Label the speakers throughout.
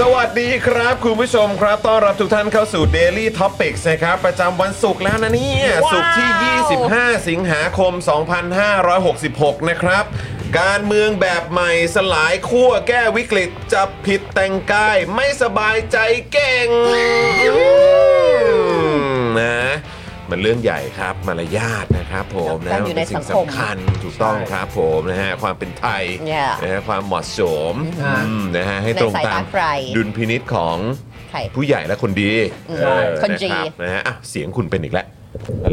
Speaker 1: สวัสดีครับคุณผู้ชมครับ ต้อนรับทุกท่านเข้าสู่ Daily Topics นะครับ ประจำวันศุกร์แล้วนะเนี่ย
Speaker 2: ว้าว
Speaker 1: ศุกร์ที่ 25 สิงหาคม 2566 นะครับ การเมืองแบบใหม่สลายขั้วแก้วิกฤต จับผิดแต่งกาย ไม่สบายใจเก่งอืมนะมันเรื่องใหญ่ครับมารยาทนะครับผมนะ
Speaker 3: การอยู่
Speaker 1: มั
Speaker 3: ใน
Speaker 1: เป็น
Speaker 3: สั
Speaker 1: สิ่ง
Speaker 3: งคม
Speaker 1: สำคัญถูกต้องครับผมนะฮะความเป็นไทย
Speaker 3: Yeah
Speaker 1: นะฮะความเหมาะสมอืมนะฮะให้
Speaker 3: ใน
Speaker 1: ตรง
Speaker 3: สาย
Speaker 1: ตา
Speaker 3: ตาม ใคร
Speaker 1: ดุลพินิษของ
Speaker 3: ใคร
Speaker 1: ผู้ใหญ่และคนดี
Speaker 3: อืม
Speaker 1: เออ
Speaker 3: คนดี
Speaker 1: ะรับนะฮะอ่ะเสียงคุณเป็นอีกแล้ว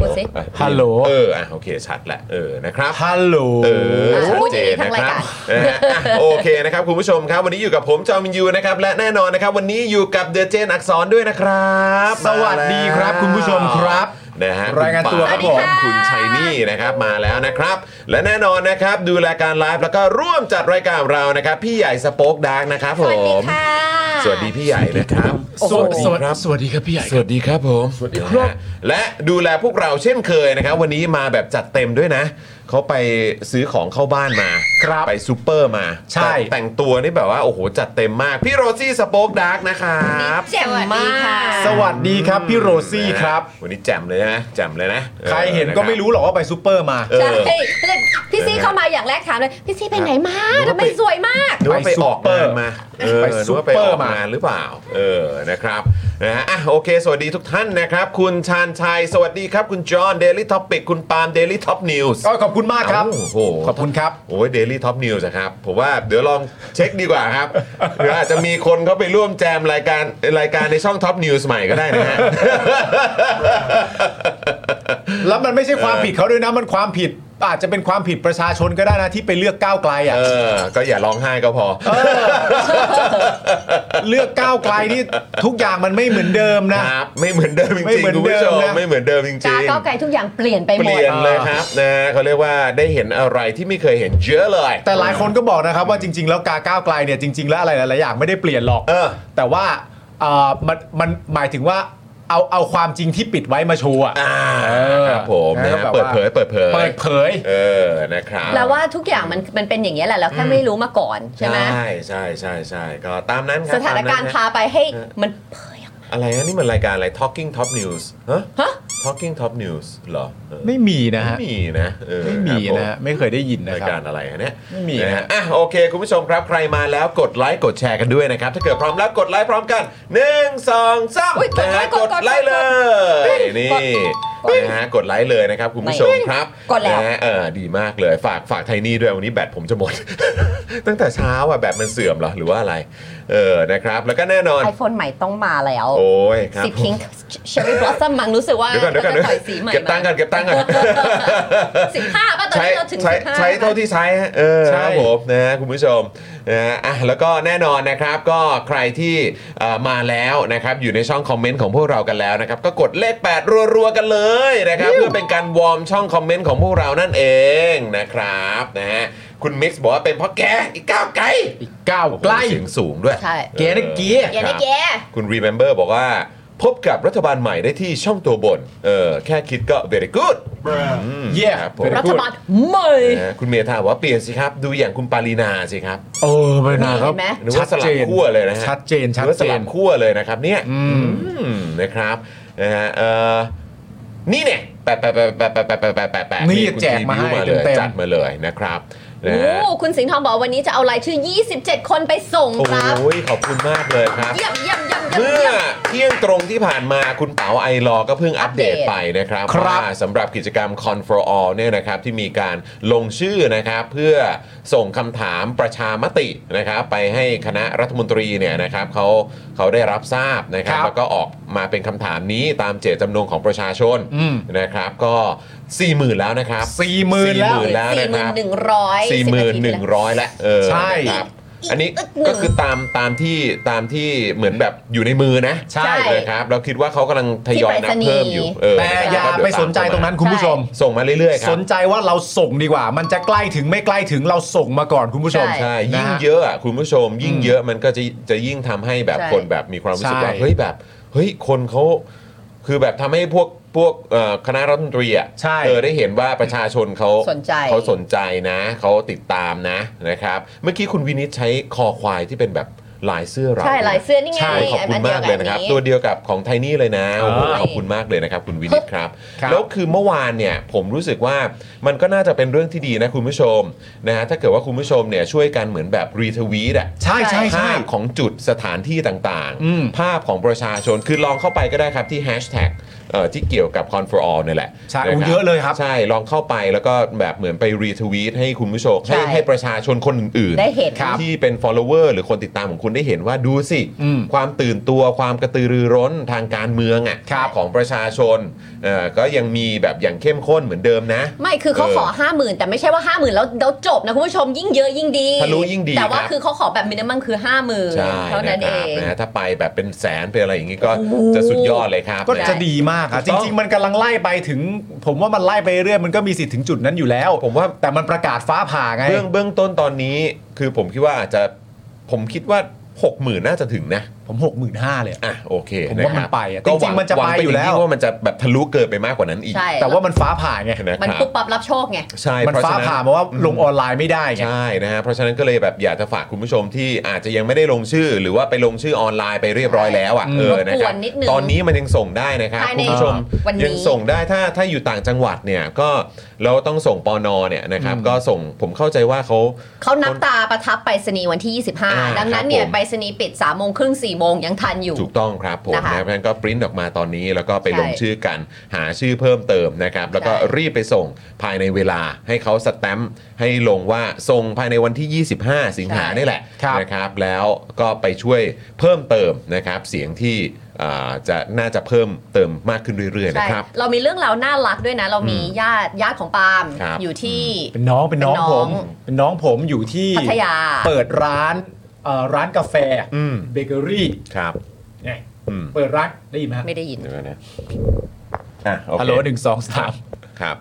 Speaker 3: พูดสิ
Speaker 1: อ่ะ
Speaker 4: ฮัลโหล
Speaker 1: เอออ่ะโอเคชัดละเออนะครับ
Speaker 4: ฮัลโหล
Speaker 1: เออ
Speaker 3: พู
Speaker 1: ชัด
Speaker 3: ด
Speaker 1: เจ
Speaker 3: อย่างนี้
Speaker 1: น
Speaker 3: ทั้
Speaker 1: นะ
Speaker 3: ง
Speaker 1: ค
Speaker 3: ราย
Speaker 1: รับ
Speaker 3: การ
Speaker 1: นะฮะอ่ะโอเคนะครับคุณผู้ชมครับ วันนี้อยู่กับผมจอมินยูนะครับและแน่นอนนะครับ วันนี้อยู่กับเดเจนอักษรด้วยนะครับ
Speaker 4: สวัสดีครับคุณผู้ชมครับ
Speaker 1: นะฮะ
Speaker 4: รายงานตัวครับผม
Speaker 1: ณปาล์คุณชัยนี่นะครับมาแล้วนะครับ และแน่นอนนะครับดูรายการไลฟ์แล้วก็ร่วมจัดรายการของเรานะครับพี่ใหญ่สป็อคดังนะครับผม
Speaker 3: สวัสดีค่ะ
Speaker 1: สวัสดีพี่ใหญ่นะครับ
Speaker 3: สวัสดี
Speaker 1: ครับ
Speaker 4: สวัสดีครับพี่ใหญ่
Speaker 1: สวัสดีครับผมสวัสดีครับ และดูแลพวกเราเช่นเคยนะครับ วันนี้มาแบบจัดเต็มด้วยนะ เขาไปซื้อของเข้าบ้านมา
Speaker 4: ครับ
Speaker 1: ไปซูเปอร์มา
Speaker 4: ใช่
Speaker 1: แต่แต่งตัวนี่แบบว่าโอ้โหจัดเต็มมาก พี่โรซี่สป็อกดาร์กนะครับ
Speaker 3: เจ๋งมาก
Speaker 4: สวัสดีครับพี่โรซี่ครับ
Speaker 1: วันนี้แจ่มเลยนะแจ่มเลยนะ
Speaker 4: ใครเห็นก็ไม่รู้หรอกว่าไปซูเปอร์มา
Speaker 1: เออ
Speaker 3: ใช่พี่ซี่เข้ามาอย่างแรกถามเลย พี่ซี่ไปไหนมา
Speaker 1: หรือว่า
Speaker 3: ทำไม
Speaker 1: ไป
Speaker 3: สวยมาก
Speaker 1: นึกว่าไปออกงานมาเออ
Speaker 4: ไป
Speaker 1: นึก
Speaker 4: ซู
Speaker 1: ว่า
Speaker 4: เปอร์
Speaker 1: ก
Speaker 4: มา
Speaker 1: งนหรือเปล่า เออ นะครับนะฮะอ่ะโอเค สวัสดีทุกท่านนะครับ คุณชาญชัย สวัสดีครับ คุณจอห์น Daily Topic คุณปาล์ม Daily Top News
Speaker 4: ก็ขอบคุณมากครับ
Speaker 1: โอ้โห
Speaker 4: ขอบคุณครับ
Speaker 1: โอ้ย Daily Top News อะครับ ผมว่าเดี๋ยวลองเช็คดีกว่าครับ หรืออาจจะมีคนเขาไปร่วมแจมรายการรายการในช่อง Top News ใหม่ก็ได้นะฮะ
Speaker 4: แล้วมันไม่ใช่ความผิดเขาด้วยนะ มันความผิด อาจจะเป็นความผิดประชาชนก็ได้นะ ที่ไปเลือกก้าวไกลอ่ะ
Speaker 1: เออ ก็อย่าร้องไห้ก็พอ
Speaker 4: เลือกก้าวไกลนี่ทุกอย่างมันไม่เหมือนเดิมนะ
Speaker 1: ครับ ไม่เหมือนเดิมจ
Speaker 4: ไม่
Speaker 1: ริง
Speaker 4: เหมือ
Speaker 1: ๆ
Speaker 4: น
Speaker 1: คุณ
Speaker 4: เดิ
Speaker 1: ผู้
Speaker 4: ม
Speaker 1: ชม
Speaker 4: นะ
Speaker 1: ไม่เหมือนเดิมจริง
Speaker 3: จ้า
Speaker 1: ๆ
Speaker 3: ก้าวไกลทุกอย่างเปลี่ยนไปห
Speaker 1: เป
Speaker 3: มด
Speaker 1: ลี่ยนเลยครับนะเขาเรียกว่าได้เห็นอะไรที่ไม่เคยเห็นเยอะเลย
Speaker 4: แต่หลายคนก็บอกนะครับว่าจริง ๆ แล้วการก้าวไกลเนี่ยจริง ๆ แล้วอะไรหลายๆอย่างไม่ได้เปลี่ยนหรอก
Speaker 1: เออ
Speaker 4: แต่ว่าเอ่อมันมันหมายถึงว่าเอาเอาความจริงที่ปิดไว้มาโชว์อะ
Speaker 1: อ่า
Speaker 4: เออ
Speaker 1: ครับผม
Speaker 4: แล้
Speaker 1: นะ
Speaker 4: วก็แบบ
Speaker 1: เปิด
Speaker 4: ว่า
Speaker 1: เผยเปิดเผย
Speaker 4: เปิดเผย
Speaker 1: เออนะครับ
Speaker 3: แล้วว่าทุกอย่างมันมันเป็นอย่างนี้ยแหละ เราแค่ไม่รู้มาก่อน ใช่ไหม
Speaker 1: ใช่ใช่ใช่ใช่ก็ตามนั้นครั
Speaker 3: สถานการณ์
Speaker 1: ตม
Speaker 3: พาไปให้มันเผยออก
Speaker 1: นั้
Speaker 3: มา
Speaker 1: นฮะอะไรนะนี่มันรายการอะไร Talking Top News ฮะ
Speaker 3: ฮะ
Speaker 1: Talking Top News เหรอเออ
Speaker 4: ไม่มีนะฮะ
Speaker 1: ไม่มีนะเออ
Speaker 4: ไม่มี
Speaker 1: ครับผ
Speaker 4: นะฮะไม่เคยได้ยินนะ
Speaker 1: ราย
Speaker 4: ครั
Speaker 1: กา
Speaker 4: บ
Speaker 1: รอะไรฮะเนี่ย
Speaker 4: ไม่มี
Speaker 1: นะฮะ
Speaker 4: นะฮะ
Speaker 1: อ่ะโอเค คุณผู้ชมครับใครมาแล้วกดไลค์กดแชร์กันด้วยนะครับ ถ้าเกิดพร้อมแล้วกดไลค์พร้อมกัน 1 2
Speaker 3: อุ๊ย
Speaker 1: 3
Speaker 3: ก
Speaker 1: นะ
Speaker 3: ดไล
Speaker 1: ฮะ
Speaker 3: ค์
Speaker 1: ก
Speaker 3: ก
Speaker 1: ด
Speaker 3: ด
Speaker 1: ไลค์เลย นี่
Speaker 3: กด
Speaker 1: นะฮะกดไลค์เลยนะครับ คุณผู้ชมครับ
Speaker 3: กดแล้ว
Speaker 1: นะฮะเออดีมากเลยฝากฝากไทนี่ด้วยวันนี้แบตผมจะหมด ตั้งแต่เช้าอ่ะแบตมันเสื่อมเหรอหรือว่าอะไร เออนะครับแล้วก็แน่นอน
Speaker 3: ไอโฟนใหม่ต้องมาแล้ว
Speaker 1: โอ้ยครับ
Speaker 3: สีพิงค์เชอรี่บลอสซัมมังรู้สึกว่า
Speaker 1: เดี๋ยวก่อนเดี๋ยวก่อนเดี๋ยว
Speaker 3: ป
Speaker 1: ก่อ
Speaker 3: ล่อยสีให
Speaker 1: น
Speaker 3: ม่
Speaker 1: เก็บตังค์กันเก็บตังค์กัน
Speaker 3: สีห้าป่ะตอน
Speaker 1: ใช้
Speaker 3: นี้เราถึง
Speaker 1: ใช้
Speaker 3: สิบห้า
Speaker 1: ใช้เท่าที่ใช้ฮะเออค
Speaker 4: ใช่
Speaker 1: รับผมนะฮะคุณผู้ชมนะฮะอ่ะแล้วก็แน่นอนนะครับก็ใครที่เอ่อมาแล้วนะครับอยู่ในช่องคอมเมนต์ของพวกเรากันแล้วนะครับก็กดเลข 8 รัวๆกันเลยนะครับเพื่อเป็นการวอร์มช่องคอมเมนต์ของพวกเรานั่นเองนะครับนะฮะ
Speaker 5: คุณมิกซ์บอกว่าเป็นเพราะแกอีกก้าวไกล
Speaker 6: อีกเก้าว
Speaker 5: โอ้โห
Speaker 6: ใกล้
Speaker 5: เสียงสูงด้วย
Speaker 3: ใช่
Speaker 6: เก๋นะเก๋
Speaker 3: อย่าได้แก
Speaker 5: คุณ Remember บอกว่า พบกับรัฐบาลใหม่ได้ที่ช่องตัวบน เออ แค่คิดก็ very good อืม
Speaker 6: เย่
Speaker 5: ครับผม
Speaker 3: รัฐบาลใหม่
Speaker 5: นะฮะคุณเมธาบอกว่าเปลี่ยนสิครับ ดูอย่างคุณปารีนาสิครับ
Speaker 6: เออไม่นาครับ
Speaker 3: เห็นไหม
Speaker 5: หรือว่าสลับขั้วเลยนะฮะ
Speaker 6: ชัดเจนชัด
Speaker 5: หรือว่าส
Speaker 6: เจ
Speaker 5: ลั
Speaker 6: น
Speaker 5: บขั้วเลยนะครับเนี่ย
Speaker 6: อืม
Speaker 5: อืมนะครับนะฮะเอ่อนี่เนี่ยแปะแปะแปะแปะแปะแปะแปะแปะแปะ
Speaker 6: นี่
Speaker 5: คุณ
Speaker 6: แจกมาให้
Speaker 5: รีวิวเลย
Speaker 6: เต็มๆ
Speaker 5: จัดมาเลยนะครับนะ
Speaker 3: โอ้
Speaker 5: ฮะ
Speaker 3: คุณสิงห์ทองบอกวันนี้จะเอารายชื่อ 27 คนไปส่ง
Speaker 5: โอ
Speaker 3: ครับ
Speaker 5: ้ยขอบคุณมากเลยครับ
Speaker 3: เยี่ยมเยี่ยมเยี่ยมเยี่ยม
Speaker 5: เมื่อ
Speaker 3: เยี่ยม
Speaker 5: เที่ยงตรงที่ผ่านมาคุณเป๋าไอรอว์ก็เพิ่งอัปเด
Speaker 3: อั
Speaker 5: ต
Speaker 3: ปเดต
Speaker 5: ไปนะครับ
Speaker 6: ครับ
Speaker 5: ว่าสำหรับกิจกรรม Con for All เนี่ยนะครับที่มีการลงชื่อนะครับเพื่อส่งคำถามประชามตินะครับไปให้คณะรัฐมนตรีเนี่ยนะครับเขาเขาได้รับทราบนะครับ
Speaker 6: ครับ
Speaker 5: แล้วก็ออกมาเป็นคำถามนี้ตามเจตจำนงของประชาชน
Speaker 6: อืม
Speaker 5: นะครับก็ 40,000 แล้วนะครับ
Speaker 6: 40,000 แล้ว
Speaker 5: 40,000แล้ว
Speaker 3: สี่ห
Speaker 5: นะ
Speaker 3: มื่น
Speaker 5: ครับ
Speaker 3: หนึ่งร้อย
Speaker 5: สี่หมื่นหนึ่งร้อยละเออ
Speaker 6: ใช่
Speaker 5: นะครับอันนี้ก็คือตามตามที่ตามที่เหมือนแบบอยู่ในมือนะ
Speaker 3: ใช่
Speaker 5: นะครับเราคิดว่าเขากำลังทยอยนับเพิ่มอยู่เออ
Speaker 6: แต่อ
Speaker 5: นะครับ
Speaker 6: ย่า
Speaker 5: ก็เดี๋ว
Speaker 6: ไปสนใจตรงนั้นคุณผู้ชม
Speaker 5: ส่งมาเรื่อยๆค
Speaker 6: ส
Speaker 5: รับ
Speaker 6: นใจว่าเราส่งดีกว่า มันจะใกล้ถึงไม่ใกล้ถึงเราส่งมาก่อนคุณผู้ชม
Speaker 3: ใช่
Speaker 5: ใช่ยิ่งเยอะอะคุณผู้ชม ยิ่งเยอะมันก็จะจะยิ่งทำให้แบบ
Speaker 3: ใช่
Speaker 5: คนแบบมีความรู้สึกว่า
Speaker 6: ใช่
Speaker 5: เฮ้ยแบบเฮ้ยคนเขาคือแบบทำให้พวกพวกเอ่อคณะรัฐมนตรีอ่ะ
Speaker 6: ใช่
Speaker 5: เออได้เห็นว่าประชาชนเขา
Speaker 3: สนใจ
Speaker 5: เขาสนใจนะเขาติดตามนะนะครับ เมื่อกี้คุณวินิจใช้คอควายที่เป็นแบบลายเสื้อเรา
Speaker 3: ใช่ลายเสื้อนี่ไง
Speaker 5: ใช่ขอบคุณมากเลยนะครับ
Speaker 3: อั
Speaker 5: ตัวเดียวกับของไทนี่เลยนะโอ้โห
Speaker 6: ใช่
Speaker 5: ขอบคุณมากเลยนะครับคุณวินิจครับ
Speaker 6: ครับ
Speaker 5: แล้วคือเมื่อวานเนี่ยผมรู้สึกว่ามันก็น่าจะเป็นเรื่องที่ดีนะคุณผู้ชมนะฮะถ้าเกิดว่าคุณผู้ชมเนี่ยช่วยกันเหมือนแบบรีทวีตอะ
Speaker 6: ใช่ใช่ใช่
Speaker 5: ภาพของจุดสถานที่ต่าง
Speaker 6: อืม
Speaker 5: ภาพของประชาชนคือลองเข้าไปก็ได้ครับที่แฮชแท็กที่เกี่ยวกับ Con for All เนี่ยแหละ
Speaker 6: ใช่
Speaker 5: นค
Speaker 6: โอ้
Speaker 5: รับ
Speaker 6: เยอะเลยครับ
Speaker 5: ใช่ลองเข้าไปแล้วก็แบบเหมือนไปรีทวีตให้คุณผู้ชม
Speaker 3: ใช่
Speaker 5: ให้ให้ประชาชนคนอื่น
Speaker 3: ได้เห็น
Speaker 6: ครับ
Speaker 5: ที่เป็น follower หรือคนติดตามของคุณได้เห็นว่าดูสิ
Speaker 6: อืม
Speaker 5: ความตื่นตัวความกระตือรือร้นทางการเมืองอะ
Speaker 6: ครับ
Speaker 5: ของประชาชนเอ่อก็ยังมีแบบอย่างเข้มข้นเหมือนเดิมนะ
Speaker 3: ไม่คือเขา
Speaker 5: เออ
Speaker 3: ขอ 5 0,000 แต่ไม่ใช่ว่า 5 0,000 แล้วแล้วจบนะ คุณผู้ชมยิ่งเยอะยิ่งดี
Speaker 5: ทะลุยิ่งดี
Speaker 3: แต่ว่า
Speaker 5: ครับ
Speaker 3: คือเขาขอแบบมินิมัมคือ 50,000
Speaker 5: ใช่
Speaker 3: เท่านั้
Speaker 5: นะ
Speaker 3: น
Speaker 5: ค
Speaker 3: เอ
Speaker 5: รับ
Speaker 3: ง
Speaker 5: นะฮะถ้าไปแบบเป็นแสนเป็นอะไรอย่างนี้ก็จะสุดยอดเลยครับ
Speaker 6: ก็
Speaker 5: นะ
Speaker 6: จะดีมากอะจ
Speaker 5: ถูกต้อง
Speaker 6: ริง ๆ มันกำลังไล่ไปถึง ผมว่ามันไล่ไปเรื่อยมันก็มีสิทธิ์ถึงจุดนั้นอยู่แล้ว ผมว่าแต่มันประกาศฟ้าผ่าไง
Speaker 5: เบื้องเบื้องต้นตอนนี้คือผมคิดว่าอาจจะผมคิดว่า 6 0,000 น่าจะถึงนะ
Speaker 6: ผมหกหมื่นห้าเลยอะ
Speaker 5: อ่ะโอเค
Speaker 6: ผมว่ามัน
Speaker 5: ครับ
Speaker 6: ไปอ่ะ
Speaker 5: ก็ห
Speaker 6: จริงๆมันจะ
Speaker 5: หวั
Speaker 6: ไปอยู่แล้ว
Speaker 5: งงว่ามันจะแบบทะลุเกินไปมากกว่านั้นอีก
Speaker 3: ใช่
Speaker 6: แต่ว่ามันฟ้าผ่าไง
Speaker 5: นะ
Speaker 3: มัน
Speaker 5: ครับ
Speaker 3: ปุ๊บปั๊บรับโชคไง
Speaker 5: ใช่
Speaker 6: มัน
Speaker 5: เพระ
Speaker 6: ฟ้า
Speaker 5: ฉะ
Speaker 6: ผ่ามาว่าลงออนไลน์ไม่ได้ไง
Speaker 5: ใช่นะฮะเพราะฉะนั้นก็เลยแบบอยากจะฝากคุณผู้ชมที่อาจจะยังไม่ได้ลงชื่อ หรือว่าไปลงชื่อออนไลน์ไปเรียบร้อยแล้วอ่ะ
Speaker 6: อืม
Speaker 5: เออนะครั
Speaker 3: รบกว
Speaker 5: บ
Speaker 3: นนิดนึง
Speaker 5: ตอนนี้มันยังส่งได้นะครับ
Speaker 3: ภาย
Speaker 5: คุ
Speaker 3: ใน
Speaker 5: ณผู้ชม
Speaker 3: วันนี้
Speaker 5: ยังส่งได้ถ้าถ้าอยู่ต่างจังหวัดเนี่ยก็เราต้องส่งปอนอเนี่ยนะครับก็ส่งผมเข้าใจว่าเขา
Speaker 3: เขานับตาประทับไปรษณีย์วันที่
Speaker 5: อ่า
Speaker 3: 25 ดังนั้นเนี่
Speaker 5: ค
Speaker 3: ย
Speaker 5: รับผม
Speaker 3: ไปรษณีย์ปิด3ามโมงครึ่ง4โมงยังทันอยู่
Speaker 5: ถูกต้องครับผม
Speaker 3: นะคะ
Speaker 5: นะเพราะฉะนั้นก็ปริ้นออกมาตอนนี้แล้วก็ไปลง
Speaker 3: ใช่
Speaker 5: ชื่อกันหาชื่อเพิ่มเติมนะครับ แล้วก็
Speaker 3: ใช่
Speaker 5: รีบไปส่งภายในเวลาให้เขาสแตมป์ให้ลงว่าส่งภายในวันที่ 25 สิงหานี่แหละ
Speaker 6: ครับ
Speaker 5: นะครับ แล้วก็ไปช่วยเพิ่มเติมนะครับ เสียงที่อ่าจะน่าจะเพิ่มเติมมากขึ้นเรื่อย ๆ
Speaker 3: ใช่
Speaker 5: นะครับ
Speaker 3: เรามีเรื่องราวน่ารักด้วยนะ เรามีญาติญาติของปาล์ม
Speaker 5: ครับ
Speaker 3: อยู่ที่
Speaker 6: เป็นน้องเป็นน้อง
Speaker 3: เป็นน้อง
Speaker 6: ผม เป็นน้องผมอยู่ที่
Speaker 3: พัทยา
Speaker 6: เปิดร้านเอ่อร้านกาแฟ
Speaker 5: อืม
Speaker 6: เบเกอรี่
Speaker 5: ครับ
Speaker 6: เนี่ย
Speaker 5: อืม
Speaker 6: เปิดร้านได้ยินไหมฮะ
Speaker 3: ไม่ได้ยิน
Speaker 5: เดี๋ยวก่อนนะอ่ะโอเค
Speaker 6: ฮัลโหลหนึ่งสองสาม
Speaker 5: ครับ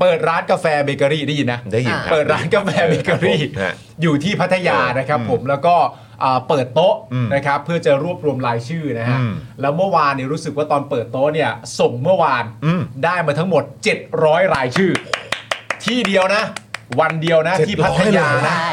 Speaker 6: เปิดร้านกาแฟเบเกอรี่ได้ยินนะ
Speaker 5: ได้ยินคบ
Speaker 6: เปิดร้านกาแฟเบเกอรี่
Speaker 5: ฮะ
Speaker 6: อยู่ที่พัทยานะครับผมแล้วก็อ่าเปิดโต๊ะ
Speaker 5: อืม
Speaker 6: นะครับเพื่อจะรวบรวมรายชื่อนะฮะ
Speaker 5: อืม
Speaker 6: แล้วเมื่อวานเนี่ยรู้สึกว่าตอนเปิดโต๊ะเนี่ยส่งเมื่อวาน
Speaker 5: อืม
Speaker 6: ได้มาทั้งหมด 700 รายชื่อ ที่เดียวนะ วันเดียวนะ
Speaker 5: 700
Speaker 6: ที่พัทยา
Speaker 5: เลยเหรอ
Speaker 6: นะ
Speaker 3: ใช่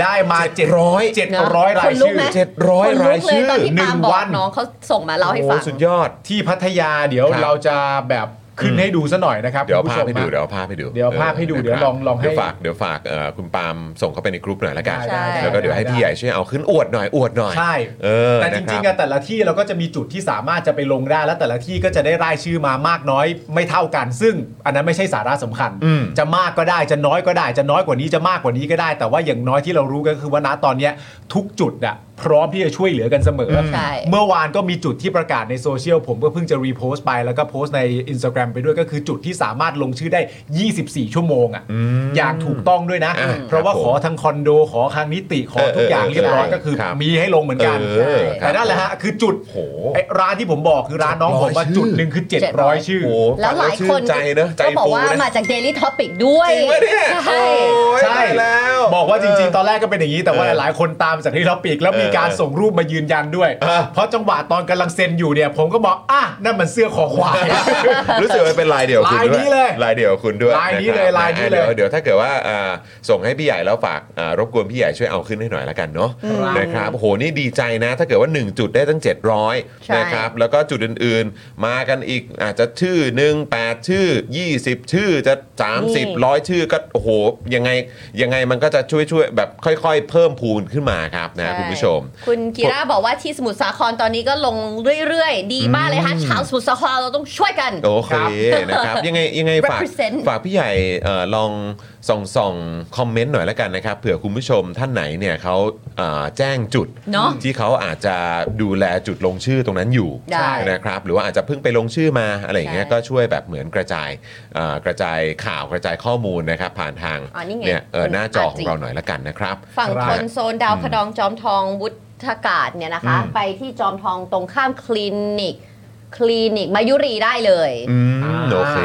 Speaker 6: ได้มา700
Speaker 5: 700
Speaker 6: 700 ราย
Speaker 3: คนลุก
Speaker 6: ชื่อ
Speaker 3: ไหม
Speaker 5: เจ็ดร้อย
Speaker 3: คนลุ
Speaker 5: ราย
Speaker 3: กเล
Speaker 5: ชื่อ
Speaker 3: ตอนที่
Speaker 6: หนึ่
Speaker 3: ปาง ล์มบอ
Speaker 6: วั
Speaker 3: ก
Speaker 6: น
Speaker 3: น้องเขาส่งมาเล่าให้ฟัง
Speaker 5: โอ้สุดยอด
Speaker 6: ที่พัทยาเดี๋ยว
Speaker 5: ครับ
Speaker 6: เราจะแบบขึ้นให้ดูซะหน่อยนะครับ
Speaker 5: เดี๋ยวเอา
Speaker 6: คุณผู้
Speaker 5: ภา
Speaker 6: ช
Speaker 5: พ
Speaker 6: ม
Speaker 5: ให้ดู
Speaker 6: นะ
Speaker 5: เดี๋ยวเอาภาพให้ดู
Speaker 6: เดี๋ยวเอาภาพให้ดู
Speaker 5: อ
Speaker 6: เดี๋ยว
Speaker 5: นะครับ
Speaker 6: ลองลองให้
Speaker 5: เดี๋ยวฝากเดี๋ยวฝากเอ่อคุณปาล์มส่งเข้าไปในกรุ๊ปหน่อยละกัน
Speaker 6: ใช่
Speaker 5: แล้วก็เดี๋ยวให้พี่ใหญ่ช่วยเอาขึ้นอวดหน่อยอวดหน่อย
Speaker 6: ใช่
Speaker 5: เออ
Speaker 6: แต่จริงๆ
Speaker 5: นะค
Speaker 6: อะ
Speaker 5: บ
Speaker 6: แต่ละที่เราก็จะมีจุดที่สามารถจะไปลงได้ และแต่ละที่ก็จะได้รายชื่อมามากน้อยไม่เท่ากัน ซึ่งอันนั้นไม่ใช่สาระสำคัญ
Speaker 5: อืม
Speaker 6: จะมากก็ได้จะน้อยก็ได้ จะน้อยกว่านี้จะมากกว่านี้ก็ได้ แต่ว่าอย่างน้อยที่เรารู้ก็คือว่าณตอนเนี้ยทุกจุดอะ พร้อมที่จะช่วยเหลือกันเสมอ
Speaker 3: ใช่
Speaker 6: เมื่อวานก็มีจุดที่ประกาศในโซเชียล ผมก็เพิ่งจะรีโพสต์ไปแล้วก็โพสต์ใน Instagram ไปด้วยก็คือจุดที่สามารถลงชื่อได้ 24 ชั่วโมงอะ่ะอย่างถูกต้องด้วยนะ
Speaker 5: อ่า
Speaker 6: เพราะว่า
Speaker 5: ครับ
Speaker 6: ข
Speaker 5: ผม
Speaker 6: อทางคอนโดขอทางนิติขอทุก
Speaker 5: เออเออ
Speaker 6: อย่างเรียบร้อย
Speaker 5: ใช่
Speaker 6: ก็คือ
Speaker 5: ครับ
Speaker 6: มีให้ลงเหมือนกัน
Speaker 5: เออครับ
Speaker 6: แต่นั่นแหละฮะคือจุด
Speaker 5: โอ้โห
Speaker 6: ไอ้ร้านที่ผมบอกคือร้านน้องผมว่า
Speaker 5: 700
Speaker 6: จุดหนึ่งคือ 700
Speaker 3: 700
Speaker 6: ชื่อ
Speaker 5: โอ้โ
Speaker 3: แล้วหลายคน
Speaker 5: ฟังแวชื่ใจเนอะใจ
Speaker 3: ก็บอก
Speaker 5: ฟู
Speaker 3: ว่า
Speaker 5: นะ
Speaker 3: มาจาก Daily Topic ด้วย
Speaker 5: จริงวะเนี่ย
Speaker 3: ใช่
Speaker 6: ใช่
Speaker 5: ใช่แล้ว
Speaker 6: บอก ว่าจริงๆ
Speaker 5: ต
Speaker 6: ต
Speaker 5: อ
Speaker 6: อ
Speaker 5: น
Speaker 6: นแรกก็เป็นอย่างนี้แต่ว่า
Speaker 5: เออ
Speaker 6: หลายๆคนตามจากที่เราปีกแล้วมีการ
Speaker 5: เออ
Speaker 6: ส่งรูปมายืนยันด้วย
Speaker 5: อ่ะ
Speaker 6: เพราะจังหวะตอนกำลังเซ็นอยู่เนี่ย ผมก็บอกอ่ะนั่นมันเสื้อคอควาย
Speaker 5: รู้สึกว่าเป็นลายเดียวกับคุณ
Speaker 6: ลา
Speaker 5: ด้ว
Speaker 6: ยนี้เลย
Speaker 5: ลายเดียวกับคุณด้วย
Speaker 6: ลายนี้เลย
Speaker 5: ะครับ
Speaker 6: ลายนี้เลย
Speaker 5: ดี๋วเดี๋ยวถ้าเกิดว่าอ่าส่งให้พี่ใหญ่แล้วฝากอ่ารบกวนพี่ใหญ่ช่วยเอาขึ้นให้หน่อยละกันเนาะนะครับโอ้โหนี่ดีใจนะ ถ้าเกิดว่า 1 จุดได้ตั้ง
Speaker 3: ใช่
Speaker 5: 700นะครับแล้วก็จุดอื่นๆ มากันอีกอาจจะชื่อ 1 8 ชื่อ 20 ชื่อจะ 30ร้อยชื่อก็โอ้โหยังไงยังไงมันก็จะช่วยช่วยๆแบบค่อย ๆ เพิ่มพูนขึ้นมาครับนะคุณผู้ชม
Speaker 3: คุณกีราบอกว่าที่สมุทรสาครตอนนี้ก็ลงเรื่อยๆ ดีมากเลยฮะชาวสมุทรสาครเราต้องช่วยกัน
Speaker 5: โอเคนะครับยังไงยังไงฝาก
Speaker 3: Represent
Speaker 5: ฝากพี่ใหญ่เอ่อลองส่องส่องคอมเมนต์หน่อยละกันนะครับเผื่อคุณผู้ชมท่านไหนเนี่ยเขาเอ่อแจ้งจุด
Speaker 3: เนอะ
Speaker 5: ที่เขาอาจจะดูแลจุดลงชื่อตรงนั้นอยู่
Speaker 3: ได้
Speaker 5: นะครับหรือว่าอาจจะเพิ่งไปลงชื่อมาอะไรอย่างเงี้ย
Speaker 3: ใช่
Speaker 5: ก็ช่วยแบบเหมือนกระจายเอ่อกระจายข่าวกระจายข้อมูลนะครับผ่านทาง
Speaker 3: อ๋อนี่ไง
Speaker 5: เนี่ยเอ่อหน้าจอ
Speaker 3: จ
Speaker 5: ขอ
Speaker 3: ริ
Speaker 5: ง
Speaker 3: ง
Speaker 5: เราหน่อยละกันนะครับ
Speaker 3: ฝั่ง
Speaker 6: ครั
Speaker 3: ท
Speaker 6: บ
Speaker 3: นโซนดาวพดองจอมทองวุฒากาศเนี่ยนะคะ
Speaker 5: อืม
Speaker 3: ไปที่จอมทองตรงข้ามคลินิก คลินิกมายุรีได้เลย
Speaker 5: อืม
Speaker 6: อ่า
Speaker 5: โอเค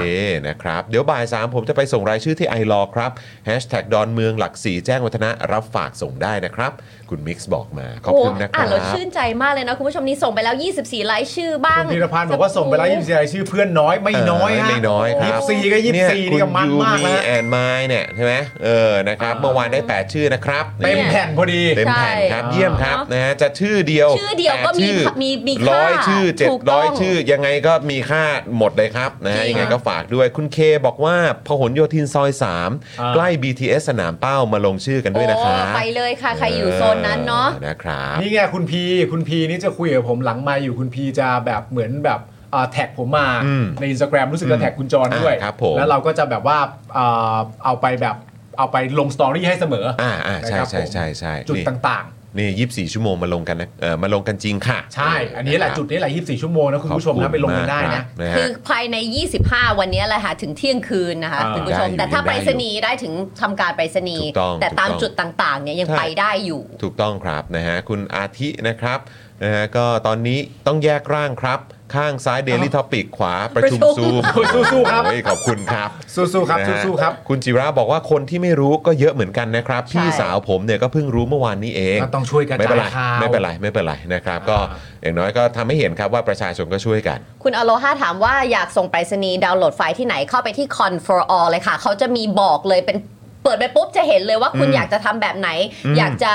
Speaker 5: นะครับ เดี๋ยวบ่าย 3 ผมจะไปส่งรายชื่อที่ไอรอครับแฮชแท็กดอนเมืองหลักสีแจ้งวัฒนะรับฝากส่งได้นะครับ คุณมิกซ์บอกมา ขอบคุณนะค
Speaker 3: อ่าน
Speaker 5: รับ
Speaker 3: เราชื่นใจมากเลยนะ คุณผู้ชมนี่ส่งไปแล้ว 24 รายชื่อบ้าง
Speaker 6: คุณพีรพันธ์บอกว่าส่งไปแล้วยี่สิบสี่รายชื่อเพื่อนน้อยไม่น้อยฮะ
Speaker 5: ไม่น้อยครับ
Speaker 6: ยี่สิบสี่ก็ยี่สิบสี่นี่ก็มันมาก
Speaker 5: คุณยู
Speaker 6: นะ
Speaker 5: มีแอนไมเนี่ยใช่ไหมเออนะครับ เมื่อวานได้ 8 ชื่อนะครับ
Speaker 6: เต็มแผ่นพอดี
Speaker 5: เต็มแผ่นครับ
Speaker 3: ใช่
Speaker 5: เยี่ยมครับนะฮะจะชื่อเดียว
Speaker 3: ชื่อเดียวก็มี
Speaker 5: แปชื่อ
Speaker 3: มีมีค่า
Speaker 5: ร้อยชื่อเจ็ด
Speaker 3: ถูกต้
Speaker 5: ร้
Speaker 3: อ
Speaker 5: อง ยชื่อยังไงก็มีค่าหมดเลยครับนะฮะ
Speaker 3: จริง
Speaker 5: ยังไงก็ฝากด้วยคุณเคบอกว่าพหลโยธินซอย
Speaker 6: อ่า
Speaker 5: 3 ใกล้ BTS สนามเป้ามาลงชื่อกันด้วยนะคะ
Speaker 3: โอ้ไปเลยค่ะ ใครอยู่โซนนั้นเนาะ
Speaker 5: ออนะครับ
Speaker 6: นี่ไงคุณพีคุณพีนี่จะคุยกับผมหลังไมาอยู่คุณพีจะแบบเหมือนแบบอ่าแท็กผมมา
Speaker 5: อืม
Speaker 6: ในอินสตาแกรมรู้สึกจะแท็กคุณจรด้วย
Speaker 5: อ่าครับผม
Speaker 6: แล้วเราก็จะแบบว่าอ่าเอาไปแบบเอาไปลงสตอรี่ให้เสมออ
Speaker 5: อ่าอ่าใช่
Speaker 6: นะครับ
Speaker 5: ใช่
Speaker 6: ผม
Speaker 5: ใช่ใช่
Speaker 6: จุด
Speaker 5: นี่
Speaker 6: ต่าง
Speaker 5: นี่ยีิบสี่ชั่วโมงมาลงกันนะเออมาลงกันจริงค่ะ
Speaker 6: ๆ ใช่ อันนี้แหละ
Speaker 5: ครับ
Speaker 6: จุดนี้แหละ24 ชั่วโมงนะคุณผู้ชม
Speaker 5: ขอบ
Speaker 6: นะไปลงกันได้
Speaker 5: มา
Speaker 6: นะ
Speaker 5: ครับนะ
Speaker 3: คื
Speaker 5: ฮะ
Speaker 3: อภายใน 25 วันนี้แหละค่ะถึงเที่ยงคืนนะคะ
Speaker 6: อ่า
Speaker 3: คุณผู้ชม
Speaker 5: ได้อยู่
Speaker 3: แต่ถ้า
Speaker 5: ยัง
Speaker 3: ไป
Speaker 5: ได้
Speaker 3: รษ
Speaker 5: อยู่
Speaker 3: ณีย์ได้ถึงทำการไปรษณี
Speaker 5: ถู
Speaker 3: ย์
Speaker 5: กต้อง
Speaker 3: แต่ตาม
Speaker 5: ถูกต้อง
Speaker 3: จุดต่างๆเนี่ยยัง
Speaker 5: ใช่
Speaker 3: ไปได้อยู่
Speaker 5: ถูกต้องครับนะฮะคุณอาทินะครับนะฮะก็ตอนนี้ต้องแยกร่างครับ ข้างซ้าย Daily Topic ขวาประชุม
Speaker 3: ประชุ
Speaker 5: ซู
Speaker 3: ม
Speaker 5: ม
Speaker 6: โอ้ยสู้ๆครับ
Speaker 5: โอ้ยขอบคุณครับ
Speaker 6: สู้ๆครับ
Speaker 5: นะฮะ
Speaker 6: สู้ๆครับ
Speaker 5: คุณจิระบอกว่าคนที่ไม่รู้ก็เยอะเหมือนกันนะครับ พี่สาวผมเนี่ยก็เพิ่งรู้เมื่อวานนี้เอง
Speaker 6: ก็ต้องช่วยกัน
Speaker 5: ไม่เป็นไร
Speaker 6: ข่าว
Speaker 5: ไม่เป็นไรไม่เป็นไรนะครับ ก็อย่างน้อยก็ทำให้เห็นครับว่าประชาชนก็ช่วยกัน
Speaker 3: คุณอโลฮาถามว่าอยากส่งไปรษณีย์ดาวน์โหลดไฟล์ที่ไหนเข้าไปที่ con for all เลยค่ะ เขาจะมีบอกเลยเป็นเปิดไปปุ๊บจะเห็นเลยว่าคุณอยากจะทำแบบไหน อยากจะ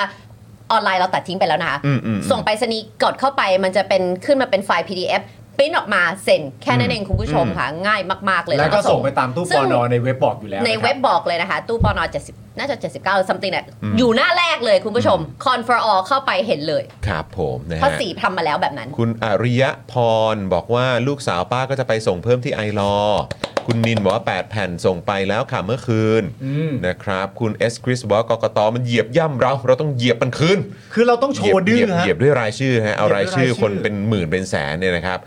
Speaker 3: ออนไลน์เราตัดทิ้งไปแล้วนะคะ
Speaker 5: อืมอืมอืม
Speaker 3: ส่งไปรษณีย์กดเข้าไปมันจะเป็นขึ้นมาเป็นไฟล์ PDF ปริ้นออกมาเซ็นแค่นั้นเองคุณผู้ชมค่ะง่ายมากๆเลย
Speaker 6: แล้วก็
Speaker 3: นะคะ
Speaker 6: ส่งไปตามตู้ป
Speaker 3: ซึ่
Speaker 6: อง นอในเว็บบอกอยู่แล้ว
Speaker 3: ใน
Speaker 6: นะครับ
Speaker 3: เว็บบอกเลยนะคะ ตู้ปอนอ70 น่าจะ 79 หรือ something เนี่ยอยู่หน้าแรกเลยคุณผู้ชม con for all เข้าไปเห็นเลย
Speaker 5: ครับผมนะ
Speaker 3: เพราะ
Speaker 5: ฮะ
Speaker 3: สีทำมาแล้วแบบนั้น
Speaker 5: คุณอริยพรบอกว่าลูกสาวป้าก็จะไปส่งเพิ่มที่ไอรอคุณนินบอกว่า 8 แผ่นส่งไปแล้วค่ะเมื่อคืน
Speaker 6: อืม
Speaker 5: นะครับคุณเอสคริสบอกว่ากกตมันเหยียบย่ำเรา เราต้องเหยียบมันคืน
Speaker 6: คือเราต้องโชว์ดื้อ
Speaker 5: เหยียบ
Speaker 6: ฮะ
Speaker 5: เหยียบด้วยรายชื่อฮะเอารายชื่อ
Speaker 6: เหยียบด้วยรายชื่อ
Speaker 5: คนเป็นหมื่นเป็นแสนเนี่ยนะครับ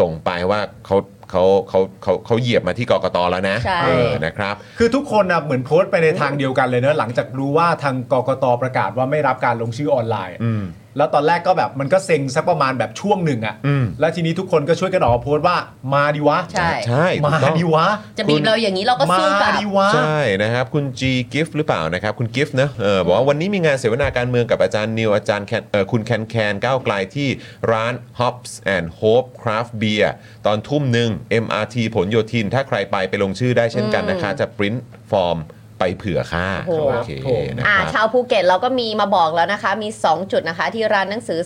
Speaker 5: ส่งไปว่าเขาเขาเขาเขาเขาเหยียบมาที่กกตแล้วนะ
Speaker 3: ใช่
Speaker 5: เออนะครับ
Speaker 6: คือทุกคนนะเหมือนโพสต์ไปในทางเดียวกันเลยเนอะหลังจากรู้ว่าทางกกตประกาศว่าไม่รับการลงชื่อออนไลน์อะ
Speaker 5: อืม
Speaker 6: แล้วตอนแรกก็แบบมันก็เซ็งสักประมาณแบบช่วงหนึ่งอะ
Speaker 5: อืม
Speaker 6: แล้วทีนี้ทุกคนก็ช่วยกันออกมาโพสต์ว่ามาดิวะ
Speaker 3: ใช่
Speaker 5: ใช่ถู
Speaker 6: มาก
Speaker 5: ต้อง
Speaker 6: ดิวะ
Speaker 3: จะบีบเราอย่างนี้เราก็
Speaker 6: มา
Speaker 3: สู้กับ
Speaker 6: ดิวะ
Speaker 5: ใช่นะครับคุณ G Gift หรือเปล่านะครับ คุณ Gift นะเออบอกว่าวันนี้มีงานเสวนาการเมืองกับอาจารย์นิวอาจารย์แคนเออคุณแคนแคนก้าวไกลที่ร้าน Hops and Hope Craft Beer ตอนทุ่มหนึ่ง MRT ผลโยธิน ถ้าใครไปไปลงชื่อได้เช่นกันนะคะ จะปริ้นฟอร์มไปเผื่อค่า
Speaker 3: โอ้โห
Speaker 5: โอเคนะค
Speaker 3: อ่า
Speaker 5: รับ
Speaker 3: ชาวภูเก็ตเราก็มีมาบอกแล้วนะคะ มี 2 จุดนะคะ ที่ร้านหนังสือ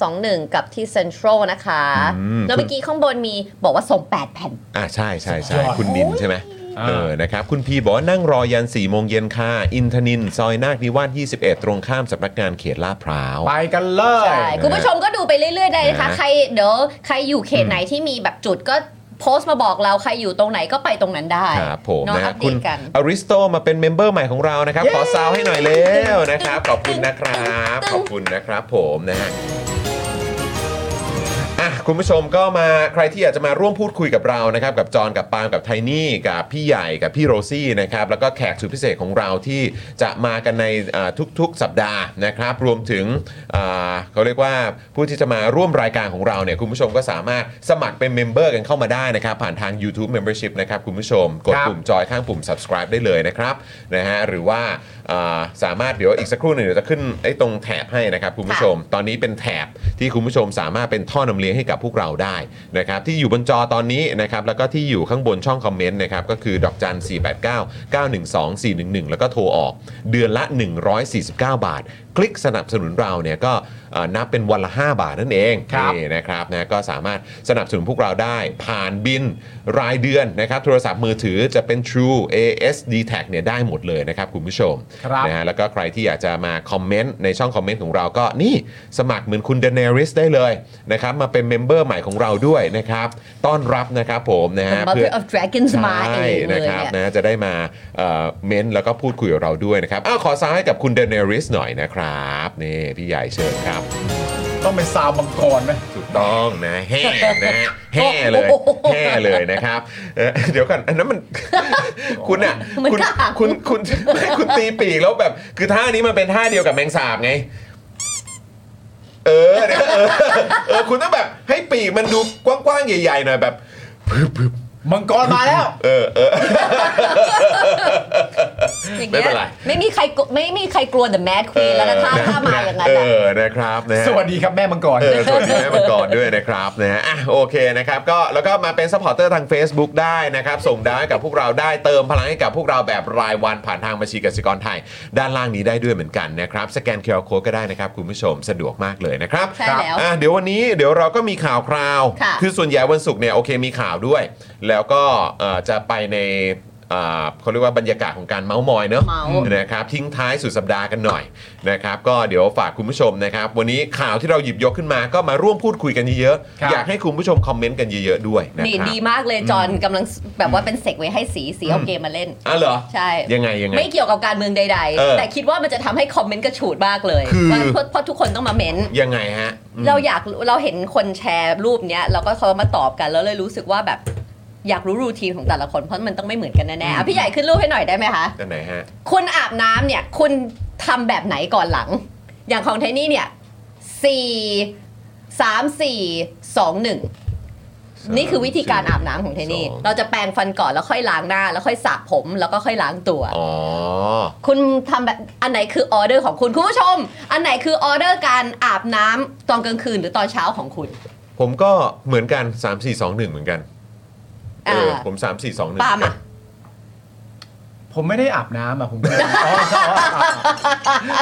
Speaker 3: 2521 กับที่เซ็นทรัลนะคะ
Speaker 5: อืม
Speaker 3: แล้วเมื่อกี้ข้างบนมีบอกว่าส่ง 8 แผ่น
Speaker 5: อ่าใช่ใช่
Speaker 6: สุ
Speaker 5: ใช่
Speaker 6: ดยอด
Speaker 5: คุณนินใช่ไหม
Speaker 6: อ่า
Speaker 5: เออนะครับคุณพีบอกว่านั่งรอยัน4ี่โมงเย็นค่ะ อินทนิน ซอยนาคนิวาส21 ตรงข้ามสำนักงานเขตลาดพร้าว
Speaker 6: ไปกันเลย
Speaker 3: ใช่ คุณผู้ชมก็ดูไปเรื่อยๆได้นะคะ
Speaker 5: นะ
Speaker 3: ใครเดี๋ยวใครอยู่เขตไหนที่มีแบบจุดก็ โพสต์มาบอกเราใครอยู่ตรงไหนก็ไปตรงนั้นได้
Speaker 5: ครับผม
Speaker 3: เนาะอั
Speaker 5: นะ
Speaker 3: ปเด
Speaker 5: คุณ
Speaker 3: ตกัน
Speaker 5: อริสโตมาเป็นเมมเบอร์ใหม่ของเรานะครับ
Speaker 3: เย้
Speaker 5: ขอซาวให้หน่อยเร็วนะครับ ขอบคุณนะครับ
Speaker 3: ตึ้ง
Speaker 5: ขอบคุณนะครับผมนะฮะอ่ะคุณผู้ชมก็มาใครที่อยากจะมาร่วมพูดคุยกับเรานะครับ กับจอนกับปาล์มกับไทนี่กับพี่ใหญ่กับพี่โรซี่นะครับ แล้วก็แขกสุดพิเศษของเราที่จะมากันในอ่าทุกๆสัปดาห์นะครับ รวมถึงอ่าเขาเรียกว่าผู้ที่จะมาร่วมรายการของเราเนี่ยคุณผู้ชมก็สามารถสมัครเป็นเมมเบอร์กันเข้ามาได้นะครับ ผ่านทาง YouTube Membership นะครับคุณผู้ชมกด
Speaker 4: ครับ
Speaker 5: ปุ่ม ปุ่มจอยข้างปุ่ม subscribe ได้เลยนะครับนะฮะหรือว่าอ่าสามารถเดี๋ยวอีกสักครู่หนึ่งเดี๋ยวจะขึ้นไอ้ตรงแถบให้นะครับคุณผู้ชม ตอนนี้เป็นแถบที่คุณผู้ชมสามารถเป็นท่อนำเลี้ยงให้กับพวกเราได้นะครับที่อยู่บนจอตอนนี้นะครับแล้วก็ที่อยู่ข้างบนช่องคอมเมนต์นะครับก็คือดอกจัน 489 912 411 แล้วก็โทรออก เดือนละ 149 บาท คลิกสนับสนุนเราเนี่ยก็เอ่อนับเป็นวันละ 5 บาทนั่นเอง
Speaker 4: ครับ
Speaker 5: นี่ นะครับนะก็สามารถสนับสนุนพวกเราได้ผ่านบินรายเดือนนะครับโทรศัพท์มือถือจะเป็น True ASD Tag เนี่ยได้หมดเลยนะครับคุณผู้ชม
Speaker 4: ครับ
Speaker 5: นะฮะแล้วก็ใครที่อยากจะมาคอมเมนต์ในช่องคอมเมนต์ของเราก็นี่สมัครเหมือนคุณเดนเนริสได้เลยนะครับมาเป็นเมมเบอร์ใหม่ของเราด้วยนะครับต้อนรับนะครับผมนะฮะ
Speaker 3: The Mother of Dragons มาเอ
Speaker 5: ใช่
Speaker 3: งเล
Speaker 5: นะ
Speaker 3: ย
Speaker 5: ครับ
Speaker 3: อะ
Speaker 5: นะจะได้มาเอ่อเม้นท์แล้วก็พูดคุยกับเราด้วยนะครับอ้าวขอซ้ายให้กับคุณเดนเนริสหน่อยนะครับนี่พี่ใหญ่เชิญครับ
Speaker 4: ต้องเป็นซาวมังกรไหม
Speaker 5: ถูกต้องนะแห่นะฮะแห่เลย
Speaker 3: โอ้โห
Speaker 5: แห่เลยนะครับเอ่อเดี๋ยวก่อนอันนั้นมัน คุณอ่ะ
Speaker 3: มัน
Speaker 5: คุณ
Speaker 3: กล้า
Speaker 5: คุณคุณไม่คุณ ตีปีกแล้วแบบ คือท่านี้มันเป็นท่าเดียวกับแมงสาบไง เออเนี่ยเออเออคุณต้องแบบให้ปีกมันดูกว้างๆ ใหญ่ๆหน่อยแบบ
Speaker 4: มังกรมาแล้ว
Speaker 5: เออเออ
Speaker 3: อย่างเงี้
Speaker 5: ไม่
Speaker 3: ย
Speaker 5: เป็นไร
Speaker 3: ไม่มีใครกลัวไม่มีใครกลัว The Mad
Speaker 5: เอ
Speaker 3: Queen
Speaker 5: อ
Speaker 3: แล้วนะถ้าถ้ามาอย่างนั้น
Speaker 5: เอ
Speaker 3: อะ
Speaker 5: อนะครับนะฮะ
Speaker 4: สวัสดีครับแม่มังกร
Speaker 5: เออสวัสดีแม่มังกรด้วยนะครับนะฮะอ่ะโอเคนะครับก็แล้วก็มาเป็นซัพพอร์เตอร์ทาง Facebook ได้นะครับ ส่งดาวให้กับพวกเราได้เติมพลังให้กับพวกเราแบบรายวันผ่านทางบัญชีกสิกรไทย ด้านล่างนี้ได้ด้วยเหมือนกันนะครับ สแกนเคอร์โคก็ได้นะครับ คุณผู้ชมสะดวกมากเลยนะครับ
Speaker 3: ใช่แล้ว
Speaker 5: อ่ะเดี๋ยววันนี้เดี๋ยวเราก็มีข่าวคราว
Speaker 3: ค่ะ
Speaker 5: อส่วนใหญ่วันศุกร์เนี่ยโอเคมีข่าวด้วย แล้วก็เอ่อจะไปในอ่าเขาเรียกว่าบรรยากาศของการเมาส์มอยเนอะ
Speaker 3: เมา
Speaker 5: นะครับทิ้งท้ายสุดสัปดาห์กันหน่อยนะครับก็เดี๋ยวฝากคุณผู้ชมนะครับ วันนี้ข่าวที่เราหยิบยกขึ้นมาก็มาร่วมพูดคุยกันเยอะ
Speaker 4: ครับ
Speaker 5: ๆอยากให้คุณผู้ชมคอมเมนต์กันเยอะๆด้วยนะ
Speaker 3: ดี
Speaker 5: ครับ
Speaker 3: ดีมากเลยจอห์นกำลังแบบว่าเป็นเสกไว้ให้สีสีเอาเกมมาเล่น
Speaker 5: อ๋อเหรอ
Speaker 3: ใช่
Speaker 5: ยังไงยังไง
Speaker 3: ไม่เกี่ยวกับการเมืองใด
Speaker 5: เออ
Speaker 3: ๆ แต่คิดว่ามันจะทำให้คอมเมนต์กระฉูดมากเลย
Speaker 5: คือ
Speaker 3: ว่าเพราะเพราะทุกคนต้องมาเม้น
Speaker 5: ยังไงฮะอืม
Speaker 3: เราอยากเราเห็นคนแชร์รูปเนี้ยเราก็เขามาตอบกันแล้วเลยรู้สึกว่าแบบอยากรู้รูทีนของแต่ละคนเพราะมันต้องไม่เหมือนกันแน่ๆอ่ะพี่ใหญ่ขึ้นรูปให้หน่อยได้ไหมคะ
Speaker 5: อันไหนฮะ
Speaker 3: คุณอาบน้ำเนี่ยคุณทำแบบไหนก่อนหลัง อย่างของไทนี่เนี่ยสี่สามสี่สองหนึ่งนี่คือวิธีการอาบน้ำของไทนี่
Speaker 5: สอง
Speaker 3: เราจะแปรงฟันก่อนแล้วค่อยล้างหน้า แล้วค่อยสระผมแล้วก็ค่อยล้างตัว
Speaker 5: อ๋อ
Speaker 3: คุณทำแบบอันไหนคือออเดอร์ของคุณ คุณผู้ชม อันไหนคือออเดอร์การอาบน้ำตอนกลางคืนหรือตอนเช้าของคุณ
Speaker 5: ผมก็เหมือนกัน 3 4 2 1 เหมือนกันเอ
Speaker 3: อ่า
Speaker 5: อผม 3 4 2 1
Speaker 3: ปาล์มอะ
Speaker 4: ผมไม่ได้อาบน้ำอ่ะผมก็ เลย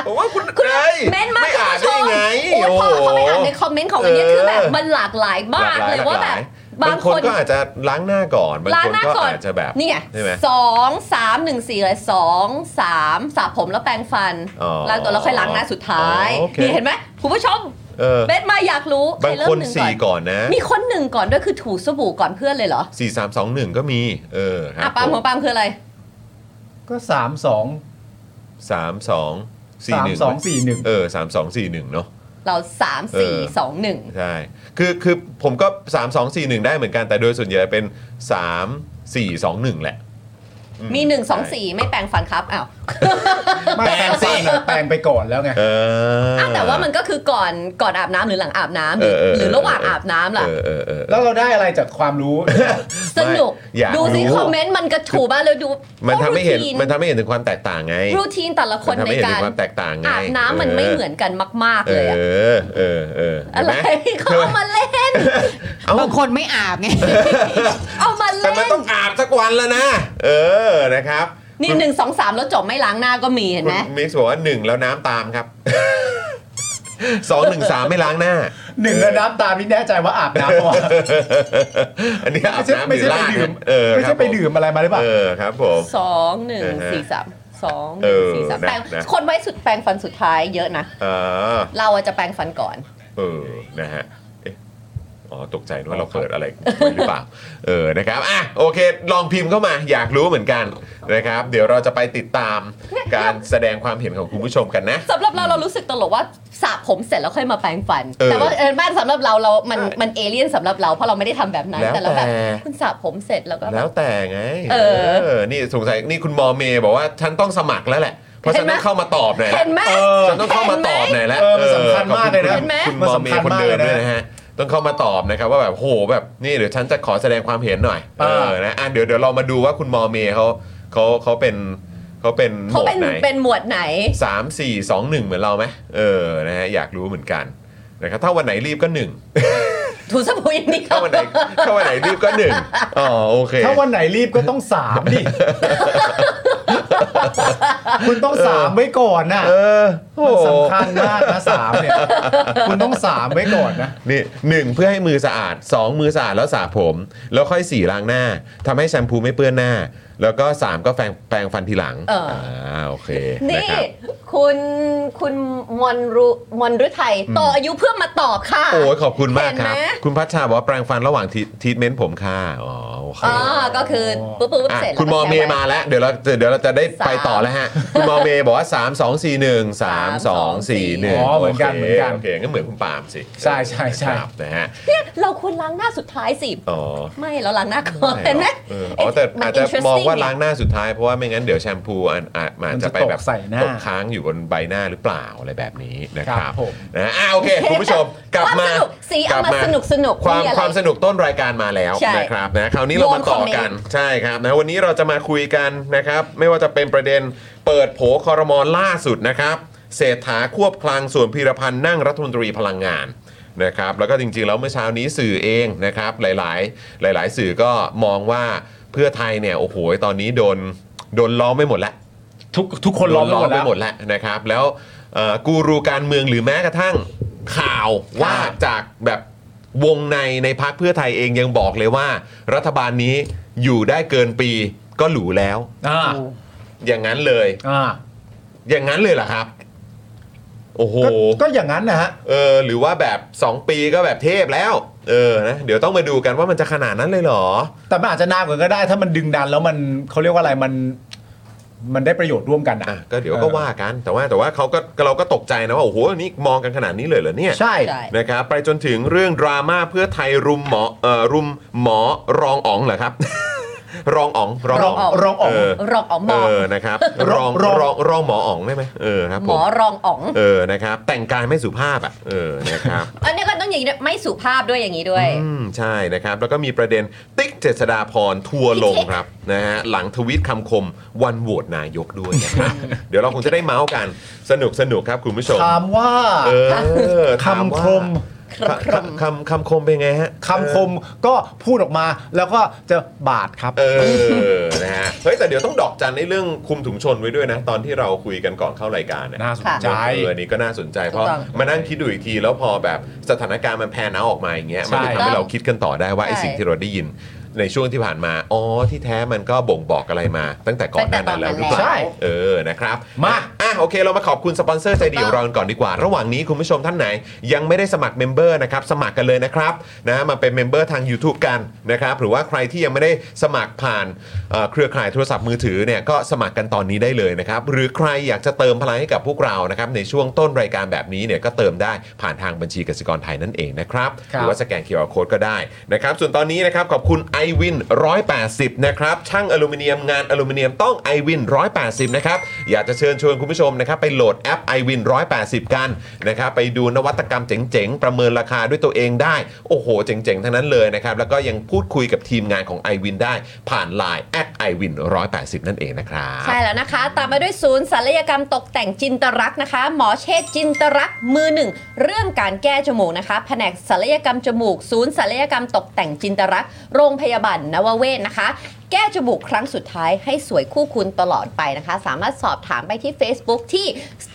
Speaker 5: ผมว่าคุณคุณไอ้ย
Speaker 3: เม้นมาก
Speaker 5: ไม่
Speaker 3: คุณ
Speaker 5: อ่าน
Speaker 3: ผู้ชม
Speaker 5: ได้ไง
Speaker 3: โอ้ยพอเขาไปอ่านใน
Speaker 5: โอ้
Speaker 3: คอมเมนต์ของอันเนี้ยคือแบบ
Speaker 5: เออ
Speaker 3: มันหลากหลายมากเลย
Speaker 5: หห
Speaker 3: ว่าแบบ
Speaker 5: หลย
Speaker 3: บางคน
Speaker 5: ก็อาจจะล้างหน้าก่อนบาง
Speaker 3: ล้าง
Speaker 5: คน
Speaker 3: หน้า
Speaker 5: ก็
Speaker 3: ก่อน
Speaker 5: อาจจะแบบ
Speaker 3: เนี่ย
Speaker 5: ใช่ไหม
Speaker 3: สองสามหนึ่งสี่เลยสองสามสระผมแล้วแปรงฟัน
Speaker 5: อ๋อ
Speaker 3: ล้างตัวแล้วค่อยล้างหน้าสุดท้าย
Speaker 5: อ๋อโอเค
Speaker 3: นี่เห็นไหมคุณผู้ชม
Speaker 5: เออ
Speaker 3: เบสมาอยากรู้ใคร
Speaker 5: บาง
Speaker 3: เริ่
Speaker 5: ค
Speaker 3: ม
Speaker 5: น
Speaker 3: หนึ่ง
Speaker 5: สี่
Speaker 3: ก่อน
Speaker 5: ก่อนนะ
Speaker 3: มีคนหนึ่งก่อนด้วยคือถูสบู่ก่อนเพื่อนเลยเหรอ
Speaker 5: สี่สามสองหนึ่งก็มี เออครั
Speaker 3: อ่ะ
Speaker 5: บ
Speaker 3: ปาล์มของปาล์มคืออะไร
Speaker 4: ก็สามสอง
Speaker 5: สามสองสี่
Speaker 4: สาม
Speaker 5: หนึ่ง
Speaker 4: สองสี่หนึ่ง
Speaker 5: เออสามสองสี่หนึ่งเนาะ
Speaker 3: เราสาม
Speaker 5: เอ
Speaker 3: สี่
Speaker 5: อ
Speaker 3: สองหนึ่ง
Speaker 5: ใช่คือคือผมก็สามสองสี่หนึ่งได้เหมือนกันแต่โดยส่วนใหญ่เป็นสามสี่สองหนึ่งแหละอื
Speaker 3: มีหนึ่งสอง
Speaker 5: ใช่
Speaker 3: สี่ไม่แปรงฟันครับอ้าว
Speaker 4: ไม่แปลงฟันอะแปลงไปก่อนแล้วไง
Speaker 5: เอออ
Speaker 3: อ้าวแต่ว่ามันก็คือก่อนก่อนอาบน้ำหรือหลังอาบน้ำหรือ
Speaker 5: เออเออเออ
Speaker 3: หรือระหว่างอาบน้ำล่ะ
Speaker 5: เออเออเออ
Speaker 4: แล้วเราได้อะไรจากความรู้
Speaker 3: สนุก
Speaker 5: อยาก
Speaker 3: ดูสิ
Speaker 5: รู้
Speaker 3: คอมเมนต์มันกระฉูมากเลยดู
Speaker 5: มันทำให้เห็น
Speaker 3: รูที
Speaker 5: มันทำให้เห็นถึงความแตกต่างไง
Speaker 3: รูทีนแต่ละคน
Speaker 5: มัทำ
Speaker 3: ใน
Speaker 5: ให้เห็น
Speaker 3: กา
Speaker 5: ถึ
Speaker 3: ร
Speaker 5: งความแตกต่างไง
Speaker 3: อาบน้ำมันไม่เหมือนกันมาก ๆ เลยอะ
Speaker 5: เออเออเออ
Speaker 3: อะ
Speaker 5: เห็น
Speaker 3: ไร
Speaker 5: หม
Speaker 3: เขาเอามาเล่น
Speaker 5: เอ้า
Speaker 2: บางคนไม่อาบไง
Speaker 3: เอามา
Speaker 5: แต่
Speaker 3: เล่
Speaker 5: มัน
Speaker 3: น
Speaker 5: ต้องอาบสักวันแล้วนะ เออนะครับ
Speaker 3: นี่หนึ่งสองสามแล้วจบไม่ล้างหน้าก็มีเห็นไหม
Speaker 5: คุณมิกซ์บอกว่าหนึ่งแล้วน้ำตามครับ สองหนึ่งสามไม่ล้างหน้า
Speaker 4: หนึ่งแล้วน้ำตามนี่แน่ใจว่าอาบน้ำก่อน
Speaker 5: อันนี้อา
Speaker 4: ไม่
Speaker 5: บ
Speaker 4: ใช่
Speaker 5: น้ำห
Speaker 4: ไม่ใช่ไป
Speaker 5: รือล้าง
Speaker 4: ดื่ม
Speaker 5: เออ
Speaker 4: ไม่
Speaker 5: ครั
Speaker 4: ใช่
Speaker 5: บ
Speaker 4: ไปดื่มอะไรมาหรือเปล่า
Speaker 5: เออครับผม
Speaker 3: สองหนึ่ง
Speaker 5: เออฮะ
Speaker 3: สี่สามสองห
Speaker 5: เอ
Speaker 3: นึ่ง
Speaker 5: อ
Speaker 3: สี่สาม
Speaker 5: นะ
Speaker 3: แปรง
Speaker 5: นะ
Speaker 3: คนไว้สุดแปรงฟันสุดท้ายเยอะนะ
Speaker 5: เออ
Speaker 3: เราอะจะแปรงฟันก่อน
Speaker 5: เออนะฮะเอ๊ะ อ๋อตกใจนึกว่าเราเปิดอะไรไว้หรือเปล่า เออนะครับอ่ะโอเค ลองพิมพ์เข้ามาอยากรู้เหมือนกันนะครับ เดี๋ยวเราจะไปติดตามการแสดงความเห็นของคุณผู้ชมกันนะ
Speaker 3: สำหรับเราเรารู้สึกตลกว่าสระผมเสร็จแล้วค่อยมาแปรงฟัน
Speaker 5: เออ
Speaker 3: แต่ว่าเออบ้านสำหรับเราเรา มันมันเอเลี่ยนสำหรับเราเพราะเราไม่ได้ทำแบบนั้น
Speaker 5: แล้ว
Speaker 3: แต่เราแบบ
Speaker 5: แต่
Speaker 3: คุณสระผมเสร็จแล้วก็
Speaker 5: แล้วแต่ไง
Speaker 3: เออ
Speaker 5: นี่สงสัยนี่คุณมอเมย์บอกว่าฉันต้องสมัครแล้วแหละ เพราะฉั
Speaker 3: เห็น
Speaker 5: น
Speaker 3: ไหม
Speaker 5: ต้องเข้ามาตอบหน่อยละ
Speaker 3: เห็นไหม
Speaker 5: ฉันต้องเข้ามาตอบหน่อยละ
Speaker 6: เออมันสำคัญมากเลยนะ
Speaker 5: ขอบคุณคุณ
Speaker 6: มัน
Speaker 5: มอเม
Speaker 6: สำคัญ
Speaker 5: ย์คน
Speaker 6: มาก
Speaker 5: เดิ
Speaker 6: เลยนะ
Speaker 5: มด้วยนะฮะต้องเข้ามาตอบนะครับว่าแบบโหแบบนี่เดี๋ยวฉันจะขอแสดงความเห็นหน่อย
Speaker 6: เอ
Speaker 5: เอ
Speaker 6: อ
Speaker 5: อนะอ่ะเดี๋ยวเดี๋ยวเรามาดูว่าคุณมอเมย์เขาเขาเขาเป็นเขาเป็นโหม
Speaker 3: เขา
Speaker 5: ด
Speaker 3: เป็น
Speaker 5: ไหน
Speaker 3: เป็นหมวดไหน
Speaker 5: สามสี่สองหนึ่งเหมือนเราไหมเออนะฮะอยากรู้เหมือนกันนะครับถ้าวันไหนรีบก็หนึ่ง
Speaker 3: ถูสบู่อย่างนี้
Speaker 5: ถ้าวันไหนถ้าวันไหนรีบก็หนึ่งอ๋อโอเค
Speaker 6: ถ้าวันไหนรีบก็ต้องสามดิ คุณต้องสามไว้ก่อนนะ
Speaker 5: เออโอ้
Speaker 6: มัน
Speaker 5: โห
Speaker 6: สำคัญมากนะสามเนี่ย คุณต้องสามไว้ก่อนนะ
Speaker 5: นี่หนึ่งเพื่อให้มือสะอาดสองมือสะอาดแล้วสระผม แล้วค่อยสี่ล้างหน้าทำให้แชมพูไม่เปื้อนหน้า แล้วก็สามก็แปรงแปรงฟันทีหลัง
Speaker 3: เออ
Speaker 5: โอเคนะ
Speaker 3: นี่
Speaker 5: ครับ
Speaker 3: คุณคุณมอนรุมอนรุไทยต่ออายุเพื่อมาตอบค่ะ
Speaker 5: โอ้ยขอบคุณมากครับ
Speaker 3: เห็นไหม
Speaker 5: คุณพัชชาบอกว่าแปรงฟันระหว่างทีทเมนต์ผมค่ะอ๋อโอเค
Speaker 3: อ๋อก็คือปุ๊บปุ๊บปุ๊บ
Speaker 5: อ่ะ
Speaker 3: เสร็จแล้ว
Speaker 5: คุณมอเมย์มาแล้วเดี๋ยวเราเดี๋ยวเราจะได้ไปต่อแล้วฮะ คุณมอเมย์บอกว่า 3 2 4 1 3 2 4 1
Speaker 6: อ๋อเหมือนกันเหมือนกัน
Speaker 5: โอเคงั้นเหมือนคุณปาล์มสิ
Speaker 6: ใช่ใช่ใช่
Speaker 5: ครับนะฮะ
Speaker 3: เราควรล้างหน้าสุดท้ายสิ
Speaker 5: อ๋อ
Speaker 3: ไม่เราล้างหน้าก่อนเห็นไหม
Speaker 5: เอออ๋อแต่
Speaker 3: น
Speaker 5: อาจจะ
Speaker 3: interesting
Speaker 5: มองว่า
Speaker 3: ไ
Speaker 5: ล้างหน้าสุดท้ายเพราะว่าไม่งั้นเดี๋ยวแชมพูอันอาจมันจะไปแบบ
Speaker 6: มันจะตกใส่หน้า
Speaker 5: ตกค้างอยู่บนใบหน้าหรือเปล่าอะไรแบบนี้นะค
Speaker 6: ค
Speaker 5: รั
Speaker 6: รั
Speaker 5: บบ
Speaker 6: ผม
Speaker 5: นะอ่ะโอเค คุณผู้ชมกลับ
Speaker 3: ความ
Speaker 5: มา
Speaker 3: สนุกสีเอามาสนุกสนุก
Speaker 5: ความ
Speaker 3: อะไร
Speaker 5: ความสนุกต้นรายการมาแล้ว
Speaker 3: ใช่
Speaker 5: นะครับนะคราวนี้เรามาต่
Speaker 3: โย
Speaker 5: อ
Speaker 3: นคอมเมนต์
Speaker 5: กัน ใช่ครับนะวันนี้เราจะมาคุยกันนะครับ ไม่ว่าจะเป็นประเด็นเปิดโผคอรมอล่าสุดนะครับ เศรษฐาควบคลังส่วนพีรพันธ์นั่งรัฐมนตรีพลังงานนะครับ แล้วก็จริงๆ แล้วเมื่อเช้านี้สื่อเองนะครับ หลายๆ หลาย ๆ สื่อก็มองว่าเพื่อไทยเนี่ยโอ้โหตอนนี้โดนโดนล้อมไม่หมดแล้ว
Speaker 6: ทุกทุกคนล้อม
Speaker 5: โดล้อม
Speaker 6: ไป
Speaker 5: ไป
Speaker 6: ห
Speaker 5: ห
Speaker 6: ม
Speaker 5: ม
Speaker 6: ด
Speaker 5: ด
Speaker 6: แล้ว
Speaker 5: แล้วนะครับ แล้วเอ่อกูรูการเมืองหรือแม้กระทั่งข่าวว่าจากแบบวงในในพักเพื่อไทยเองยังบอกเลยว่า รัฐบาลนี้อยู่ได้เกินปีก็หรูแล้ว
Speaker 6: อ่า
Speaker 5: อย่างนั้นเลย
Speaker 6: อ่า
Speaker 5: อย่างนั้นเลยเหรอครับ โอ้โห
Speaker 6: ก็ก็อย่างนั้นนะฮะ
Speaker 5: เออหรือว่าแบบ 2 ปีก็แบบเทพแล้ว เออนะเดี๋ยวต้องมาดูกันว่ามันจะขนาดนั้นเลยเหรอ
Speaker 6: แต่มันอาจจะนานกว่าก็ได้ ถ้ามันดึงดันแล้วมันเขาเรียกว่าอะไรมัน มันได้ประโยชน์ร่วมกัน
Speaker 5: อ่ะ
Speaker 6: อ่ะ
Speaker 5: ก็เดี๋ยวก็
Speaker 6: เออ
Speaker 5: ว่ากัน แต่ว่าแต่ว่าเขาก็เราก็ตกใจนะว่าโอ้โหนี่มองกันขนาดนี้เลยเหรอเนี่ย
Speaker 6: ใช่
Speaker 3: ใช่
Speaker 5: นะครับไปจนถึงเรื่องดราม่าเพื่อไทยรุมหมอเอ่อรุมหมอรองอ๋องเหรอครับ รองอ๋อง
Speaker 6: รองออกรองออก
Speaker 5: เออ
Speaker 3: รองอ๋องหม
Speaker 5: เอ
Speaker 3: อง
Speaker 5: อนะครับ ร
Speaker 6: ร
Speaker 5: อ
Speaker 6: องง
Speaker 5: ร
Speaker 6: ร
Speaker 5: อ
Speaker 6: อง
Speaker 5: งรองหมออ๋องได้ไหมเออครับ
Speaker 3: ห
Speaker 5: ผม
Speaker 3: อ
Speaker 5: ม
Speaker 3: รองอ๋อง
Speaker 5: เออนะครับ แต่งกายไม่สุภาพอ่ะเออนะครับ
Speaker 3: อันนี้ก็ต้องอย่างนี้ด้วยไม่สุภาพด้วยอย่างนี้ด้วย
Speaker 5: อืมใช่นะครับ แล้วก็มีประเด็นติ๊กเจษดาพรทัวร์ลงครับ นะฮะหลังทวิตคำคมวันโหวตนายกด้วย นะครับ เดี๋ยวเราคงจะได้เมาส์กันสนุกสนุกๆครับคุณผู้ชม
Speaker 6: ถามว่า
Speaker 5: เออถาว่า
Speaker 6: คำคม
Speaker 5: คำคำคำคมเป็นไงฮะ
Speaker 6: คำคมก็พูดออกมาแล้วก็จะบาดครับ
Speaker 5: เออ นะฮะ เฮ้ย แต่เดี๋ยวต้องดอกจันในเรื่องคุมถุงชนไว้ด้วยนะ ตอนที่เราคุยกันก่อนเข้ารายการนะ
Speaker 6: น่าสนใจ
Speaker 5: เอออันนี้ก็น่าสนใจ เพราะ
Speaker 3: ถูกต้อง
Speaker 5: มานั่งคิดดูอีกที แล้วพอแบบสถานการณ์มันแพนเอาออกมาอย่างเงี้ย มันจะ
Speaker 6: ใช่
Speaker 5: ทำให้เราคิดกันต่อได้ว่า
Speaker 3: ใช่
Speaker 5: ไอ้สิ่งที่เราได้ยินในช่วงที่ผ่านมา อ๋อ ที่แท้มันก็บ่งบอกอะไรมา ตั้งแต่ก่อนหน้านั้นแล้วหรือเปล่า
Speaker 6: ใช่
Speaker 5: เออ นะครับ
Speaker 6: มา
Speaker 5: อ่ะโอเค เรามาขอบคุณสปอนเซอร์ใจดีของเรากันก่อนดีกว่า ระหว่างนี้คุณผู้ชมท่านไหน ยังไม่ได้สมัครเมมเบอร์นะครับ สมัครกันเลยนะครับ นะ มาเป็นเมมเบอร์ทาง YouTube กันนะครับ หรือว่าใครที่ยังไม่ได้สมัครผ่านเอ่อเครือข่ายโทรศัพท์มือถือเนี่ย ก็สมัครกันตอนนี้ได้เลยนะครับ หรือใครอยากจะเติมพลังให้กับพวกเรา นะครับ ในช่วงต้นรายการแบบนี้เนี่ย ก็เติมได้ผ่านทางบัญชีกสิกรไทยนั่นเองนะครับ ห
Speaker 6: ครับ
Speaker 5: รือว่าสแกน QR Code ก็ได้นะครับ ส่วนตอนนี้นะครับขอบคุณ iWin 180 นะครับ ช่างอลูมิเนียมงานอลูมิเนียมต้อง iWin 180 นะครับ อยากจะเชิญชวนคุณผู้ชมนะครับ ไปโหลดแอป iWin 180 กันนะครับ ไปดูนวัตกรรมเจ๋งๆ ประเมินราคาด้วยตัวเองได้ โอ้โห เจ๋งๆ ทั้งนั้นเลยนะครับ แล้วก็ยังพูดคุยกับทีมงานของ iWin ได้ผ่าน Line @iWin 180 นั่นเองนะครับ
Speaker 3: ใช่แล้วนะคะ ตามมาด้วยศูนย์ศัลยกรรมตกแต่งจินตรักษณ์นะคะ หมอเชษจินตรักษณ์มือหนึ่งเรื่องการแก้จมูกนะคะ แผนกศัลยกรรมจมูก ศูนย์ศัลยกรรมตกแต่งจินตรักษณ์โรงพยาบาลนวเวศนะคะ แก้จมูกครั้งสุดท้ายให้สวยคู่คุณตลอดไปนะคะ สามารถสอบถามไปที่ Facebook ที่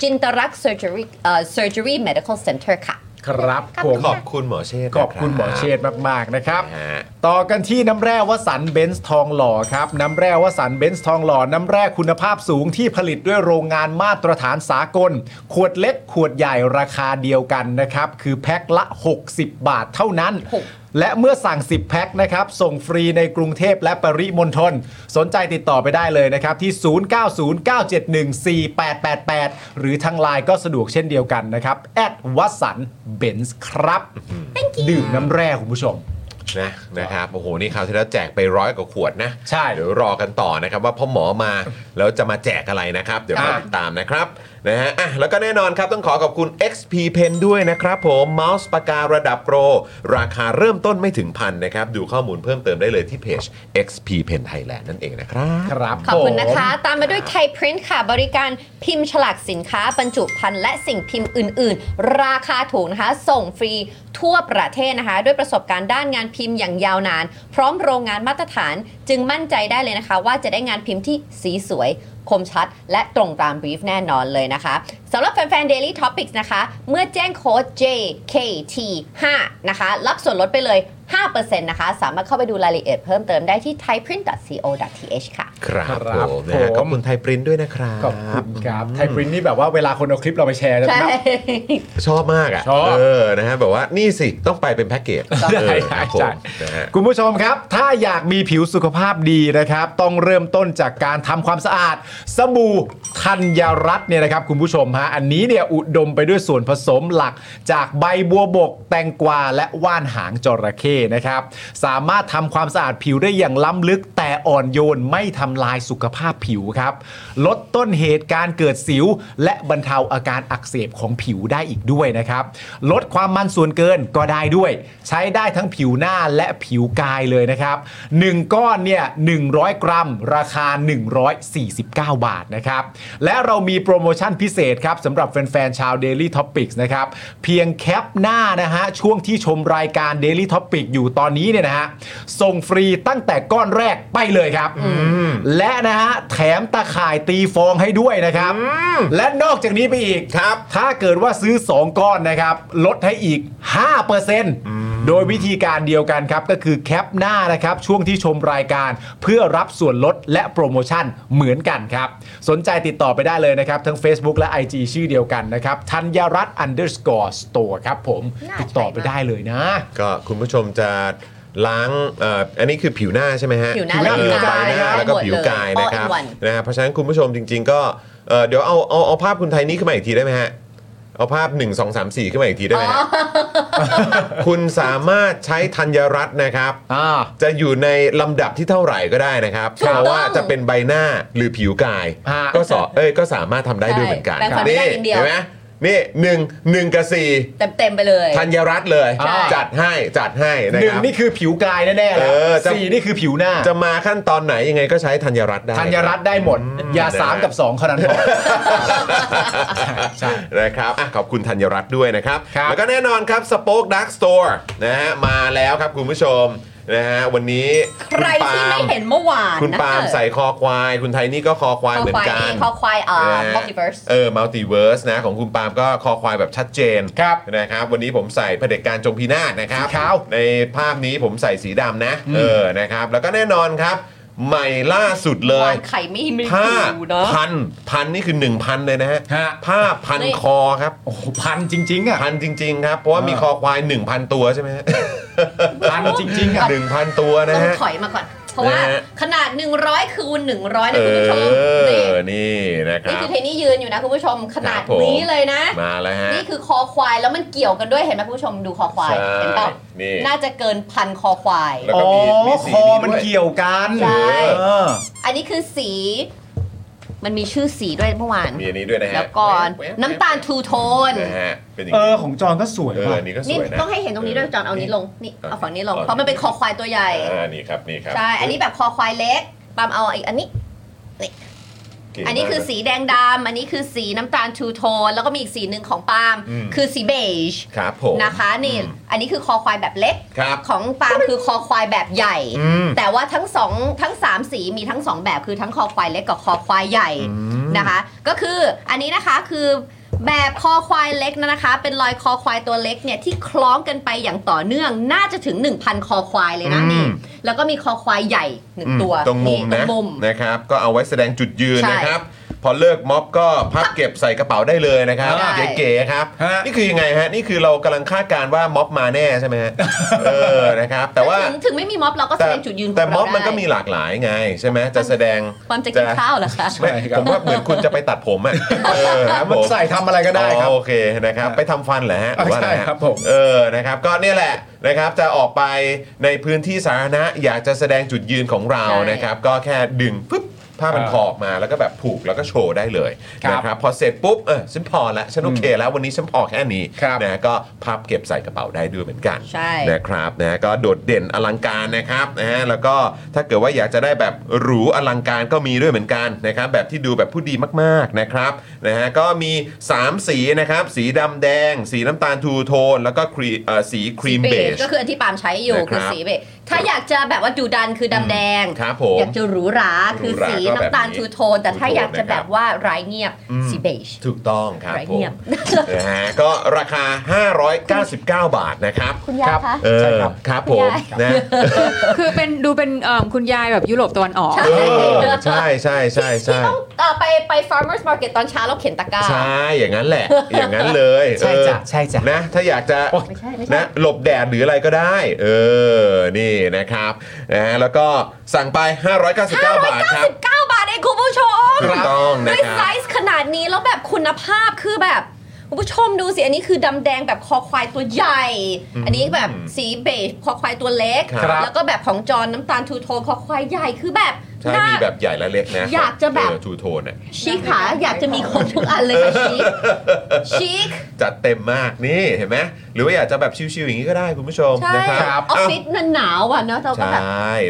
Speaker 3: จินตรักษณ์ surgery เอ่อ surgery medical center ค่ะ
Speaker 6: ครับผม
Speaker 5: ขอบคุณหมอเชษฐ์นะ
Speaker 6: ข
Speaker 5: รั
Speaker 6: อบคุณหมอเชษฐ์มาก ๆ นะครับ
Speaker 5: นะฮะ
Speaker 6: ต่อกันที่น้ำแร่วสันต์เบนซ์ทองหล่อครับ น้ำแร่วสันต์เบนซ์ทองหล่อ น้ำแร่คุณภาพสูงที่ผลิตด้วยโรงงานมาตรฐานสากล ขวดเล็กขวดใหญ่ราคาเดียวกันนะครับ คือแพ็คละ 60 บาทเท่านั้น
Speaker 3: หก
Speaker 6: และเมื่อสั่ง 10 แพ็คนะครับส่งฟรีในกรุงเทพและปริมณฑลสนใจติดต่อไปได้เลยนะครับ ที่ 0909714888 หรือทางไลน์ก็สะดวกเช่นเดียวกันนะครับแอดวัสันเบนซ์ครับ ดื่มน้ำแร่คุณผู้ชม
Speaker 5: นะนะครับโอ้โหนี่คราวที่แล้วแจกไปร้อยกว่าขวดนะ
Speaker 6: ใช่
Speaker 5: เดี๋ยวรอกันต่อนะครับว่าพ่อหมอมาแล้วจะมาแจกอะไรนะครับ เดี๋ยวเรา
Speaker 6: อ่ะ
Speaker 5: ติดตามนะครับนะฮะอ่ะแล้วก็แน่นอนครับต้องขอขอบคุณ XP Pen ด้วยนะครับผมเมาส์ปากการะดับโปร ราคาเริ่มต้นไม่ถึงพันนะครับ ดูข้อมูลเพิ่มเติมได้เลยที่เพจ XP Pen Thailand นั่นเองนะครับ
Speaker 6: ครับ
Speaker 3: ขอบคุณ
Speaker 6: ผม
Speaker 3: นะคะ ตามมาด้วยไทยพรินท์ค่ะ บริการพิมพ์ฉลากสินค้าบรรจุภัณฑ์และสิ่งพิมพ์อื่น ๆ ราคาถูกนะคะ ส่งฟรีทั่วประเทศนะคะ ด้วยประสบการณ์ด้านงานพิมพ์อย่างยาวนาน พร้อมโรงงานมาตรฐานจึงมั่นใจได้เลยนะคะ ว่าจะได้งานพิมพ์ที่สีสวย คมชัด และตรงตามบรีฟแน่นอนเลยนะคะสำหรับแฟนๆ Daily Topics นะคะ เมื่อแจ้งโค้ด JKT5 นะคะรับส่วนลดไปเลย 5%นะคะ สามารถเข้าไปดูรายละเอียดเพิ่มเติมได้ที่ thaiprint.co.th ค่ะ
Speaker 5: ครับ
Speaker 6: ครับ
Speaker 5: ผมนะฮะ
Speaker 6: ผม
Speaker 5: ขอบคุณไทยปรินด้วยนะครับ
Speaker 6: ขอบคุณครับไทยปรินท์นี่แบบว่าเวลาคนเอาคลิปเราไปแชร์จะ
Speaker 3: ใช่
Speaker 5: ชอบมากอ่ะ
Speaker 6: ชอบ
Speaker 5: เออนะฮะแบบว่านี่สิต้องไปเป็นแพ็กเกจ
Speaker 6: ใช่
Speaker 5: เออครับผม
Speaker 6: ใช่
Speaker 5: นะฮะ
Speaker 6: คุณผู้ชมครับ ถ้าอยากมีผิวสุขภาพดีนะครับ ต้องเริ่มต้นจากการทำความสะอาด สบู่ธัญรัตน์เนี่ยนะครับ คุณผู้ชมฮะ อันนี้เนี่ยอุดมไปด้วยส่วนผสมหลัก จากใบบัวบก แตงกวาและว่านหางจระเข้นะครับ สามารถทำความสะอาดผิวได้อย่างล้ำลึกแต่อ่อนโยนไม่ทำลายสุขภาพผิวครับ ลดต้นเหตุการเกิดสิว และบรรเทาอาการอักเสบของผิวได้อีกด้วยนะครับ ลดความมันส่วนเกินก็ได้ด้วย ใช้ได้ทั้งผิวหน้าและผิวกายเลยนะครับ 1 ก้อนเนี่ย100 กรัม ราคา 149 บาทนะครับ และเรามีโปรโมชั่นพิเศษครับสำหรับแฟนๆ ชาว Daily Topics นะครับ เพียงแคปหน้านะฮะ ช่วงที่ชมรายการ Daily Topic อยู่ตอนนี้เนี่ยนะฮะ ส่งฟรีตั้งแต่ก้อนแรกไปเลยครับ และนะฮะ แถมตะข่ายตีฟองให้ด้วยนะครับ และนอกจากนี้ไปอีก
Speaker 5: ครับ
Speaker 6: ถ้าเกิดว่าซื้อ 2 ก้อนนะครับ ลดให้อีก 5%โดยวิธีการเดียวกันครับ ก็คือแคปหน้านะครับ ช่วงที่ชมรายการเพื่อรับส่วนลดและโปรโมชั่นเหมือนกันครับ สนใจติดต่อไปได้เลยนะครับ ทั้ง Facebook และ IG ชื่อเดียวกันนะครับธัญรัตน์ underscore store ครับผม
Speaker 3: น่าใช้มาก
Speaker 6: ติดต่อไปได้เลยนะ
Speaker 5: ก็คุณผู้ชมจะล้างเอ่ออันนี้คือผิวหน้าใช่ไหมฮะ
Speaker 3: ผิวหน้า
Speaker 5: ใบ
Speaker 3: และผิวกาย
Speaker 5: หน้าแล้วก็ผิวกาย
Speaker 3: หมดเลย
Speaker 5: นะครับ
Speaker 3: all in one
Speaker 5: นะฮะเพราะฉะนั้นคุณผู้ชมจริง ๆ ก็เอ่อเดี๋ยวเอาเอาเอาภาพคุณไทยนี่ขึ้นมาอีกทีได้ไหมฮะ เอาภาพ 1 2 3 4 ขึ้นมาอีกทีได้ไหมฮะ คุณสามารถใช้ธัญรัตน์นะครับ
Speaker 6: อ่า
Speaker 5: จะอยู่ในลำดับที่เท่าไหร่ก็ได้นะครับ
Speaker 3: ถูกต้อง
Speaker 5: เพราะว่าจะเป็นใบหน้าหรือผิวกาย
Speaker 6: ฮะ
Speaker 5: ก็สอเอ้ยก็สามารถทำได้ด้วยเหมือนกัน
Speaker 3: ใช่แปรงฟันไม่ได้นิดเดียว
Speaker 5: เห็นไหมนี่หนึ่งหนึ่งกับสี่
Speaker 3: เต็มๆไปเลย
Speaker 5: ธัญรัตน์เลย
Speaker 3: ใช่
Speaker 5: จัดให้จัดให้นะ
Speaker 6: หนึ่
Speaker 5: ค
Speaker 6: ง
Speaker 5: รับ
Speaker 6: นี่คือผิวกายแน่ๆแล้ว
Speaker 5: เออจะ
Speaker 6: สี่นี่คือผิวหน้า
Speaker 5: จะมาขั้นตอนไหนยังไงก็ใช้ธัญรัตน์ได้
Speaker 6: ธัญรัตน์ได้หมด อย่า
Speaker 5: ได้
Speaker 6: สามกับสองเท่านั้นพอ ใช่
Speaker 5: นะครับอ่ะขอบคุณธัญรัตน์ด้วยนะครับ
Speaker 6: ครับ
Speaker 5: แล้วก็แน่นอนครับสป็อคดักสโตร์นะฮะมาแล้วครับคุณผู้ชมนะฮะวันนี้
Speaker 3: ใครที่ไม่เห็นเมื่อวาน
Speaker 5: คุณ
Speaker 3: นะ
Speaker 5: ปาล์มใส่คอควาย คุณไทยนี่ก็คอควาย
Speaker 3: คอ
Speaker 5: เหมือ
Speaker 3: ควานย
Speaker 5: กั
Speaker 3: นี่
Speaker 5: น
Speaker 3: คอควายเอ่อ
Speaker 5: นะฮะ
Speaker 3: multiverse
Speaker 5: เออมัลติเวิร์สนะของคุณปาล์มก็คอควายแบบชัดเจน
Speaker 6: ครับ
Speaker 5: นะครับวันนี้ผมใส่เผด็จการจงพินาศนะครับ
Speaker 6: ครับ
Speaker 5: ในภาพนี้ผมใส่สีดำนะเออนะครับแล้วก็แน่นอนครับใหม่ล่าสุดเล
Speaker 3: วาย งไข่ไม่ไม่
Speaker 5: ผ้า
Speaker 3: ดูเนาะ
Speaker 5: พันพันนี่คือ 1,000 เลยนะฮะ
Speaker 6: ฮะ
Speaker 5: ผ้าพัน
Speaker 3: นี่
Speaker 5: คอครับ
Speaker 6: โอ้โหพันจริงๆอ่ะ
Speaker 5: พันจริง ๆ ครับ เพราะว่ามี
Speaker 6: อ่า
Speaker 5: คอควาย 1,000 ตัวใช่ไหมฮะ
Speaker 6: พันจริงๆอ่ะ
Speaker 5: หนึ่งพันตัวนะ
Speaker 3: ต้อง
Speaker 5: ฮะ
Speaker 3: ถอยมาก่อน เพราะว่า
Speaker 5: นะฮะ
Speaker 3: ขนาด 100 คูณ 100นะ
Speaker 5: เอ
Speaker 3: คุณผู้ชมนี่
Speaker 5: อ นี่นะค
Speaker 3: นี่
Speaker 5: รับ
Speaker 3: คือเทนี่ยืนอยู่นะคุณผู้ชมขนาด
Speaker 5: ครับผม
Speaker 3: นี้เลยนะ
Speaker 5: มาแล้วฮะ
Speaker 3: นี่คือคอควายแล้วมันเกี่ยวกันด้วยเห็นไหมคุณผู้ชมดูคอควาย
Speaker 5: ใช่
Speaker 3: เห็นเปล่า
Speaker 5: นี่
Speaker 3: น่าจะเกินพันคอควาย
Speaker 5: แล้ว
Speaker 6: อ๋
Speaker 5: ก็
Speaker 6: อ
Speaker 5: มีมีสี
Speaker 6: คอมัน
Speaker 5: ด้วย
Speaker 6: เกี่ยวกัน
Speaker 3: ใช่
Speaker 6: เออ
Speaker 3: อันนี้คือสี มันมีชื่อสีด้วยเมื่อวาน
Speaker 5: มีอันนี้ด้วยนะฮะ
Speaker 3: แล้วก่อน
Speaker 5: แว๊บๆ
Speaker 3: น้ำตาลทูโทน
Speaker 5: นะฮะเป็นอย่าง
Speaker 6: เอ
Speaker 5: นี้
Speaker 6: อ ของจอนก็สวย
Speaker 5: เออ
Speaker 6: ว่ะ
Speaker 5: อันนี้ก็ส
Speaker 3: นี่
Speaker 5: วยนะ
Speaker 3: ต้องให้เห็นตรงนี้ด้วยจอนเอานี้ลงนี่
Speaker 5: โอเค
Speaker 3: เอาฝั่งนี้ลง
Speaker 5: โอเค
Speaker 3: เพราะมันเป็นคอควายตัวใหญ่
Speaker 5: อ่านี่ครับนี่ครับ
Speaker 3: ใช่ อันนี้แบบคอควายเล็กปามเอาอีกอันนี้
Speaker 5: เก่ง
Speaker 3: อันนี้
Speaker 5: มาก
Speaker 3: คือ
Speaker 5: เลย
Speaker 3: สีแดงดำอันนี้คือสีน้ำตาลทูโทนแล้วก็มีอีกสีหนึ่งของปาล์ม
Speaker 5: อืม
Speaker 3: คือสีเบจ
Speaker 5: ครับผม
Speaker 3: นะคะนี่
Speaker 5: อืม
Speaker 3: อันนี้คือคอควายแบบเล็ก
Speaker 5: ครับ
Speaker 3: ของปาล์มคือคอควายแบบใหญ่
Speaker 5: อืม
Speaker 3: แต่ว่าทั้งสองทั้ง 3 สีมีทั้ง 2 แบบคือทั้งคอควายเล็กกับคอควายใหญ่นะคะ ก็คืออันนี้นะคะคือแบบคอควายเล็กนะคะ เป็นรอยคอควายตัวเล็กเนี่ยที่คล้องกันไปอย่างต่อเนื่องน่าจะถึง 1,000 คอควายเลยนะนี่แล้วก็มีคอควายใหญ่หนึ่งตัว
Speaker 5: ตรงมุม
Speaker 3: ตร
Speaker 5: นะ
Speaker 3: งมุม
Speaker 5: นะครับ ก็เอาไว้แสดงจุดยืน
Speaker 3: ใช่
Speaker 5: นะครับ พอเลิกม็อบก็พับเก็บใส่กระเป๋าได้เลยนะครับ
Speaker 3: ใช่
Speaker 5: เก๋ๆครับ
Speaker 4: ฮะ
Speaker 5: นี่คือยังไงฮะนี่คือเรากำลังคาดการณ์ว่าม็อบมาแน่ใช่ไหม ฮะเออนะครับแต่ว่า
Speaker 3: ถึงถึงไม่มีม็อบเราก็แส
Speaker 5: แต่
Speaker 3: ดงจุดยืนของ
Speaker 5: แต่ม็อบ
Speaker 3: เรา
Speaker 5: มันก็
Speaker 3: ได้
Speaker 5: มีหลากหลายไงใช่ไหมจะแสดง
Speaker 3: ความจะกินข้าวเหรอคะ
Speaker 5: ไม่ผมว่าเหมือนคุณจะไปตัดผมอ่ะเออครับ
Speaker 6: มัน
Speaker 5: ผม
Speaker 6: ใส่ทำอะไรก็ได้ครับ
Speaker 5: อ๋อโอเคนะครับไปทำฟันเหรอฮะหรือว่าอะ
Speaker 6: ใช่
Speaker 5: ไรฮะ
Speaker 6: ครับผม
Speaker 5: เออนะครับก็เนี่ยแหละนะครับจะออกไปในพื้นที่สาธารณะอยากจะแสดงจุดยืนของเรา
Speaker 3: ใช่
Speaker 5: นะครับก็แค่ดึงปึ๊บผ้ามันคอออกมาแล้วก็แบบผูกแล้วก็โชว์ได้เลย
Speaker 6: ครับ
Speaker 5: นะครับพอเสร็จปุ๊บเออฉันพอละฉันโอเคแล้ววันนี้ฉันพอแค่นี้
Speaker 6: ครับ
Speaker 5: นะก็พับเก็บใส่กระเป๋าได้ด้วยเหมือนกัน
Speaker 3: ใช่
Speaker 5: นะครับนะฮะก็โดดเด่นอลังการนะครับนะฮะแล้วก็ถ้าเกิดว่าอยากจะได้แบบหรูอลังการก็มีด้วยเหมือนกันนะครับแบบที่ดูแบบผู้ดีมากๆนะครับนะฮะก็มี 3 สีนะครับสีดำแดง สีน้ำตาลทูโทน แล้วก็ครีเอ่อสีครีมเบจ
Speaker 3: ก็คืออันที่ปาล์มใช้อยู่
Speaker 5: นะครับ
Speaker 3: คือสีเบจถ้าอยากจะแบบว่าดูดันคือดำแดง
Speaker 5: ครับผม
Speaker 3: อยากจะหรูหราคือสี
Speaker 5: หรูหราก็แบบ
Speaker 3: น้ำตาล
Speaker 5: นี้
Speaker 3: ทูโทน แต่ถ้าอยากจะ
Speaker 5: ทูโทนนะค
Speaker 3: แบ
Speaker 5: รับ
Speaker 3: บว่าร้ายเงียบสีเบจ
Speaker 5: ถูกต้องครับ
Speaker 3: ไร้
Speaker 5: ผม
Speaker 3: เงียบ
Speaker 5: นะฮะก็ราคา 599 บาทนะครับ
Speaker 3: คุณยายคะ
Speaker 5: เออครับผมนะ
Speaker 7: คือเป็นดูเป็นเอิ่มคุณยายแบบยุโรปตะวันออก
Speaker 3: ใช่
Speaker 5: เออใช่ใช่ใช่ใช่
Speaker 3: ที่ต้องเอ่อไปไป farmers market ตอนเช้าแล้วเข็นตะกร้า
Speaker 5: ใช่ อย่างนั้นแหละ อย่างนั้นเลย
Speaker 4: ใช่จ้ะ
Speaker 5: เออ
Speaker 4: ใช่จ้ะ
Speaker 5: นะ ถ้าอยากจะ
Speaker 3: ไม่ใช่ไม่ใช่
Speaker 5: นะหลบแดดหรืออะไรก็ได้ เออ นี่นะครับ นะฮะแล้วก็สั่งไป 599 บาทครับ
Speaker 3: 99 บาทเองคุณผู้ชม
Speaker 5: ถูกต้องนะครับ
Speaker 3: ด้วยไซส์ขนาดนี้แล้วแบบคุณภาพคือแบบ คุณผู้ชมดูสิ อันนี้คือดำแดงแบบคอควายตัวใหญ่ อันนี้แบบสีเบจคอควายตัวเล็ก
Speaker 5: ครับ
Speaker 3: แล้วก็แบบของจอนน้ำตาลทูโทนคอควายใหญ่คือแบบ
Speaker 5: ใช่ มีแบบใหญ่และเล็กนะ
Speaker 3: อยากจะแบบ
Speaker 5: เออทูโทนเนี่ย
Speaker 3: ชีคขาอยากจะมีคนทุกอันเลย ค่ะชีคชีค
Speaker 5: จัดเต็มมาก นี่ เห็นไหม หรือว่าอยากจะแบบชิวๆอย่างนี้ก็ได้คุณผู้ชม
Speaker 3: ใช่
Speaker 5: นะค
Speaker 3: อ
Speaker 5: รับ
Speaker 3: อฟ
Speaker 5: เอ้า
Speaker 3: ฟิศมันหนาวอ่ะเนาะเราก็แบบ
Speaker 5: ใช่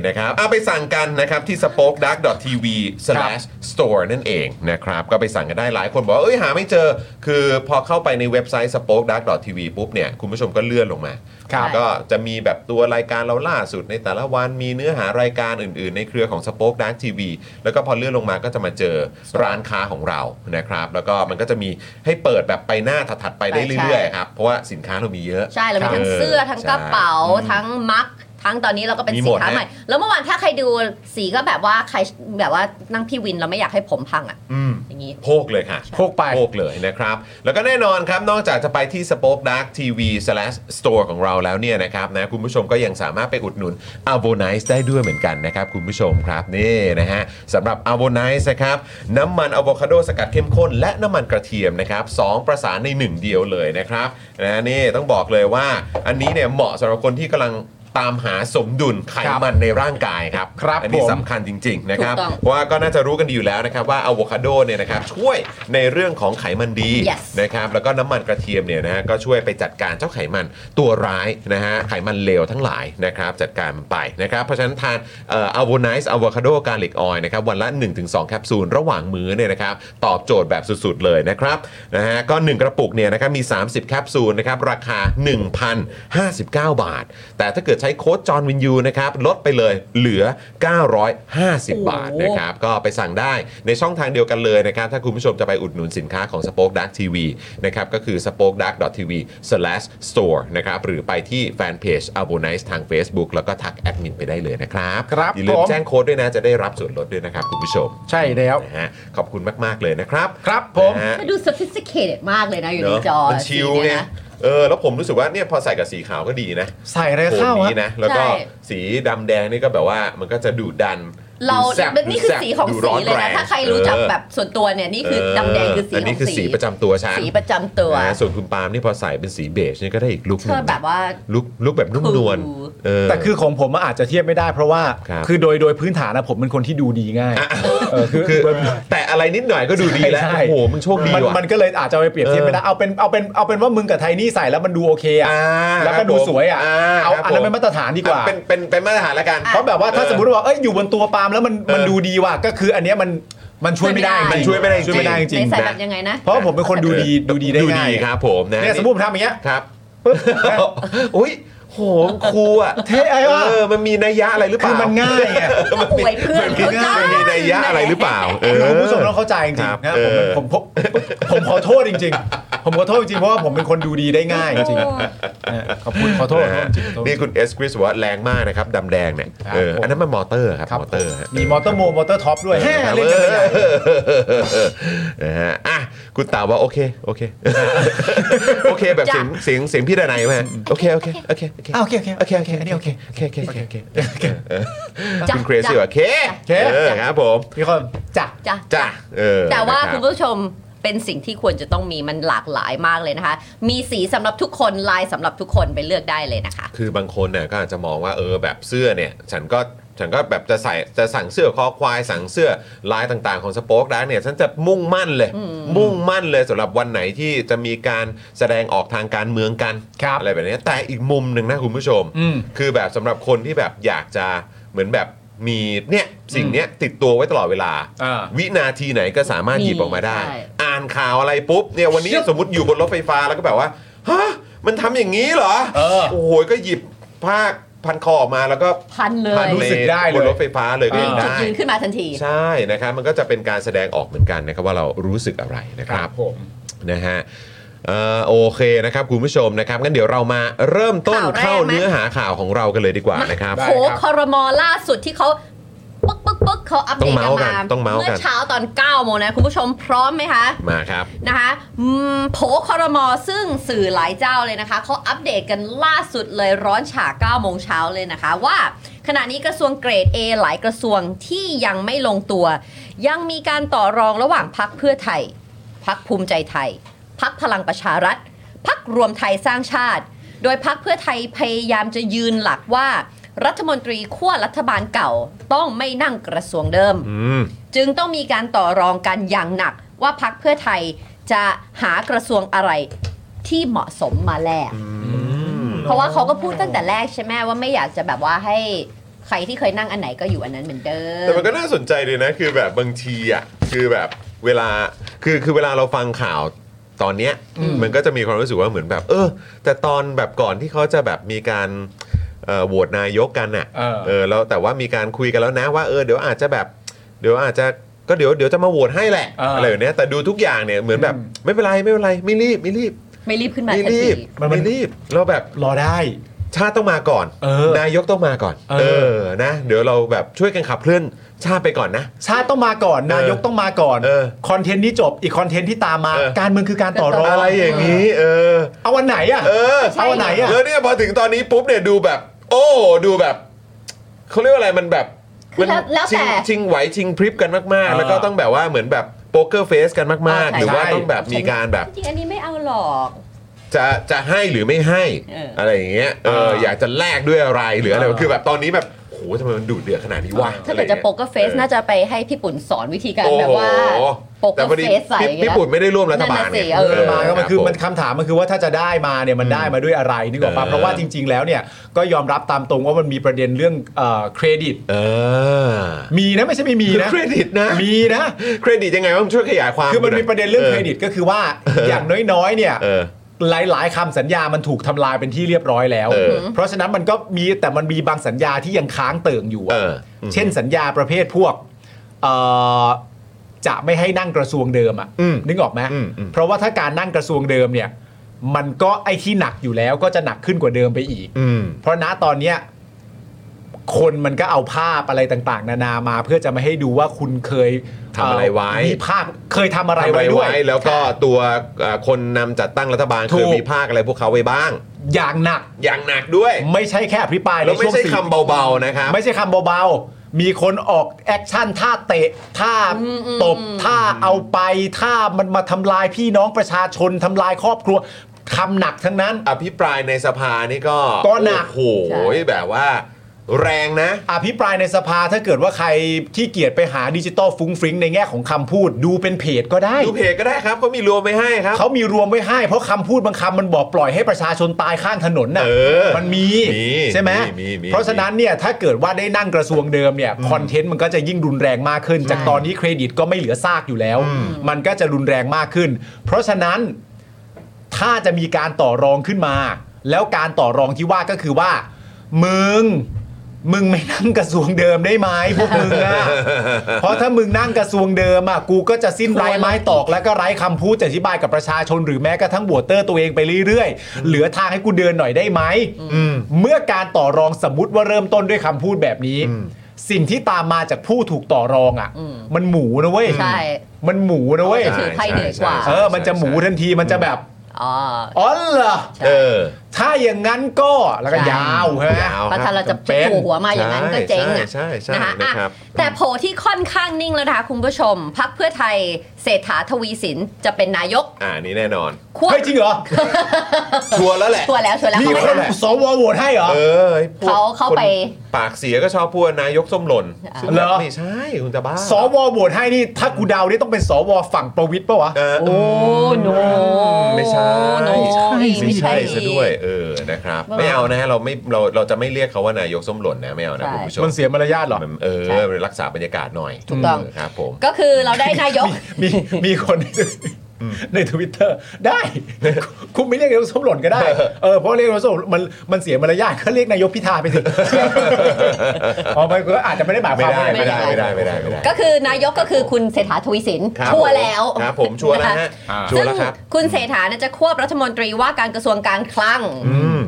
Speaker 5: นะครับเอาไปสั่งกันนะครับที่ spokedark.tv/store นั่นเองนะครับก็ไปสั่งกันได้หลายคนบอกว่าเอ้ยหาไม่เจอ คือพอเข้าไปในเว็บไซต์ spokedark.tv ปุ๊บเนี่ยคุณผู้ชมก็เลื่อนลงมา
Speaker 3: ครับ
Speaker 5: ก็จะมีแบบตัวรายการเราล่าสุดในแต่ละวันมีเนื้อหารายการอื่นๆ ในเครือของ Spoke Dark TV แล้วก็พอเลื่อนลงมาก็จะมาเจอร้านค้าของเรานะครับแล้วก็มันก็จะมีให้เปิดแบบไปหน้าถัดๆไปได้เรื่อยๆครับเพราะว่าสินค้าเรามีเยอะ
Speaker 3: ใช่เรามีทั้ง
Speaker 5: เออ
Speaker 3: เสื้อทั้งกระเป๋า ทั้งมักทั้งตอนนี้เราก็เป็น
Speaker 5: มีห
Speaker 3: สิ
Speaker 5: ม
Speaker 3: น
Speaker 5: ด
Speaker 3: ค้า
Speaker 5: ฮะ
Speaker 3: ใหม่ แล้วเมื่อวานถ้าใครดูสีก็แบบว่าใครแบบว่านั่งพี่วินเราไม่อยากให้ผมพังอ่ะ
Speaker 5: อืม
Speaker 3: อย่างนี้
Speaker 5: โพกเลยค่ะ
Speaker 6: โพกไป
Speaker 5: โพกเลยนะครับ แล้วก็แน่นอนครับ นอกจากจะไปที่ Spoke Dark TV slash Store ของเราแล้วเนี่ยนะครับนะคุณผู้ชมก็ยังสามารถไปอุดหนุน a v o n i c e ได้ด้วยเหมือนกันนะครับ คุณผู้ชมครับ นี่นะฮะสำหรับ a v o n i c e นะครับ น้ำมันอะโวคาโดสกัดเข้มข้น และน้ำมันกระเทียมนะครับสองประสานในหนึ่งเดียวเลยนะครับนะนี่ต้องบอกเลยว่า อันนี้เนี่ยเหมาะสำหรับคนที่กำลังตามหาสมดุลไขมันในร่างกายครับ
Speaker 6: ครับ
Speaker 5: อันนี้
Speaker 6: ผม
Speaker 5: สำคัญจริงๆนะครับ
Speaker 3: ถูกต้อง
Speaker 5: ว่าก็น่าจะรู้กันดีอยู่แล้วนะครับว่าอะโวคาโดเนี่ยนะครับช่วยในเรื่องของไขมันดี
Speaker 3: Yes
Speaker 5: นะครับแล้วก็น้ำมันกระเทียมเนี่ยนะฮะก็ช่วยไปจัดการเจ้าไขมันตัวร้ายนะฮะไขมันเลวทั้งหลายนะครับจัดการมันไปนะครับเพราะฉะนั้นทานเอ่ออะโวไนซ์อะโวคาโดกาลิกออยนะครับวันละ 1-2 แคปซูลระหว่างมื้อเนี่ยนะครับตอบโจทย์แบบสุดๆเลยนะครับนะฮะก็ 1 กระปุกเนี่ยนะครับมี 30 แคปซูลนะครับราคา 1,059 บาท แต่ถ้าเกิดใช้โค้ดจอห์นวินยูนะครับลดไปเลยเหลือ 950 บาทนะครับ ครับก็ไปสั่งได้ในช่องทางเดียวกันเลยนะครับ ถ้าคุณผู้ชมจะไปอุดหนุนสินค้าของ Spoke Dark TV นะครับ ก็คือ spoke dark tv slash store นะครับ หรือไปที่แฟนเพจ a b o n i c e ทาง Facebook แล้วก็ทักแอดมินไปได้เลยนะครับ
Speaker 6: ครับ
Speaker 5: อย่าลืม
Speaker 6: ผม
Speaker 5: แจ้งโค้ดด้วยนะ จะได้รับส่วนลดด้วยนะครับ คุณผู้ชม
Speaker 6: ใช่แล้ว
Speaker 5: นะฮะขอบคุณมาก ๆ เลยนะครับ
Speaker 6: ครับผม
Speaker 5: นะฮะ
Speaker 3: มันดู sophisticated มากเลยนะอยู่ใน
Speaker 5: เนาะ
Speaker 3: จอ
Speaker 5: มันชิล
Speaker 3: สี
Speaker 5: ไง
Speaker 3: เยนะ
Speaker 5: เออแล้วผมรู้สึกว่าเนี่ยพอใส่กับสีขาวก็ดีนะ
Speaker 6: ใส่อะไร
Speaker 5: โทน
Speaker 6: เข้า
Speaker 5: นี้
Speaker 6: ฮะ
Speaker 5: นะแล้วก็
Speaker 3: ใช่
Speaker 5: สีดำแดงนี่ก็แบบว่ามันก็จะดุดัน
Speaker 3: เรา
Speaker 5: ดูแซ่บ
Speaker 3: นี่คือ
Speaker 5: ดูแซ่บ
Speaker 3: สีของ
Speaker 5: ดู
Speaker 3: สี
Speaker 5: ร้
Speaker 3: เลย
Speaker 5: แร
Speaker 3: นะ
Speaker 5: ง
Speaker 3: ถ้าใครรู้จัก
Speaker 5: เออ
Speaker 3: แบบส่วนตัวเนี่ย นี่คือดำแดงคือสี
Speaker 5: เน
Speaker 3: ขอ
Speaker 5: นี้
Speaker 3: ง
Speaker 5: คือสี
Speaker 3: สี
Speaker 5: ประจำตัวฉัน
Speaker 3: สีประจำตัว
Speaker 5: นะส่วนคุณปาล์มนี่พอใส่เป็นสีเบจนี่ก็ได้อีกลุกห
Speaker 3: เธ
Speaker 5: นึ่
Speaker 3: อง แบบว่า
Speaker 5: ลุกลุกแบบนุ่มนวล
Speaker 3: ถู
Speaker 5: เออ
Speaker 6: แต่คือของผมอะอาจจะเทียบไม่ได้เพราะว่า
Speaker 5: ครับ
Speaker 6: อโดยโดยพื้นฐานนะผมเป็นคนที่ดูดีง่าย
Speaker 5: อ่ะ
Speaker 6: เออคือ
Speaker 5: คือแต่อะไรนิดหน่อยก็ดูดีแล้ว
Speaker 6: ใช่ใช่
Speaker 5: โอ้โหมึงโชคดี
Speaker 6: มัน
Speaker 5: ว่ะ
Speaker 6: มันก็เลยอาจจะเอาไปเปรียบเทียบไม่ได้เอาเป็นเอาเป็นเอาเป็นว่ามึงกับไทนี่ใส่แล้วมันดูโอเคอ่ะ
Speaker 5: อ่า
Speaker 6: แล้วก็ดูสวยอ่ะ
Speaker 5: อ่า
Speaker 6: เอา
Speaker 5: ครับ
Speaker 6: อันนั้น
Speaker 5: ผม
Speaker 6: เป็นมาตรฐานดีกว่า
Speaker 5: เป็นเป็นเป็นมาตรฐานแล้วกัน
Speaker 6: เพราะแบบว่าถ้า
Speaker 5: เออ
Speaker 6: สมมติว่าเอ้ยอยู่บนตัวปาล์มแล้วมันมัน
Speaker 5: เออ
Speaker 6: ดูดีว่ะก็คืออันเนี้ยมันมันช่วยไม่ได้
Speaker 3: มัน
Speaker 6: จริง
Speaker 5: ช่วยไม่ได้จ
Speaker 6: ช่วยไม่
Speaker 5: ริง
Speaker 6: ได้จริง
Speaker 3: ใน
Speaker 6: ๆ
Speaker 3: ใส่
Speaker 6: นะ
Speaker 3: แบบยังไงนะ
Speaker 6: เพราะว่าผมเป็นคนดูดีดูดีได้
Speaker 5: ดู
Speaker 6: ง่า
Speaker 5: ดี
Speaker 6: ย
Speaker 5: ครับผมนะ
Speaker 6: เนี่ยสมมติผมทำอย่างเงี้ย
Speaker 5: ครับโอ้ยโหค รูอ่ะ
Speaker 6: เท่ไอ้วะ
Speaker 5: เออมันมีนัยยะอะไรหรือเป
Speaker 6: คือ
Speaker 5: ล่า
Speaker 6: มันง่ายไง
Speaker 3: ก็อวยเพื่อน
Speaker 5: มี
Speaker 3: เขาจ้า
Speaker 5: มันมีนัยยะอะไรหรือเปล่าเออ
Speaker 6: คุณผู้ชมต้องเข้าใจจริง
Speaker 5: ครับ
Speaker 6: ๆนะ
Speaker 5: เออ
Speaker 6: ผมผมผมผมขอโทษจริง ๆ ผมขอโทษจริงๆเพราะว่าผมเป็นคนดูดีได้ง่ายจริง
Speaker 7: โอ้
Speaker 6: ๆนะขอบคุณขอโทษขอโทษจริงๆขอโทษ
Speaker 5: นี่คุณเอสคริสบอกว่าแรงมากนะครับดำแดงเนี่ย
Speaker 6: ครับ
Speaker 5: เออ
Speaker 6: ผม
Speaker 5: อันนั้นมันมอเตอร์ครับ
Speaker 6: ครับ
Speaker 5: มอเตอร์ฮะ
Speaker 6: มีมอเตอร์โมมอเตอร์ท็อปด้วยแฮ่เล่นกันไปใหญ่
Speaker 5: นะฮะอ่ะคุณเต่าว่าโอเค โอ เค โอเคแบบเสียงเสียงเสียงพี่ดนัยไหมโอเค โอเค โอเค โอเค
Speaker 6: อ่ะโอเคโอเค
Speaker 5: โอเค โอเค
Speaker 6: อันนี้โอเค
Speaker 5: โอเค โอเค โอเค โอเคเออ
Speaker 3: จ้ะ
Speaker 5: คุณเครซี่
Speaker 3: จ้ะ
Speaker 5: ว่าโอเค
Speaker 6: จ้ะ
Speaker 5: เออครับผม
Speaker 6: พี่คนจ้ะ
Speaker 3: จ้ะ
Speaker 5: จ้ะเออ
Speaker 3: แต่ว่า
Speaker 5: นะรับ
Speaker 3: คุณผู้ชมเป็นสิ่งที่ควรจะต้องมีมันหลากหลายมากเลยนะคะ มีสีสำหรับทุกคนลายสำหรับทุกคนไปเลือกได้เลยนะคะ
Speaker 5: คือบางคนเนี่ยก็อาจจะมองว่าเออแบบเสื้อเนี่ย ฉันก็ฉันก็แบบจะใส่จะสั่งเสื้อคอควายสั่งเสื้อลายต่างๆของสป็อคดักเนี่ยฉันจะมุ่งมั่นเลย มุ่งมั่นเลยสำหรับวันไหนที่จะมีการแสดงออกทางการเมืองกัน
Speaker 6: ครับ
Speaker 5: อะไรแบบเนี้ยแต่อีกมุมหนึ่งนะคุณผู้ชม
Speaker 6: อืม
Speaker 5: คือแบบสำหรับคนที่แบบอยากจะเหมือนแบบมีเนี่ยสิ่งเนี้ยติดตัวไว้ตลอดเวลา
Speaker 6: อ่า
Speaker 5: วินาทีไหนก็สามารถ
Speaker 3: มี
Speaker 5: หยิบออกมาได้
Speaker 3: ใช่
Speaker 5: อ่านข่าวอะไรปุ๊บเนี่ยวันนี้สมมติอยู่บนรถไฟฟ้าแล้วก็แบบว่าฮะมันทำอย่างนี้เหรอ
Speaker 6: เออ
Speaker 5: โอ้โหก็หยิบผ้าพันคอออกมาแล้วก็
Speaker 3: พันเล
Speaker 5: พัน
Speaker 3: ย
Speaker 6: รู้สึกได้เลย
Speaker 5: บนรถไฟฟ้าเลยก็ยัง
Speaker 3: จุด
Speaker 5: ได้
Speaker 3: ยืนขึ้นมาทันที
Speaker 5: ใช่นะครับมันก็จะเป็นการแสดงออกเหมือนกันนะครับว่าเรารู้สึกอะไรนะครับนะฮะเอ่อโอเคนะครับคุณผู้ชมนะครับงั้นเดี๋ยวเรามาเริ่มต้น
Speaker 3: ข่าวแรก
Speaker 5: เข้า
Speaker 3: ไหม
Speaker 5: เนื้อหาข่าวของเรากันเลยดีกว่านะครับ
Speaker 3: โผคอรมอล่าสุดที่เขาปึ๊กปึ๊กปึ๊กเขาอัป
Speaker 5: ต้
Speaker 3: เด
Speaker 5: อ
Speaker 3: ต
Speaker 5: งเมาส์กั
Speaker 3: กัน น
Speaker 5: ต้องเมา
Speaker 3: มา
Speaker 5: ส์กัน
Speaker 3: เมื่อเช้าตอน 9 โมงนะ คุณผู้ชมพร้อมไหมคะ
Speaker 5: มาครับ
Speaker 3: นะคะอืมโผคอรมอซึ่งสื่อหลายเจ้าเลยนะคะ เขาอัปเดตกันล่าสุดเลยร้อนฉาก9โมงเช้าเลยนะคะ ว่าขณะนี้กระทรวงเกรด A หลายกระทรวงที่ยังไม่ลงตัว ยังมีการต่อรองระหว่างพักเพื่อไทย พักภูมิใจไทย พักพลังประชารัฐ พักรวมไทยสร้างชาติ โดยพักเพื่อไทยพยายามจะยืนหลักว่า รัฐมนตรีขั้วรัฐบาลเก่าต้องไม่นั่งกระทรวงเดิม
Speaker 5: อืม
Speaker 3: จึงต้องมีการต่อรองกันอย่างหนัก ว่าพักเพื่อไทยจะหากระทรวงอะไรที่เหมาะสมมาแลก
Speaker 5: อืม
Speaker 3: เพราะว่าเขาก็พูดตั้งแต่แรกใช่ไหมว่าไม่อยากจะแบบว่าให้ใครที่เคยนั่งอันไหนก็อยู่อันนั้นเหมือนเดิม
Speaker 5: แต่มันก็น่าสนใจเลยนะ คือแบบบางทีอ่ะคือแบบเวลาคือคือเวลาเราฟังข่าวตอนเนี้ยมันก็จะมีความรู้สึกว่าเหมือนแบบ เออ แต่ตอนแบบก่อนที่เขาจะแบบมีการเอ่อโหวตนายกกันอ่ะ
Speaker 6: เออ
Speaker 5: เออแล้วแต่ว่ามีการคุยกันแล้วนะว่าเออเดี๋ยวอาจจะแบบ เดี๋ยวอาจจะก็เดี๋ยวเดี๋ยวจะมาโหวตให้แหละ
Speaker 6: เอออ
Speaker 5: อะไรอย่างเนี้ยแต่ดูทุกอย่างเนี่ยเหมือนแบบไม่เป็นไรไม่เป็นไรไม่รีบไม่รีบ
Speaker 3: ไม่รีบขึ้นมา
Speaker 5: ไม่
Speaker 3: ทัน
Speaker 5: รี
Speaker 3: ที
Speaker 5: บไม่รีบแล้วแบบ
Speaker 6: รอได้
Speaker 5: ชาติต้องมาก่อน
Speaker 6: เออน
Speaker 5: ายกต้องมาก่อน
Speaker 6: เออ
Speaker 5: เออ นะ เดี๋ยวเราแบบช่วยกันขับเคลื่อนชาติไปก่อนนะ
Speaker 6: ชาติต้องมาก่อน นายกต้องมาก่อน
Speaker 5: เออ
Speaker 6: คอนเทนต์นี้จบอีกคอนเทนต์ที่ตามมา
Speaker 5: เออ
Speaker 6: การเมืองคือการต่อรอง
Speaker 5: อะไรอย่างนี้ เออ
Speaker 6: เอาวันไหนอ่ะ
Speaker 5: เออ
Speaker 6: เอาวันไหนอ่ะ
Speaker 5: แล้วเนี่ยพอถึงตอนนี้ปุ๊บเนี่ยดูแบบ โอ้ดูแบบเขาเรียกว่าอะไรมันแบบ
Speaker 3: คือแล้วแล้ว
Speaker 5: ชิง
Speaker 3: แต่
Speaker 5: ชิงไหวชิงพริบกันมาก
Speaker 6: เอ
Speaker 5: ๆ
Speaker 6: อ
Speaker 5: แล้วก็ต้องแบบว่าเหมือนแบบโป๊กเกอร์เฟสกันมากๆ
Speaker 3: ใช่
Speaker 5: หรือว่า
Speaker 6: ใช่
Speaker 5: ต้องแบบมีการแบบ
Speaker 3: จริงๆอันนี้ไม่เอาหรอก
Speaker 5: จะจะให้หรือไม่ให้
Speaker 3: เอออ
Speaker 5: อะไรอย่างเงี้ยเออ
Speaker 6: เอออ
Speaker 5: อยากจะแลกด้วยอะไรหรืออะไร
Speaker 6: เออ
Speaker 5: คือแบบตอนนี้แบบโอ้โหทำไมมันดุเดือดขนาดนี้วะ
Speaker 3: ถ้าเกิดจะโปกเกอร์เฟสน่าจะไปให้พี่ปุ่นสอนวิธีการแบบว่า
Speaker 5: โอ้โห
Speaker 3: โปกเกอ
Speaker 5: แต่
Speaker 3: ร์
Speaker 5: พอดี
Speaker 3: เฟสใส่
Speaker 5: พี่
Speaker 3: อย่าง
Speaker 5: พี่
Speaker 3: เงี้ย
Speaker 5: ปุ่นไม่ได้ร่วมรัฐบาล
Speaker 3: นั่นน่ะสิ
Speaker 5: เนี่ย
Speaker 3: เออ
Speaker 6: เออมาก็มันคือ
Speaker 5: รับ
Speaker 6: มัน
Speaker 5: ผ
Speaker 6: คำถามมันคือว่าถ้าจะได้มาเนี่ยมันได้มาด้วยอะไรนึกออกปะ
Speaker 5: เออ
Speaker 6: เพราะว่าจริง ๆ แล้วเนี่ยก็ยอมรับตามตรงว่ามันมีประเด็นเรื่องเอ่อเครดิต
Speaker 5: เออ
Speaker 6: มีนะไม่ใช่ไม่มีนะ
Speaker 5: เครดิตนะ
Speaker 6: มีนะ
Speaker 5: เครดิตยังไงวะมันช่วยขยายความ
Speaker 6: คือมันมีประเด็นเรื่องเครดิ
Speaker 5: อ
Speaker 6: ตก็คือว่า
Speaker 5: เอออ
Speaker 6: อย่างน้อยๆเนี่ย
Speaker 5: เออ
Speaker 6: หลายๆคำสัญญามันถูกทำลายเป็นที่เรียบร้อยแล้ว
Speaker 5: เออ
Speaker 6: เพราะฉะนั้นมันก็มีแต่มันมีบางสัญญาที่ยังค้างเติ่งอยู่อะ
Speaker 5: เอออืม
Speaker 6: เช่นสัญญาประเภทพวกเอ่อจะไม่ให้นั่งกระทรวงเดิมอ่ะ
Speaker 5: อืม
Speaker 6: นึกออกไหม
Speaker 5: อืมอืม
Speaker 6: เพราะว่าถ้าการนั่งกระทรวงเดิมเนี่ยมันก็ไอ้ที่หนักอยู่แล้วก็จะหนักขึ้นกว่าเดิมไปอีก
Speaker 5: ืม
Speaker 6: เพราะณตอนเนี้ยคนมันก็เอาภาพอะไรต่าง ๆ นานามาเพื่อจะมาให้ดูว่าคุณเคย
Speaker 5: ทำอะไรไว้
Speaker 6: มีภาพเคยทำอะไร
Speaker 5: ทำอะ
Speaker 6: ไว้
Speaker 5: ไร
Speaker 6: ด้วย
Speaker 5: ไว้แล้วก็ตัวเอ่อคนนำจัดตั้งรัฐบาล
Speaker 6: ถู
Speaker 5: เคย
Speaker 6: ก
Speaker 5: มีภาคอะไรพวกเขาไว้บ้าง
Speaker 6: อย่างหนัก
Speaker 5: อย่างหนักด้วย
Speaker 6: ไม่ใช่แค่อภิปราย
Speaker 5: แล้ว
Speaker 6: ใน
Speaker 5: ไม่
Speaker 6: ช่วง
Speaker 5: ใช่
Speaker 6: สี่
Speaker 5: คำเบาๆนะครับ
Speaker 6: ไม่ใช่คำเบาๆ มีคนออกแอคชั่นท่าเตะท่าตบท่าเอาไปท่ามันมาทำลายพี่น้องประชาชนทำลายครอบครัวคำหนักทั้งนั้น
Speaker 5: อภิปรายในสภานี่ก็
Speaker 6: ก็หนัก
Speaker 5: โอ้โหแบบว่า แรงนะ
Speaker 6: อภิปรายในสภาถ้าเกิดว่าใครที่เกียจไปหาดิจิตอลฟุ้งฟริ้งในแง่ของคำพูดดูเป็นเพจก็ได้
Speaker 5: ดูเพจก็ได้ครับเขามีรวมไว้ให้ครับ
Speaker 6: เขามีรวมไว้ให้ เพราะคำพูดบางคำมันบอกปล่อยให้ประชาชนตายข้างถนนน่ะ
Speaker 5: เออ
Speaker 6: มันมี
Speaker 5: มี
Speaker 6: ใช่ไหม
Speaker 5: มีมี
Speaker 6: เพราะฉะนั้นเนี่ยถ้าเกิดว่าได้นั่งกระทรวงเดิมเนี่ยคอนเทนต์มันก็จะยิ่งรุนแรงมากขึ้น จากตอนนี้เครดิตก็ไม่เหลือซากอยู่แล้ว มันก็จะรุนแรงมากขึ้น เพราะฉะนั้นถ้าจะมีการต่อรองขึ้นมา แล้วการต่อรองที่ว่าก็คือว่ามึง มึงไม่นั่งกระทรวงเดิมได้ไหมพวกมึงอะ เพราะถ้ามึงนั่งกระทรวงเดิมอะกูก็จะสิ้นไร้ไม้ตอกแล้วก็ไร้คำพูดจะอธิบายกับประชาชนหรือแม้กระทั่งบวตเตอร์ตัวเองไปเรื่อยๆ เหลือทางให้กูเดินหน่อยได้ไหมเมื่อการต่อรองสมมติว่าเริ่มต้นด้วยคำพูดแบบนี้ สิ่งที่ตามมาจากผู้ถูกต่อรองอะ
Speaker 3: อืม
Speaker 6: มันหมูนะเว้ย
Speaker 3: ใช่
Speaker 6: มันหมูนะเว้ย
Speaker 3: จะถือไพ่เหนือกว่า
Speaker 6: เออมันจะหมูทันทีมันจะแบบ
Speaker 3: อ๋อ
Speaker 6: อ๋อเหรอ
Speaker 3: ใช่
Speaker 5: เออ
Speaker 6: ถ้าอย่างนั้นก็แล้วก็
Speaker 3: ใช่
Speaker 6: ยาวใช่ไหม
Speaker 5: ยาว
Speaker 3: เพราะถ้าเราจะ
Speaker 5: จำเป็น
Speaker 3: ถูหัวมาอย่างนั้นก็เจ๊งอ่ะ
Speaker 5: ใช่ใช่
Speaker 3: นะ
Speaker 5: ใช่
Speaker 3: คะอ่ะ
Speaker 5: นะครับ
Speaker 3: แต่โผที่ค่อนข้างนิ่งแล้วนะคะคุณผู้ชม พักเพื่อไทยเศรษฐาทวีสินจะเป็นนายก
Speaker 5: อ่านี่แน่นอน
Speaker 3: ควบ
Speaker 6: เฮ้ยจริงเหรอ
Speaker 5: ชัวร์แล้วแหละ
Speaker 3: ชัวร์แล้วชัวร์แล้ว
Speaker 6: มี
Speaker 3: เขา
Speaker 6: ค
Speaker 3: ไม่
Speaker 6: น
Speaker 3: ท
Speaker 6: สวโหวตให้เหรอ
Speaker 5: เออไอ้พวก
Speaker 3: เขาเข้าไป
Speaker 5: คนปากเสียก็ชอบพูดว่านายกส้มหล่น
Speaker 3: อ่า
Speaker 5: ซึ่งแบบ
Speaker 6: เหรอ
Speaker 5: ไม่ใช่คุณจะบ้า
Speaker 6: สวโหวตให้นี่ถ้ากูเดานี่ต้องเป็นสวฝั่งประวิทย์ปะวะ
Speaker 5: เออ
Speaker 3: ำโอ้โน
Speaker 5: ไม่ใช่
Speaker 3: โน
Speaker 5: ไม่ใช่
Speaker 3: ไม่ใช่
Speaker 5: ซะด้วย เออนะครับ ไม่เอานะฮะเราไม่เราเราจะไม่เรียกเขาว่านายกส้มหล่นนะไม่เอานะ
Speaker 3: ใช่
Speaker 5: คุณผู้ชม
Speaker 6: มันเสียมารยาทเหรอ
Speaker 5: มันเออรักษาบรรยากาศหน่อย
Speaker 3: ถูกต้อง
Speaker 5: เครับผม
Speaker 3: ก็คือเราได้นายก
Speaker 6: มีมีคนในทวิตเตอร์ได้ คุณไม่เรียกนายกส้มหล่นก็ได้ เออเพราะเรียกนายกส้มหล่นมันมันเสียมารยาทก็เรียกนายกพิธา ไปสิอ๋อมันก็อาจจะไม่ได้หมายค
Speaker 5: ไม่
Speaker 6: วาม
Speaker 5: ได้
Speaker 6: ว่า
Speaker 5: ไม่ได้ไม่ได้ไม่ได้ไม่ได้
Speaker 3: ก็คือนายกก็คือคุณเศรษฐาทวีสิน
Speaker 5: ครับ
Speaker 3: ชัวร์แล้ว
Speaker 5: ครับผมชัวร์แล้วฮะชัวร์
Speaker 3: ซึ่ง
Speaker 5: แล้วครับ
Speaker 3: คุณเศรษฐาเนี่ยจะควบรัฐมนตรีว่าการกระทรวงการคลัง
Speaker 5: อืม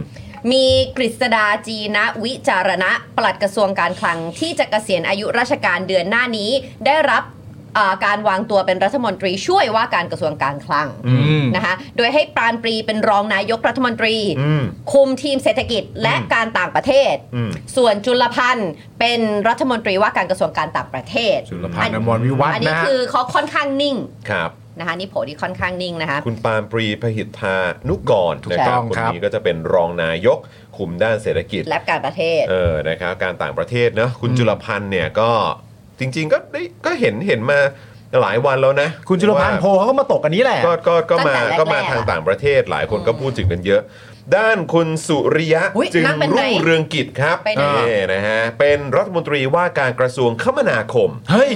Speaker 3: มีกฤษดาจีนะวิจารณะปลัดกระทรวงการคลังที่จะเกษียณอายุราชการเดือนหน้านี้ ได้รับเอ่อการวางตัวเป็นรัฐมนตรีช่วยว่าการกระทรวงการคลัง
Speaker 6: อืม
Speaker 3: นะคะโดยให้ปราณปรีเป็นรองนายกรัฐมนตรี
Speaker 5: อืม
Speaker 3: คุมทีมเศรษฐกิจและการต่างประเทศ
Speaker 5: อืม
Speaker 3: ส่วนจุลพันธ์เป็นรัฐมนตรีว่าการกระทรวงการต่างประเทศ
Speaker 6: จุลพันธ์อมรวิวัฒ
Speaker 3: อัน
Speaker 6: น์
Speaker 3: นี้
Speaker 6: นะฮะ
Speaker 3: คือเขาค่อนข้างนิ่ง
Speaker 5: ครับ
Speaker 3: นะคะนี่โผล่ที่ค่อนข้างนิ่งนะคะ
Speaker 5: คุณปานปรีพหิทธานุกร
Speaker 6: ถูก
Speaker 5: นะค
Speaker 6: ต้
Speaker 5: รั
Speaker 6: อบ ง
Speaker 5: คน
Speaker 6: ครับ
Speaker 5: นี้ก็จะเป็นรองนายกคุมด้านเศรษฐกิจ
Speaker 3: และการประเทศ
Speaker 5: เออ นะครับ การต่างประเทศเนอะคุณจุลพันธ์เนี่ยก็จริง ๆ ก็ได้ก็เห็นเห็นมาหลายวันแล้วนะ
Speaker 6: คุณจุลพันธ์โพ
Speaker 5: ว่า
Speaker 6: เขาก็มาตกอันนี้แหละ
Speaker 5: ก็ก็ก็มา
Speaker 3: ตั้งแต่แรกๆ
Speaker 5: ก็มาทางต่างประเทศหลายคนก็พูดถึงกันเยอะ ด้านคุณสุริยะ
Speaker 3: อุ๊ย
Speaker 5: จึง
Speaker 3: นั่งเป็นไหน
Speaker 5: รุ่งเรืองกิจครับ
Speaker 3: ไปไหน
Speaker 5: นี่นะฮะเป็นรัฐมนตรีว่าการกระทรวงคมนาคม
Speaker 6: เฮ้ย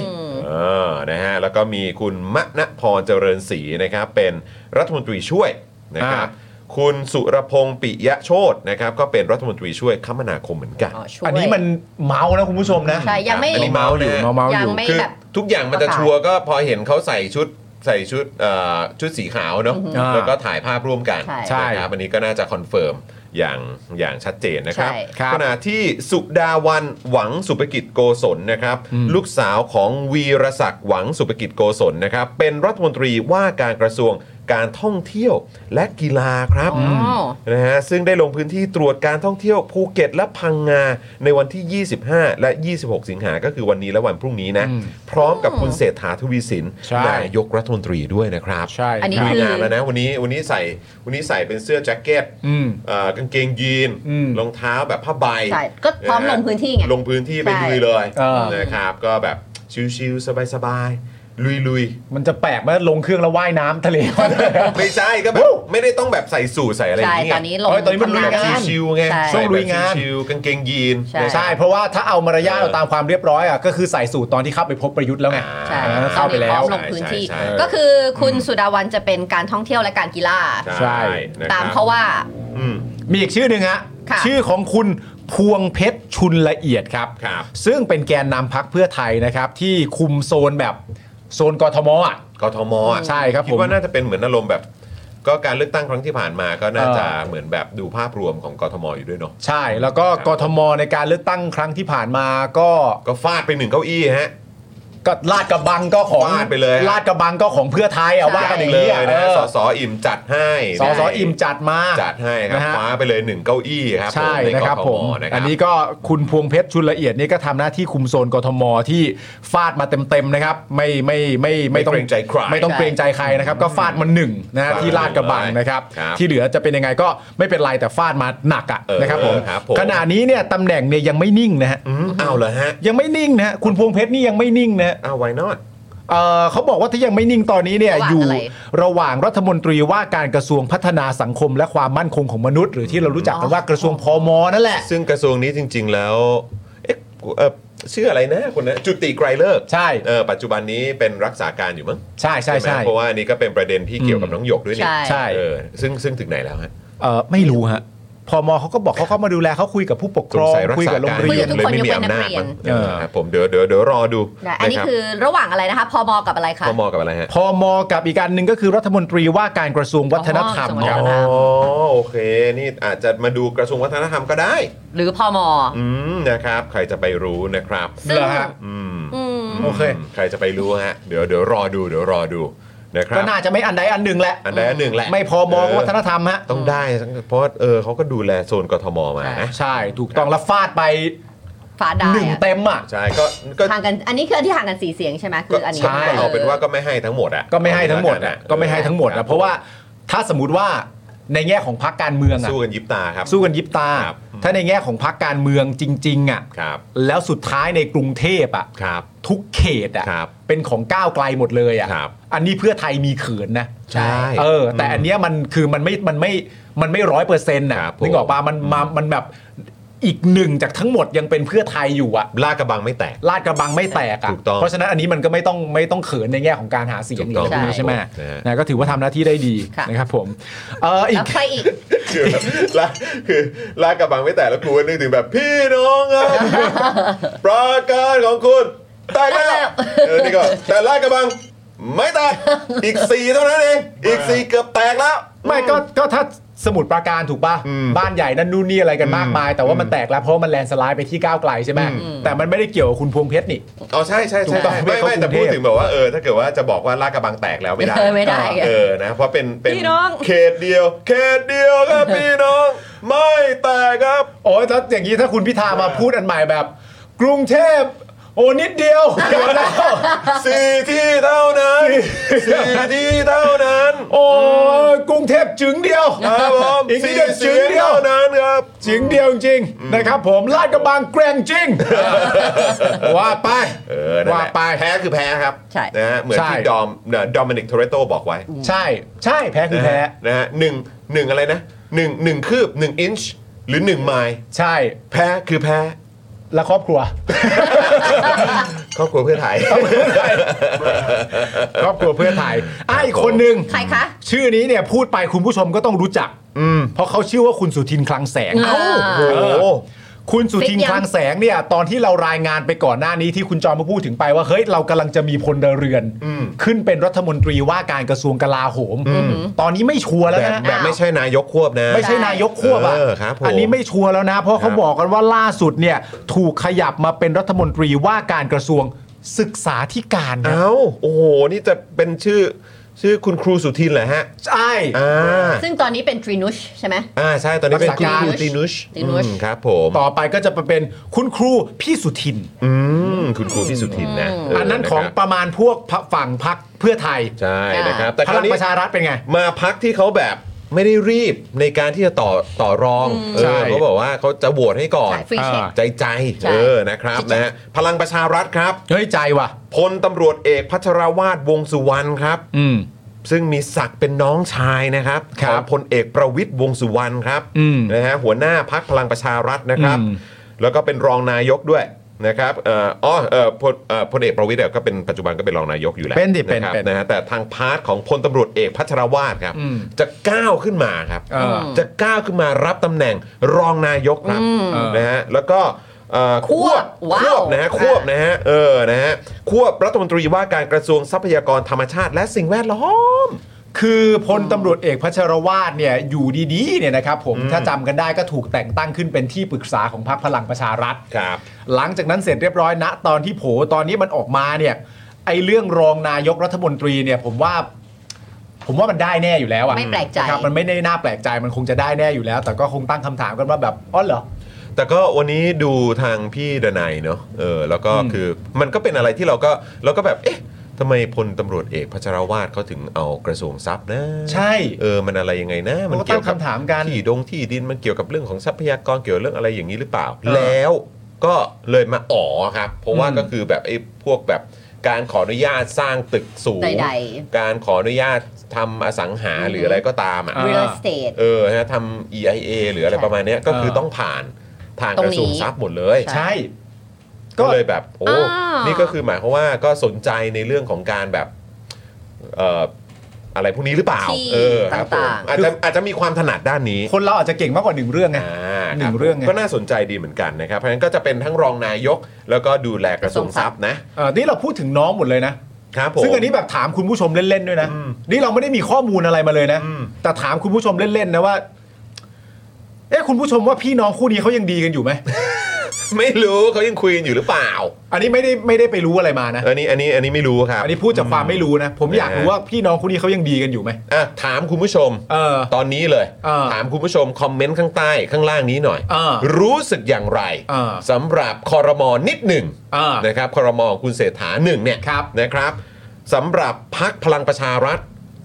Speaker 5: เออนะฮะ แล้วก็มีคุณมณพรเจริญศรีนะครับ เป็นรัฐมนตรีช่วยนะครับ
Speaker 6: อ่
Speaker 5: คุณสุรพงษ์ปิยะโชตนะครับ ก็เป็นรัฐมนตรีช่วยคมนาคมเหมือนกัน
Speaker 3: อ๋อช่วย
Speaker 6: อันนี้มันเมาส์นะคุณผู้ชมนะ
Speaker 3: ใช่ยังไม่
Speaker 5: ครับอันนี้เมาส์อยู่
Speaker 6: เมาส์ๆอยู่
Speaker 3: ยังไม่
Speaker 5: คือ
Speaker 3: แบบ
Speaker 5: ทุกอย่างมันจะชัวร์ก็พอเห็นเขาใส่ชุดใส่ชุดเอ่อชุดสีขาวเนาะ
Speaker 6: อือฮึ
Speaker 5: แล้วก็ถ่ายภาพร่วมกัน
Speaker 6: ใช่
Speaker 5: นะครับอันนี้ก็น่าจะคอนเฟิร์มอย่างอย่างชัดเจนนะครับ
Speaker 3: ใช่
Speaker 6: ครับ
Speaker 5: ขณะที่สุดาวันหวังสุภกิจโกศลนะครับ ลูกสาวของวีรศักดิ์หวังสุภกิจโกศลนะครับ เป็นรัฐมนตรีว่าการกระทรวงการท่องเที่ยวและกีฬาครับ
Speaker 3: อ๋อ
Speaker 5: นะฮะซึ่งได้ลงพื้นที่ตรวจการท่องเที่ยวภูเก็ตและพังงา ในวันที่ 25 และ 26 สิงหาก็คือวันนี้และวันพรุ่งนี้นะ
Speaker 6: อืม
Speaker 5: พร้อมกับคุณเศรษฐาทวีสิน
Speaker 6: ใช่
Speaker 5: นายกรัฐมนตรีด้วยนะครับ
Speaker 6: ใช่
Speaker 3: อันนี้
Speaker 6: ค
Speaker 5: ลุ
Speaker 6: รับ
Speaker 5: ยงานแล้วนะวันนี้วันนี้ใส่วันนี้ใส่เป็นเสื้อแจ็คเก็ต
Speaker 6: อืม
Speaker 5: เอ่อกางเกงยีน
Speaker 6: อืม
Speaker 5: รองเท้าแบบผ้าใบ
Speaker 3: ใช่ก็พร้อม
Speaker 5: นะ
Speaker 3: ล
Speaker 5: ฮะ
Speaker 3: งพื้นที่ไง
Speaker 5: ลงพื้นที่ไป
Speaker 3: ใช่
Speaker 5: ลุยเลย
Speaker 6: เออ
Speaker 5: นะครับก็แบบชิวๆสบายๆลุย
Speaker 6: มันจะแปลกไหมลงเครื่องแล้วว่ายน้ำทะเล
Speaker 5: ๆไม่ใช่ก็แบบไม่ได้ต้องแบบใส่สูทใส่อะไรอ
Speaker 3: ใช่
Speaker 5: ย่างเงี้
Speaker 3: ตอย นนี้ลง
Speaker 6: เอ้ยตอนนี้มัน
Speaker 3: ทำงา
Speaker 6: ลุยงาน
Speaker 5: ชิวๆไง
Speaker 3: ใช่
Speaker 5: ใส่
Speaker 6: ต้องลุยงาน
Speaker 5: แบบชิวๆกางเกงยีน
Speaker 3: ใช่
Speaker 6: ใช่ เพราะว่าถ้าเอามารยาทเอาตามความเรียบร้อยอ่ะก็คือใส่สูตรตอนที่เข้าไปพบประยุทธ์แล้วไง
Speaker 3: ใช่
Speaker 6: อ่า
Speaker 3: ตอ
Speaker 6: เข้าน ไป
Speaker 3: นี้
Speaker 6: แล้
Speaker 3: พร้
Speaker 6: ว
Speaker 3: อมลงพื้นที่
Speaker 5: ใช่
Speaker 3: ก็คือคุณสุดาวันจะเป็นการท่องเที่ยวและการกีฬา
Speaker 5: ใช่
Speaker 3: ตามเขาว่า
Speaker 5: อืม
Speaker 6: มีอีกชื่อหนึ่งฮะ
Speaker 3: ค่ะ
Speaker 6: ชื่อของคุณพวงเพชรชุนละเอียดครับ
Speaker 5: ครับ
Speaker 6: ซึ่งเป็นแกนนำพักเพื่อไทยนะครับ ที่คุมโซนแบบโซนกทมอ่ะ
Speaker 5: กทมอ่ะ
Speaker 6: ใช่ครับ
Speaker 5: คิ
Speaker 6: ผ
Speaker 5: ด
Speaker 6: ม
Speaker 5: ว่าน่าจะเป็นเหมือนอารมณ์แบบ ก็การเลือกตั้งครั้งที่ผ่านมาก็น่าจะ
Speaker 6: เออ
Speaker 5: เหมือนแบบดูภาพรวมของกทมอยู่ด้วยเนาะ
Speaker 6: ใช่ แล้วก็กทมในการเลือกตั้งครั้งที่ผ่านมาก็
Speaker 5: ก็ฟาดไปหนึ่งเก้าอี้ฮะ
Speaker 6: ก็ลาดกระบังก็ของ
Speaker 5: ฟาดไปเลย
Speaker 6: ลาดกระบังก็ของเพื่อไทยเอาว่ากันอย่างนี้
Speaker 5: เล
Speaker 6: อ่ะ
Speaker 5: ย
Speaker 6: เอ
Speaker 5: นะ
Speaker 6: อ
Speaker 5: สสอิ่มจัดให้
Speaker 6: ส
Speaker 5: นะ
Speaker 6: สอิ่มจัดมา
Speaker 5: จัดให้ครับ
Speaker 6: นะฮะ
Speaker 5: คว้าไปเลยหนึ่งเก้าอี้ครับ
Speaker 6: ใช่
Speaker 5: ผมใน
Speaker 6: นะครับ
Speaker 5: กท
Speaker 6: ผม
Speaker 5: นะครั
Speaker 6: อั
Speaker 5: บ
Speaker 6: นนี้ก็คุณพวงเพชรชุนละเอียดนี่ก็ทำหน้าที่คุมโซนกทมที่ฟาดมาเต็มๆนะครับ ไม่ไม่ไม่ต้อง
Speaker 5: ไม่เกรงใจใคร
Speaker 6: ไม่ต้องเกรงใจใครนะครับ ก็ฟาดมาหนึ่งนะฮะ
Speaker 5: ฟาดมา
Speaker 6: ที่ลาดกระบัง
Speaker 5: หนึ่งเลย
Speaker 6: นะครับ
Speaker 5: ครับ
Speaker 6: ที่เหลือจะเป็นยังไงก็ไม่เป็นไรแต่ฟาดมาหนักอ่ะ
Speaker 5: เออ
Speaker 6: นะครับผม
Speaker 5: ครับผม
Speaker 6: ขณะนี้เนี่ยตำแหน่งเนี่ยยังไม่นิ่งนะฮะ
Speaker 5: อืมเอาเหรอฮะ
Speaker 6: ยังไม่นิ่งนะฮะคุณพวงเพชรนี่ยังไม่นิ่งนะฮะ
Speaker 5: เอาไว้นอต
Speaker 6: เอ่อเขาบอกว่าที่ยังไม่นิ่งตอนนี้เนี่ย
Speaker 3: ระหว่าง
Speaker 6: อยู่
Speaker 3: อะไร
Speaker 6: ระหว่างรัฐมนตรีว่าการกระทรวงพัฒนาสังคมและความมั่นคงของมนุษย์ หรือที่เรารู้จักกันว่ากระทรวงพมนั่นแหละ
Speaker 5: ซึ่งกระทรวงนี้จริง ๆ แล้ว เอ๊ะกูเอ่อชื่ออะไรนะคนนั้นจุติไกรเลิกษ์
Speaker 6: ใช่
Speaker 5: เออปัจจุบันนี้เป็นรักษาการอยู่มั้ง
Speaker 6: ใช่ใช่
Speaker 5: ไหม
Speaker 6: ใช่
Speaker 5: เพราะว่าอันนี้ก็เป็นประเด็นที่เกี่ยวกับน้องหยกด้วยนี่
Speaker 3: ใช่
Speaker 6: ใช่
Speaker 5: เออซึ่งซึ่งถึงไหนแล้วฮะ
Speaker 6: เออไม่รู้ฮะ พมเขาก็บอกเขาเข้ามาดูแลเขาคุยกับผู้ปกค
Speaker 5: ส
Speaker 6: รง อง
Speaker 5: สัยรัก
Speaker 6: คุย
Speaker 5: ษา
Speaker 6: กับโร
Speaker 5: กาง ร
Speaker 6: เรียน
Speaker 3: คุยกับทุก
Speaker 5: เลยไม่มีอำนาจมั้ง
Speaker 6: เออ
Speaker 5: นะครับผมเดี๋ยวเดี๋ยวเดี๋ยวรอดู
Speaker 3: นะอันนี้
Speaker 5: ะรับ
Speaker 3: คือระหว่างอะไรนะคะพมกับอะไรคะ
Speaker 5: พมกับอะไรฮะ
Speaker 6: พมกับอีกการหนึ่งก็คือรัฐมนตรีว่าการกระทรวงวัฒนธรรม
Speaker 3: อ๋อ
Speaker 6: ครับ
Speaker 5: อ๋อโอเค นี่อาจจะมาดูกระทรวงวัฒนธรรมก็ได้
Speaker 3: หรือพม
Speaker 5: อืมนะครับ ใครจะไปรู้นะครับ
Speaker 3: ซึ่ง
Speaker 6: เหรอฮะ
Speaker 5: อืม
Speaker 3: อืม
Speaker 6: โอเค
Speaker 5: ใครจะไปรู้ฮะเดี๋ยวเดี๋ยวรอดูเดี๋ยวรอดูนะครั
Speaker 6: ก็
Speaker 5: บ
Speaker 6: น่าจะไม่อันใดอันหนึ่งแหละ
Speaker 5: อันใดอันหนึ่งแหละ
Speaker 6: ไม่พมก็วัฒนธรรมฮะ
Speaker 5: ต้องได้เพราะเออเขาก็ดูแลโซนกทมมานะ
Speaker 6: ใช่ถูกต้องแล้วฟาดไป
Speaker 3: ฝาดาย
Speaker 6: หนึ่ง
Speaker 3: อะ
Speaker 6: เต็มอ่ะ
Speaker 5: ใช่ก็ก็
Speaker 3: ห่างกัน อันนี้คืออันที่ห่างกันสี่เสียงใช่ไหมคืออันนี้
Speaker 6: ใช่
Speaker 5: ก็เอาเป็นว่าก็ไม่ให้ทั้งหมดอ่ะ
Speaker 6: ก็ไม่ให้ทั้งหมดอ่ะก็ไม่ให้ทั้งหมด
Speaker 5: ค
Speaker 6: อ่ะ
Speaker 5: บ
Speaker 6: เพราะว่าถ้าสมมติว่าในแง่ของพรรคการเมืองอ่ะ
Speaker 5: สู้กันยิบตาครับ
Speaker 6: สู้กันยิบตา
Speaker 5: ครับ
Speaker 6: ถ้าในแง่ของพรรคการเมืองจริง ๆอ่ะ
Speaker 5: ครับ
Speaker 6: แล้วสุดท้ายในกรุงเทพอ่ะ
Speaker 5: ครับ
Speaker 6: ทุกเขตอ่ะ
Speaker 5: ครับ
Speaker 6: เป็นของก้าวไกลหมดเลยอ่ะ
Speaker 5: ครับ
Speaker 6: อันนี้เพื่อไทยมีเขินนะ
Speaker 5: ใช่
Speaker 6: เออแต่อันเนี้ยมันคือมันไม่มันไม่มันไม่ร้อยเปอร์เซ็นต์นะครับ
Speaker 5: ผม
Speaker 6: นึกออกปะมันมามันแบบอีกหนึ่งจากทั้งหมดยังเป็นเพื่อไทยอยู่อะ
Speaker 5: ลากกระบังไม่แตก
Speaker 6: ลาดกระบังไม่แตกอะ
Speaker 5: ถูกต้อง
Speaker 6: เพราะฉะนั้นอันนี้มันก็ไม่ต้องไม่ต้องเขินในแง่ของการหาเสียงหรืออะไรพวกนี้
Speaker 5: ถูกต้อง
Speaker 6: ใช่ไหม
Speaker 5: ใช่
Speaker 6: นะก็ถือว่าทำหน้าที่ได้ดี
Speaker 3: ค่ะ
Speaker 6: นะครับผมเอออี
Speaker 3: แล้
Speaker 6: ก
Speaker 3: วใครอีก
Speaker 5: คือแบบ ลากคือลากกระบังไม่แตกแล้วกูก็นึกถึงแบบพี่น้อง ครับประการของคุณแตกแล้วเออนี่ก็แต่ลากกระบังไม่แตกอีกสี่เท่านั้นเองอีกสี่เกือบแตกแล้ว
Speaker 6: ไม่ก็ก็ถ้าสมุดปราการถูกป่ะ
Speaker 5: อืม
Speaker 6: บ้านใหญ่นั่นนู่นนี่อะไรกันมากมาย แต่ว่ามันแตกแล้วเพราะมันแลนด์สไลด์ไปที่ก้าวไกลใช่ไหม
Speaker 5: อืม
Speaker 6: แต่มันไม่ได้เกี่ยวกับคุณพวงเพชรนี่
Speaker 5: อ๋อใช่ใช่
Speaker 6: ถู
Speaker 5: ใช่
Speaker 6: กต้อง
Speaker 5: ไม่ไม่แต่
Speaker 6: ไม่เข้ากรุงเทพ
Speaker 5: พูดถึงแบบว่าเออถ้าเกิดว่าจะบอกว่าลากกระบังแตกแล้วไม่ได้
Speaker 3: เออไม่ได้ไง
Speaker 5: เออนะเพราะเป็นเป็น
Speaker 3: พี่น้อง
Speaker 5: เขตเดียว เขตเดียว ครับพี่น้อง ไม่แตกครับ
Speaker 6: โอ้ยถ้าอย่างนี้ถ้าคุณพิธามาพูดอันใหม่แบบ กรุงเทพโอ้นิดเดียวเดี๋ยวแล้ว
Speaker 5: สี่ที่เท่านั้นสี่ที่เท่านั้น
Speaker 6: โอ้ยกรุงเทพจึงเดียว
Speaker 5: ครับผม
Speaker 6: อีกนิ
Speaker 5: สี่
Speaker 6: ดเดียว
Speaker 5: เสี
Speaker 6: จึ๊
Speaker 5: ยง
Speaker 6: งเดียว
Speaker 5: เท่านั้นครับ
Speaker 6: จึงเดียวจริงๆนะครับ ผมลาดกระบังแกร่งจริงว่าไป
Speaker 5: เออนั่นแหละ
Speaker 6: ว่าไป
Speaker 5: แพ้คือแพ้ครับ
Speaker 3: ใช่
Speaker 5: นะฮะเหมือน
Speaker 6: ใช่
Speaker 5: ที่ดอมดอมินิกโทเรโตบอกไว้
Speaker 6: ใช่ใช่แพ้คือแพ้
Speaker 5: นะฮะหนึ่งหนึ่งอะไรนะหนึ่งหนึ่งคืบหนึ่งอินชหรือหนึ่งไมล์
Speaker 6: ใช่
Speaker 5: แพ้คือแพ้
Speaker 6: และครอบค รัว
Speaker 5: ครอบครัวเพื่อไทย
Speaker 6: ครอบครัวเพื่อไทยอ่ะอีกคนหนึ่ง
Speaker 3: ใครคะ
Speaker 6: ชื่อนี้เนี่ยพูดไปคุณผู้ชมก็ต้องรู้จักเพราะเขาชื่อว่าคุณสุทินคลังแสง
Speaker 3: เอ้า
Speaker 6: โอ้โหคุณสุทิน
Speaker 3: ฟิกยัง
Speaker 6: คลังแสงเนี่ยตอนที่เรารายงานไปก่อนหน้านี้ที่คุณจอมมาพูดถึงไปว่าเฮ้ยเรากำลังจะมีพลเรือน
Speaker 5: อืม
Speaker 6: ขึ้นเป็นรัฐมนตรีว่าการกระทรวงกลาโหม ตอนนี้ไม่ชัวร์แล้ว
Speaker 5: แบบ
Speaker 6: นะ
Speaker 5: แบบไม่ใช่นายกควบนะ
Speaker 6: ไม่ใช่นายกควบอ่ะ
Speaker 5: เออครับผม
Speaker 6: อันนี้ไม่ชัวร์แล้วนะ เพราะเขา
Speaker 5: ครับ
Speaker 6: บอกกันว่าล่าสุดเนี่ยถูกขยับมาเป็นรัฐมนตรีว่าการกระทรวงศึกษาธิการนะ
Speaker 5: เอ้าโอ้โห นี่จะเป็นชื่อชื่อคุณครูสุทินเหรอฮะ
Speaker 6: ใช่
Speaker 5: อ่า
Speaker 3: ซึ่งตอนนี้เป็นทรีนุชใช่ไหม
Speaker 5: อ่าใช่ตอนนี้เป็น
Speaker 6: รัก
Speaker 5: คุณ
Speaker 6: ษาการ
Speaker 5: ครูตินุช
Speaker 3: ตินุช
Speaker 5: อืมครับผม
Speaker 6: ต่อไปก็จะไปเป็นคุณครูพี่สุทิน
Speaker 5: อืมคุณครูพี่สุทินนะเ
Speaker 6: อันนั้นของ
Speaker 5: ะครับ
Speaker 6: ประมาณพวกพรรคฝั่งพักเพื่อไทย
Speaker 5: ใช่นะครับ
Speaker 6: พ
Speaker 5: ค
Speaker 6: ลั
Speaker 5: ว
Speaker 6: ง
Speaker 5: นี้
Speaker 6: ประชารัฐเป็นไง
Speaker 5: มาพักที่เขาแบบไม่ได้รีบในการที่จะต่อต่อรองเอ
Speaker 6: ใช่
Speaker 5: อเขาบอกว่าเขาจะโหวตให้ก่อน
Speaker 3: ใช่ฟรีเช็ค
Speaker 5: ใจใจ
Speaker 3: ใช่
Speaker 5: เออนะครับนะฮะพลังประชารัฐครับ
Speaker 6: เฮ้ยใจว่ะ
Speaker 5: พลตำรวจเอกพัชรวาทวงศ์สุวรรณครับ
Speaker 6: อืม
Speaker 5: ซึ่งมีศักดิ์เป็นน้องชายนะครับ
Speaker 6: ครั
Speaker 5: ข
Speaker 6: บ
Speaker 5: องพลเอกประวิทย์วงษ์สุวรรณครับ
Speaker 6: อืม
Speaker 5: นะฮะหัวหน้าพักพลังประชารัฐนะครับ
Speaker 6: อืม
Speaker 5: แล้วก็เป็นรองนายกด้วยนะครับเอ่ออ๋อเอ่อพลเอ่อพลเอกประวิทย์เนี่ยก็เป็นปัจจุบันก็เป็นรองนายกอยู่แล้ว
Speaker 6: เป็นดิเป็น
Speaker 5: นะครับ
Speaker 6: เป็น
Speaker 5: นะฮะแต่ทางพาร์ทของพลตำรวจเอกพัชรวาทครับ
Speaker 6: อืม
Speaker 5: จะก้าวขึ้นมาครับ
Speaker 6: เออ
Speaker 5: จะก้าวขึ้นมารับตำแหน่งรองนายกครับ
Speaker 6: เออ
Speaker 5: นะฮะแล้วก็เอ่อ
Speaker 3: ควบว้าว
Speaker 5: ควบนะฮะ
Speaker 3: อ่า
Speaker 5: ควบนะฮะเออนะฮะควบรัฐมนตรีว่าการกระทรวงทรัพยากรธรรมชาติ และสิ่งแวดล้อม
Speaker 6: คือพลตำรวจเอกพัชรวาทเนี่ยอยู่ดีๆเนี่ยนะครับผมถ้าจำกันได้ก็ถูกแต่งตั้งขึ้นเป็นที่ปรึกษาของพรรคพลังประชารัฐ
Speaker 5: ครับ
Speaker 6: หลังจากนั้นเสร็จเรียบร้อยนะ ตอนที่โผล่ตอนนี้มันออกมาเนี่ยไอ้เรื่องรองนายกรัฐมนตรีเนี่ยผมว่า ผมว่ามันได้แน่อยู่แล้วอะ
Speaker 3: ไม่แปลกใจ
Speaker 6: นะครับมันไม่ได้น่าแปลกใจมันคงจะได้แน่อยู่แล้ว แต่ก็คงตั้งคำถามกันว่าแบบอ๋อเหรอ
Speaker 5: แต่ก็วันนี้ดูทางพี่ดนัยเนาะเออแล้วก็คือมันก็เป็นอะไรที่เราก็เราก็แบบเอ๊ะทำไมพลตำรวจเอกพัชรวาทเขาถึงเอากระทรวงทรัพย์นะ
Speaker 6: ใช่
Speaker 5: เออมันอะไรยังไงนะ
Speaker 6: เขาก็ตั้งคำถามกัน
Speaker 5: ที่ดงที่ดินมันเกี่ยวกับเรื่องของทรัพยากรเกี่ยวเรื่องอะไรอย่างนี้หรือเปล่า
Speaker 6: เออ
Speaker 5: แล้วก็เลยมาอ๋อครับ เพราะว่า
Speaker 6: อืม
Speaker 5: ก็คือแบบไอ้พวกแบบการขออนุญาตสร้างตึกสูง
Speaker 3: ใด
Speaker 5: การขออนุญาตทำอสังหาหรืออะไรก็ตามอ่ะ
Speaker 3: ๆ real estate
Speaker 5: เออฮะทำ EIA หรืออะไร
Speaker 3: ใช่
Speaker 5: ประมาณเนี้ยก็คือ
Speaker 6: เออ
Speaker 5: ต้องผ่านทาง
Speaker 3: ตรง
Speaker 5: กระทรวง
Speaker 3: นี้
Speaker 5: ทรัพย์หมดเลย
Speaker 3: ใช่
Speaker 6: ใช่
Speaker 5: ก็เลยแบบโอ้
Speaker 3: อ่านี่
Speaker 5: นี่ก็คือหมายความว่าก็สนใจในเรื่องของการแบบเอ่ออ อะไรพวกนี้หรือเปล่า
Speaker 3: ที่
Speaker 5: เออครับผม
Speaker 3: ต่างๆ
Speaker 5: อาจจะอาจจะมีความถนัดด้านนี้
Speaker 6: คนเราอาจจะเก่งมากกว่าหนึ่งเรื่องไง
Speaker 5: อ่า
Speaker 6: หนึ่ง
Speaker 5: คบ
Speaker 6: เรื่องไง
Speaker 5: ก็น่าสนใจดีเหมือนกันนะครับ เพราะฉะนั้นก็จะเป็นทั้งรองนายก แล้วก็ดูแลกระทรวงทรัพย์นะ
Speaker 6: เออนี่เราพูดถึงน้องหมดเลยนะ
Speaker 5: ครับผม
Speaker 6: ซึ่งอันนี้แบบถามคุณผู้ชมเล่น ๆ ด้วยนะ
Speaker 5: อืม
Speaker 6: นี่เราไม่ได้มีข้อมูลอะไรมาเลยนะ
Speaker 5: อืม
Speaker 6: แต่ถามคุณผู้ชมเล่น ๆ นะว่า เอ๊ะคุณผู้ชมว่าพี่น้องคู่นี้เขายังดีกันอยู่ไหม
Speaker 5: ไม่รู้เขายังคุยกันอยู่หรือเปล่า
Speaker 6: อันนี้ไม่ได้ไม่ได้ไปรู้อะไรมานะ
Speaker 5: อันนี้อันนี้อันนี้ไม่รู้ครับ
Speaker 6: อันนี้พูดจากความไม่รู้นะ ผมอยากรู้ว่าพี่น้องคู่นี้เขายังดีกันอยู่ไหม
Speaker 5: อ่ะถามคุณผู้ชม
Speaker 6: เออ
Speaker 5: ตอนนี้เลย
Speaker 6: เออ
Speaker 5: ถามคุณผู้ชมคอมเมนต์ข้างใต้ข้างล่างนี้หน่อย
Speaker 6: เออ
Speaker 5: รู้สึกอย่างไร
Speaker 6: เออ
Speaker 5: สำหรับคอรมอนิดหนึ่ง
Speaker 6: เออ
Speaker 5: นะครับคอรมอของคุณเศรษฐาหนึ่งเนี่ย
Speaker 6: ครับ
Speaker 5: นะครับสำหรับพักพลังประชารัฐ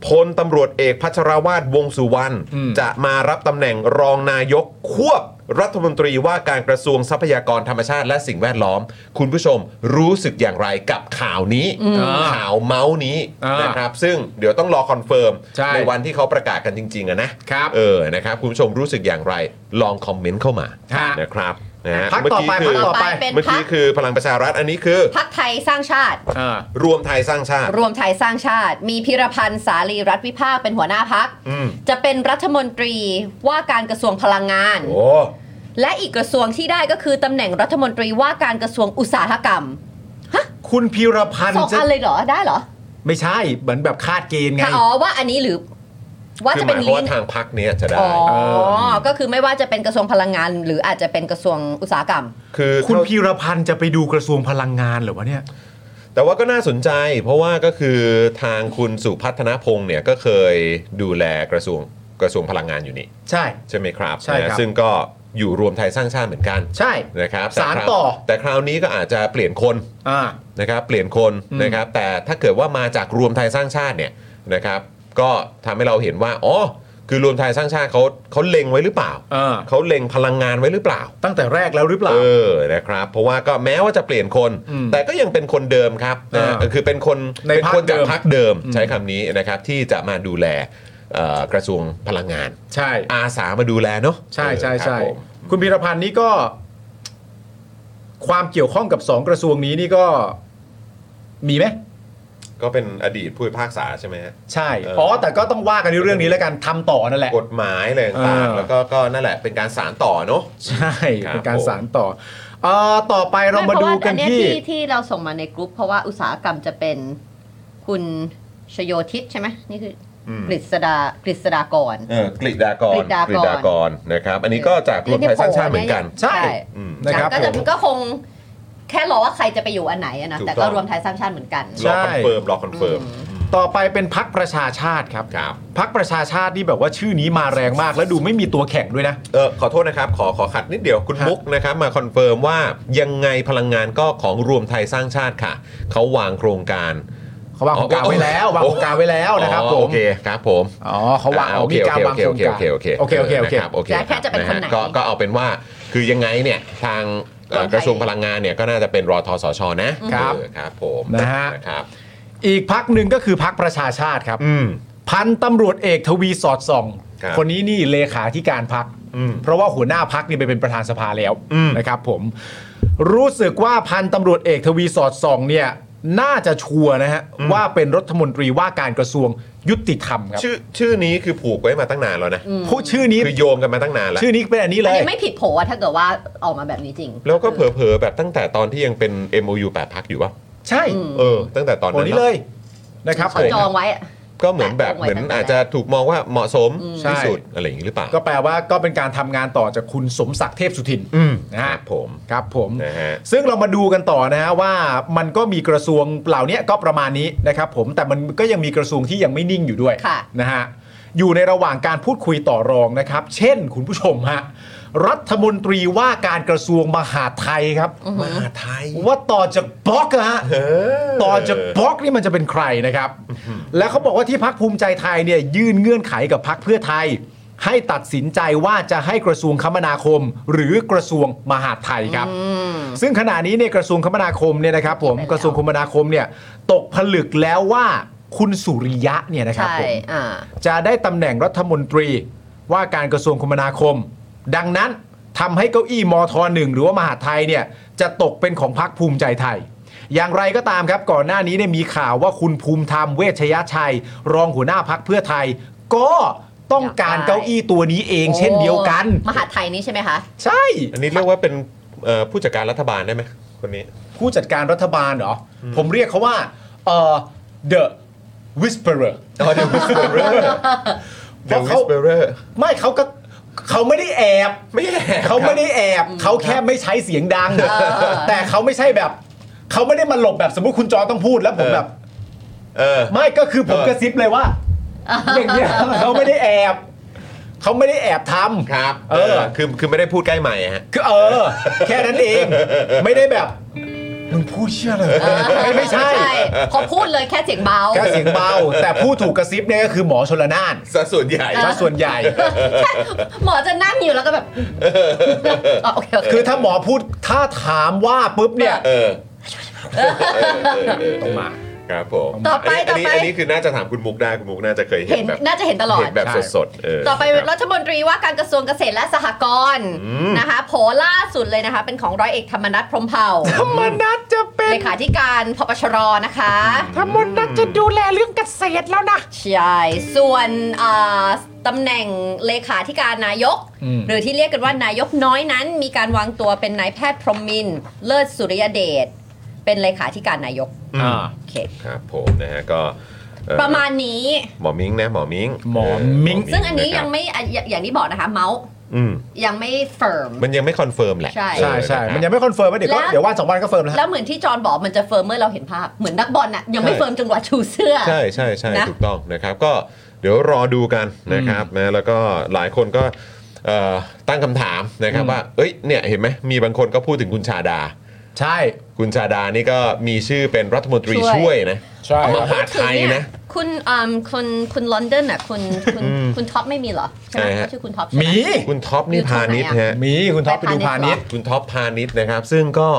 Speaker 5: พลตำรวจเอกพัชรวาทวงสุวรรณจะมารับตำแหน่งรองนายกควบรัฐมนตรีว่าการกระทรวงทรัพยากรธรรมชาติและสิ่งแวดล้อม คุณผู้ชมรู้สึกอย่างไรกับข่าวนี้ข่าวเมาส์นี้
Speaker 6: อ่าน
Speaker 5: นะครับซึ่งเดี๋ยวต้องรอคอนเฟิร์ม
Speaker 6: ใช่
Speaker 5: ในวันที่เขาประกาศกันจริงๆอะนะครับเออนะครับคุณผู้ชมรู้สึกอย่างไรลองคอมเมนต์เข้ามา
Speaker 6: ฮะ
Speaker 5: นะครับนะฮะ
Speaker 6: พักต่อไป
Speaker 5: เมื่
Speaker 6: พักต่
Speaker 3: ต่อ
Speaker 6: อไป
Speaker 3: ไปเป็น
Speaker 5: เมื่อ
Speaker 3: พั
Speaker 5: กี้
Speaker 3: ก
Speaker 5: คือพลังประชารัฐอันนี้คือ
Speaker 3: พักไทยสร้างชาติ
Speaker 6: อ่าร
Speaker 5: วมไทยสร้างชาติ
Speaker 3: รวมไทยสร้างชาติ มีพิรพันธ์สารีรัฐวิภาคเป็นหัวหน้าพัก
Speaker 5: อืม
Speaker 3: จะเป็นรัฐมนตรีว่าการกระทรวงพลังงาน
Speaker 5: โอ้
Speaker 3: และอีกกระทรวงที่ได้ก็คือตำแหน่งรัฐมนตรีว่าการกระทรวงอุตสาหกรรม
Speaker 6: คุณพีรพันธ์
Speaker 3: สอง
Speaker 6: จะ
Speaker 3: อันเลยเหรอได้เหรอ
Speaker 6: ไม่ใช่เหมือนแบบคาดเกณฑ์ไง
Speaker 3: ถ้าอ๋อว่าอันนี้หรือว่า
Speaker 5: คือ
Speaker 3: จะ
Speaker 5: ห
Speaker 3: เป็
Speaker 5: มาย
Speaker 3: น
Speaker 5: ควา
Speaker 3: ลิ้
Speaker 5: มว่าน ทางพักเนี้ยจะได้
Speaker 3: อ๋อ
Speaker 6: เออ
Speaker 3: ก็คือไม่ว่าจะเป็นกระทรวงพลังงาน หรืออาจจะเป็นกระทรวงอุตสาหกรรม
Speaker 5: คือ
Speaker 6: คุณพีรพันธ์จะไปดูกระทรวงพลังงานเหรือวะเนี่ย
Speaker 5: แต่ว่าก็น่าสนใจ เพราะว่าก็คือทางคุณสุพัฒนพงศ์เนี่ยก็เคยดูแลกระทรวงกระทรวงพลังงานอยู่นี่
Speaker 6: ใช่
Speaker 5: ใช่ไหมครับ
Speaker 6: ใช่ครับ
Speaker 5: นะซึ่งก็อยู่รวมไทยสร้างชาติเหมือนกัน
Speaker 6: ใช่
Speaker 5: นะครับ
Speaker 6: สาร
Speaker 5: แคว
Speaker 6: ต่อ
Speaker 5: แต่คราวนี้ก็อาจจะเปลี่ยนคน
Speaker 6: อ่า
Speaker 5: นะครับเปลี่ยนคน
Speaker 6: อืม
Speaker 5: นะครับแต่ถ้าเกิดว่ามาจากรวมไทยสร้างชาติเนี่ยนะครับก็ทำให้เราเห็นว่าอ๋อคือรวมไทยสร้างชาติเขาเขาเล็งไว้หรือเปล่า
Speaker 6: เออ
Speaker 5: เขาเล็งพลังงานไว้หรือเปล่า
Speaker 6: ตั้งแต่แรกแล้วหรือเปล่า
Speaker 5: เออนะครับเพราะว่าก็แม้ว่าจะเปลี่ยนคน
Speaker 6: อืม
Speaker 5: แต่ก็ยังเป็นคนเดิมครับนะฮะ
Speaker 6: เออ
Speaker 5: คือเป็นคน
Speaker 6: ใน
Speaker 5: เป็นคน
Speaker 6: พรรคเดิ
Speaker 5: จาก
Speaker 6: ม
Speaker 5: พรรคเดิม
Speaker 6: อืม
Speaker 5: ใช้คำนี้นะครับที่จะมาดูแลเอ่อกระทรวงพลังงาน
Speaker 6: ใช่
Speaker 5: อาสามาดูแลเนาะ
Speaker 6: ใช่ใช่
Speaker 5: เออครั
Speaker 6: ใช่
Speaker 5: บผม
Speaker 6: คุณพีรพันธ์นี่ก็ ความเกี่ยวข้องกับสองกระทรวงนี้นี่ก็ มีไหม
Speaker 5: ก็เป็นอดีตผู้พิพากษาใช่ไหมฮะ
Speaker 6: ใช่
Speaker 5: เอออ๋
Speaker 6: อ๋อแต่ก็ต้องว่ากันในเรื่องนี้แล้วกันทำต่อนั่นแหละ
Speaker 5: กฎหมายอะไรต่าง
Speaker 6: เออ
Speaker 5: ๆแล้วก็ก็นั่นแหละเป็นการสานต่อเนาะ
Speaker 6: ใช่
Speaker 5: ครับ
Speaker 6: เป็นการสารต่อเอ่อต่อไปเรามาดูกัน
Speaker 3: ไเพระว่อัเย
Speaker 6: ที่
Speaker 3: ที่ที่เราส่งมาในกรุ๊ปเพราะว่าอุตสาหกรรมจะเป็นคุณชโยทิศใช่ไหมนี่คืออกฤษดากฤษฎากร
Speaker 5: เออกฤษฎากร
Speaker 3: กฤษฎากร
Speaker 5: กรนะครับ อันนี้ก็จากรวมไทยสร้างชาติเหมือนกัน
Speaker 6: ใช่
Speaker 5: อืม
Speaker 6: นะครับ
Speaker 3: ก็
Speaker 6: ผ
Speaker 3: จะ
Speaker 6: ม
Speaker 3: ก็คงแค่รอว่าใครจะไปอยู่อันไหนอะนะ
Speaker 5: ถูก
Speaker 3: แต่
Speaker 5: ต้
Speaker 3: ก็
Speaker 5: อง
Speaker 3: รวมไทยสร้างชาติเหมือนกัน
Speaker 5: รอคอนเฟิร์มรอคอนเฟิร์ม
Speaker 6: ต่อไปเป็นพักประชาชาติครับ
Speaker 5: ครับ
Speaker 6: พักประชาชาตินี่แบบว่าชื่อนี้มาแรงมาก แล้วดูไม่มีตัวแข่งด้วยนะ
Speaker 5: เออขอโทษนะครับ ขอขอขัดนิดเดียวคุณ
Speaker 6: ครับ
Speaker 5: มุกนะครับมาคอนเฟิร์มว่ายังไงพลังงานก็ของรวมไทยสร้างชาติค่ะ เขาวางโครงการ
Speaker 6: เขาวางโครงการไว้แล้ววางโครงการไว้แล้วนะครับ
Speaker 5: อ๋อ
Speaker 6: ผม
Speaker 5: โอเคครับผม
Speaker 6: อ๋อเขาวาง
Speaker 5: อ่โอเค
Speaker 6: มี
Speaker 5: โอ
Speaker 6: กา
Speaker 5: เคว
Speaker 6: รางโครงการ
Speaker 5: โอเค
Speaker 6: โอเคโอเคโอเค
Speaker 5: นะครับโอเค
Speaker 3: แต่แค่จะเป็นคนไหน
Speaker 5: ฮก็ก็เอาเป็นว่าคือยังไงเนี่ยทางเอ่
Speaker 3: ร
Speaker 5: อ
Speaker 3: วมไทย
Speaker 5: กระทรวงพลังงานเนี่ยก็น่าจะเป็นรอทสชนะครับ เออครับผม
Speaker 6: นะฮะ
Speaker 5: นะครับ
Speaker 6: อีกพักหนึ่งก็คือพักประชาชาติครับ
Speaker 5: อืม
Speaker 6: พันตำรวจเอกทวีสอดส่อง
Speaker 5: ครับ
Speaker 6: คนนี้นี่เลขาธิการพัก
Speaker 5: อืม
Speaker 6: เพราะว่าหัวหน้าพักนี่ไปเป็นประธานสภาแล้ว
Speaker 5: อืม
Speaker 6: นะครับผม รู้สึกว่าพันตำรวจเอกทวีสอดส่องเนี่ยน่าจะชัวร์นะฮะว่าเป็นรัฐมนตรีว่าการกระทรวงยุติธรรมครับ
Speaker 5: ชื่อชื่อนี้คือผูกไว้มาตั้งนานแล้วนะ
Speaker 6: ผู้ชื่อนี้
Speaker 5: คือโยงกันมาตั้งนานแล้ว
Speaker 6: ชื่อนี้เป็นอันนี้เล
Speaker 3: อัน
Speaker 6: ย
Speaker 3: นี้ไม่ผิดโผอะถ้าเกิดว่าออกมาแบบนี้จริง
Speaker 5: แล้วก็เผลอๆแบบตั้งแต่ตอนที่ยังเป็น MOU 8พักอยู่ป่ะ
Speaker 6: ใช่
Speaker 3: อืม
Speaker 5: เออ ตั้งแต่ตอน
Speaker 6: คน
Speaker 5: นั้น
Speaker 6: นี้เลยนะครับ
Speaker 3: เขา
Speaker 6: ผม
Speaker 3: จองไว้อะ
Speaker 5: ก็เหมือนแบบ
Speaker 3: แปะโปรไว้
Speaker 5: เหมือน
Speaker 3: ตั้งแต่
Speaker 5: อาจจะถูกมองว่าเหมาะสม
Speaker 6: ใช่
Speaker 5: ที่สุดอะไรอย่างนี้หรือเปล่า
Speaker 6: ก็แปลว่าก็เป็นการทำงานต่อจากคุณสมศักดิ์เทพสุทิน
Speaker 5: อืม
Speaker 6: นะ
Speaker 5: ค
Speaker 6: ฮะ
Speaker 5: รับผม
Speaker 6: ครับผม
Speaker 5: นะฮะ
Speaker 6: ซึ่งเรามาดูกันต่อนะฮะว่ามันก็มีกระทรวงเหล่านี้ก็ประมาณนี้นะครับผมแต่มันก็ยังมีกระทรวงที่ยังไม่นิ่งอยู่ด้วย
Speaker 3: ค่ะ
Speaker 6: นะฮะอยู่ในระหว่างการพูดคุยต่อรองนะครับ เช่นคุณผู้ชมฮะรัฐมนตรีว่าการกระทรวงมหาดไทยครับมหาไทย ว่าต่อจากบล็อกอะฮะต่อจากบล็อกนี่มันจะเป็นใครนะครับ แล้วเขาบอกว่าที่พักภูมิใจไทยเนี่ยยื่นเงื่อนไขกับพักเพื่อไทย ให้ตัดสินใจว่าจะให้กระทรวงคมนาคม หรือกระทรวงมหาดไทยครับ ซึ่งขณะนี้เนี่ยกระทรวงคมนาคมเนี่ยนะครับผม
Speaker 3: คิดไปแล้ว
Speaker 6: กระทรวงคมนาคมเนี่ยตกผลึกแล้วว่าคุณสุริยะเนี่ยนะครับ
Speaker 3: ใช่
Speaker 6: ผม
Speaker 3: อ่า
Speaker 6: จะได้ตำแหน่งรัฐมนตรีว่าการกระทรวงคมนาคม ดังนั้นทำให้เก้าอี้มทหนึ่งหรือว่ามหาดไทยเนี่ยจะตกเป็นของพรรคภูมิใจไทย อย่างไรก็ตามครับก่อนหน้านี้เนี่ยมีข่าวว่าคุณภูมิธรรมเวชยชัย รองหัวหน้าพักเพื่อไทย ก็ต้องการเก้าอี้ตัวนี้เองเช่นเดียวกัน
Speaker 3: มหาดไทยนี่ใช่ไหมคะ
Speaker 6: ใช่
Speaker 5: อันนี้เรียกว่าเป็นเอ่อผู้จัดการรัฐบาลได้ไหมคนนี้
Speaker 6: ผู้จัดการรัฐบาลเหรอ ผมเรียกเขาว่าเอ่อ the whisperer
Speaker 5: อ๋อ The Whisperer
Speaker 6: เพ
Speaker 5: The
Speaker 6: ราะเขา
Speaker 5: Whisperer
Speaker 6: ไม่เขาก็เขาไม่ได้แอบ
Speaker 5: ไม่แอบ
Speaker 6: เขาไม่ได้แอบเขาแค่ไม่ใช้เสียงดัง แต่เขาไม่ใช่แบบเขาไม่ได้มาหลบแบบสมมติคุณจอต้องพูดแล้วผม
Speaker 5: เออ
Speaker 6: แบบ
Speaker 5: เออ
Speaker 6: ไม่ก็คือผม
Speaker 5: เออ
Speaker 6: กระซิบเลยว่าอย่างเงี้ยเขาไม่ได้แอบเขาไม่ได้แอบทำ
Speaker 5: ครับ
Speaker 6: เออ
Speaker 5: คือคือไม่ได้พูดใกล้ใหม่ฮะ
Speaker 6: คือเออ แค่นั้นเอง ไม่ได้แบบมึงพูดเชื่อเลยไม่ไม่ใช่
Speaker 3: เขาพูดเลยแค่เสียงเบา
Speaker 6: แค่เสียงเบา แต่ผู้ถูกกระซิบเนี่ยก็คือหมอชลนาน
Speaker 5: สัดส่วนใหญ่
Speaker 6: ซะส่วนใหญ่
Speaker 3: หมอจะนั่งอยู่แล้วก็แบบอ๋อโอเคโอเค
Speaker 6: คือถ้าหมอพูดถ้าถามว่าปุ๊บเนี่ย
Speaker 5: เออต้องมาครับผม
Speaker 3: ต่อไป
Speaker 5: นนี้
Speaker 3: ต่อไป
Speaker 5: นนี้อันนี้คือน่าจะถามคุณมุกได้คุณมุกน่าจะเคยเห็
Speaker 3: เห็
Speaker 5: น
Speaker 3: น
Speaker 5: แบบ
Speaker 3: น่าจะเห็นตลอด
Speaker 5: เห็นแบบสดๆเ
Speaker 3: ต่อไป
Speaker 5: ครับ
Speaker 3: รัฐมนตรีว่าการกระทรวงเกษตรและสหกรณ์
Speaker 5: อืม
Speaker 3: นะคะโผล่ล่าสุดเลยนะคะ เป็นของร้อยเอกธรรมนัฐพรหมเผ่า
Speaker 6: ธรรมนัตจะเป็น
Speaker 3: เลขาธิการพปชรนะคะ
Speaker 6: ธรรมนัตจะดูแลเรื่องเกษตรแล้วนะ
Speaker 3: ใช่ส่วนอ่าตำแหน่งเลขาธิการนายก
Speaker 6: อืม
Speaker 3: หรือที่เรียกกันว่านายกน้อยนั้น มีการวางตัวเป็นนายแพทย์พรหมินทร์เลิศสุริยเดชเป็นเลขาธิการนายก
Speaker 6: อ่า
Speaker 3: โอเค
Speaker 5: ครับผมนะฮะก็เอ่อ
Speaker 3: ประมาณนี้
Speaker 5: หมอมิงนะหมอมิง
Speaker 6: หมอมิง
Speaker 3: ซึ่งอันนี้
Speaker 5: ะครับ
Speaker 3: ยังไม่อ่ะอย่าอย่างที่บอกนะคะ เมาส์
Speaker 5: อืม
Speaker 3: ยังไม่เฟิร์ม
Speaker 5: มันยังไม่คอนเฟิร์มแหละ
Speaker 3: ใช่
Speaker 6: ใช่ใช่
Speaker 5: เออ
Speaker 6: มันยังไม่คอนเฟิร์มว่าเดี๋ยวก็
Speaker 3: แล้ว
Speaker 6: เดี๋ยววันสองวันก็เฟิร์มแล้วฮะ
Speaker 3: แล้วเหมือนที่จอห์นบอกมันจะเฟิร์มเมื่อเราเห็นภาพ เหมือนนักบอลน่ะยังไม่เฟิร์มจนกว่าชูเสื้อ
Speaker 5: ใช่ใช่ใช่
Speaker 3: นะ
Speaker 5: ถูกต้องนะครับก็เดี๋ยวรอดูกันนะครับนะแล้วก็หลายคนก็เอ่อตั้งคำถามนะครับว่าเอ้ยเนี่ยเห็นไหมมีบางคนก็พูดถึงคุณชาดา
Speaker 6: ใช่
Speaker 5: คุณชาดานี่ก็มีชื่อเป็นรัฐมนตรี
Speaker 3: ช่วย
Speaker 5: ช่วยนะ
Speaker 6: ใช่
Speaker 5: มหาดไทยนะ
Speaker 3: คุณอืมคุณคุณลอนดอนน่ะคุณคุณคุณท็อปไม่มีเหรอใช่ไหม
Speaker 5: ใช่ฮะ
Speaker 3: เขาชื่อคุณท็อป
Speaker 6: ห
Speaker 3: ใช่ไหม
Speaker 6: มี
Speaker 5: คุณท็อปนี่
Speaker 3: อยู่ที่
Speaker 5: พาณิชย์
Speaker 3: ไหนอะ
Speaker 5: ฮะ
Speaker 6: หมีคุณท็อปไปดูพาณิชย์
Speaker 5: คุณท็อปพาณิชย์นะครับ ซึ่งก็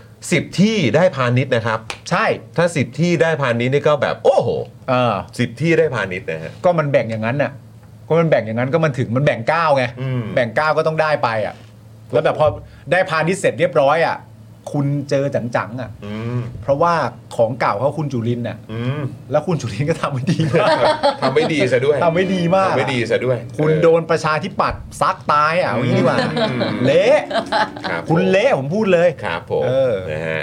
Speaker 5: 10 ที่ได้พาณิชย์นะครับ
Speaker 6: ใช่
Speaker 5: ถ้า 10 ที่ได้พาณิชย์นี่ก็แบบโอ้โห
Speaker 6: เออ
Speaker 5: สิบที่ได้พาณิชย์นะฮะ
Speaker 6: ก็มันแบ่งอย่างนั้นน่ะก็มันแบ่งอย่างนั้นก็มันถึงมันแบ่งเก้าไง
Speaker 5: อืม
Speaker 6: แบ่งเก้าก็ต้องได้ไปอ่ะแล้วแบบพอได้พาณิชย์เสร็จเรียบร้อยอ่ะคุณเจอจังๆอ่ะ
Speaker 5: อืม
Speaker 6: เพราะว่าของเก่าเขาคุณจุลินน่ะ
Speaker 5: อืม
Speaker 6: แล้วคุณจุลินก็ทำไม่ดีมาก
Speaker 5: ทำไม่ดีซะด้วย
Speaker 6: ทำไม่ดีมาก
Speaker 5: ทำไม่ดีซะด้วย
Speaker 6: คุณโดนประชาธิปัตย์ซักตายอ่ะเอางี้ดีกว่าเละ
Speaker 5: รับ
Speaker 6: คุณเละผมพูดเลย
Speaker 5: ครับผม
Speaker 6: เออ
Speaker 5: นะฮะ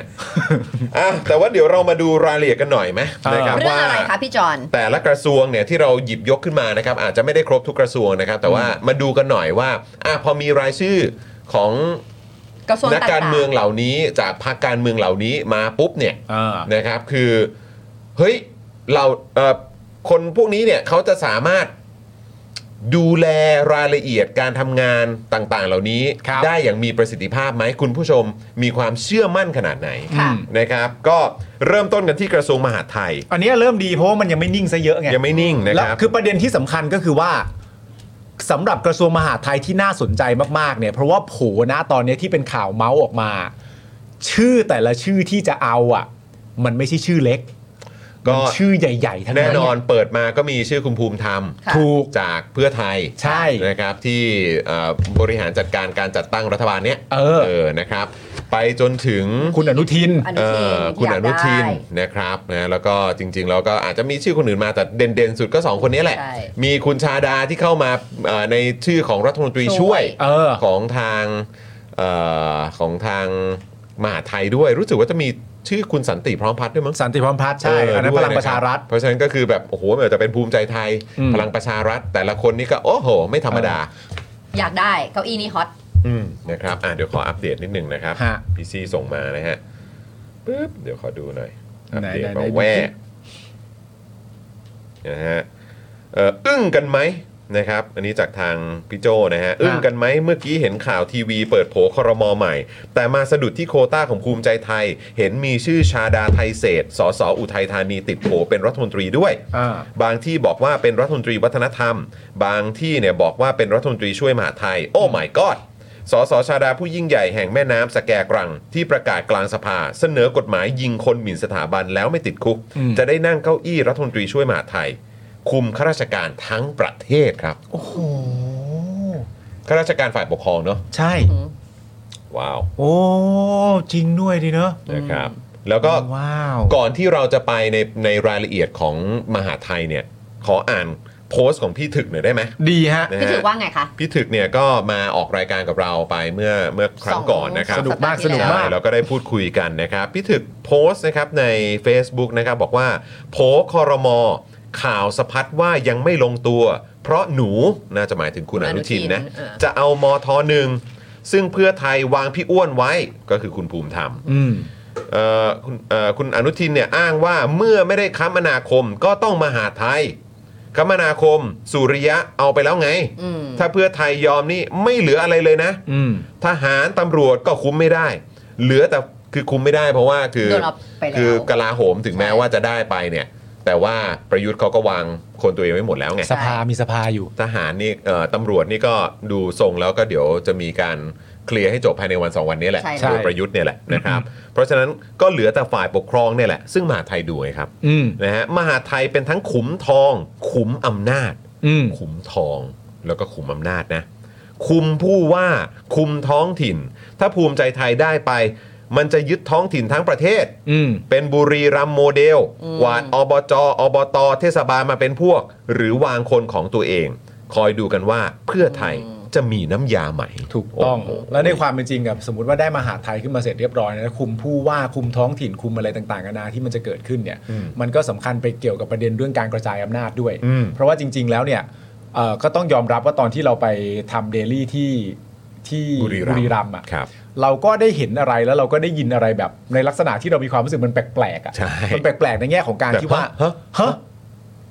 Speaker 5: อ่ะแต่ว่าเดี๋ยวเรามาดูรายละเอียดกันหน่อยไหมนะครับ
Speaker 3: เรื่อง
Speaker 5: ว่า
Speaker 3: อะไรคะพี่จอห์น
Speaker 5: แต่ละกระทรวงเนี่ยที่เราหยิบยกขึ้นมานะครับอาจจะไม่ได้ครบทุกกระทรวงนะครับ แต่ว่ามาดูกันหน่อยว่าอ่ะพอมีรายชื่อของ
Speaker 3: กระทรวง
Speaker 5: นัก
Speaker 3: ต่างๆ
Speaker 5: การเมืองเหล่านี้ จากพรรคการเมืองเหล่านี้มาปุ๊บเนี่ย
Speaker 6: อ่า
Speaker 5: นะครับคือเฮ้ยเราเอ่อคนพวกนี้เนี่ยเขาจะสามารถดูแลรายละเอียดการทำงานต่างๆ เหล่านี้
Speaker 6: ครับ
Speaker 5: ได้อย่างมีประสิทธิภาพไหมคุณผู้ชมมีความเชื่อมั่นขนาดไหน
Speaker 3: ค่ะ
Speaker 5: นะครับ ก็เริ่มต้นกันที่กระทรวงมหาดไทย
Speaker 6: อันเนี้ยเริ่มดีเพราะว่ามันยังไม่นิ่งซะเยอะไง
Speaker 5: ยังไม่นิ่งนะค
Speaker 6: แล้ว
Speaker 5: รับ
Speaker 6: คือประเด็นที่สำคัญก็คือว่าสำหรับกระทรวงมหาดไทยที่น่าสนใจมากๆเนี่ย เพราะว่าโผนะตอนเนี้ยที่เป็นข่าวเมาส์ออกมา ชื่อแต่ละชื่อที่จะเอาอ่ะ มันไม่ใช่ชื่อเล็ก
Speaker 5: ก็
Speaker 6: มันชื่อใหญ่ๆทั้ง
Speaker 5: แน่
Speaker 6: นั้น
Speaker 5: นอนเปิดมาก็มีชื่อคุณภูมิธรรม
Speaker 3: ค่ะ
Speaker 6: ถูก
Speaker 5: จากเพื่อไทย
Speaker 6: ใช่
Speaker 5: นะครับที่เอ่อบริหารจัดการการจัดตั้งรัฐบาลเนี้ย
Speaker 6: เออ
Speaker 5: นะครับ ไปจนถึง
Speaker 6: คุณอนุทิน
Speaker 3: อนุ
Speaker 5: เอ่
Speaker 3: ทิน
Speaker 5: อคุณ
Speaker 3: ยา
Speaker 5: อก นุทิน
Speaker 3: ได้
Speaker 5: นะครับนะแล้วก็จริงๆแล้วก็อาจจะมีชื่อคนอื่นมาแต่เด่นๆ สุดก็ 2 คนนี้แหละ
Speaker 3: ใช่
Speaker 5: มีคุณชาดาที่เข้ามาเอ่อในชื่อของรัฐมนตรี
Speaker 3: ช่
Speaker 5: ช่ว
Speaker 3: วย ย
Speaker 6: เออ
Speaker 5: ของทางเอ่อของทางมหาดไทยด้วย รู้สึกว่าจะมีชื่อคุณสันติพร้อมพัฒน์ด้วยมั้ง
Speaker 6: สันติพรหมพัฒน์ใช่
Speaker 5: เ
Speaker 6: อันนั้น
Speaker 5: ด้
Speaker 6: พ
Speaker 5: วย
Speaker 6: ลังประชารัฐ
Speaker 5: เพราะฉะนั้นก็คือแบบโอ้โหไม่ว่าจะเป็นภูมิใจไทย
Speaker 6: อืม
Speaker 5: พลังประชารัฐ แต่ละคนนี่ก็โอ้โห ไม่ธรรมดา
Speaker 3: อยากได้เก้าอี้นี้ฮอต
Speaker 5: มนะครับอ่ะเดี๋ยวขออัปเดตนิดหนึงนะครับ
Speaker 6: ฮะ
Speaker 5: พี่ซีส่งมานะฮะปึ๊บเดี๋ยวขอดูหน่อยอัปเดต
Speaker 6: ไหนๆๆ
Speaker 5: มา
Speaker 6: ดูสิ
Speaker 5: แว่นะฮะเอ่ออึ้งกันไหมนะครับ อันนี้จากทางพี่โจนะฮะอึ้งกันไหมเมื่อกี้เห็นข่าวทีวีเปิดโผครมอใหม่ แต่มาสะดุดที่โควต้าของภูมิใจไทย เห็นมีชื่อชาดาไทยเศษสสอุทัยธานีติดโผเป็นรัฐมนตรีด้วย
Speaker 6: อ่า
Speaker 5: บางที่บอกว่าเป็นรัฐมนตรีวัฒนธรรม บางที่เนี่ยบอกว่าเป็นรัฐมนตรีช่วยมหาดไทย โอ้ my god สสชาดาผู้ยิ่งใหญ่แห่งแม่น้ำสแกกรัง ที่ประกาศกลางสภา เสนอกฎหมายยิงคนหมิ่นสถาบันแล้วไม่ติดคุก
Speaker 6: อืม
Speaker 5: จะได้นั่งเก้าอี้รัฐมนตรีช่วยมหาดไทย คุมข้าราชการทั้งประเทศครับ
Speaker 6: โอ้โห
Speaker 5: ข้าราชการฝ่ายปกครองเนาะ
Speaker 6: ใช่
Speaker 5: ว้าว
Speaker 6: โอ้จริงด้วยดีเนอะ
Speaker 5: นะครับ แล้วก็
Speaker 6: ว้าว
Speaker 5: ก่อนที่เราจะไปในในรายละเอียดของมหาไทยเนี่ยขออ่านโพสต์ของพี่ถึกหน่อยได้ไหม
Speaker 6: ดีฮะ
Speaker 5: นะฮะ
Speaker 3: พี่ถือว่าไงคะ
Speaker 5: พี่ถึกเนี่ยก็มาออกรายการกับเราไปเมื่อเมื่อครั้งก่อนนะครับ
Speaker 6: สนุกมากสนุกมาก
Speaker 5: ใช่เราก็ได้พูดคุยกันนะครับ พี่ถึกโพสต์นะครับใน Facebook นะครับบอกว่าโผคอรมอข่าวสะพัดว่ายังไม่ลงตัว เพราะหนูน่าจะหมายถึงคุณอนุทินนะ
Speaker 3: อนุทินเออ
Speaker 5: จะเอามทหนึ่งซึ่งเพื่อไทยวางพี่อ้วนไว้ก็คือคุณภูมิธรรม
Speaker 6: อืม
Speaker 5: เอ่อคุณเอ่อคุณอนุทินเนี่ยอ้างว่าเมื่อไม่ได้คมนาคมก็ต้องมาหาไทย คมนาคม สุริยะเอาไปแล้วไง
Speaker 3: อืม
Speaker 5: ถ้าเพื่อไทยยอมนี่ไม่เหลืออะไรเลยนะ
Speaker 6: อืม
Speaker 5: ทหารตำรวจก็คุมไม่ได้ เหลือแต่คือคุมไม่ได้เพราะว่าคือ
Speaker 3: โดนเอาไปแล้ว
Speaker 5: คือกลาโหมถึงแม้
Speaker 3: ใช่
Speaker 5: ว่าจะได้ไปเนี่ย แต่ว่าประยุทธ์เขาก็วางคนตัวเองไว้หมดแล้วไง
Speaker 6: สภามีสภาอยู่
Speaker 5: ทหารนี่เอ่อตำรวจนี่ก็ดูทรงแล้วก็เดี๋ยวจะมีการเคลียร์ให้จบภายในวัน 2 วันนี้แหละ
Speaker 3: ใช่
Speaker 5: โดยประยุทธ์เนี่ยแหละนะครับ เพราะฉะนั้นก็เหลือแต่ฝ่ายปกครองเนี่ยแหละ ซึ่งมหาไทยดูไงครับ
Speaker 6: อืม
Speaker 5: นะฮะมหาไทยเป็นทั้งขุมทอง ขุมอำนาจ
Speaker 6: อืม
Speaker 5: ขุมทองแล้วก็ขุมอำนาจนะ คุมผู้ว่าคุมท้องถิ่น ถ้าภูมิใจไทยได้ไป มันจะยึดท้องถิ่นทั้งประเทศ
Speaker 6: อืม
Speaker 5: เป็นบุรีรัมย์โมเดลกวาดอบจ อบต เทศบาลมาเป็นพวก หรือวางคนของตัวเอง คอยดูกันว่าเพื่อไทยจะมีน้ำยาใหม่
Speaker 6: ถูกต้อง
Speaker 5: โโห
Speaker 6: แล้วในความเป็นจริงกับสมมติว่าได้มหาไทยขึ้นมาเสร็จเรียบร้อยนะคุมผู้ว่าคุมท้องถิ่นคุมอะไรต่างๆกันานาที่มันจะเกิดขึ้นเนี่ย มันก็สำคัญไปเกี่ยวกับประเด็นเรื่องการกระจายอำนาจด้วย
Speaker 5: อืม
Speaker 6: เพราะว่าจริง ๆ แล้วเนี่ยเอ่อก็ต้องยอมรับว่าตอนที่เราไปทำเดลี่ที่ที่
Speaker 5: บุรีรัมย์
Speaker 6: รัมย์อ่ะ
Speaker 5: ครับ
Speaker 6: เราก็ได้เห็นอะไรแล้วเราก็ได้ยินอะไรแบบ ในลักษณะที่เรามีความรู้สึกมันแปลกๆอ่ะ
Speaker 5: ใช่
Speaker 6: มันแปลกๆในแง่ของการ
Speaker 5: แบบ
Speaker 6: ที่ว่า
Speaker 5: ฮะ
Speaker 6: ฮะ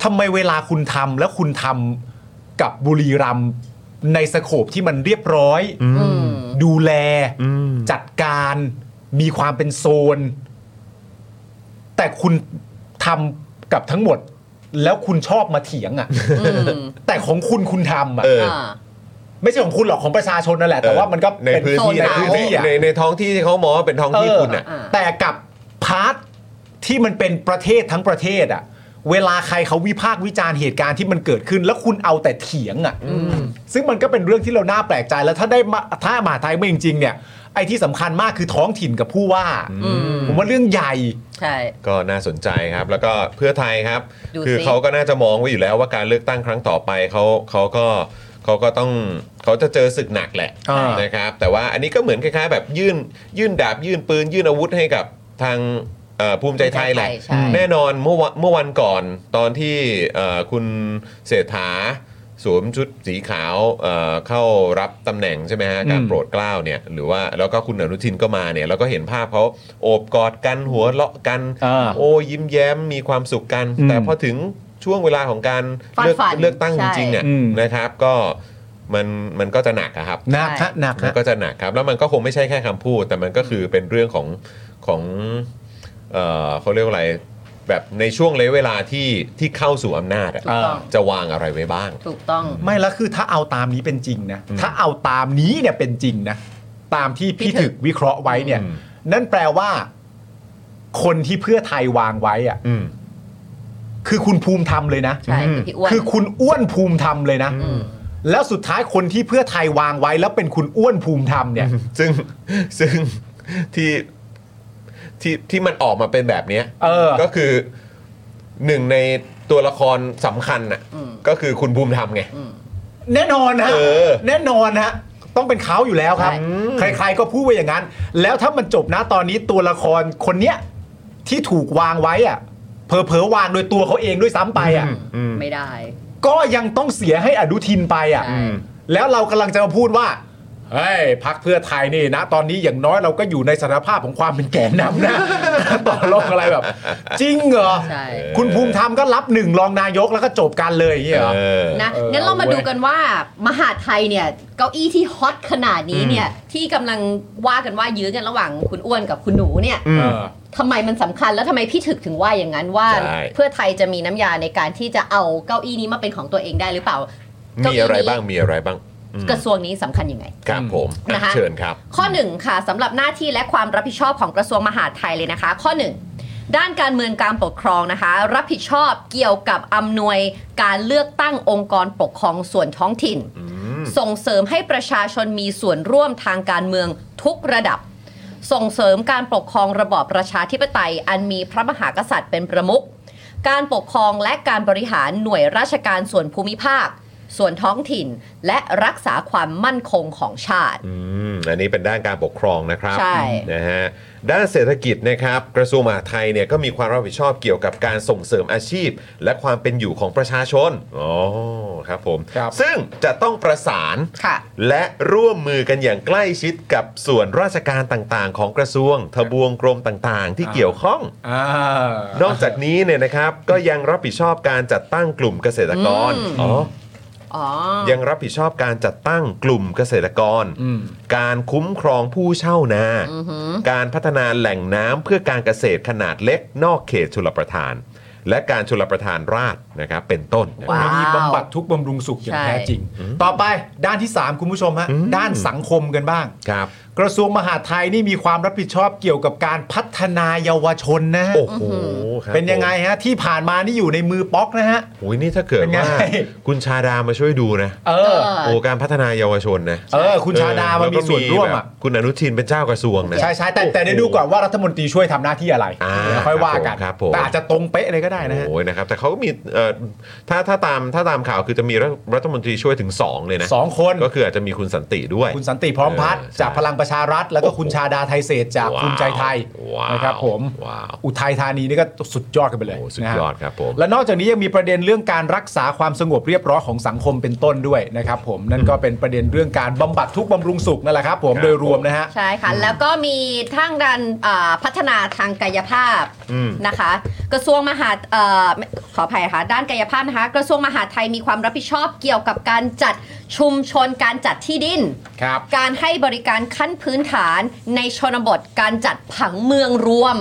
Speaker 6: ทำไมเวลาคุณทำแล้วคุณทำกับบุรีรัมย์ในสโคปที่มันเรียบร้อย
Speaker 3: อืม
Speaker 6: ดูแล
Speaker 5: อืม
Speaker 6: จัดการมีความเป็นโซน แต่คุณทำกับทั้งหมด แล้วคุณชอบมาเถียงอะ่ะ
Speaker 3: อืม
Speaker 6: แต่ของคุณคุณทำอ่ะ
Speaker 5: เออ
Speaker 3: า
Speaker 6: ไม่ใช่ของคุณหรอกของประชาชนนั่นแหละ แต่ว่ามันก็
Speaker 5: ในพื้นที่
Speaker 3: เป็
Speaker 6: ใน
Speaker 3: นโซน
Speaker 6: พื้น
Speaker 3: เขา
Speaker 6: ที่อ่ะ
Speaker 5: ในในท้องที่ที่เขามองว่าเป็นท้องที่คุณอ่ะ
Speaker 6: เออแต่กับพาร์ทที่มันเป็นประเทศทั้งประเทศอ่ะ เวลาใครเขาวิพากษ์วิจารณ์เหตุการณ์ที่มันเกิดขึ้น แล้วคุณเอาแต่เถียงอ่ะซึ่งมันก็เป็นเรื่องที่เราน่าแปลกใจแล้วถ้าได้มาถ้ามหาไทยไม่จริงๆเนี่ยไอ้ที่สำคัญมากคือท้องถิ่นกับผู้ว่า
Speaker 3: อืม
Speaker 6: ผมว่าเรื่องใหญ่
Speaker 3: ใช่
Speaker 5: ก็น่าสนใจครับ แล้วก็เพื่อไทยครับ
Speaker 3: ดูสิ
Speaker 5: คือเขาก็น่าจะมองไว้อยู่แล้วว่าการเลือกตั้งครั้งต่อไปเขาเขาก็เขาก็ต้องเขาจะเจอศึกหนักแหละ
Speaker 6: อ่าน
Speaker 5: นะครับ แต่ว่าอันนี้ก็เหมือนคล้ายๆ แบบยื่นยื่นดาบยื่นปืน ยื่นอาวุธให้กับทางเอ่อภูมิใจไทยแหละ
Speaker 3: ใช่
Speaker 5: แน่นอนเมื่อวันเมื่อวันก่อนตอนที่เอ่อคุณเศรษฐาสวมชุดสีขาวเอ่อเข้ารับตำแหน่งใช่ไหมฮะการ
Speaker 6: อืม
Speaker 5: โปรดเกล้าเนี่ยหรือว่าแล้วก็คุณอนุทินก็มาเนี่ยเราก็เห็นภาพเขาโอบกอดกันหัวเลาะกัน
Speaker 6: อ่า
Speaker 5: โอ้ยิ้มแย้มมีความสุขกัน
Speaker 6: อืม
Speaker 5: แต่พอถึงช่วงเวลาของการ
Speaker 3: ฟาด
Speaker 5: เลือก
Speaker 3: ฟัน
Speaker 5: เลือกตั้งจ
Speaker 3: ใช่
Speaker 5: ริงๆเนี่ย
Speaker 6: อืม
Speaker 5: นะครับก็มันมันก็จะหนักอะครับ
Speaker 6: หนักฮะหนัก
Speaker 5: มั
Speaker 6: ฮะ
Speaker 5: นก็จะหนักครับแล้วมันก็คงไม่ใช่แค่คำพูด แต่มันก็คือเป็นเรื่องของของเอ่อเขาเรียกว่าอะไรแบบในช่วงระยะเวลาที่ที่เข้าสู่อำนาจอะ
Speaker 3: ถูกต้อง
Speaker 5: จะวางอะไรไว้บ้าง
Speaker 3: ถูกต้อง
Speaker 6: ไม่และคือถ้าเอาตามนี้เป็นจริงนะ
Speaker 5: อืม
Speaker 6: ถ้าเอาตามนี้เนี่ยเป็นจริงนะตามที่พี่ถึกวิเคราะห์ไว้เนี่ย
Speaker 5: อืม
Speaker 6: นั่นแปลว่า คนที่เพื่อไทยวางไว้อะ
Speaker 5: อืม
Speaker 6: คือคุณภูมิธรรมเลยนะ
Speaker 3: ใช่คือพี่อ้วน
Speaker 6: คือคุณอ้วนภูมิธรรมเลยนะ
Speaker 3: อืม
Speaker 6: แล้วสุดท้ายคนที่เพื่อไทยวางไว้ แล้วเป็นคุณอ้วนภูมิธรรมเนี่ย
Speaker 5: ซึ่งซึ่งที่ที่ที่มันออกมาเป็นแบบเนี้ย
Speaker 6: เออ
Speaker 5: ก็คือหนึ่งในตัวละครสำคัญอ่ะ
Speaker 3: อืม
Speaker 5: ก็คือคุณภูมิธรรมไง
Speaker 6: แน่นอนฮะ
Speaker 5: เออ
Speaker 6: แน่นอนฮะต้องเป็นเขาอยู่แล้วครับ ใครๆก็พูดไว้อย่างนั้น แล้วถ้ามันจบนะตอนนี้ตัวละครคนเนี้ยที่ถูกวางไว้อะเผลอๆวางโดยตัวเขาเองด้วยซ้ำไปอ่ะ
Speaker 3: ไม่ได้
Speaker 6: ก็ยังต้องเสียให้อนุทินไปอ่ะ
Speaker 3: ใช่
Speaker 6: แล้วเรากำลังจะมาพูดว่าเฮ้ยพักเพื่อไทยนี่นะ ตอนนี้อย่างน้อยเราก็อยู่ในสถานภาพของความเป็นแกนนำนะ ต่อรองอะไรแบบ จริงเหรอ
Speaker 3: ใช่
Speaker 6: คุณภูมิธรรมก็รับหนึ่งรองนายกแล้วก็จบกันเลยอย่างเงี้ยเหรอ
Speaker 5: เออ
Speaker 3: นะ
Speaker 6: เออ
Speaker 3: งั้นเรามา
Speaker 6: เอาเว้ย
Speaker 3: ดูกันว่ามหาไทยเนี่ย เก้าอี้ที่ฮอตขนาดนี้เนี่ย ที่กำลังว่ากันว่ายื้อกันระหว่างคุณอ้วนกับคุณหนูเนี่ย
Speaker 6: เออ
Speaker 3: ทำไมมันสำคัญแล้วทำไมพี่ถึกถึงว่าอย่างนั้นว่า
Speaker 5: ใช่
Speaker 3: เพื่อไทยจะมีน้ำยาในการที่จะเอาเก้าอี้นี้มาเป็นของตัวเองได้หรือเปล่า
Speaker 5: มีอะไรบ้างมีอะไรบ้างอืม
Speaker 3: กระทรวงนี้สำคัญยังไง
Speaker 5: ครับผมอ่ะ
Speaker 3: นะคะ
Speaker 5: เชิญครับ
Speaker 3: ข้อหนึ่งค่ะสำหรับหน้าที่และความรับผิดชอบของกระทรวงมหาดไทยเลยนะคะ ข้อหนึ่งด้านการเมืองการปกครองนะคะ รับผิดชอบเกี่ยวกับอำนวยการเลือกตั้งองค์กรปกครองส่วนท้องถิ่น ส่งเสริมให้ประชาชนมีส่วนร่วมทางการเมืองทุกระดับ ส่งเสริมการปกครองระบอบประชาธิปไตย อันมีพระมหากษัตริย์เป็นประมุข การปกครองและการบริหารหน่วยราชการส่วนภูมิภาค ส่วนท้องถิ่น และรักษาความมั่นคงของชาติ
Speaker 5: อืมอันนี้เป็นด้านการปกครองนะครับ
Speaker 3: ใช่
Speaker 5: นะฮะด้านเศรษฐกิจนะครับกระทรวงมหาดไทยเนี่ยก็มีความรับผิดชอบเกี่ยวกับการส่งเสริมอาชีพ และความเป็นอยู่ของประชาชนอ๋อครับผม
Speaker 6: ครับ
Speaker 5: ซึ่งจะต้องประสาน
Speaker 3: ค่ะ
Speaker 5: และร่วมมือกันอย่างใกล้ชิดกับส่วนราชการต่างๆ ของกระทรวง ทบวงกรมต่างๆ ที่เกี่ยวข้อง
Speaker 6: อ่าน
Speaker 5: อกจากนี้เนี่ยนะครับก็ยังรับผิดชอบการจัดตั้งกลุ่มเกษตรกร
Speaker 3: อืม
Speaker 5: อ๋อ
Speaker 3: อ๋อ
Speaker 5: ยังรับผิดชอบการจัดตั้งกลุ่มเกษตรกร
Speaker 6: อืม
Speaker 5: การคุ้มครองผู้เช่านา การพัฒนาแหล่งน้ำเพื่อการเกษตรขนาดเล็กนอกเขตชลประทาน และการชลประทานราชนะครับเป็นต้นนะค
Speaker 3: ว้า
Speaker 5: รับ
Speaker 3: ว
Speaker 6: มีบำบัดทุกข์บำรุงสุขอย่าง
Speaker 3: ใช่
Speaker 6: แท้จริง ต่อไปด้านที่ 3 คุณผู้ชมฮะ
Speaker 5: อืม
Speaker 6: ด้านสังคมกันบ้าง
Speaker 5: ครับ
Speaker 6: กระทรวงมหาดไทยนี่มีความรับผิดชอบเกี่ยวกับการพัฒนาเยาวชนนะฮะ
Speaker 5: โอ้โหครับ
Speaker 6: เป็นยังไงฮะ ที่ผ่านมานี่อยู่ในมือป๊อกนะฮะ
Speaker 5: โอ้ยนี่ถ้าเกิด
Speaker 6: เป็นไง
Speaker 5: ว่าคุณชาดามาช่วยดูนะ
Speaker 6: เออ
Speaker 3: เออ
Speaker 5: โอ้การพัฒนาเยาวชนนะ
Speaker 6: เออ คุณชาดามันมีส่วนร่วมอ่ะ
Speaker 5: แล้ก็แบบคุณอนุทินเป็นเจ้ากระทรวงนะ
Speaker 6: ใช่ใช่แต่แต่เดี๋ยวดูก่อนว่ารัฐมนตรีช่วยทำหน้าที่อะไร
Speaker 5: อ่า
Speaker 6: เดี๋ยวค่อยว่ากัน
Speaker 5: ครับผม
Speaker 6: แต่อาจจะตรงเป๊ะเลยก็ได้นะฮะ
Speaker 5: โอ้ยนะครับแต่เขาก็มีเอ่อถ้าถ้าตามถ้าตามข่าวคือจะมีรัฐรัฐมนตรีช่วยถึง 2 เลยนะ
Speaker 6: สองคน
Speaker 5: ก็คืออาจจะมีคุณสันติด้วย
Speaker 6: คุณสันติพร้อมพัฒน์
Speaker 5: เออใช่
Speaker 6: จากพลังประชารัฐ แล้วก็คุณชาดาไทยเศรษฐ์จากภูมิใจไทย
Speaker 5: ว้าว
Speaker 6: นะครับผม
Speaker 5: ว้าว
Speaker 6: อุทัยธานีนี่ก็สุดยอดกันไปเลย
Speaker 5: โอ้สุด
Speaker 6: นะฮะ
Speaker 5: ยอดครับผม
Speaker 6: และนอกจากนี้ยังมีประเด็นเรื่องการรักษาความสงบเรียบร้อยของสังคมเป็นต้นด้วยนะครับผมนั่นก็เป็นประเด็นเรื่องการบำบัดทุกข์บำรุงสุขนั่นแหละครับผมโดยรวมนะฮะ
Speaker 3: ใช่ค่ะ แล้วก็มีทางด้านอ่าพัฒนาทางกายภาพนะคะ กระทรวงมหาดเอ่อขออภัยนะค่ะด้านกายภาพนะคะ กระทรวงมหาดไทยมีความรับผิดชอบเกี่ยวกับการจัดชุมชนการจัดที่ดิน
Speaker 6: ครับ
Speaker 3: การให้บริการขั้นพื้นฐานในชนบทการจัดผังเมืองรวม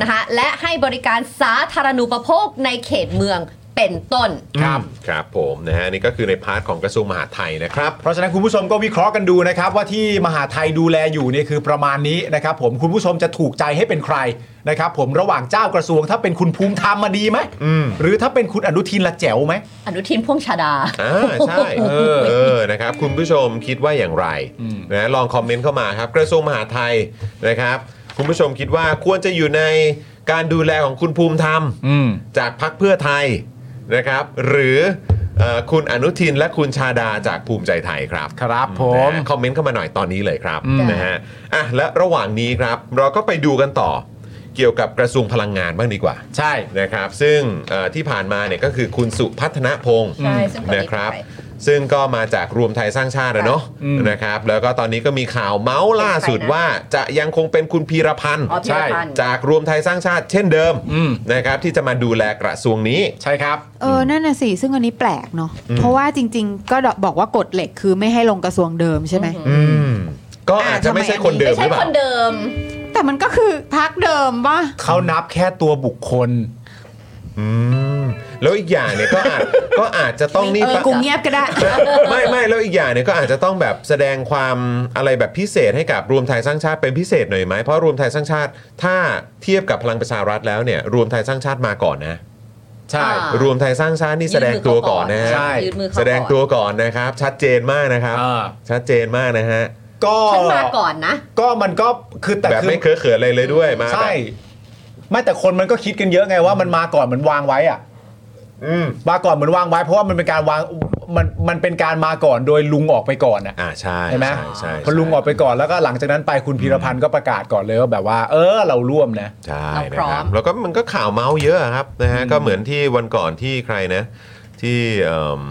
Speaker 3: นะคะและให้บริการสาธารณูปโภคในเขตเมืองเป็นต้น
Speaker 6: ครับ
Speaker 5: ครับผมนะฮะนี่ก็คือในพาร์ทของกระทรวงมหาดไทยนะครับ
Speaker 6: เพราะฉะนั้นคุณผู้ชมก็วิเคราะห์กันดูนะครับ ว่าที่มหาไทยดูแลอยู่เนี่ยคือประมาณนี้นะครับผมคุณผู้ชมจะถูกใจให้เป็นใครนะครับผมระหว่างเจ้ากระทรวงถ้าเป็นคุณภูมิธรรมมาดีไหมหรือถ้าเป็นคุณอนุทินละแจ๋วไหม
Speaker 3: อนุทินพ่วงชาดา
Speaker 5: อ่าใช่เออเออนะครับคุณผู้ชมคิดว่าอย่างไรนะลองคอมเมนต์เข้ามาครับ กระทรวงมหาดไทยนะครับ คุณผู้ชมคิดว่าควรจะอยู่ในการดูแลของคุณภูมิธรรม
Speaker 6: อืม
Speaker 5: จากพักเพื่อไทยนะครับ หรือเอ่อคุณอนุทินและคุณชาดาจากภูมิใจไทยครับ
Speaker 6: ครับผม
Speaker 5: นะฮะคอมเมนต์เข้ามาหน่อยตอนนี้เลยครับ
Speaker 6: อืม
Speaker 5: นะฮะอ่ะและระหว่างนี้ครับเราก็ไปดูกันต่อ เกี่ยวกับกระทรวงพลังงานบ้างดีกว่า
Speaker 6: ใช่
Speaker 5: นะครับ ซึ่งเอ่อที่ผ่านมาเนี่ยก็คือคุณสุพัฒนพงศ์
Speaker 3: ใช่ซึ่งคนนี้
Speaker 5: นะครับ
Speaker 3: ใคร
Speaker 5: ซึ่งก็มาจากรวมไทยสร้างชาตินะเนาะ
Speaker 6: อืม
Speaker 5: นะครับ แล้วก็ตอนนี้ก็มีข่าวเมาส์ล่าสุด
Speaker 3: เป็นใครนะ
Speaker 5: ว่าจะยังคงเป็นคุณพีรพันธ์
Speaker 3: อ๋อพิรพันธ์
Speaker 5: จากรวมไทยสร้างชาติเช่นเดิม
Speaker 6: อืม
Speaker 5: นะครับ ที่จะมาดูแลกระทรวงนี้
Speaker 6: ใช่ครับ
Speaker 8: เออ นั่นน่ะสิ ซึ่งอันนี้แปลกเนาะ เพราะว่าจริง ๆ ก็บอกว่ากฎเหล็กคือไม่ให้ลงกระทรวงเดิมใช่ไหม
Speaker 5: อืมก็อาจจะไม่ใช่คนเดิ
Speaker 3: ไม่
Speaker 5: มห
Speaker 3: ใช่
Speaker 5: รือเป
Speaker 3: ค
Speaker 5: ล่า
Speaker 3: นเดิม
Speaker 8: แต่มันก็คือพักเดิมป่ะ
Speaker 6: เขานับแค่ตัวบุคคล
Speaker 5: อืมแล้วอีกอย่างเนี่ยก็อาจ ก็อาจจะต้องนี่
Speaker 8: เออ
Speaker 5: ปะ
Speaker 8: กูเงียบก็ได้
Speaker 5: ไม่ไม่แล้วอีกอย่างเนี่ยก็อาจจะต้องแบบแสดงความอะไรแบบพิเศษให้กับรวมไทยสร้างชาติเป็นพิเศษหน่อยไหมเพราะรวมไทยสร้างชาติ ถ้าเทียบกับพลังประชารัฐแล้วเนี่ยรวมไทยสร้างชาติมาก่อนนะ
Speaker 6: ใช่
Speaker 3: อ่า
Speaker 5: รวมไทยสร้างชาตินี่แสดงตัวก่อนนะฮะ
Speaker 6: ใช่
Speaker 3: ยืดมือเขา
Speaker 5: แสดงตั
Speaker 3: ก่อน
Speaker 5: วก่อนนะครับ ชัดเจนมากนะครับ
Speaker 6: อ่า
Speaker 5: ชัดเจนมากนะฮะ
Speaker 6: ก็
Speaker 3: ฉันมาก่อนนะ
Speaker 6: ก็มันก็คือแต่
Speaker 5: แบบ
Speaker 6: คือ
Speaker 5: ไม่เคอะเขินอะไรเลยด้วยมา
Speaker 6: ใช่
Speaker 5: แบบ
Speaker 6: ไม่แต่คนมันก็คิดกันเยอะไงว่ามันมาก่อนเหมันวางไว้อะ
Speaker 5: อืม
Speaker 6: มาก่อนเหมือนวางไว้ เพราะว่ามันเป็นการวางมันมันเป็นการมาก่อนโดยลุงออกไปก่อนอะ
Speaker 5: อ่าใช่
Speaker 6: ใช่ไหม
Speaker 5: ใช่
Speaker 6: พอลุงออกไปก่อนแล้วก็หลังจากนั้นไปคุณพีรพันธ์ก็ประกาศก่อนเลยว่าแบบว่า เออเราร่วมนะ
Speaker 5: ใช่
Speaker 3: เรา
Speaker 5: นะ
Speaker 3: พร้อม
Speaker 5: ครับแล้วก็มันก็ข่าวเมาส์เยอะครับนะฮะก็เหมือนที่วันก่อนที่ใครนะ ที่เอิ่ม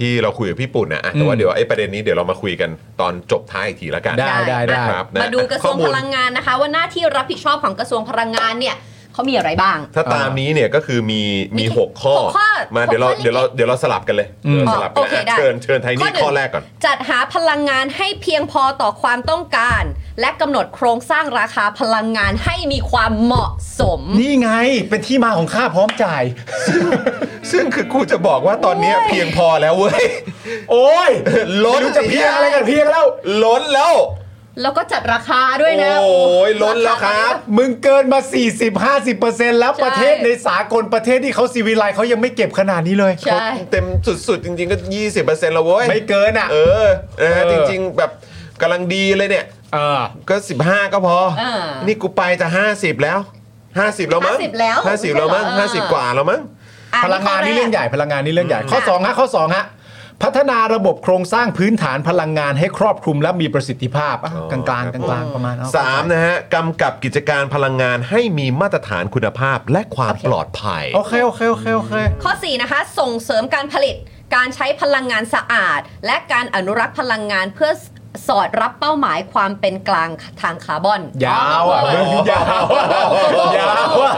Speaker 5: ที่เราคุยกับพี่ปุ่นนะอ่ะแต่ว่า
Speaker 6: อืม
Speaker 5: เดี๋ยวไอ้ประเด็นนี้เดี๋ยวเรามาคุยกันตอนจบท้ายอีกทีละกัน
Speaker 6: ได้ได้ได้
Speaker 5: ครับนะ
Speaker 3: มาดูกระทรวง
Speaker 5: ข้อมูล
Speaker 3: พลังงานนะคะ ว่าหน้าที่รับผิดชอบของกระทรวงพลังงานเนี่ยเขามีอะไรบ้าง
Speaker 5: ถ้าตามนี้เนี่ยก็คือมี
Speaker 3: มี
Speaker 5: มีหกข้อ
Speaker 3: หกข้อ
Speaker 5: มา
Speaker 3: หก
Speaker 5: เดี๋ยวเรา
Speaker 3: ข้อ
Speaker 5: เดี๋ยวเราเดี๋ยวเราสลับกันเลย
Speaker 6: อืม
Speaker 5: เดี๋ยวเราสลับกั
Speaker 3: โอเค
Speaker 5: อ่ะ
Speaker 3: ได้
Speaker 5: เชิญเชิญไทย
Speaker 3: ข้
Speaker 5: นี่
Speaker 3: อหนึ่ง
Speaker 5: ข้อแรกก่อน
Speaker 3: จัดหาพลังงานให้เพียงพอต่อความต้องการ และกำหนดโครงสร้างราคาพลังงานให้มีความเหมาะสม
Speaker 6: นี่ไงเป็นที่มาของค่าพร้อมจ่าย
Speaker 5: ซึ่งคือกูจะบอกว่าตอนเนี้ยเพียงพอแล้วเว้ย
Speaker 6: โอ้ย
Speaker 5: ล้น
Speaker 6: ไม่รู้จะเพียงอะไรกันเพียงแล้ว
Speaker 5: ล้นแล้ว
Speaker 3: แล้วก็จัดราคาด้วยนะ
Speaker 5: โอ้ยล้นแล้วครับ
Speaker 6: มึงเกินมา 40-50%แล้วประเทศในสากลประเทศที่เขาซีวิไลซ์เขายังไม่เก็บขนาดนี้เลย
Speaker 3: ใช่
Speaker 5: เต็มสุดๆ จริงๆก็ 20%แล้วเว้ย
Speaker 6: ไม่เกินอ่ะ
Speaker 5: เออนะฮะ
Speaker 6: เออ
Speaker 5: จริง ๆ แบบกำลังดีเลยเนี่ย
Speaker 6: เออ
Speaker 5: ก็ 15 ก็พอ
Speaker 3: อ่า
Speaker 5: นี่กูไปจะ 50 แล้ว 50 แล้วมั้ง
Speaker 3: 50แล้ว
Speaker 5: 50 แล้วมั้ง
Speaker 3: เออ
Speaker 5: 50 กว่าแล้วมั้ง
Speaker 3: อ่ะ
Speaker 6: พลังงานนี่เรื่องใหญ่พลังงานนี่เรื่องใหญ่ ข้อ
Speaker 3: ค่ะ
Speaker 6: 2ฮะข้อ2ฮะพัฒนาระบบโครงสร้างพื้นฐานพลังงานให้ครอบคลุมและมีประสิทธิภาพอ่ะ
Speaker 5: อ๋อก
Speaker 6: ลางๆกลาง
Speaker 5: ครับ
Speaker 6: ๆประมาณเอ
Speaker 5: สามนะฮะกำกับกิจการพลังงานให้มีมาตรฐานคุณภาพและความปลอดภัย
Speaker 6: โอเคโอเคโอเคโอเค
Speaker 3: ข้อ 4 นะคะ ส่งเสริมการผลิต การใช้พลังงานสะอาด และการอนุรักษ์พลังงานเพื่อสอดรับเป้าหมายความเป็นกลางทางคาร์บอน
Speaker 6: ยาวอ่ะมึงยาวอ่ะยาวอ่ะ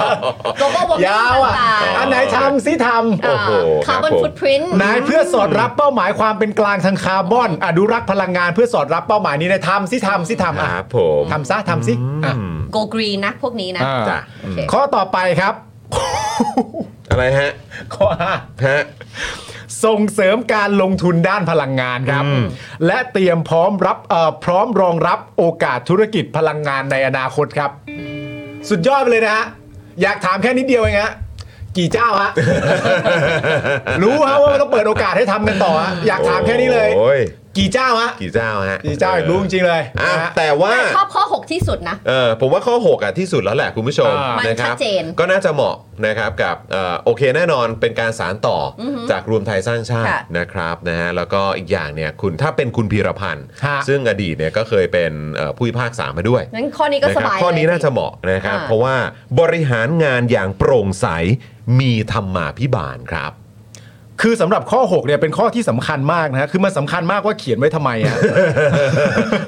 Speaker 3: โกโก้บอก
Speaker 6: ยาวอ่ะ
Speaker 3: ต่าง
Speaker 6: อันไหนทำสิทำ
Speaker 3: ๆ
Speaker 5: โอ้โห
Speaker 3: คาร์บอน
Speaker 5: ครับผม
Speaker 3: ฟุตพิ้น
Speaker 6: นายเพื่อสอดรับเป้าหมายความเป็นกลางทางคาร์บอน อนุรักษ์พลังงานเพื่อสอดรับเป้าหมายนี้นะทำสิทำสิทำ
Speaker 5: ค
Speaker 6: อ่ะ
Speaker 5: รับผม
Speaker 6: ทำซะทำสิอ่ะ
Speaker 3: go green นะพวกนี้นะ
Speaker 6: อ่า
Speaker 5: จ้ะ
Speaker 3: โอเค
Speaker 6: ข้อต่อไปครับ
Speaker 5: อะไรฮะ
Speaker 6: ข้อห้า
Speaker 5: ฮะ
Speaker 6: ส่งเสริมการลงทุนด้านพลังงานครับ และเตรียมพร้อมรับเอ่อพร้อมรองรับโอกาสธุรกิจพลังงานในอนาคตครับ สุดยอดไปเลยนะฮะ อยากถามแค่นิดเดียวเองฮะกี่เจ้า ฮะ รู้ฮะว่ามันต้องเปิดโอกาสให้ทำกันต่อฮะอยากถามแค่นี้เลย
Speaker 5: โอ้ย
Speaker 6: กี่เจ้าฮะ
Speaker 5: กี่เจ้าฮะ
Speaker 6: กี่เจ้าอยากรู้จริงๆเลย
Speaker 5: อ่ะ
Speaker 6: นะฮะ
Speaker 5: แต่ว่า
Speaker 3: ชอบข้อ 6 ที่สุดนะ
Speaker 5: เออผมว่าข้อ 6 อ่ะ ที่สุดแล้วแหละคุณผู้ชม
Speaker 6: อ่ามั
Speaker 5: นะครั
Speaker 3: ชัดเจน
Speaker 5: ก็น่าจะเหมาะนะครับกับเอ่อโอเคแน่นอนเป็นการสารต่ออจากรวมไทยสร้างชาติ
Speaker 3: ค่ะ
Speaker 5: นะครับนะฮะแล้วก็อีกอย่างเนี่ยคุณถ้าเป็นคุณพีรพันธ์
Speaker 6: ฮะ
Speaker 5: ซึ่งอดีตเนี่ยก็เคยเป็นเอ่อผู้พิพากษามาด้วย
Speaker 3: งั้นข้อนี้ก็
Speaker 5: นะ
Speaker 3: ส
Speaker 5: ครับ
Speaker 3: บาย
Speaker 5: ข้อนี้
Speaker 3: เลย
Speaker 5: น่าจะเหมาะนะครับ
Speaker 3: อ่า
Speaker 5: เพราะว่าบริหารงานอย่างโปร่งใสมีธรรมาพิบาล ครับ
Speaker 6: คือสำหรับข้อ6เนี่ยเป็นข้อที่สำคัญมากนะฮะคือมันสำคัญมากว่าเขียนไว้ทำไมฮะ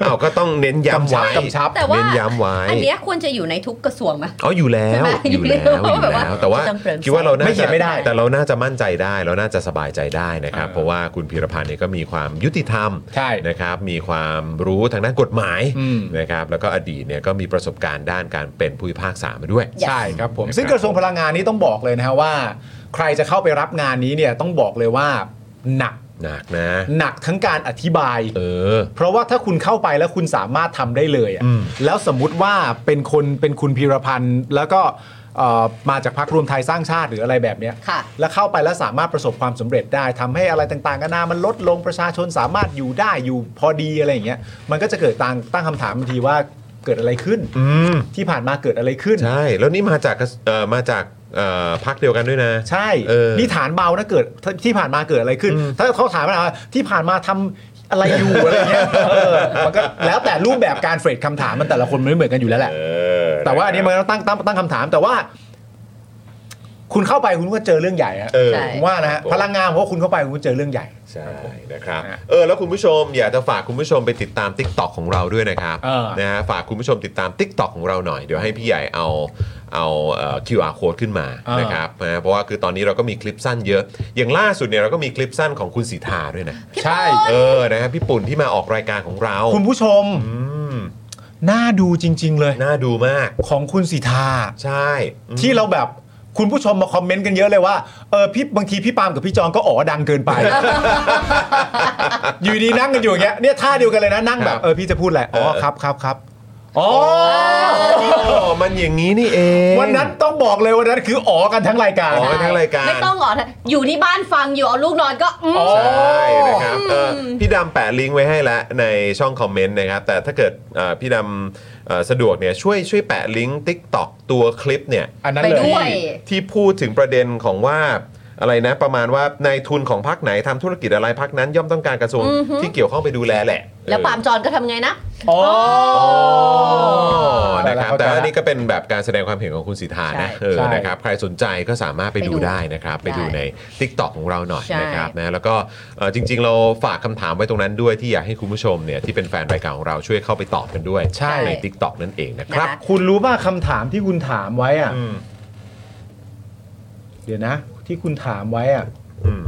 Speaker 5: อ้าวก็ต้องเน้นย้ำไว้
Speaker 6: กำชับ
Speaker 3: แต่ว่า
Speaker 5: เน้นย้ำไว้
Speaker 3: อันเนี้ยควรจะอยู่ในทุกกระทรวงไหม
Speaker 5: อ๋ออยู่แล้
Speaker 3: ใช่
Speaker 5: ว
Speaker 3: ไหม
Speaker 5: อยู่แล้ว
Speaker 3: อยู่แล้ว
Speaker 5: อยู่
Speaker 3: แบบว่า
Speaker 5: แล้วแต่ว่า
Speaker 3: จะต้องเปลี่ยน
Speaker 5: คิดว่าเราน่า
Speaker 6: ไม่เขี
Speaker 5: จะ
Speaker 6: ยนไม่ได้
Speaker 5: แต่เราน่าจะมั่นใจได้ เราน่าจะสบายใจได้นะครับ เพราะว่าคุณพีรพันธ์เนี่ยก็มีความยุติธรรม
Speaker 6: ใช่
Speaker 5: นะครับ มีความรู้ทางด้านกฎหมาย
Speaker 6: อืม
Speaker 5: นะครับ แล้วก็อดีตเนี่ยก็มีประสบการณ์ด้านการเป็นผู้พิพากษามาด้วย
Speaker 3: Yes
Speaker 6: ใช่ครับผม
Speaker 5: นะครับ
Speaker 6: ซึ่งกระทรวงพลังงานนี้ต้องบอกเลยนะฮะว่า ใครจะเข้าไปรับงานนี้เนี่ยต้องบอกเลยว่าหนัก
Speaker 5: หนักนะ
Speaker 6: หนักทั้งการอธิบาย
Speaker 5: เออ
Speaker 6: เพราะว่าถ้าคุณเข้าไปแล้วคุณสามารถทำได้เลยอะ
Speaker 5: อืม
Speaker 6: แล้วสมมุติว่าเป็นคนเป็นคุณพีรพันธ์ แล้วก็เอ่อมาจากพรรครวมไทยสร้างชาติหรืออะไรแบบเนี้ย
Speaker 3: ค่ะ
Speaker 6: แล้วเข้าไปแล้วสามารถประสบความสำเร็จได้ทำให้อะไรต่างๆกันานามันลดลงประชาชนสามารถอยู่ได้อยู่พอดีอะไรอย่างเงี้ยมันก็จะเกิดตั้งตั้งคำถามทันทีว่าเกิดอะไรขึ้น
Speaker 5: อืม
Speaker 6: ที่ผ่านมาเกิดอะไรขึ้น
Speaker 5: ใช่ แล้วนี่มาจากกระเอ่อมาจากเอ่อพักเดียวกันด้วยนะ
Speaker 6: ใช่
Speaker 5: เออ
Speaker 6: นี่ฐานเบานะเกิดถ้าที่ผ่านมาเกิดอะไรขึ้น
Speaker 5: อืม
Speaker 6: ถ้าเขาถามมาที่ผ่านมาทำอะไรอยู่ อะไรเงี้ยเออมันก็แล้วแต่รูปแบบการเฟรดคำถามมันแต่ละคนมันไม่เหมือนกันอยู่แล้วแหละ
Speaker 5: เออ
Speaker 6: แต่ว่าอันนี้มันก็ต้องตั้งตั้งตั้งคำถามแต่ว่า คุณเข้าไปคุณก็เจอเรื่องใหญ่อะ
Speaker 5: เออ
Speaker 3: ใช่
Speaker 6: ผมว่านะฮะพลังงานผมว่าคุณเข้าไปคุณก็เจอเรื่องใหญ่
Speaker 5: ใช่นะครับ
Speaker 6: ฮะ
Speaker 5: เออ แล้วคุณผู้ชมอยากจะฝากคุณผู้ชมไปติดตาม Tik t o อกของเราด้วยนะครับ
Speaker 6: เออ
Speaker 5: นะฮะฝากคุณผู้ชมติดตาม Tik t o อกของเราหน่อย เดี๋ยวให้พี่ใหญ่เอาเอาเอ่อ QR code ขึ้นมานะครับนะเพราะว่าคือตอนนี้เราก็มีคลิปสั้นเยอะ อย่างล่าสุดเนี่ยเราก็มีคลิปสั้นของคุณสีทาด้วยนะ
Speaker 6: ใช่
Speaker 5: เออนะฮะพี่ปุ่นที่มาออกรายการของเรา
Speaker 6: คุณผู้ชม
Speaker 5: อืม
Speaker 6: น่าดูจริง ๆ เลย
Speaker 5: น่าดูมาก
Speaker 6: ของคุณสิทธา
Speaker 5: ใช่อืม
Speaker 6: ที่เราแบบคุณผู้ชมมาคอมเมนต์กันเยอะเลยว่าเออพี่บางทีพี่ปาล์มกับพี่จองก็อ๋อดังเกิน ไป อยู่ดีนั่งกันอยู่อย่างเงี้ยเนี่ยท่าเดียวกันเลยนะนั่งแบ
Speaker 5: ครับ บ
Speaker 6: เออพี่จะพูดแหละอ๋อ
Speaker 5: เออ
Speaker 6: ครับครับครับอ๋อ
Speaker 5: อ๋อมันอย่างนี้นี่เอง
Speaker 6: วันนั้นต้องบอกเลยวันนั้นคืออ๋อกันทั้งรายการ
Speaker 5: อ๋อทั้งรายการ
Speaker 3: ไม่ต้องหรอกนะอยู่ที่บ้านฟังอยู่เอาลูกนอนก็อืม
Speaker 6: อ๋อ
Speaker 5: ใช่นะครับเออพี่ดำแปะลิงก์ไว้ให้แล้วในช่องคอมเมนต์นะครับ แต่ถ้าเกิดเอ่อพี่ดำเอ่อสะดวกเนี่ยช่วยช่วยแปะลิงก์ TikTok ตัวคลิปเนี่ย
Speaker 6: อันนั้นเล
Speaker 3: ไป
Speaker 6: ย
Speaker 3: ด้วย
Speaker 5: ที่พูดถึงประเด็นของว่าอะไรนะ ประมาณว่านายทุนของพักไหนทำธุรกิจอะไรพักนั้น ย่อมต้องการกระทรวงที่เกี่ยวข้องไปดูแลแหละ
Speaker 3: แล้วปาล์มจอนก็ทำไงนะ
Speaker 6: อ๋อ
Speaker 5: อ๋อนะครับแต่ว่านี่ก็เป็นแบบการแสดงความเห็นของคุณสิทธานะ
Speaker 3: ใช่
Speaker 5: เออ
Speaker 6: ใช่
Speaker 5: นะครับใครสนใจก็สามารถไป
Speaker 3: ไปดู
Speaker 5: ดูได้นะครับ ไปดู
Speaker 3: ได้
Speaker 5: ใน TikTok ของเราหน่อย
Speaker 3: ใช่
Speaker 5: นะครับนะแล้วก็เอ่อจริง ๆ เราฝากคำถามไว้ตรงนั้นด้วยที่อยากให้คุณผู้ชมเนี่ยที่เป็นแฟนรายการของเราช่วยเข้าไปตอบกันด้วย
Speaker 6: ใช่
Speaker 5: ใน Tik t o อกนั่นเองนะครับ
Speaker 3: นะคะ
Speaker 6: คุณรู้ป่ะคำถามที่คุณถามไว้อ่ะ
Speaker 5: อืม
Speaker 6: เดี๋ยวนะ ที่คุณถามไว้อ่ะ
Speaker 5: อืม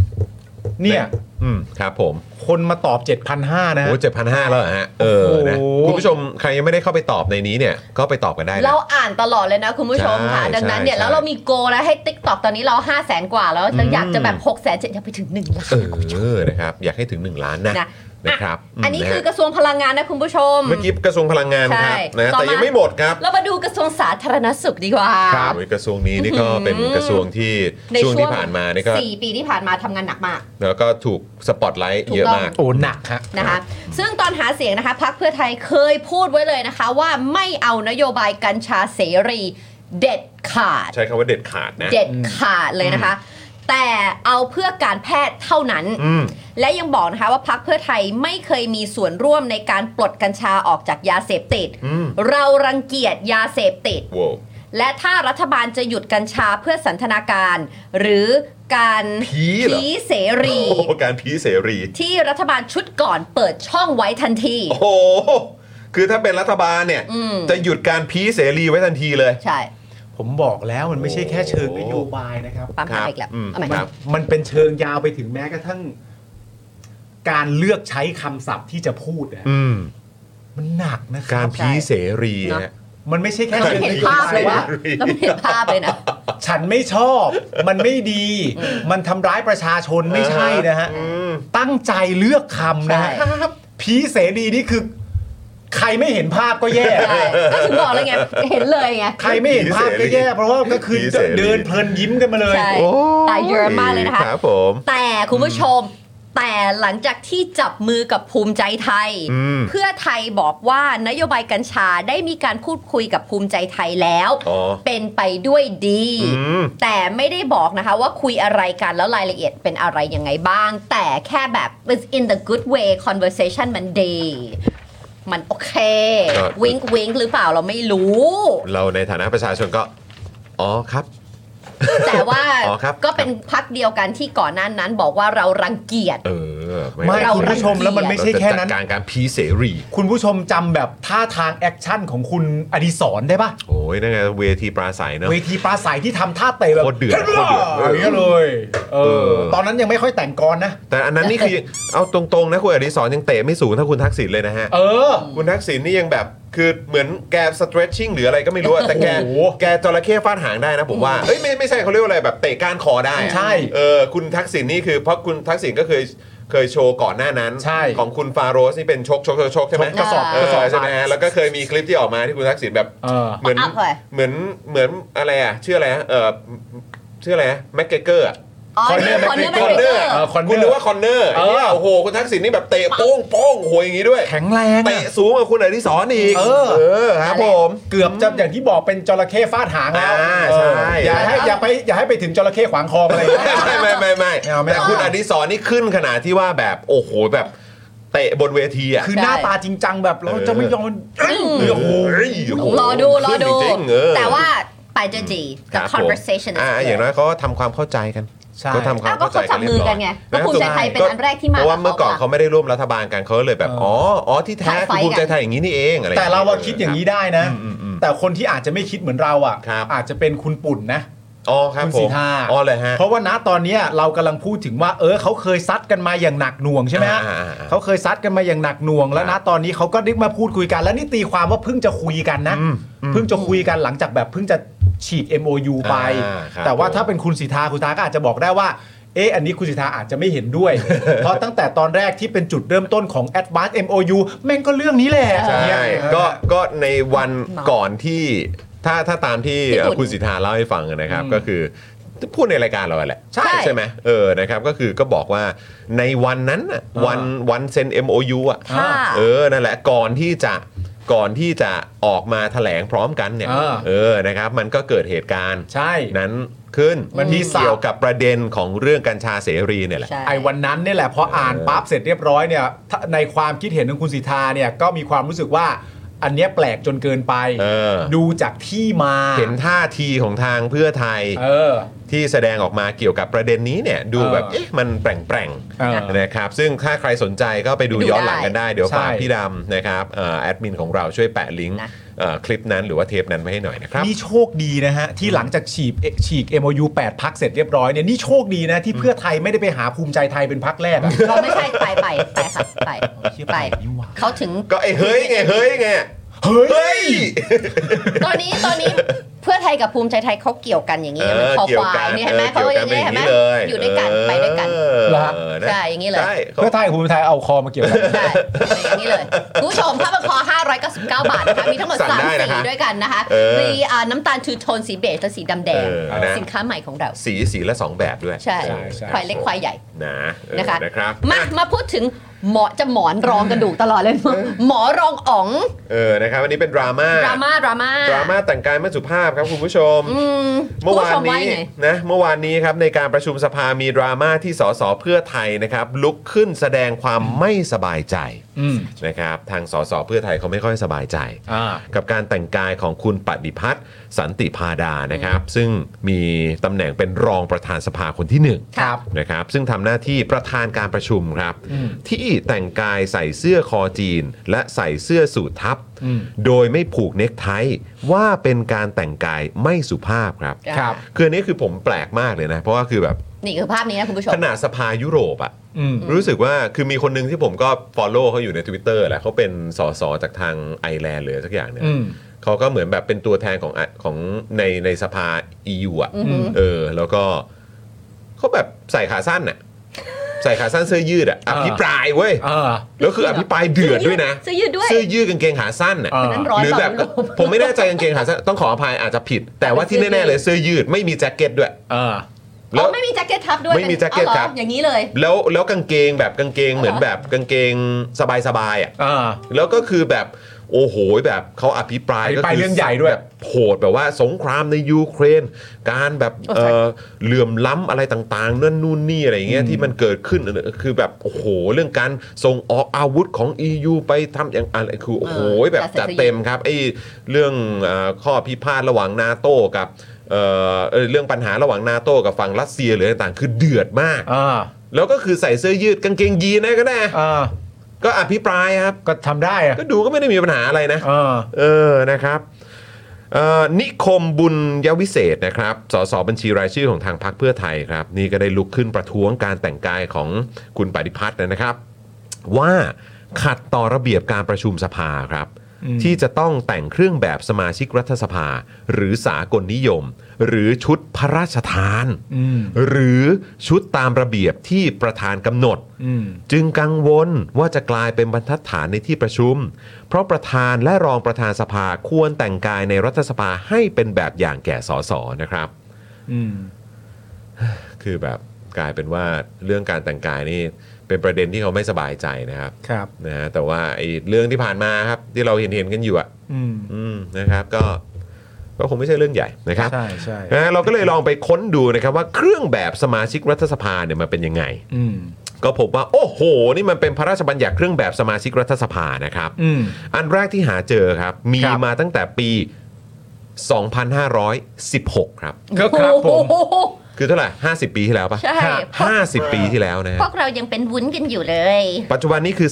Speaker 6: เนี่ย
Speaker 5: อืมครับผม
Speaker 6: คนมาตอบ 7,500นะฮะ
Speaker 5: โอ้เจ็ดพันห้าแล้วเหรอฮะเออนะ
Speaker 6: โอ้โห
Speaker 5: คุณผู้ชมใครยังไม่ได้เข้าไปตอบในนี้เนี่ยก็ไปตอบกันได้นะ
Speaker 3: เราอ่านตลอดเลยนะคุณผู้ชมค่ะ
Speaker 5: ใช่
Speaker 3: ดังนั้นเนี่ย
Speaker 5: ใช่
Speaker 3: แล้วเรามีโกนะให้ t ิ k t o k ตอนนี้เรา 5 0 0แสนกว่าแล้ว
Speaker 5: อื
Speaker 3: เรา
Speaker 5: ม
Speaker 3: อยากจะแบบ6กแสนเจ็ดอยากไปถึง1ล้าน
Speaker 5: เออนะครับอยากให้ถึง 1 ล้านนะ
Speaker 3: นะ
Speaker 5: นะครับม
Speaker 3: อันนี้คือะ ก
Speaker 5: ฮะ
Speaker 3: ระทรวงพลังงานนะคุณผู้ชม
Speaker 5: เมื่อกี้กระทรวงพลังงานครับ
Speaker 3: ใช่
Speaker 5: นะ
Speaker 3: ต่อมา
Speaker 5: แต่ยังไม่หมดครับ
Speaker 3: เรามาดูกระทรวงสาธารณสุขดีกว่า
Speaker 5: โอ้ยกระทรวงนี้นี่ก็เป็น
Speaker 3: อื้อหือ
Speaker 5: กระทรวงที่
Speaker 3: ใน
Speaker 5: ช่วง
Speaker 3: ช่ว
Speaker 5: ที่
Speaker 3: ง
Speaker 5: ผ่านมานี่ก็
Speaker 3: สี่ปีที่ผ่านมาทำงานหนักมาก
Speaker 5: แล้วก็ถูกสปอตไลท์
Speaker 3: ถูกต้อง
Speaker 5: เยอะมาก
Speaker 6: โอ้หนักฮะ
Speaker 3: นะคะซึ่งตอนหาเสียงนะคะพักเพื่อไทยเคยพูดไว้เลยนะคะ ว่าไม่เอานโยบายกัญชาเสรีเด็ดขาด
Speaker 5: ใช้คำว่าเด็ดขาดนะ
Speaker 3: เด็ดขาดเลยนะคะ แต่เอาเพื่อการแพทย์เท่านั้น
Speaker 5: อืม
Speaker 3: และยังบอกนะคะว่าพักเพื่อไทยไม่เคยมีส่วนร่วมในการปลดกัญชาออกจากยาเสพติด
Speaker 5: อืม
Speaker 3: เรารังเกียจยาเสพติด
Speaker 5: โว้ว
Speaker 3: และถ้ารัฐบาลจะหยุดกัญชาเพื่อสันทนาการ หรือการ
Speaker 5: พีเหรอ
Speaker 3: เสรี
Speaker 5: โอ้โหการพีเสรี
Speaker 3: ที่รัฐบาลชุดก่อนเปิดช่องไว้ทันที
Speaker 5: โอ้โห คือถ้าเป็นรัฐบาลเนี่ย
Speaker 3: อืม
Speaker 5: จะหยุดการพีเสรีไว้ทันทีเลย
Speaker 3: ใช่
Speaker 6: ผมบอกแล้วมันไม่ใช่แค่เชิงนโยบายนะครับ
Speaker 3: ปั๊ม
Speaker 5: ครับ
Speaker 3: หาอีกแล้ว
Speaker 5: อืม
Speaker 3: เอาใหม่
Speaker 5: ครับ
Speaker 6: มันเป็นเชิงยาวไปถึงแม้กระทั่ง การเลือกใช้คำศัพท์ที่จะพูดนะ
Speaker 5: อืม
Speaker 6: มันหนักนะค
Speaker 5: กา
Speaker 6: รั
Speaker 5: ร
Speaker 6: บ
Speaker 5: พีเสรี
Speaker 3: เนอะ
Speaker 5: ฮะ
Speaker 6: มันไม่ใช่แค่
Speaker 3: เราไม่เห็นภาพเลยวะเราไม่เห็นภาพเลยนะ
Speaker 6: ฉันไม่ชอบ มันไม่ดี มันทำร้ายประชาชนไม่ใช่นะฮะ
Speaker 5: อืม
Speaker 6: ตั้งใจเลือกคำนะฮะ
Speaker 3: ใช่
Speaker 6: พีเสรีนี่คือ ใครไม่เห็นภาพก็แย่
Speaker 3: ใช่ก็ถึงบอกเลยไงเห็นเลยไง
Speaker 6: ใครไม่เห็นภาพก็แย่ เพราะว่าก็คือ
Speaker 5: พีเสรี
Speaker 6: เดินเพลินยิ้มกันมาเลย
Speaker 3: ใช่
Speaker 5: โอ้
Speaker 3: ตายเยอะมากเลยนะคะ
Speaker 5: ครับผม
Speaker 3: แต่คุณผู้ชม แต่หลังจากที่จับมือกับภูมิใจไทย
Speaker 5: อืม
Speaker 3: เพื่อไทยบอกว่านโยบายกัญชาได้มีการพูดคุยกับภูมิใจไทยแล้ว
Speaker 5: อ๋อ
Speaker 3: เป็นไปด้วยดี
Speaker 5: อืม
Speaker 3: แต่ไม่ได้บอกนะคะว่าคุยอะไรกันแล้วรายละเอียดเป็นอะไรยังไงบ้าง แต่แค่แบบ it's in the good way conversation มันดี มันโอเค
Speaker 5: ก็
Speaker 3: วิงวิงหรือเปล่าเราไม่รู้
Speaker 5: เราในฐานะประชาชนก็ อ๋อครับ
Speaker 3: แต่ว่า
Speaker 5: อ๋อครับ
Speaker 3: ก็เป็นพักเดียวกันที่ก่อนหน้านั้นบอกว่าเรารังเกียจ
Speaker 5: เออ
Speaker 6: ไม่
Speaker 5: เป็นไร
Speaker 3: เรา
Speaker 6: คุณผู้ชม
Speaker 3: รังเกียจ
Speaker 6: แล้วมันไม่ใช่แค่นั้น
Speaker 5: เราจะจัดการการพีเสรี
Speaker 6: คุณผู้ชมจำแบบท่าทางแอคชั่นของคุณอดิศรได้ปะ
Speaker 5: โอ้ยนั่นไงเวทีปราศัยเนอะ
Speaker 6: เวทีปราศัยที่ทำท่าเตะแบบ
Speaker 5: โคตรเดือด
Speaker 6: ฮ้ย
Speaker 5: โคตรเดือด
Speaker 6: ย่างเงี้ยเลยเออ
Speaker 5: เออ
Speaker 6: ตอนนั้นยังไม่ค่อยแต่งกรนะ
Speaker 5: แต่อันนั้นนี่คือ เอาตรงๆนะคุณอดิศรยังเตะไม่สูงเท่าคุณทักษิณเลยนะฮะ
Speaker 6: เออ
Speaker 5: คุณทักษิณนี่ยังแบบคือเหมือนแก stretching หรืออะไรก็ไม่รู้อะแต่แก
Speaker 6: โอ้โห
Speaker 5: แกจระเข้ฟาดหางได้นะผมว่าเอ้ยไม่ไม่ใช่เขาเรียกว่าอะไรแบบเตะก้านคอได้อะ
Speaker 6: ใช่
Speaker 5: เออคุณทักษิณนี่คือเพราะคุณทักษิณก็เคยเคยโชว์ก่อนหน้านั้น
Speaker 6: ใช่
Speaker 5: ของคุณฟาโรสนี่เป็นชกชกชกชกใช่ไหม
Speaker 6: ชกกระสอบ
Speaker 5: เ
Speaker 6: กระสอบ
Speaker 5: ใช่ไหมฮะแล้วก็เคยมีคลิปที่ออกมาที่คุณทักษิณแบบ
Speaker 6: เออ
Speaker 5: มือน
Speaker 3: อัพเลย
Speaker 5: เหมือนเหมือนอะไรอะชื่ออะไรอะเออชื่ออะไรแม็กเกเกอร์
Speaker 3: อ๋อ
Speaker 6: คอนเน
Speaker 3: นี่
Speaker 6: อร์
Speaker 3: คอนเนอร์แม
Speaker 5: คอ
Speaker 3: น
Speaker 5: นเน
Speaker 3: เดอร์
Speaker 6: เออคอนเนอ
Speaker 5: อร์คุณนึก
Speaker 6: ร์
Speaker 5: ว่าคอนเนอร์
Speaker 6: เออ
Speaker 5: เนี่ยโอ้โหคุณทักษิณนี่แบบเตะโป้งโป้งโอ้โหอย่างนี้ด้วย
Speaker 6: แข็งแรงอะ
Speaker 5: เตะสูงกว่าคุณอดิศรอีก
Speaker 6: เออ
Speaker 5: อครับผม
Speaker 6: เกือบจะอย่างที่บอกเป็นจระเข้ฟาดหางแล้ว
Speaker 5: อ่า
Speaker 6: เออ
Speaker 5: ใช่
Speaker 6: อย่าให้อย่าไปอย่าให้ไปถึงจระเข้ขวางคออะไรอย่างเงี้ย
Speaker 5: ไม่ไม่ไม่ไม่
Speaker 6: ไม่เอาไม่เอา
Speaker 5: แต่คุณอดิศรนี่ขึ้นขนาดที่ว่าแบบโอ้โหแบบเตะบนเวทีอ่ะ
Speaker 6: คือหน้าตาจริงจังแบบเราจะไม่ยอมเอ้ย
Speaker 5: เออ
Speaker 6: โอ้โห
Speaker 5: โโห
Speaker 3: รอดูรอ
Speaker 5: ขึ้น
Speaker 3: ดู
Speaker 5: จริงๆเออ
Speaker 3: แต่ว่าไปเจอจี
Speaker 5: ค
Speaker 3: กับ
Speaker 5: รับผม
Speaker 3: conversation
Speaker 5: อ่าอย่างน้อยเขาก็ทำความเข้าใจกัน
Speaker 6: ใช่
Speaker 5: เขาทำความ
Speaker 3: อ้าวก็
Speaker 5: เข้าใจ
Speaker 3: เขาจั
Speaker 5: กับ นเรี
Speaker 3: มื
Speaker 5: ย
Speaker 3: อบ
Speaker 5: ร้
Speaker 3: กั
Speaker 5: อน ย
Speaker 3: ไงก็ภูมิใจไทยเป็นอันแรกที่มา
Speaker 5: เพราะว่า
Speaker 3: บ
Speaker 5: เมื่อก่อน
Speaker 3: ข
Speaker 5: เขาไม่ได้ร่วมรัฐบาลกันเขาเลยแบบอ๋ออ๋อที่แท้คือภูมิใจไทยอย่างนี้นี่เองอะไรอย่
Speaker 6: แต่
Speaker 5: งงี้ย
Speaker 6: เราอะคิดอย่างนี้ได้นะ
Speaker 5: อืมอืมอืม
Speaker 6: แต่คนที่อาจจะไม่คิดเหมือนเราอะ
Speaker 5: ครับ
Speaker 6: อาจจะเป็นคุณปุ่นนะ
Speaker 5: อ๋อครับ
Speaker 6: คุณ
Speaker 5: ผ
Speaker 6: สี
Speaker 5: ม
Speaker 6: ทา
Speaker 5: อ๋อเลยฮะ
Speaker 6: เพราะว่าณตอนเนี้ยเรากำลังพูดถึงว่า เออเขาเคยซัดกันมาอย่างหนักหน่วงใช่ไหมฮะ
Speaker 5: อ่าอ่าอ่า
Speaker 6: เขาเคยซัดกันมาอย่างหนักหน่วง แล้ว
Speaker 5: ครั
Speaker 6: ณ
Speaker 5: บ
Speaker 6: ตอนนี้เขาก็ได้มาพูดคุยกัน แล้วนี่ตีความว่าเพิ่งจะคุยกันนะ
Speaker 5: อืมอืม
Speaker 6: เพิ่งจะคุยกันหลังจากแบบเพิ่งจะฉีก MOU ไป
Speaker 5: อ่าครับ
Speaker 6: แต่ว่า
Speaker 5: ผม
Speaker 6: ถ้าเป็นคุณสิทธาคุณสิทธาก็อาจจะบอกได้ว่าเอออันนี้คุณสิทธาอาจจะไม่เห็น ด้วย เพราะตั้งแต่ตอนแรกที่เป็นจุดเริ่มต้นของ Advance MOU แม่งก็เรื่องนี้แหละ
Speaker 5: ใช่
Speaker 6: เนี่ย
Speaker 5: ก็ก็ในวันก่อนที่ถ้าถ้าตามที่เอ่อคุณสิทธาเล่าให้ฟังนะครับ ก็คือพูดในรายการเราแหละ
Speaker 3: ใช่
Speaker 5: ใช่ไหมเออนะครับก็คือก็บอกว่าในวันนั้นน่ะวันวันเซ็น MOU อ่ะ
Speaker 3: ค่ะ
Speaker 5: เออนั่นแหละก่อนที่จะก่อนที่จะออกมาแถลงพร้อมกันเนี่ยเออนะครับมันก็เกิดเหตุการณ์
Speaker 6: ใช่
Speaker 5: นั้นขึ้น
Speaker 6: มันมีสาบ
Speaker 5: เกี่ยวกับประเด็นของเรื่องกัญชาเสรีเนี่ยแหละ
Speaker 3: ใช่
Speaker 6: ไอ้วันนั้นเนี่ยแหละพออ่านปั๊บเสร็จเรียบร้อยเนี่ยถ้าในความคิดเห็นของคุณสิทธาเนี่ยก็มีความรู้สึกว่าอันเนี้ยแปลกจนเกินไป
Speaker 5: เออ
Speaker 6: ดูจากที่มา
Speaker 5: เห็นท่าทีของทางเพื่อไทย
Speaker 6: เออ
Speaker 5: ที่แสดงออกมาเกี่ยวกับประเด็นนี้เนี่ยดู
Speaker 6: เออ
Speaker 5: แบบเอ๊ะมันแปลง
Speaker 6: เออ
Speaker 5: ๆนะครับซึ่งถ้าใครสนใจก็ไปดู
Speaker 3: ไปดู
Speaker 5: ย้อนหลังกันได้เดี๋ยว
Speaker 6: ใช่
Speaker 5: ฝากพี่ดำนะครับเอ่อแอดมินของเราช่วยแปะลิงก์
Speaker 3: นะ
Speaker 5: เอ่อคลิปนั้นหรือว่าเทปนั้นไว้ให้หน่อยนะครับ
Speaker 6: นี่โชคดีนะฮะ ที่หลังจากฉีกฉีก MOU 8พักเสร็จเรียบร้อยเนี่ยนี่โชคดีนะ ที่เพื่อไทยไม่ได้ไปหาภูมิใจไทยเป็นพักแรกอะ
Speaker 3: เราไม่ใช่ไปไปไปค่ะไป
Speaker 6: เชี่ย
Speaker 3: ไป
Speaker 6: ไปนี่หว่า
Speaker 3: เขาถึง
Speaker 5: ก็ไอ้เฮ้ยไงเฮ้ยไง
Speaker 6: เฮ้ย
Speaker 5: เฮ้ย
Speaker 3: ตอนนี้ตอนนี้เพื่อไทยกับภูมิใจไทยเขาเกี่ยวกันอย่างนี้
Speaker 5: เอ
Speaker 3: ใช่ไหม
Speaker 5: อ
Speaker 3: คอ
Speaker 5: เกี่ย
Speaker 3: คว วา
Speaker 5: กั
Speaker 3: ย
Speaker 5: น
Speaker 3: เนี่ยเห็นไหม
Speaker 5: ออ
Speaker 3: เขาก็อย่างนี้
Speaker 5: เกี่ว
Speaker 3: เห็นไหม
Speaker 5: แบบเลย
Speaker 3: อยู่ด้วยกันไปด้วยกัน
Speaker 5: เอ
Speaker 6: เหรอฮะ
Speaker 5: อ
Speaker 3: ใช่อย่างนี้เลย
Speaker 5: ใช่ขา
Speaker 6: เพื่อไทยกับภูมิไทยเอาคอมาเกี่ยว กัน
Speaker 3: ใช่อย่างนี้เลยคุณผู้ชมผ้าพันคอ 599 บาทนะคะ มีทั้งหมด
Speaker 5: สั่ง
Speaker 3: สาม
Speaker 5: ได้นะ
Speaker 3: สี
Speaker 5: คะ
Speaker 3: ด้วยกันนะคะ
Speaker 5: เออ
Speaker 3: มีอ่าน้ำตาลทูโทนสีเบจและสีดำแดง
Speaker 5: เออนะ
Speaker 3: สินค้าใหม่ของเรา
Speaker 5: สีสีละ 2 แบบด้วย
Speaker 3: ใช่
Speaker 5: เออ
Speaker 6: ใช่
Speaker 3: ควายเล็กควายใหญ่
Speaker 5: นะเออ
Speaker 3: นะคะ
Speaker 5: นะครับ
Speaker 3: มามาพูดถึงหมอจะหมอนรองกระดูกตลอดเลย หมอรองอ๋อง
Speaker 5: เออนะครับอันนี้เป็นดราม่า
Speaker 3: ดราม่าดราม่า
Speaker 5: ดราม่าแต่งกายไม่สุภาพครับคุณผู้ชม
Speaker 3: อืม
Speaker 5: เมื่อวาน
Speaker 3: คุณผู้ช
Speaker 5: นี้
Speaker 3: ยังไง
Speaker 5: นะเมื่อวานนี้ครับในการประชุมสภามีดราม่าที่สสเพื่อไทยนะครับ ลุกขึ้นแสดงความไม่สบายใจ
Speaker 6: อืม
Speaker 5: นะครับ ทางสสเพื่อไทยเขาไม่ค่อยสบายใจ
Speaker 6: อ่า
Speaker 5: กับการแต่งกายของคุณปฏิพัฒน์สันติพาดานะครับ ซึ่งมีตำแหน่งเป็นรองประธานสภาคนที่หนึ่ง
Speaker 6: ครับ
Speaker 5: นะครับ ซึ่งทำหน้าที่ประธานการประชุมครับ ที่แต่งกายใส่เสื้อคอจีน และใส่เสื้อสูททับ โดยไม่ผูกเนคไทว่าเป็นการแต่งกายไม่สุภาพครับ
Speaker 3: จ้ะครับ
Speaker 5: คืออันนี้คือผมแปลกมากเลยนะ เพราะว่าคือแบบ
Speaker 3: นี่คือภาพนี้นะคุณผู้ชม
Speaker 5: ขนาดสภายุโรปอะ
Speaker 6: อืม
Speaker 5: รู้สึกว่าคือมีคนหนึ่งที่ผมก็ follow เขาอยู่ใน Twitter แหละเขาเป็นสสจากทางไอร์แลนด์เลยสักอย่างเนี่ย
Speaker 6: อืม
Speaker 5: เขาก็เหมือนแบบเป็นตัวแทนของอะของในในสภา EU อะ
Speaker 3: อือหือ
Speaker 5: เออ แล้วก็เขาแบบใส่ขาสั้นอะใส่ขาสั้นเสื้อยืดอะอ
Speaker 6: อ่า
Speaker 5: ภิปรายเว้ย
Speaker 6: เออ
Speaker 5: แล้วคืออภิปรายเดือดด้วยนะ
Speaker 3: เสื้อยืดด้วย
Speaker 5: เสื้อยืดกางเกงขาสั้นอะ
Speaker 6: เอ
Speaker 3: อันนั้นร้อน
Speaker 5: หรือ
Speaker 3: เป
Speaker 5: แบ
Speaker 3: ล่า
Speaker 5: บ
Speaker 3: ไม่รู้
Speaker 5: ผมไม่แน่ใจกางเกงขาสั้นต้องขออภัยอาจจะผิด แต่ว่าที่แน่ๆเลยเสื้อยืดไม่มีแจ็คเก็ตด้วย
Speaker 6: เออ
Speaker 3: อ๋อไม่มีแจ็คเก็ตทับด้วย
Speaker 5: ไม่มีแจ็คเก็ต
Speaker 3: อ๋อหอ
Speaker 5: ครับ
Speaker 3: อย่างนี้เลย
Speaker 5: แล้วแล้วกางเกงแบบกางเกงเหมือน
Speaker 3: อ่าฮะ
Speaker 5: แบบกางเกงสบายๆอ่ะ
Speaker 6: เออ
Speaker 5: แล้วก็คือแบบโอ้โหแบบเขาอภิปราย
Speaker 6: อภิ
Speaker 5: ก็
Speaker 6: ปราย
Speaker 5: คื
Speaker 6: เรื่องใหญ่ด้วย
Speaker 5: แบบโหดแบบว่าสงครามในยูเครน การแบบ
Speaker 3: โอ้
Speaker 5: เอ่
Speaker 3: ใช่
Speaker 5: อเหลื่อมล้ำอะไรต่างๆนั่นนู่นนี่อะไรอย่างเงี้ยที่มันเกิดขึ้นคือแบบโอ้โหเรื่องการส่งออกอาวุธของ EU ไปทำอย่างอะไรคือโอ้โหแบบจัดเต็มครับไอ้เรื่องเอ่อข้อพิพาทระหว่างนาโต้กับเอ่อเอ่อเรื่องปัญหาระหว่างนาโต้กับฝั่งรัสเซียหรืออะไรต่างๆคือเดือดมาก
Speaker 6: เออ
Speaker 5: แล้วก็คือใส่เสื้อยืดกางเกงยีนนะก็ได้
Speaker 6: เออ
Speaker 5: ก็อภิปรายครับ
Speaker 6: ก็ทำได้อะ
Speaker 5: ก็ดูก็ไม่ได้มีปัญหาอะไรนะ
Speaker 6: เออ
Speaker 5: เออนะครับเอ่อนิคมบุญยวิเศษนะครับ สสบัญชีรายชื่อของทางพรรคเพื่อไทยครับ นี่ก็ได้ลุกขึ้นประท้วงการแต่งกายของคุณปฏิพัฒน์นะครับ ว่าขัดต่อระเบียบการประชุมสภาครับ ที่จะต้องแต่งเครื่องแบบสมาชิกรัฐสภา หรือสากลนิยม หรือชุดพระราชทาน
Speaker 6: อืม
Speaker 5: หรือชุดตามระเบียบที่ประธานกำหนด
Speaker 6: อืม
Speaker 5: จึงกังวลว่าจะกลายเป็นบรรทัดฐานในที่ประชุม เพราะประธานและรองประธานสภาควรแต่งกายในรัฐสภาให้เป็นแบบอย่างแก่สสนะครับ
Speaker 6: อืม
Speaker 5: คือแบบกลายเป็นว่าเรื่องการแต่งกายนี่เป็นประเด็นที่เขาไม่สบายใจนะครับ
Speaker 6: ครับ
Speaker 5: นะฮะแต่ว่าไอ้เรื่องที่ผ่านมาครับที่เราเห็นเห็นๆกันอยู่อ่ะ
Speaker 6: อืม
Speaker 5: อืมนะครับก็ก็คงไม่ใช่เรื่องใหญ่นะครับ
Speaker 6: ใช่ใช่
Speaker 5: นะฮะเราก็เลยลองไปค้นดูนะครับว่าเครื่องแบบสมาชิกรัฐสภาเนี่ยมันเป็นยังไง
Speaker 6: อืม
Speaker 5: ก็พบว่า โอ้โห นี่มันเป็นพระราชบัญญัติเครื่องแบบสมาชิกรัฐสภานะครับ
Speaker 6: อืม
Speaker 5: อันแรกที่หาเจอครับ มี
Speaker 6: ครับ
Speaker 5: มาตั้งแต่ปี 2516 ครับ
Speaker 6: ก็ครับผม
Speaker 3: โอ้โห
Speaker 5: คือเท่าไหร่ 50 ปีที่แล้วปะ
Speaker 3: ใช่พวก
Speaker 5: ห้าสิบปีที่แล้วนะฮะ
Speaker 3: พวกเรายังเป็นวุ้นกันอยู่เลย
Speaker 5: ปัจจุบันนี้คือ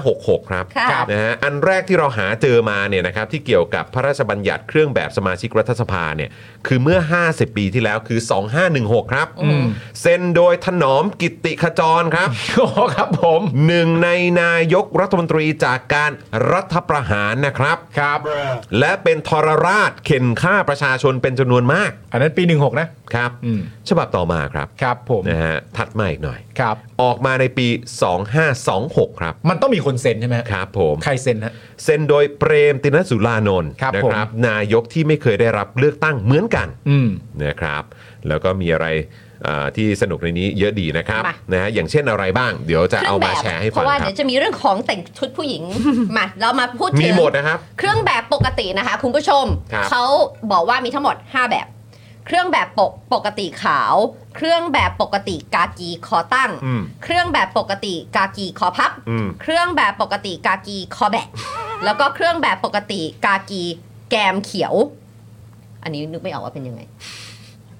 Speaker 5: 2566 ครับ
Speaker 3: ค่ะ
Speaker 5: ครับนะฮะอันแรกที่เราหาเจอมาเนี่ยนะครับที่เกี่ยวกับพระราชบัญญัติเครื่องแบบสมาชิกรัฐสภาเนี่ยคือเมื่อ 50 ปีที่แล้วคือ 2516 ครับ
Speaker 6: อืม
Speaker 5: เซ็นโดยถนอมกิตติขจรครับ
Speaker 6: โอ้ครับผม
Speaker 5: หนึ่งในนายกรัฐมนตรีจากการรัฐประหารนะครับ
Speaker 6: ครับ
Speaker 5: และเป็นทรราชเข็นฆ่าประชาชนเป็นจำนวนมาก
Speaker 6: อันนั้นปี 16 นะ
Speaker 5: ครับ
Speaker 6: อืม
Speaker 5: ฉบับต่อมาครับ
Speaker 6: ครับผม
Speaker 5: นะฮะถัดมาอีกหน่อย
Speaker 6: ครับ
Speaker 5: ออกมาในปี 2526 ครับ
Speaker 6: มันต้องมีคนเซ็นใช่ไหมฮะ
Speaker 5: ครับผม
Speaker 6: ใครเซ็นฮะ
Speaker 5: เซ็นโดยเปรมตินสุลานนท์
Speaker 6: ครับ
Speaker 5: นะ
Speaker 6: ผม
Speaker 5: ครับ นายกที่ไม่เคยได้รับเลือกตั้งเหมือนกัน
Speaker 6: อืม
Speaker 5: นะครับ แล้วก็มีอะไรอ่าที่สนุกในนี้เยอะดีนะครับ
Speaker 3: มา
Speaker 5: นะฮะอย่างเช่นอะไรบ้าง เดี๋ยวจะเอามาแชร์ให้
Speaker 3: เพ
Speaker 5: ฟัง
Speaker 3: ราะว่า
Speaker 5: ครั
Speaker 3: เดี๋
Speaker 5: บ
Speaker 3: ยวจะมีเรื่องของแต่งชุดผู้หญิง มาเรามาพูดถึ
Speaker 5: มี
Speaker 3: ง
Speaker 5: หมดนะครับ
Speaker 3: เครื่องแบบปกตินะคะ คุณผู้ชม
Speaker 5: ครับ
Speaker 3: เขาบอกว่ามีทั้งหมด 5 แบบ เครื่องแบบปกปกติขาว เครื่องแบบปกติกากีคอตั้ง
Speaker 5: อืม
Speaker 3: เครื่องแบบปกติกากีคอพับ
Speaker 5: อืม
Speaker 3: เครื่องแบบปกติกากีคอแบะ แล้วก็เครื่องแบบปกติกากีแกมเขียว อันนี้นึกไม่ออกว่าเป็นยังไง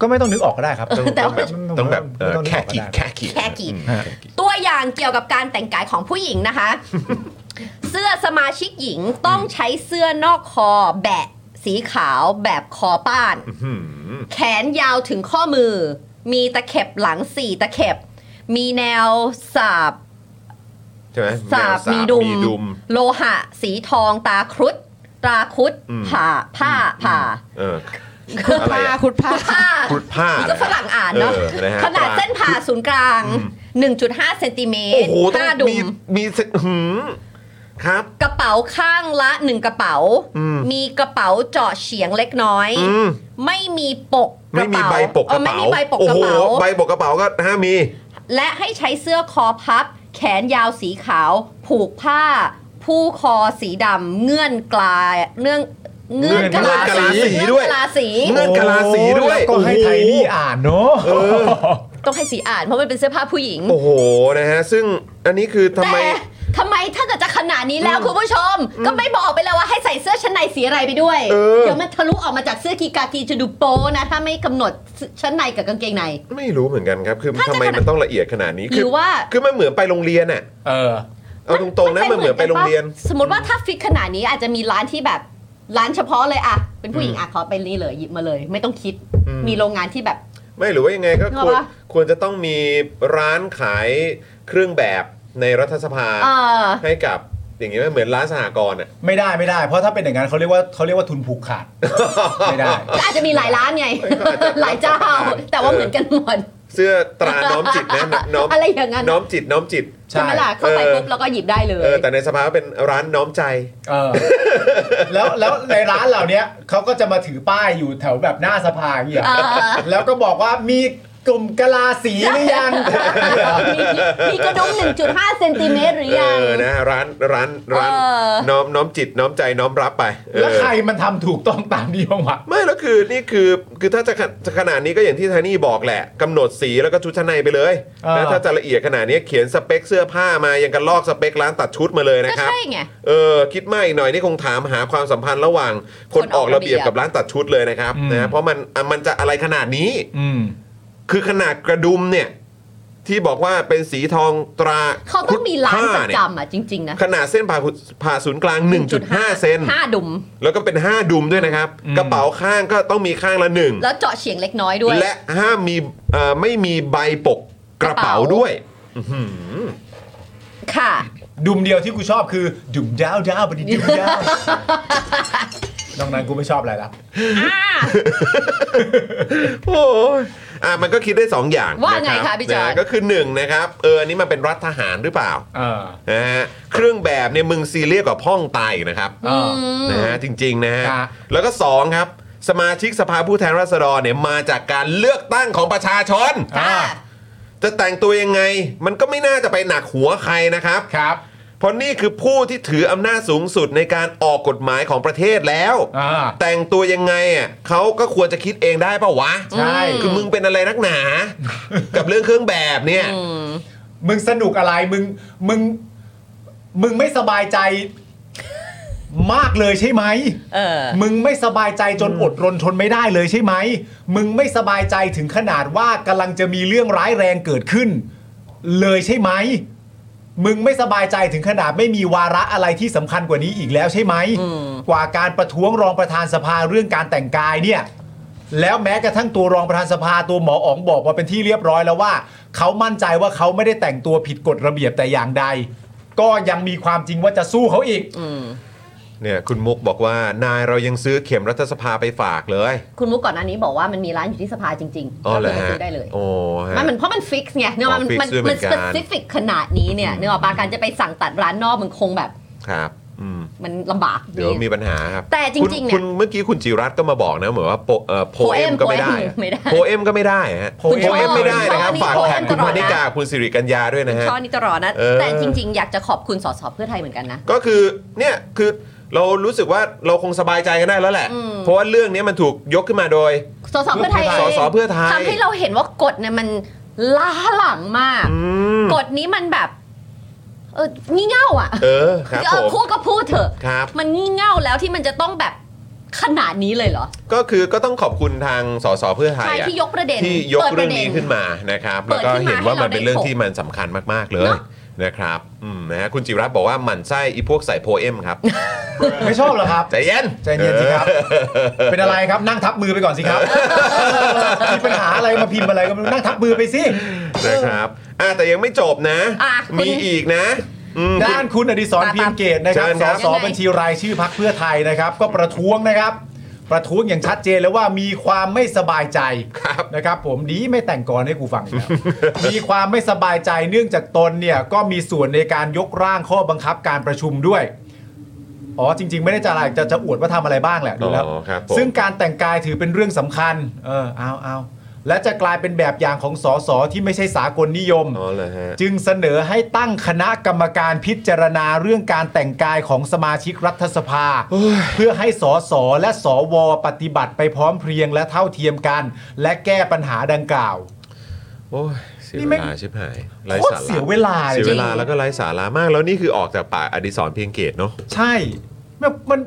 Speaker 6: ก็ไม่ต้องนึกออกก็ได้ครับ
Speaker 3: เออแต่ว่า
Speaker 5: ต้องแบบเออ
Speaker 6: ไม่นึ
Speaker 5: แค่
Speaker 6: ออ
Speaker 5: กีด
Speaker 6: ได้
Speaker 5: แค่กีด
Speaker 3: แค่กีด
Speaker 5: อืม
Speaker 6: ฮะ
Speaker 3: ตัวอย่างเกี่ยวกับการแต่งกายของผู้หญิงนะคะ เสื้อสมาชิกหญิงต้องใช้เสื้อนอกคอแบะสีขาวแบบคอป้าน แขนยาวถึงข้อมือ มีตะเข็บหลังสี่ตะเข็บ มีแนวสาบ
Speaker 5: ใช่ไหม
Speaker 3: สาบ
Speaker 5: แนว
Speaker 3: มีดุม
Speaker 5: มีดุม
Speaker 3: โลหะ สีทองตาครุฑ ตราคุดผ่าผ้าผ่า
Speaker 5: เออ
Speaker 8: คุด
Speaker 5: อะไร
Speaker 8: ผ้า
Speaker 5: อะ
Speaker 8: คุดผ้า
Speaker 3: ผ้า
Speaker 5: ครุฑผ้า
Speaker 3: นี่ก็ฝรั่งอ่านเนาะ
Speaker 5: เออนะฮะ
Speaker 3: ขนาด
Speaker 5: ตรา
Speaker 3: เส้นผ่าศูนย์กลาง 1.5เซนติเม
Speaker 5: โอ้
Speaker 3: ตร
Speaker 5: โหต้อง
Speaker 3: ห้าดุ
Speaker 5: มี
Speaker 3: ม
Speaker 5: มีสิหืมครับ
Speaker 3: กระเป๋าข้างละหนึ่งกระเป๋า
Speaker 5: อืม
Speaker 3: มีกระเป๋าเจาะเฉียงเล็กน้อย
Speaker 5: อืม
Speaker 3: ไม่มีปกก
Speaker 5: ไม่
Speaker 3: ระ
Speaker 5: มี
Speaker 3: เป๋า
Speaker 5: ใบปกก
Speaker 3: เออ
Speaker 5: ระ
Speaker 3: ไม่มีใบปก
Speaker 5: เป๋าโอ้
Speaker 3: กระ
Speaker 5: โห
Speaker 3: เป๋า
Speaker 5: ใบปกกระเป๋าก็ฮะมี
Speaker 3: และให้ใช้เสื้อคอพับ แขนยาวสีขาว ผูกผ้า ผู้คอสีดำเงื่อนกลาเนื่องเงื่อนกะลา
Speaker 5: เงื่อนกะลา
Speaker 3: สี
Speaker 5: สีด้วย
Speaker 3: เงื่อนกะลาสี
Speaker 5: เงื่อนกะลาสีด้วย
Speaker 6: โอ้โหแล้ก็ให้ไทยนี่อ่านเนาะ
Speaker 3: ต้องให้สีอ่านเพราะมันเป็นเสื้อผ้าผู้หญิง
Speaker 5: โอ้โหนะฮะ ซึ่งอันนี้คือทำไม
Speaker 3: แต่ทำไมถ้าเกิดจะขนาดนี้แล้วคุณผู้ชม ก็ไม่บอกไปเลยว่าให้ใส่เสื้อชั้นในสีอะไรไปด้วย
Speaker 5: เออ
Speaker 3: เดี๋ยวมันทะลุออกมาจากเสื้อกีกากีจะดูโป๊นะ ถ้าไม่กำหนดชั้นในกับกางเกงใน
Speaker 5: ไม่รู้เหมือนกันครับ คือ
Speaker 3: ถ้าจะ
Speaker 5: ทำไมมันต้องละเอียดขนาดนี้
Speaker 3: หรือว่า
Speaker 5: คือมันเหมือนไปโรงเรียนอ่ะ
Speaker 6: เออ
Speaker 5: เอาตรงๆนะ
Speaker 3: ป็
Speaker 5: มันเหมือนไปโรงเรียน
Speaker 3: สมมติว่าถ้าฟิกขนาดนี้อาจจะมีร้านที่แบบร้านเฉพาะเลยอะเป็นผู้หญิงอะขอไปนี่เลยหยิบมาเลย ไม่ต้องคิด
Speaker 5: อืม
Speaker 3: มีโรงงานที่แบบ
Speaker 5: ไม่หรือว่ายังไงก็ควร
Speaker 3: เหรอวะ
Speaker 5: ควรจะต้องมีร้านขายเครื่องแบบในรัฐสภา
Speaker 3: เออ
Speaker 5: ให้กับอย่างเงี้ยเหมือนร้านสหกรณ์อ่ะ
Speaker 6: ไม่ได้ไม่ได้ เพราะถ้าเป็นอย่างนั้นเขาเรียกว่าเขาเรียกว่าทุนผูก ขาด ไม่ได้
Speaker 3: ก็อาจจะมีหลายร้านไง หลายเจ้า แต่ว่าเหมือนกันหมด
Speaker 5: เสื้อตราน้อมจิต นะน้อม
Speaker 3: อะไรอย่างนั้น
Speaker 5: น้อมจิตน้อมจิต
Speaker 3: ใช่ไหมล่ะเข้าไปปุ๊บแล้วก็หยิบได้เลย
Speaker 5: เออแต่ในสภาก็เป็นร้านน้อมใจ
Speaker 6: เออ แล้วแล้วในร้านเหล่าเนี้ยเขาก็จะมาถือป้ายอยู่แถวแบบหน้าสภาอย่างเงี้ย
Speaker 3: อ่า
Speaker 6: แล้วก็บอกว่ามีกลุ่มกะลาสีหรือยัง
Speaker 3: มีมีกระดุม1.5เซนติเมตรหรือ
Speaker 5: เอ
Speaker 3: ยัง
Speaker 5: อนะร้านร้านร้าน
Speaker 3: เออ
Speaker 5: น้อมน้อมจิตน้อมใจน้อมรับไปเออ
Speaker 6: แล้วใครมันทำถูกต้องตามที่เขาหวัง
Speaker 5: ไม่แล้วคือนี่คือคือถ้าจะขนจะขนาดนี้ก็อย่างที่ไทนี่บอกแหละกำหนดสีแล้วก็ชุดชั้นในไปเลยนะถ้าจะละเอียดขนาดนี้เขียนสเปคเสื้อผ้ามายังกันลอกสเปคร้านตัดชุดมาเลย
Speaker 3: ก็
Speaker 5: นะครับ
Speaker 3: ใช่ไง
Speaker 5: เออคิดมากอีกหน่อยนี่คงถามหาความสัมพันธ์ระหว่างคน
Speaker 3: คน
Speaker 5: อ
Speaker 3: อ
Speaker 5: อ
Speaker 3: อก ก
Speaker 5: ระ
Speaker 3: ระเบี
Speaker 5: เบีย
Speaker 3: ย
Speaker 5: บบ กับร้านตัดชุดเลยนะครับนะเพราะมันอ่ะมันจะอะไรขนาดนี้
Speaker 6: อืม
Speaker 5: คือขนาดกระดุมเนี่ย ที่บอกว่าเป็นสีทองตรา
Speaker 3: เขาต้องมีร้าน
Speaker 5: คุด
Speaker 3: ป
Speaker 5: ผ้
Speaker 3: ระ
Speaker 5: เนี่ย
Speaker 3: จำอ่ะจริง ๆ นะ
Speaker 5: ขนาดเส้นผ่าขุดผ่าศูนย์กลาง 1.5 เซน
Speaker 3: ห้าดุม
Speaker 5: แล้วก็เป็น 5 ดุมด้วยนะครับ
Speaker 6: อืม
Speaker 5: กระเป๋าข้างก็ต้องมีข้างละหนึ่ง
Speaker 3: แล้วเจาะเฉียงเล็กน้อยด้วย
Speaker 5: และห้ามมีเอ่อไม่มีใบปกกระเป๋าก
Speaker 3: ระเป๋า
Speaker 5: ด้วย
Speaker 3: ค่ะ
Speaker 6: ดุมเดียวที่กูชอบคือ ดุมดาวดาวบดดีดุมดา วนอกนั้นกูไม่ชอบอะไรละ
Speaker 5: โอ้ยอ่ะมันก็คิดได้ 2 อย่าง
Speaker 3: ว่า
Speaker 5: นะ
Speaker 3: ไง
Speaker 5: รับ
Speaker 3: คะพี่จอน
Speaker 5: นก็คือ1นะครับเอออันนี้มันเป็นรัฐทหารหรือเปล่า
Speaker 6: เออ
Speaker 5: นะฮะเครื่องแบบเนี่ยมึงซีเรียสกว่าพ่องตายอีกนะครับ
Speaker 6: เออ
Speaker 3: อืม
Speaker 5: นะฮะจริงๆนะฮะ
Speaker 6: ค่ะ
Speaker 5: แล้วก็สองครับ สมาชิกสภาผู้แทนราษฎรเนี่ยมาจากการเลือกตั้งของประชาชน
Speaker 3: ค่ะ
Speaker 5: จะแต่งตัวยังไง มันก็ไม่น่าจะไปหนักหัวใครนะครับ
Speaker 6: ครับ
Speaker 5: เพราะนี่คือผู้ที่ถืออำนาจสูงสุดในการออกกฎหมายของประเทศแล้ว
Speaker 6: อ่า
Speaker 5: แต่งตัวยังไงอ่ะเขาก็ควรจะคิดเองได้ปะวะ
Speaker 6: ใช่
Speaker 5: คือมึงเป็นอะไรนักหนา กับเรื่องเครื่องแบบเนี่ย
Speaker 3: อืม
Speaker 6: มึงสนุกอะไรมึงมึง มึงไม่สบายใจ มากเลยใช่ไหม
Speaker 3: เออ
Speaker 6: มึงไม่สบายใจจนอดรนทนไม่ได้เลยใช่ไหม มึงไม่สบายใจถึงขนาดว่ากำลังจะมีเรื่องร้ายแรงเกิดขึ้น เลยใช่ไหม มึงไม่สบายใจถึงขนาดไม่มีวาระอะไรที่สำคัญกว่านี้อีกแล้วใช่ไหม กว่าการประท้วงรองประธานสภาเรื่องการแต่งกายเนี่ย แล้วแม้กระทั่งตัวรองประธานสภาตัวหมออ๋องบอกมาเป็นที่เรียบร้อยแล้วว่า เขามั่นใจว่าเขาไม่ได้แต่งตัวผิดกฎระเบียบแต่อย่างใด ก็ยังมีความจริงว่าจะสู้เขา อีก
Speaker 5: เนี่ยคุณมุกบอกว่านายเรายังซื้อเข็มรัฐสภาไปฝากเลย
Speaker 3: คุณมุกก่อนหน้านี้บอกว่ามันมีร้านอยู่ที่สภาจริงๆ
Speaker 5: อ๋อเหรอ
Speaker 3: ก็
Speaker 5: ฮะ
Speaker 3: ซื้อได้เลย
Speaker 5: โอ้ฮะ
Speaker 3: มันเหมือนเพราะมันฟิกซ์ไงเนื้อ
Speaker 5: อ๋อ
Speaker 3: มัน
Speaker 5: fix
Speaker 3: มัน
Speaker 5: ด้วยเหมื
Speaker 3: มั
Speaker 5: อน นกัน
Speaker 3: specific ขนาดนี้เนี่ยเนื้อปาการจะไปสั่งตัดร้านนอกมันคงแบบ
Speaker 5: ครับอืม
Speaker 3: มันลำบาก
Speaker 5: เดี๋ยวมีปัญหาครับ
Speaker 3: แต่จริงๆ
Speaker 5: คุณ
Speaker 3: เนี่ย
Speaker 5: คุณเมื่อกี้คุณจิรัตน์ก็มาบอกนะเหมือนว่าโปเอ่อโพเอ
Speaker 3: poem
Speaker 5: มก็ไม่ได้อะ
Speaker 3: ไม่ได้
Speaker 5: โพเอมก็ไม่ได้ฮะ
Speaker 6: poem
Speaker 5: โพเอมไม่ได้นะครับ
Speaker 3: ชอบ
Speaker 5: ฝากแท็ก
Speaker 3: ชอบ
Speaker 5: คุณ
Speaker 3: ตล
Speaker 5: พ
Speaker 3: อดนะ
Speaker 5: นิกาคุณสิริกัญญาด้วยนะฮะ
Speaker 3: ข้อนี้ตลอดนะ
Speaker 5: เออ
Speaker 3: แต่จริง ๆ อยากจะขอบคุณสสเพื่อไทยเหมือนกันนะ
Speaker 5: ก็คือเนี่ยคือเรารู้สึกว่าเราคงสบายใจกันได้แล้วแหละ
Speaker 3: อืม
Speaker 5: เพราะว่าเรื่องนี้มันถูกยกขึ้นมาโดย
Speaker 3: สสเพื่อไทยเอง
Speaker 5: สสเพื่อไทย
Speaker 3: ทำให้เราเห็นว่ากฎเนี่ยมันล้าหลังมาก
Speaker 5: อืม
Speaker 3: กฎนี้มันแบบ เอองี่เง่าอ่ะ
Speaker 5: เออครับ
Speaker 3: เอ
Speaker 5: ผ
Speaker 3: อ
Speaker 5: ม
Speaker 3: พูดก็พูดเถอะ
Speaker 5: ครับ
Speaker 3: มันงี่เง่าแล้วที่มันจะต้องแบบขนาดนี้เลยเหรอ
Speaker 5: ก็คือก็ต้องขอบคุณทางสสเพื่อไทย
Speaker 3: ใช่
Speaker 5: อะ
Speaker 3: ที่ยกประเด็น
Speaker 5: ที่ยก
Speaker 3: ปิด
Speaker 5: เรื่
Speaker 3: ป
Speaker 5: อง
Speaker 3: ด็
Speaker 5: นี้ขึ้นมานะครับ
Speaker 3: เปิ
Speaker 5: แล้ว
Speaker 3: ด
Speaker 5: ก็
Speaker 3: ขึ้นมา
Speaker 5: เห็นว่า
Speaker 3: ให้เรา
Speaker 5: มันเป็นเรื่อง
Speaker 3: ได้ถก
Speaker 5: ที่มันสำคัญมากๆเลย
Speaker 3: เนอะ
Speaker 5: นะครับอืมนะฮะคุณจิรัตน์บอกว่าหมั่นไส้อีพวกใส่โพเอมครับ
Speaker 6: ไม่ชอบเหรอครับ
Speaker 5: ใจเย็น
Speaker 6: ใจเย็นสิ ครับ เป็นอะไรครับนั่งทับมือไปก่อนสิครับ มีปัญหาอะไรมาพิมพ์อะไรก็ไม่รู้นั่งทับมือไปสิ
Speaker 5: นะครับอ่ะแต่ยังไม่จบนะ
Speaker 3: อ่ะคุณ
Speaker 5: มีอีกนะ
Speaker 4: ด้านคุณอดิศร
Speaker 3: ตามๆ
Speaker 4: เพียงเกตนะครับ
Speaker 1: เชิญ
Speaker 4: ส
Speaker 1: ครับ
Speaker 4: ส
Speaker 3: ยังไง
Speaker 4: บัญชีรายชื่อพักเพื่อไทยนะครับ ก็ประท้วงนะครับ ประท้วงอย่างชัดเจนแล้วว่ามีความไม่สบายใจนะครับ ผมดีไม่แต่งกรให้กูฟังอีกแล้ว มีความไม่สบายใจเนื่องจากตนเนี่ยก็มีส่วนในการยกร่างข้อบังคับการประชุมด้วยอ๋อจริง ๆ ไม่ได้จะอะไรจะจะอวดว่าทำอะไรบ้างแหละดูแล้ว
Speaker 1: อ๋อครับผม
Speaker 4: ซึ่งการแต่งกายถือเป็นเรื่องสำคัญ เออเอาเอาและจะกลายเป็นแบบอย่างของสสที่ไม่ใช่สากลนิยม
Speaker 1: อ๋อเหรอฮะ
Speaker 4: จึงเสนอให้ตั้งคณะกรรมการพิจารณาเรื่องการแต่งกายของสมาชิกรัฐสภา เพื่อให้สสและสวปฏิบัติไปพร้อมเพรียงและเท่าเทียมกัน และแก้ปัญหาดังกล่าว
Speaker 1: โอ้ยเสีย
Speaker 4: นี่
Speaker 1: เว
Speaker 4: แม่ง
Speaker 1: ลาชิบหายไร้
Speaker 4: โคตร
Speaker 1: สาระ
Speaker 4: เสียเวลาเลย
Speaker 1: เสียเวลาแล้วก็ไร้สาระมาก แล้วนี่คือออกจากปากอดิศรเพียงเกตเนาะ
Speaker 4: ใช่แบบมัน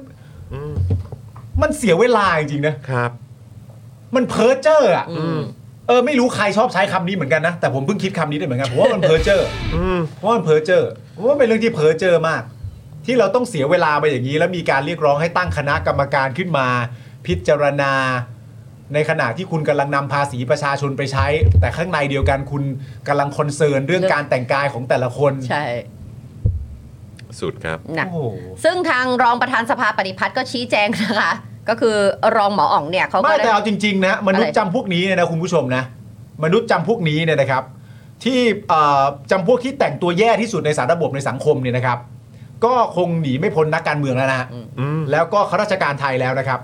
Speaker 4: มันเสียเวลาจริงๆนะครับ มันเพ้อเจ้ออ่ะเออไม่รู้ใครชอบใช้คำนี้เหมือนกันนะแต่ผมเพิ่งคิดคำนี้ได้เหมือนกันผมว่ามันเพ้อเจ้ออผมว่ามันเพ้อเจ้อผมว่าเป็นเรื่องที่เพ้อเจ้อมาก ที่เราต้องเสียเวลาไปอย่างนี้ แล้วมีการเรียกร้องให้ตั้งคณะกรรมการขึ้นมา พิจารณา ในขณะที่คุณกำลังนำภาษีประชาชนไปใช้ แต่ข้างในเดียวกันคุณกำลังคอนเซิร์นเรื่องการแต่งกายของแต่ละคน
Speaker 3: ใช่
Speaker 1: สุดครับ
Speaker 3: หนัก
Speaker 4: โอ้โห
Speaker 3: ซึ่งทางรองประธานสภาปฏิพัฒน์ก็ชี้แจงนะคะ ก็คือรองหมออ๋องเนี่ยเขาก็
Speaker 4: ไม่แต่
Speaker 3: ได้
Speaker 4: เอาจริงๆนะมนุษย์จำพวกนี้เนี่ยนะคุณผู้ชมนะมนุษย์จำพวกนี้เนี่ยนะครับ ที่เอ่อจำพวกที่แต่งตัวแย่ที่สุดในสารระบบในสังคมเนี่ยนะครับ ก็คงหนีไม่พ้นนักการเมืองแล้วนะฮะแล้วก็ข้าราชการไทยแล้วนะครับ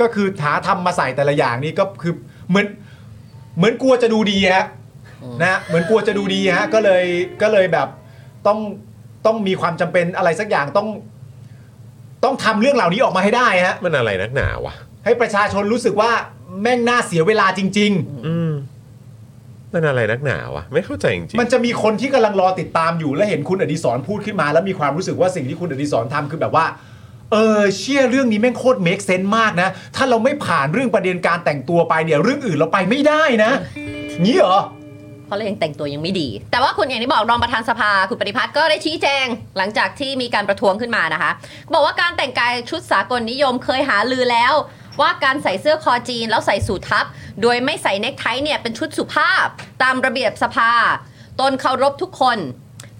Speaker 4: ก็คือหาทำมาใส่แต่ละอย่างนี่ก็คือเหมือนเหมือนกลัวจะดูดีฮะนะฮะเหมือนกลัวจะดูดีฮะก็เลยก็เลยแบบต้องต้องมีความจำเป็นอะไรสักอย่างต้อง ต้องทำเรื่องเหล่านี้ออกมาให้ได้ฮะ
Speaker 1: มันอะไรนักหนาวะ
Speaker 4: ให้ประชาชนรู้สึกว่าแม่งน่าเสียเวลาจริง
Speaker 1: อืมมันอะไรนักหนาวะไม่เข้าใจจริง
Speaker 4: ๆ มันจะมีคนที่กำลังรอติดตามอยู่และเห็นคุณอดิศรพูดขึ้นมา แล้วมีความรู้สึกว่าสิ่งที่คุณอดิศรทำคือแบบว่า เออเชี่ยเรื่องนี้แม่งโคตรเมคเซนต์มากนะ ถ้าเราไม่ผ่านเรื่องประเด็นการแต่งตัวไปเนี่ยเรื่องอื่นเราไปไม่ได้นะ งี้เหรอ
Speaker 3: เพราะเรายังแต่งตัวยังไม่ดี แต่ว่าคุณอย่างที่บอกรองประธานสภาคุณปฏิพัฒน์ก็ได้ชี้แจง หลังจากที่มีการประท้วงขึ้นมานะคะ บอกว่าการแต่งกายชุดสากลนิยมเคยหาลือแล้ว ว่าการใส่เสื้อคอจีนแล้วใส่สูททับ โดยไม่ใส่เนคไทเนี่ยเป็นชุดสุภาพ ตามระเบียบสภา ตนเคารพทุกคน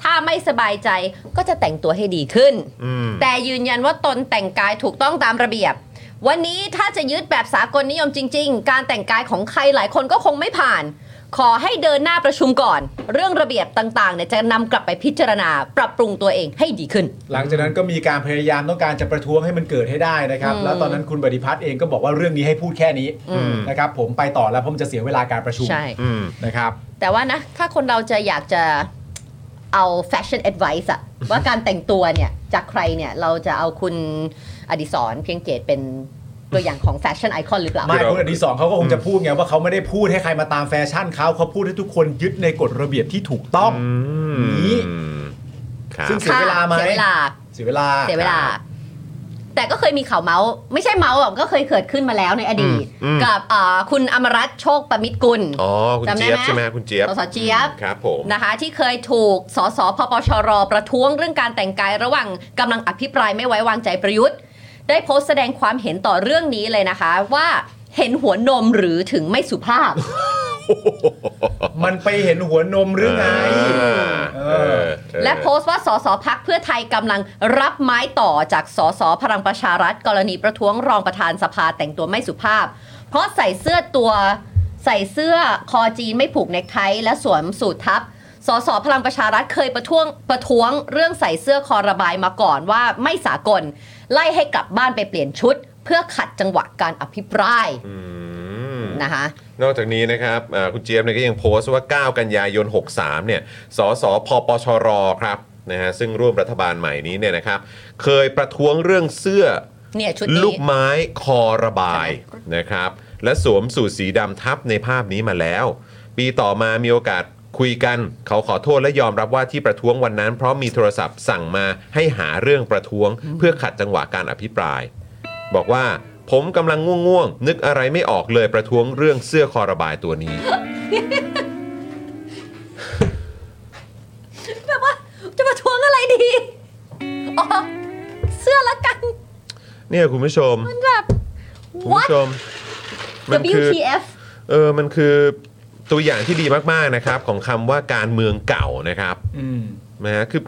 Speaker 3: ถ้าไม่สบายใจก็จะแต่งตัวให้ดีขึ้น
Speaker 1: อืม
Speaker 3: แต่ยืนยันว่าตนแต่งกายถูกต้องตามระเบียบ วันนี้ถ้าจะยึดแบบสากลนิยมจริง ๆ การแต่งกายของใครหลายคนก็คงไม่ผ่าน ขอให้เดินหน้าประชุมก่อน เรื่องระเบียบต่างๆเนี่ยจะนำกลับไปพิจารณา ปรับปรุงตัวเองให้ดีขึ้น
Speaker 4: หลังจากนั้นก็มีการพยายามต้องการจะประท้วงให้มันเกิดให้ได้นะครับ
Speaker 3: อืม
Speaker 4: แล้วตอนนั้นคุณปฏิพัฒน์เองก็บอกว่าเรื่องนี้ให้พูดแค่นี้
Speaker 3: อืม
Speaker 4: นะครับ ผมไปต่อแล้วเพราะมันจะเสียเวลาการประชุม
Speaker 3: ใช่
Speaker 1: อืม
Speaker 4: นะครับ
Speaker 3: แต่ว่านะ ถ้าคนเราจะอยากจะเอาแฟชั่น a d v i c e อะว่าการแต่งตัวเนี่ย จากใครเนี่ย เราจะเอาคุณอดิศรเพียงเกตเป็นตัวอย่างของแฟชั่นไอคอนหรือเปล่า
Speaker 4: ไม่คุณอดีสองเขาก็คงจะพูดไงว่าเขาไม่ได้พูดให้ใครมาตามแฟชั่นเขาเขาพูดให้ทุกคนยึดในกฎระเบียบที่ถูกต้อง นี้
Speaker 1: ครับ
Speaker 4: ซึ่งเสียเวลาไหม
Speaker 3: ค่ะเสียเวลา
Speaker 4: เสียเวลา
Speaker 3: เสียเวลา แต่ก็เคยมีข่าวเมาส์ไม่ใช่เมาส์หรอกก็เคยเกิดขึ้นมาแล้วในอดีต
Speaker 1: อืมอืม
Speaker 3: กับเอ่อคุณอมรัตน์โชคประมิตรกุล
Speaker 1: อ๋อคุณเจี๊ยบ
Speaker 3: จำได้ไหม
Speaker 1: ใช่ไหมคุณเจี๊ยบ
Speaker 3: สสเจี๊ยบ
Speaker 1: ครับผม
Speaker 3: นะคะ ที่เคยถูกสสพปชร ประท้วงเรื่องการแต่งกายระหว่างกำลังอภิปรายไม่ไว้วางใจประยุทธ์ ได้โพสต์แสดงความเห็นต่อเรื่องนี้เลยนะคะ ว่าเห็นหัวนมหรือถึงไม่สุภาพ
Speaker 4: มันไปเห็นหัวนมหรือไง
Speaker 1: า
Speaker 4: เออ
Speaker 1: เออ
Speaker 3: และโพสต์ว่าสสพักเพื่อไทยกำลังรับไม้ต่อจากสสพลังประชารัฐ กรณีประท้วงรองประธานสภาแต่งตัวไม่สุภาพ เพราะใส่เสื้อตัวใส่เสื้อคอจีนไม่ผูกเนคไทและสวมสูททับสสพลังประชารัฐเคยประท้วงประท้วงเรื่องใส่เสื้อคอระบายมาก่อนว่าไม่สากล ไล่ให้กลับบ้านไปเปลี่ยนชุด เพื่อขัดจังหวะการอภิปราย
Speaker 1: อืม
Speaker 3: นะคะ
Speaker 1: นอกจากนี้นะครับเอ่อคุณเจี๊ยบเนี่ยก็ยังโพสต์ว่า 9 กันยายน 63 เนี่ย สสพปชร ครับนะฮะซึ่งร่วมรัฐบาลใหม่นี้เนี่ยนะครับ เคยประท้วงเรื่องเสื้อ
Speaker 3: เนี่ยชุดนี้
Speaker 1: ลูกไม้คอระบายนะครับ และสวมสูทสีดำทับในภาพนี้มาแล้ว ปีต่อมามีโอกาสคุยกัน เขาขอโทษและยอมรับว่าที่ประท้วงวันนั้น เพราะมีโทรศัพท์สั่งมาให้หาเรื่องประท้วง เพื่อขัดจังหวะการอภิปราย บอกว่าผมกำลังง่วงๆ นึกอะไรไม่ออกเลยประท้วงเรื่องเสื้อคอระบายตัวนี้
Speaker 3: แบบว่าจะประท้วงอะไรดีอ๋อเสื้อละกัน
Speaker 1: เนี่ยคุณผู้ชม
Speaker 3: แบบ
Speaker 1: คุณ
Speaker 3: what
Speaker 1: ผู้ชม มันคือ
Speaker 3: WTF
Speaker 1: เออมันคือตัวอย่างที่ดีมากๆนะครับ ของคำว่าการเมืองเก่านะครับ
Speaker 4: อืม
Speaker 1: นะฮะคือ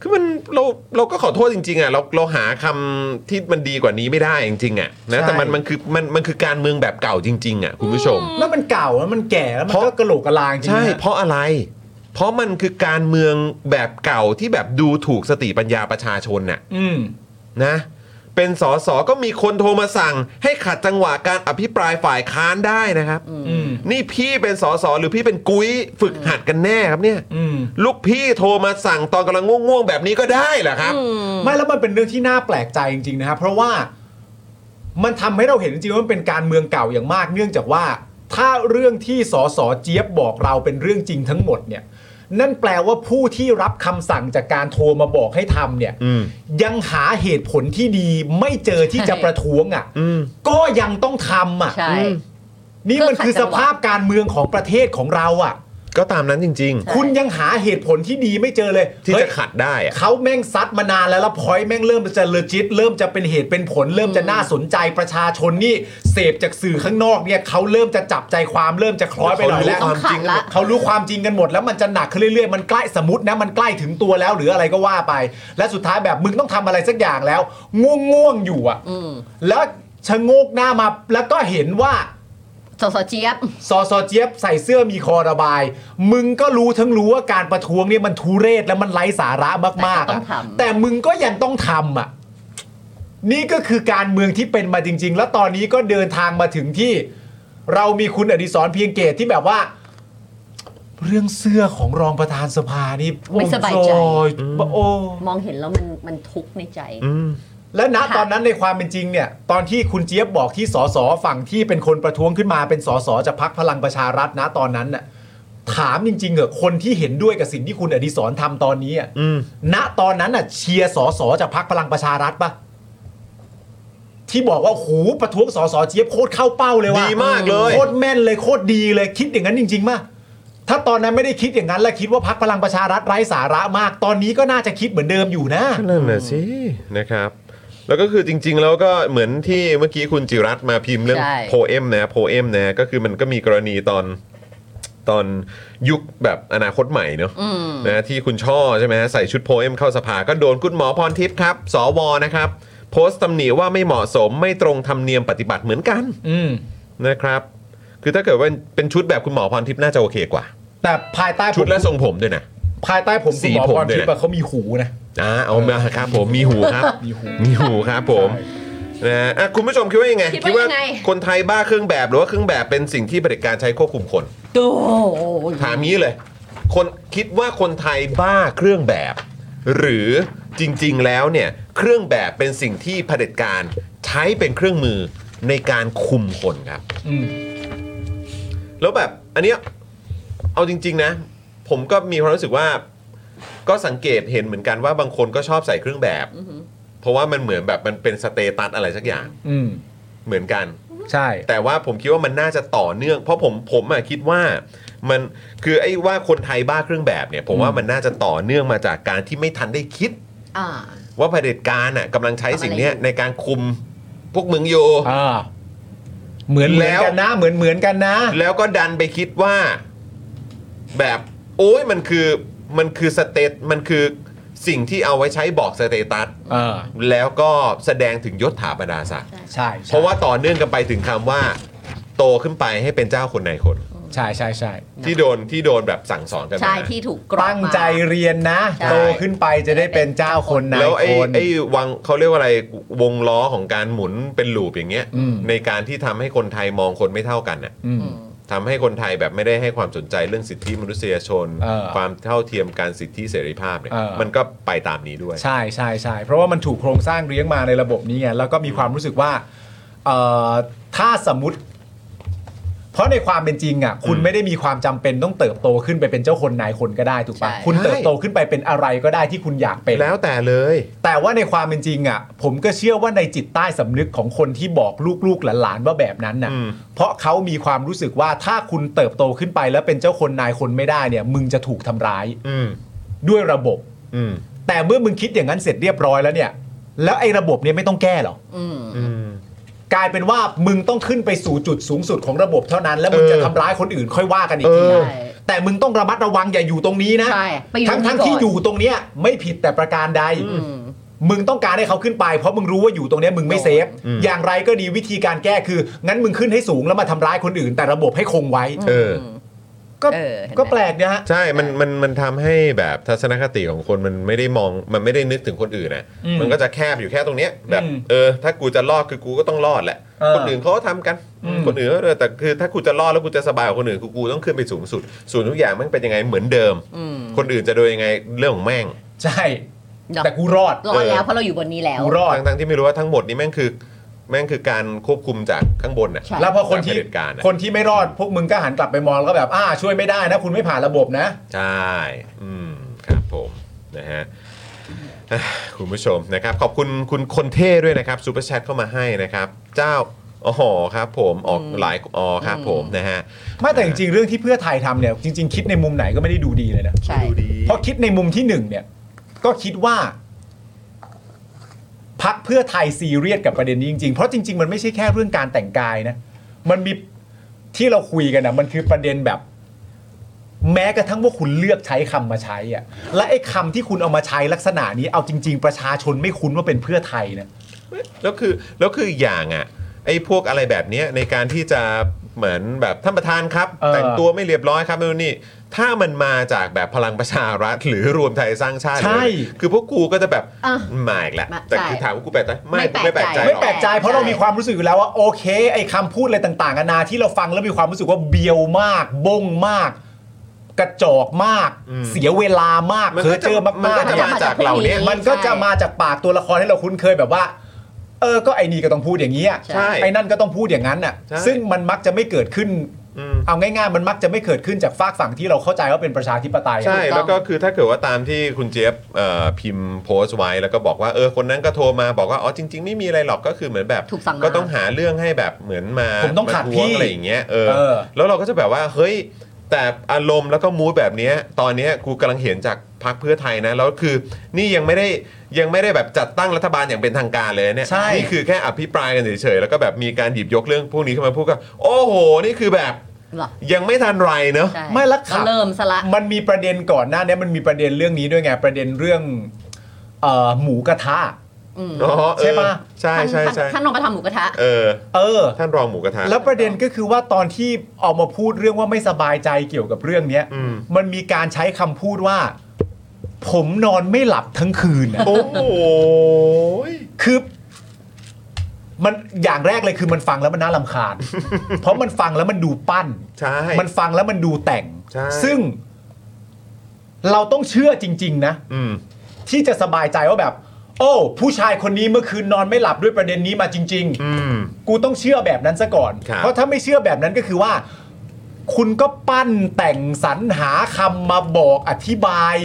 Speaker 1: คือมันเราเราก็ขอโทษจริงๆอ่ะเราเราหาคำที่มันดีกว่านี้ไม่ได้จริงๆอ่ะนะ
Speaker 6: ใช่
Speaker 1: แต่มันมันคือมันมันคือการเมืองแบบเก่าจริง ๆ อ่ะคุณผู้ชม
Speaker 6: แล้วมันเก่าแล้วมันแก่แล้วมัน
Speaker 1: เพ
Speaker 6: ก็
Speaker 1: ราะ
Speaker 6: กระโหลกกระลาจริงๆ
Speaker 1: ใช่
Speaker 6: นะ
Speaker 1: เพราะอะไร เพราะมันคือการเมืองแบบเก่าที่แบบดูถูกสติปัญญาประชาชนน่ะ
Speaker 6: อืม
Speaker 1: นะ เป็นสอสอก็มีคนโทรมาสั่ง ให้ขัดจังหวะการอภิปรายฝ่ายค้านได้นะครับ
Speaker 6: อืม
Speaker 1: นี่พี่เป็นสอสอหรือพี่เป็นกุ้ยฝึกหัดกันแน่ครับเนี่ย
Speaker 6: อืม
Speaker 1: ลูกพี่โทรมาสั่งตอนกำลังง่วงๆ แบบนี้ก็ได้เหรอครับ
Speaker 6: ไม่แล้วมันเป็นเรื่องที่น่าแปลกใจจริงๆนะครับเพราะว่ามันทำให้เราเห็นจริงๆว่ามันเป็นการเมืองเก่าอย่างมาก เนื่องจากว่า ถ้าเรื่องที่สสเจี๊ยบบอกเราเป็นเรื่องจริงทั้งหมดเนี่ย นั่นแปลว่าผู้ที่รับคำสั่งจากการโทรมาบอกให้ทำเนี่ย
Speaker 1: อืม
Speaker 6: ยังหาเหตุผลที่ดีไม่เจอที่จะประท้วงอ่ะ
Speaker 1: อืม
Speaker 6: ก็ยังต้องทำอ่ะ
Speaker 3: ใช่
Speaker 6: นี่มันคือสภาพการเมืองของประเทศของเราอ่ะ
Speaker 1: ก็ตามนั้นจริง
Speaker 3: ใช่
Speaker 6: คุณยังหาเหตุผลที่ดีไม่เจอเลย
Speaker 1: ๆ ที่
Speaker 6: เฮ้
Speaker 1: จะ
Speaker 6: ย
Speaker 1: ขัดได้อะ
Speaker 6: เขาแม่งซัดมานานแล้วแล้วพอยแม่งเริ่มจะเลจิต เริ่มจะเป็นเหตุเป็นผล เริ่มจะน่าสนใจประชาชนนี่เสพจากสื่อข้างนอกเนี่ยเขาเริ่มจะจับใจความเริ่มจะคล้อยไปหน่อยแล้ว
Speaker 3: เขารู้ความจริง
Speaker 6: เขารู้ความจริงกันหมด แล้วมันจะหนักขึ้นเรื่อยๆมันใกล้สมมตินะมันใกล้ถึงตัวแล้วหรืออะไรก็ว่าไป และสุดท้ายแบบมึงต้องทำอะไรสักอย่างแล้ว ง่วงๆอยู่อ่ะแล้วชะโงกหน้ามาแล้วก็เห็นว่า
Speaker 3: สสเจี๊ยบ
Speaker 6: ซอซอเจี๊ยบใส่เสื้อมีคอระบาย มึงก็รู้ทั้งรู้ว่าการประท้วงเนี่ยมันทุเรศและมันไร้สาระมากๆ
Speaker 3: แต่ก็ต้
Speaker 6: อะ
Speaker 3: องทำ
Speaker 6: แต่มึงก็ยังต้องทำอ่ะ นี่ก็คือการเมืองที่เป็นมาจริง ๆ แล้วตอนนี้ก็เดินทางมาถึงที่ เรามีคุณอดิศรเพียงเกตที่แบบว่า เรื่องเสื้อของรองประธานสภานี่
Speaker 3: ไม่สบายใจ
Speaker 6: โอ้ยโอ้
Speaker 3: มองเห็นแล้วมันมันทุกข์ในใจ
Speaker 6: และณ
Speaker 3: ค่ะ
Speaker 6: ตอนนั้นในความเป็นจริงเนี่ย ตอนที่คุณเจี๊ยบบอกที่สสฝั่งที่เป็นคนประท้วงขึ้นมาเป็นสสจากพักพลังประชารัฐนะตอนนั้นน่ะถามจริงๆเหอะคนที่เห็นด้วยกับสิ่งที่คุณอดิศรทำตอนนี้อะณตอนนั้นน่ะเชียร์สสจากพักพลังประชารัฐปะที่บอกว่าโอ้โหประท้วงสสเจี๊ยบโคตรเข้าเป้าเลยว่ะ
Speaker 1: ดีมากเลย
Speaker 6: โคตรแม่นเลยโคตรดีเลยคิดอย่างนั้นจริงๆปะถ้าตอนนั้นไม่ได้คิดอย่างนั้นและคิดว่าพักพลังประชารัฐไร้สาระมาก ตอนนี้ก็น่าจะคิดเหมือนเดิมอยู่นะ
Speaker 1: นั่นน่ะสินะครับ แล้วก็คือจริง ๆ แล้วก็เหมือนที่เมื่อกี้คุณจิรัตน์มาพิมพ์เรื่อง
Speaker 3: ใช่
Speaker 1: โพเอมนะโพเอมนะก็คือมันก็มีกรณีตอนตอนยุคแบบอนาคตใหม่เนอะนะที่คุณช่อใช่ไหมใส่ชุดโพเอมเข้าสภาก็โดนคุณหมอพรทิพย์ครับ สวนะครับ โพสต์ตำหนิว่าไม่เหมาะสมไม่ตรงธรรมเนียมปฏิบัติเหมือนกัน
Speaker 6: อืม
Speaker 1: นะครับ คือถ้าเกิดว่าเป็นชุดแบบคุณหมอพรทิพย์น่าจะโอเคกว่า
Speaker 6: แต่ภายใต้ผม
Speaker 1: ชุดและทรงผมด้วยนะ
Speaker 6: ภายใต้ผม
Speaker 1: สี
Speaker 6: คุณหมอ
Speaker 1: ผม
Speaker 6: พร
Speaker 1: ด้วย
Speaker 6: ทิพ
Speaker 1: นะ
Speaker 6: ย์อะเขามีหูนะ
Speaker 1: อ่าเอามาครับผมมีหูครับ
Speaker 6: มีหู
Speaker 1: มีหูครับผมนะฮะอ่ะคุณผู้ชมคิดว่ายังไง
Speaker 3: คิดว่ายังไง
Speaker 1: คนไทยบ้าเครื่องแบบหรือว่าเครื่องแบบเป็นสิ่งที่เผด็จการใช้ควบคุมคน
Speaker 3: โอ้ย
Speaker 1: ถามนี้เลย คนคิดว่าคนไทยบ้าเครื่องแบบ หรือจริง ๆ แล้วเนี่ยเครื่องแบบเป็นสิ่งที่เผด็จการใช้เป็นเครื่องมือในการคุมคนครับ
Speaker 6: อืม
Speaker 1: แล้วแบบอันเนี้ยเอาจริง ๆ นะ ผมก็มีความรู้สึกว่า ก็สังเกตเห็นเหมือนกันว่าบางคนก็ชอบใส่เครื่องแบบ เพราะว่ามันเหมือนแบบมันเป็นสเตตัสอะไรสักอย่าง
Speaker 6: อืม
Speaker 1: เหมือนกัน
Speaker 6: ใช่
Speaker 1: แต่ว่าผมคิดว่ามันน่าจะต่อเนื่อง เพราะผมผมอะคิดว่ามันคือไอ้ว่าคนไทยบ้าเครื่องแบบเนี่ย ผมว่ามันน่าจะต่อเนื่องมาจากการที่ไม่ทันได้คิด
Speaker 3: อ่า
Speaker 1: ว่าเผด็จการน่ะกำลังใช้สิ่งเนี้ยในการคุมพวกมึงอยู่
Speaker 6: อ่า เหมือนเหมือนกันนะ เหมือนเหมือนกันนะ
Speaker 1: แล้วก็ดันไปคิดว่า แบบโอ้ยมันคือมันคือสเตตมันคือสิ่งที่เอาไว้ใช้บอกสเตตัส
Speaker 6: เออ
Speaker 1: แล้วก็แสดงถึงยศถาบรรดาศักดิ์
Speaker 6: ใช่
Speaker 1: เพราะว่าต่อเนื่องกันไปถึงคำว่า โตขึ้นไปให้เป็นเจ้าคนในายคน
Speaker 6: ใช่ใช่ใช่
Speaker 1: ที่โดนที่โดนแบบสั่งสอนกันมา
Speaker 3: ใช่ที่ถูกกรอก
Speaker 6: ตั้ง
Speaker 3: มา
Speaker 6: ใจเรียนนะ
Speaker 3: ใช่
Speaker 6: โตขึ้นไปจะได้เป็นเจ้าคนนาย
Speaker 1: แล้วไอ้
Speaker 6: คน
Speaker 1: ไอ้วังเขาเรียกว่าอะไรวงล้อของการหมุนเป็นลูปอย่างเงี้ย
Speaker 6: อืม
Speaker 1: ในการที่ทำให้คนไทยมองคนไม่เท่ากันน่ะ
Speaker 6: อืม
Speaker 3: อืม
Speaker 1: ทำให้คนไทยแบบไม่ได้ให้ความสนใจเรื่องสิทธิมนุษยชน
Speaker 6: เออ
Speaker 1: ความเท่าเทียมการสิทธิเสรีภาพเนี่ย
Speaker 6: เออ
Speaker 1: มันก็ไปตามนี้ด้วย
Speaker 6: ใช่ใช่ใช่เพราะว่ามันถูกโครงสร้างเลี้ยงมาในระบบนี้ไงแล้วก็มีความรู้สึกว่าเอ่อถ้าสมมติ เพราะในความเป็นจริงอ่ะ คุณ
Speaker 1: อืม
Speaker 6: ไม่ได้มีความจำเป็นต้องเติบโตขึ้นไปเป็นเจ้าคนนายคนก็ได้ถูกปะ
Speaker 3: ใช่
Speaker 6: คุณ
Speaker 1: ใช่
Speaker 6: เติบโตขึ้นไปเป็นอะไรก็ได้ที่คุณอยากเป็น
Speaker 1: แล้วแต่เลย
Speaker 6: แต่ว่าในความเป็นจริงอ่ะ ผมก็เชื่อว่าในจิตใต้สำนึกของคนที่บอกลูกๆหลานๆว่าแบบนั้นน่ะ
Speaker 1: อืม
Speaker 6: เพราะเขามีความรู้สึกว่าถ้าคุณเติบโตขึ้นไปแล้วเป็นเจ้าคนนายคนไม่ได้เนี่ย มึงจะถูกทำร้าย
Speaker 1: อืม
Speaker 6: ด้วยระบบ
Speaker 1: อืม
Speaker 6: แต่เมื่อมึงคิดอย่างนั้นเสร็จเรียบร้อยแล้วเนี่ย แล้วไอ้ระบบเนี่ยไม่ต้องแก้หรอ
Speaker 3: อืม
Speaker 1: อืม
Speaker 6: กลายเป็นว่ามึงต้องขึ้นไปสู่จุดสูงสุดของระบบเท่านั้น แล้วมึง
Speaker 1: เออ
Speaker 6: จะทำร้ายคนอื่นค่อยว่ากันอีกที
Speaker 1: เออ
Speaker 3: ใช่
Speaker 6: แต่มึงต้องระมัดระวังอย่าอยู่ตรงนี้นะ
Speaker 3: ใช่ไปอยู่
Speaker 6: ทั้งทั้ง
Speaker 3: ตรงนี้ก่อน
Speaker 6: ที่อยู่ตรงเนี้ยไม่ผิดแต่ประการใด
Speaker 3: อืม
Speaker 6: มึงต้องการให้เขาขึ้นไป เพราะมึงรู้ว่าอยู่ตรงเนี้ยมึงไม่เซฟ อย่างไรก็ดีวิธีการแก้คือ งั้นมึงขึ้นให้สูงแล้วมาทำร้ายคนอื่น แต่ระบบให้คงไว้
Speaker 5: เออ
Speaker 6: ก็
Speaker 3: เออเห็นไหม
Speaker 6: ก็แปลกนะฮะ
Speaker 5: ใช่ มัน มัน มันทำให้แบบทัศนคติของคนมันไม่ได้มอง มันไม่ได้นึกถึงคนอื่นนะ
Speaker 6: อืม
Speaker 5: มันก็จะแคบอยู่แค่ตรงเนี้ย แบบ
Speaker 6: อืม
Speaker 5: เออ ถ้ากูจะรอดคือกูก็ต้องรอดแหละ
Speaker 6: เออ
Speaker 5: คนอื่นเขาก็ทำกัน
Speaker 6: อืม
Speaker 5: คนอื่นก็เออแต่คือถ้ากูจะรอดแล้วกูจะสบายกว่าคนอื่นคือกูต้องขึ้นไปสูงสุด ส่วนทุกอย่างมันเป็นยังไงเหมือนเดิม
Speaker 3: อืม
Speaker 5: คนอื่นจะโดยยังไงเรื่องของแม่ง
Speaker 6: ใช่
Speaker 3: เนอะ
Speaker 6: แต่กูรอด
Speaker 3: รอดแล้วเพราะเราอยู่บนนี้แล้ว
Speaker 6: กูรอด
Speaker 5: ทั้งทั้งที่ไม่รู้ว่าทั้งหมดนี้แม่งคือ แม่งคือการควบคุมจากข้างบนน่ะ
Speaker 3: ใช่
Speaker 6: แล้วพอคนที่
Speaker 5: จากเผด็จการน่ะ
Speaker 6: คนที่ไม่รอดพวกมึงก็หันกลับไปมองแล้วก็แบบอ่าช่วยไม่ได้นะคุณไม่ผ่านระบบนะ
Speaker 5: ใช่ อืม ครับผมนะฮ ะอ่ะคุณผู้ชมนะครับ ขอบคุณคุณคนเท่ด้วยนะครับซูเปอร์แชทเข้ามาให้นะครับ เจ้าอ๋อครับผมออกหลายอ๋อครับผมนะฮะ
Speaker 6: ไม่แต่จริงๆเรื่องที่เพื่อไทยทำเนี่ยจริง ๆ คิดในมุมไหนก็ไม่ได้ดูดีเลยนะ
Speaker 3: ใช่
Speaker 5: ดูดี
Speaker 6: เพราะคิดในมุมที่หนึ่งเนี่ย ก็คิดว่าพักเพื่อไทยซีเรียสกับประเด็นนี้จริงๆ เพราะจริง ๆ มันไม่ใช่แค่เรื่องการแต่งกายนะ มันมีที่เราคุยกันนะมันคือประเด็นแบบ แม้กระทั่งว่าคุณเลือกใช้คำมาใช้อะและไอ้คำที่คุณเอามาใช้ลักษณะนี้เอาจริง ๆ ประชาชนไม่คุ้นว่าเป็นเพื่อไทยนะ
Speaker 5: แล้วคือแล้วคืออีกอย่างอ่ะไอ้พวกอะไรแบบเนี้ยในการที่จะเหมือนแบบท่านประธานครับ
Speaker 6: เออ
Speaker 5: แต่งตัวไม่เรียบร้อยครับไม่รู้นี่ ถ้ามันมาจากแบบพลังประชารัฐ หรือรวมไทยสร้างชาติ
Speaker 6: ใช่
Speaker 5: หรืออะไรคือพวกกูก็จะแบบ
Speaker 3: อ่ะ
Speaker 5: มาอีกแหละ
Speaker 3: มา
Speaker 5: แต่
Speaker 3: ใช่
Speaker 5: คือถามว่ากูแปลกใจไหม
Speaker 3: ไม่
Speaker 5: กูไม่แปลกใจ
Speaker 3: แปลกใจ
Speaker 6: ไม่
Speaker 5: หรอก
Speaker 6: แปลกใจเพราะเรามีความรู้สึกอยู่แล้วว่าโอเค ไอ้คำพูดอะไรต่างๆนานาที่เราฟังแล้วมีความรู้สึกว่าเบียวมาก บงมาก กระจอกมาก
Speaker 5: อืม
Speaker 6: เสียเวลามาก
Speaker 5: มัน
Speaker 6: เพอ
Speaker 5: ก็จะ
Speaker 6: เจอมาก
Speaker 5: มันก็จะ
Speaker 6: ๆ
Speaker 5: มาจากเหล่านี้
Speaker 6: มันก็จะมาจากปากตัวละครที่เราคุ้นเคยแบบว่า เออก็ไอ้นี่ก็ต้องพูดอย่างนี้อะ
Speaker 3: ใช่
Speaker 6: ไอ้นั่นก็ต้องพูดอย่างนั้นน่ะ
Speaker 5: ใช่
Speaker 6: ซึ่งมันมักจะไม่เกิดขึ้น
Speaker 5: อืม
Speaker 6: เอาง่ายๆ มันมักจะไม่เกิดขึ้นจากฝากฝั่งที่เราเข้าใจว่าเป็นประชาธิปไตย
Speaker 5: ใช่แล้วก็คือถ้าเกิดว่าตามที่คุณเจี๊ยบเอ่อพิมพ์โพสต์ไว้แล้วก็บอกว่าเออคนนั้นก็โทรมาบอกว่าอ๋อจริง ๆ ไม่มีอะไรหรอกก็คือเหมือนแบบ
Speaker 3: ถูกสั่งมา
Speaker 5: ก็ต้องหาเรื่องให้แบบเหมือนมา
Speaker 6: ผมต้องขัด
Speaker 5: าทว
Speaker 6: พี่
Speaker 5: อะไรอย่างเงี้ยเออ
Speaker 6: เออ
Speaker 5: แล้วเราก็จะแบบว่าเฮ้ยแต่อารมณ์แล้วก็มูดแบบเนี้ยตอนเนี้ยกูกำลังเห็นจากพรรคเพื่อไทยนะแล้วคือนี่ยังไม่ได้ยังไม่ได้แบบจัดตั้งรัฐบาลอย่างเป็นทางการเลยเนี่ย
Speaker 6: ใช่
Speaker 5: นี่คือแค่อภิปรายกันเฉยๆแล้วก็แบบมีการหยิบยกเรื่องพวกนี้ขึ้นมาพูดก็โอ้โหนี่คือแบบ
Speaker 3: หรอ
Speaker 5: ยังไม่ทันไรเนอะ
Speaker 3: ใช่
Speaker 6: ไม่ละครับ
Speaker 3: เริ่มสละ
Speaker 6: มันมีประเด็นก่อนหน้านี้มันมีประเด็นเรื่องนี้ด้วยไงประเด็นเรื่องเอ่อหมูกระทะ
Speaker 3: อืม
Speaker 5: อ๋อเออ
Speaker 6: ใช่ปะ
Speaker 5: ใช่ใช่ใช่
Speaker 3: ท่านท่านลองไปทำหมูกระทะ
Speaker 5: เออ
Speaker 6: เออ
Speaker 5: ท่านรองหมูกระทะ
Speaker 6: แล้วประเด็นก็คือว่าตอนที่ออกมาพูดเรื่องว่าไม่สบายใจเกี่ยวกับเรื่องเนี้ย
Speaker 5: อืม
Speaker 6: มันมีการใช้คำพูดว่า ผมนอนไม่หลับทั้งคืนน่ะ
Speaker 5: โอ้โหย
Speaker 6: คือมันอย่างแรกเลยคือมันฟังแล้วมันน่าลำ คาญ เพราะมันฟังแล้วมันดูปั้น
Speaker 5: ใช่
Speaker 6: มันฟังแล้วมันดูแต่ง
Speaker 5: ใช่
Speaker 6: ซึ่ง เราต้องเชื่อจริง ๆ นะ
Speaker 5: อืม
Speaker 6: ที่จะสบายใจว่าแบบ โอ้ ผู้ชายคนนี้เมื่อคืนนอนไม่หลับด้วยประเด็นนี้มาจริง ๆ
Speaker 5: อืม
Speaker 6: กูต้องเชื่อแบบนั้นซะก่อน
Speaker 5: ครับ
Speaker 6: เพราะถ้าไม่เชื่อแบบนั้นก็คือว่า คุณก็ปั้นแต่งสรรหาคำมาบอกอธิบาย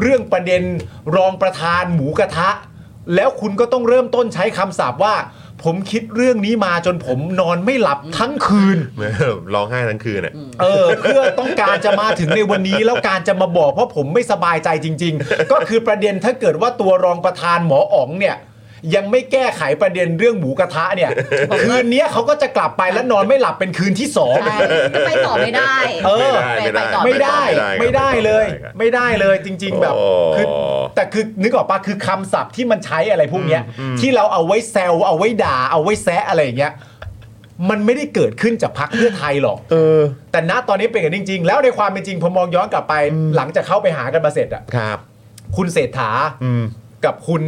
Speaker 6: เรื่องประเด็นรองประธานหมูกระทะ แล้วคุณก็ต้องเริ่มต้นใช้คำศัพท์ว่า ผมคิดเรื่องนี้มาจนผมนอนไม่หลับทั้งคืน
Speaker 5: เหมือนร้องไห้ทั้งคืนอ่ะ
Speaker 6: เออ เพื่อต้องการจะมาถึงในวันนี้แล้วการจะมาบอกเพราะผมไม่สบายใจจริง ๆ ก็คือประเด็นถ้าเกิดว่าตัวรองประธานหมออ๋องเนี่ย ยังไม่แก้ไขประเด็นเรื่องหมูกระทะเนี่ย คืนเนี้ยเขาก็จะกลับไปแล้วนอนไม่หลับเป็นคืนที่สอง
Speaker 3: ใช่ก็ไปต่อไม่ได้
Speaker 6: เออ
Speaker 5: ไม่
Speaker 3: ไป
Speaker 5: ได้
Speaker 3: ต่อ
Speaker 6: ไม่ได้ไม่ได้เลย ไม่ได้เลยจริง ๆ แบบ
Speaker 5: โอ้
Speaker 6: คือแต่คือนึกออกปะคือคำศัพท์ที่มันใช้อะไรพวกเนี้ย
Speaker 5: อืม
Speaker 6: ที่เราเอาไว้แซวเอาไว้ด่าเอาไว้แซะอะไรอย่างเงี้ยมันไม่ได้เกิดขึ้นจากพักเพื่อไทยหรอก
Speaker 5: เออ
Speaker 6: แต่ณตอนนี้เป็นอย่างนั้นจริง ๆ แล้วในความเป็นจริงพอมองย้อนกลับไป หลังจากเข้าไปหากันมาเสร็จอ่ะ
Speaker 5: ครับ
Speaker 6: คุณเศรษฐา
Speaker 5: อืม
Speaker 6: กับคุณ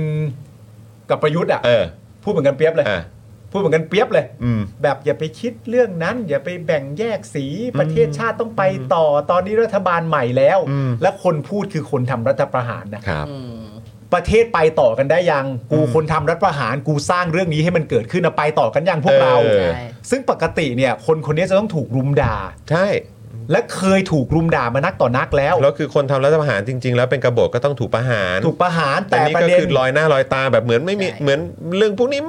Speaker 6: กับประยุทธ์อ่ะ
Speaker 5: เออ
Speaker 6: พูดเหมือนกันเปรียบเลย
Speaker 5: อ่ะ
Speaker 6: พูดเหมือนกันเปรียบเลย
Speaker 5: อืม
Speaker 6: แบบอย่าไปคิดเรื่องนั้น อย่าไปแบ่งแยกสีประเทศชาติต้องไปต่อตอนนี้รัฐบาลใหม่แล้ว
Speaker 5: อืม
Speaker 6: และคนพูดคือคนทำรัฐประหารนะครับ
Speaker 3: อืม
Speaker 6: ประเทศไปต่อกันได้ยังกูคนทำรัฐประหารกูสร้างเรื่องนี้ให้มันเกิดขึ้นนะไปต่อกันยังพวกเรา
Speaker 5: เออ
Speaker 3: ใช่
Speaker 6: ซึ่งปกติเนี่ย คนคนนี้จะต้องถูกรุมด่า
Speaker 5: ใช่
Speaker 6: และเคยถูกรุมด่ามานักต่อนักแล้ว
Speaker 5: แล้วคือคนทำรัฐประหารจริง ๆ แล้วเป็นกบฏก็ต้องถูกประหาร
Speaker 6: ถูกประหาร
Speaker 5: แต่
Speaker 6: แต่
Speaker 5: นี่
Speaker 6: ประ
Speaker 5: ก็
Speaker 6: เด็น
Speaker 5: คือลอยหน้าลอยตาแบบเหมือนไม่มี
Speaker 3: ใช่
Speaker 5: เหมือนเรื่องพวกนี้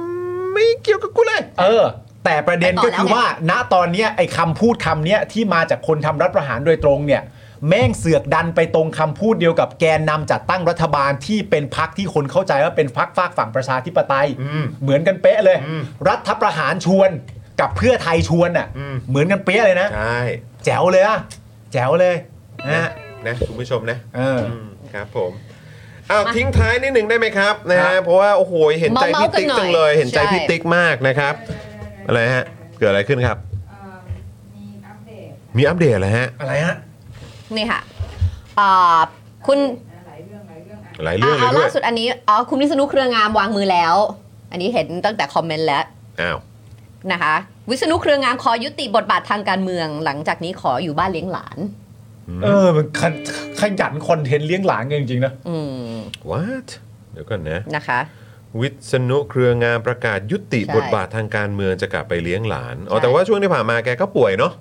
Speaker 5: ไม่เกี่ยวกับกูเลย
Speaker 6: เออ แต่ประเด็น
Speaker 3: แต่ต่อ
Speaker 6: ก็คือ
Speaker 3: แล้วไง
Speaker 6: ว่า ณตอนเนี้ยไอ้คำพูดคำเนี้ยที่มาจากคนทำรัฐประหารโดยตรงเนี่ย แม่งเสือกดันไปตรงคำพูดเดียวกับแกนนำจัดตั้งรัฐบาลที่เป็นพักที่คนเข้าใจว่าเป็นพักฝากฝั่งประชาธิปไตย
Speaker 5: อืม
Speaker 6: เหมือนกันเป๊ะเลย
Speaker 5: อืม
Speaker 6: รัฐประหารชวน กับเพื่อไทยชวนอ่ะ
Speaker 5: อืม
Speaker 6: เหมือนกันเป๊ะเลยนะ
Speaker 5: ใช่
Speaker 6: แจ๋วเลยอะแจ๋วเลย นะฮะ
Speaker 9: นะคุณผู้ชมนะ
Speaker 6: เออ
Speaker 9: มครับผมอ้าวทิ้งท้ายนิดหนึ่งได้ไหมครับนะฮะเพราะว่าโอ้โหเห็นใจ
Speaker 3: เมา
Speaker 9: พี่
Speaker 3: เมาส์กั
Speaker 9: ติ๊ก
Speaker 3: นหน่อย
Speaker 9: จังเลยเห็นใจ
Speaker 3: ใช่
Speaker 9: พี่ติ๊กมากนะครับอะไรฮะเกิดอะไรขึ้นครับ มีอัปเดตอะไรฮะ
Speaker 6: อะไรฮะ
Speaker 3: นี่ค่ะอ่าคุณ
Speaker 5: หลายเรื่องเลย
Speaker 3: า
Speaker 5: ด้ว
Speaker 3: ล่าย สุดอันนี้อ๋อคุณวิษณุเครืองามวางมือแล้ว อันนี้เห็นตั้งแต่คอมเมนต์แล้ว
Speaker 5: อ้าว
Speaker 3: นะคะ วิษณุเครืองามขอยุติบทบาททางการเมือง หลังจากนี้ขออยู่บ้านเลี้ยงหลาน
Speaker 6: เออ มันขยขยันคอนเทนต์เลี้ยงหลานกันจริงๆนะ
Speaker 3: อืม
Speaker 5: วัดเดี๋ยวก่อนนะ
Speaker 3: นะคะ
Speaker 5: วิษณุเครืองามประกาศยุติ
Speaker 3: ใช่
Speaker 5: บทบาททางการเมืองจะกลับไปเลี้ยงหลาน อ๋อ
Speaker 3: ใช่
Speaker 5: แต่ว่าช่วงที่ผ่านมาแกก็ป่วยเนาะ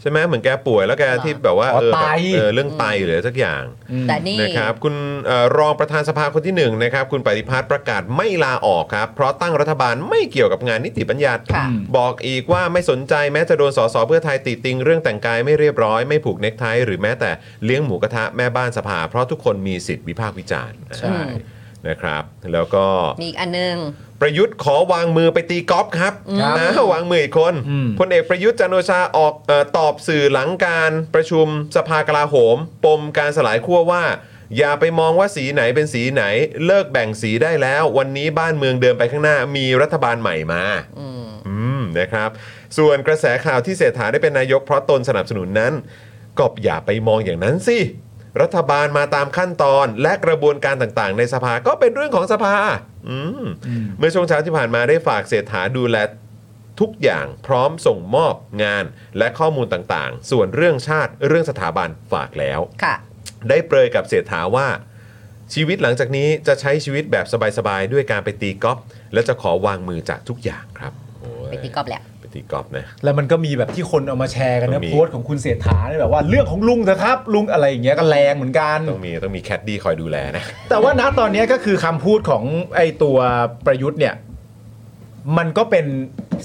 Speaker 5: ใช่ไหมเหมือนแกป่วยแล้วแก
Speaker 3: หรอ
Speaker 5: ที่แบบว่า
Speaker 6: อ๋อ
Speaker 5: เออแบบ
Speaker 6: ไต
Speaker 5: เออเรื่องไตหรือสักอย่าง
Speaker 3: แต่นี่
Speaker 5: นะครับคุณเอ่อรองประธานสภาคนที่หนึ่งนะครับคุณปฏิพัฒน์ประกาศไม่ลาออกครับ เพราะตั้งรัฐบาลไม่เกี่ยวกับงานนิติบัญญัติ
Speaker 3: ค่ะ
Speaker 5: บอกอีกว่าไม่สนใจแม้จะโดนสสเพื่อไทยติติงเรื่องแต่งกายไม่เรียบร้อยไม่ผูกเน็กไทหรือแม้แต่เลี้ยงหมูกระทะแม่บ้านสภา เพราะทุกคนมีสิทธิวิพากษ์วิจารณ์
Speaker 3: ใช่
Speaker 5: นะครับ แล้วก็
Speaker 3: มีอีกอันนึง
Speaker 5: ประยุทธ์ขอวางมือไปตีกอล์ฟครับ
Speaker 6: ครับ
Speaker 5: นะวางมืออีกคน
Speaker 6: อืม
Speaker 5: พลเอกประยุทธ์จันทร์โอชาออกเออตอบสื่อหลังการประชุมสภากลาโหม ปมการสลายขั้วว่า อย่าไปมองว่าสีไหนเป็นสีไหน เลิกแบ่งสีได้แล้ว วันนี้บ้านเมืองเดินไปข้างหน้ามีรัฐบาลใหม่มาอืมนะครับ ส่วนกระแสข่าวที่เศรษฐาได้เป็นนายกเพราะตนสนับสนุนนั้น ก็อย่าไปมองอย่างนั้นสิ รัฐบาลมาตามขั้นตอนและกระบวนการต่างๆ ในสภาก็เป็นเรื่องของสภาอืมเมื่อช่วงเช้าที่ผ่านมาได้ฝากเศรษฐาดูแลทุกอย่างพร้อมส่งมอบงานและข้อมูลต่างๆ ส่วนเรื่องชาติเรื่องสถาบันฝากแล้ว
Speaker 3: ค่ะ
Speaker 5: ได้เปรยกับเศรษฐาว่า ชีวิตหลังจากนี้จะใช้ชีวิตแบบสบายๆ ด้วยการไปตีกอล์ฟและจะขอวางมือจากทุกอย่างครับโอ้ย
Speaker 3: ไปตีกอล์ฟแหละ
Speaker 5: ไปตีกอล์ฟนะ
Speaker 6: แล้วมันก็มีแบบที่คนเอามาแชร์กัน
Speaker 5: ต้อ
Speaker 6: นะ
Speaker 5: งมี
Speaker 6: โพสต์ของคุณเศรษฐาเนี่ยแบบว่าเรื่องของลุงนะครับ ลุงอะไรอย่างเงี้ยก็แรงเหมือนกัน
Speaker 5: ต้องมีต้องมีแคดดี้คอยดูแลนะ
Speaker 6: แต่ว่าณตอนเนี้ยก็คือคำพูดของไอ้ตัวประยุทธ์เนี่ย มันก็เป็น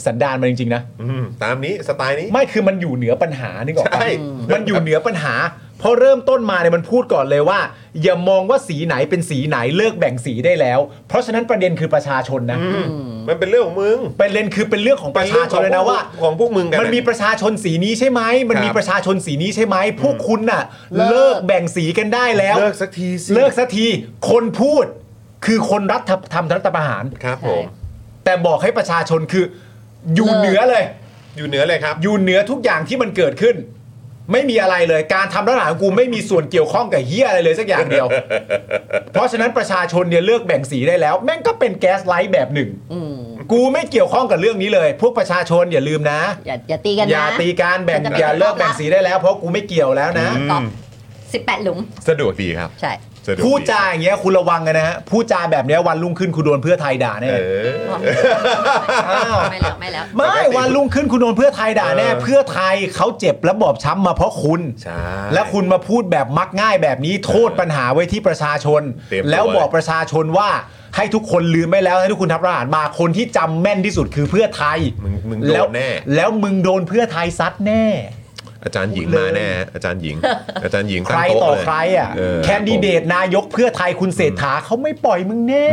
Speaker 6: สันดานมันจริงๆนะ
Speaker 5: อืมตามนี้สไตล์นี้
Speaker 6: ไม่คือมันอยู่เหนือปัญหานึกออกปะ
Speaker 5: ใช่
Speaker 6: มันอยู่เหนือปัญหาเพราะเริ่มต้นมาเนี่ยมันพูดก่อนเลยว่า อย่ามองว่าสีไหนเป็นสีไหนเลิกแบ่งสีได้แล้ว เพราะฉะนั้นประเด็นคือประชาชนนะ
Speaker 5: มันเป็นเรื่องของมึง
Speaker 6: ประเด็นคือเป็นเรื่องของประชาชนเลยนะว่า
Speaker 5: ของพวกมึงกัน
Speaker 6: มันมี
Speaker 5: ะ
Speaker 6: ประชาชนสีนี้ใช่ไหม มันมี
Speaker 5: ครับ
Speaker 6: ประชาชนสีนี้ใช่ไหม พวกคุณน่ะ เลิกแบ่งสีกันได้แล้ว
Speaker 5: เลิกสักทีสิ
Speaker 6: เลิกสักที คนพูดคือคนรัฐทำรัฐประหาร
Speaker 5: ครับผม
Speaker 6: แต่บอกให้ประชาชนคืออยู่
Speaker 3: เลิก
Speaker 6: เหนือเลย
Speaker 5: อยู่เหนือเลยครับ
Speaker 6: อยู่เหนือทุกอย่างที่มันเกิดขึ้น ไม่มีอะไรเลย การทำรัฐประหารของกูไม่มีส่วนเกี่ยวข้องกับเฮียอะไรเลยสักอย่าง เดียว เพราะฉะนั้นประชาชนเนี่ยเลิกแบ่งสีได้แล้ว แม่งก็เป็นแก๊สไลท์แบบหนึ่ง
Speaker 3: อืม
Speaker 6: กูไม่เกี่ยวข้องกับเรื่องนี้เลย พวกประชาชนอย่าลืมนะ
Speaker 3: อย่าอย่าตีกันนะ
Speaker 6: อย่าตีการแบ่ง
Speaker 3: มันจะเป็น
Speaker 6: อย่าเลิก
Speaker 3: ภาพลักษณ์
Speaker 6: แบ่งสีได้แล้วเพราะกูไม่เกี่ยวแล้วนะ
Speaker 3: กอล์ฟสิบแปดหลุม
Speaker 5: สะดวกดีครับ
Speaker 3: ใช่
Speaker 5: สะดวก
Speaker 6: พูดจาอย่างเงี้ยคุณระวังกันนะฮะพูดจาแบบเนี้ยวันรุ่งขึ้นคุณโดนเพื่อไทยด่าแน่
Speaker 5: เออ
Speaker 6: อ้าว
Speaker 3: ไม่แล้วไม่แล้ว
Speaker 6: ไม่วันรุ่งขึ้นคุณโดนเพื่อไทยด่าแน่
Speaker 5: เออ
Speaker 6: เพื่อไทยเขาเจ็บและบอบช้ำมาเพราะคุณ
Speaker 5: ใช่
Speaker 6: และคุณมาพูดแบบมักง่ายแบบนี้โทษปัญหาไว้ที่ประชาชน
Speaker 5: เตรียมตัว
Speaker 6: แล้วบอกประชาชนว่าให้ทุกคนลืมไปแล้วให้ทุกคนทับรหัสมาคนที่จำแม่นที่สุดคือเพื่อไทย
Speaker 5: มึงมึงโด
Speaker 6: แล้ว
Speaker 5: นแน่
Speaker 6: แล้วมึงโดนเพื่อไทยซัดแน่
Speaker 5: อาจารย์หญิงมาแน่ อาจารย์ หญิง อาจารย์หญิง
Speaker 6: ใคร
Speaker 5: งโะ
Speaker 6: ต่อ
Speaker 5: เลย
Speaker 6: ใครอ่ะ
Speaker 5: เ
Speaker 6: แคนดิเดตนายกเพื่อไทยคุณเศรษฐาเขาไม่ปล่อยมึงแน่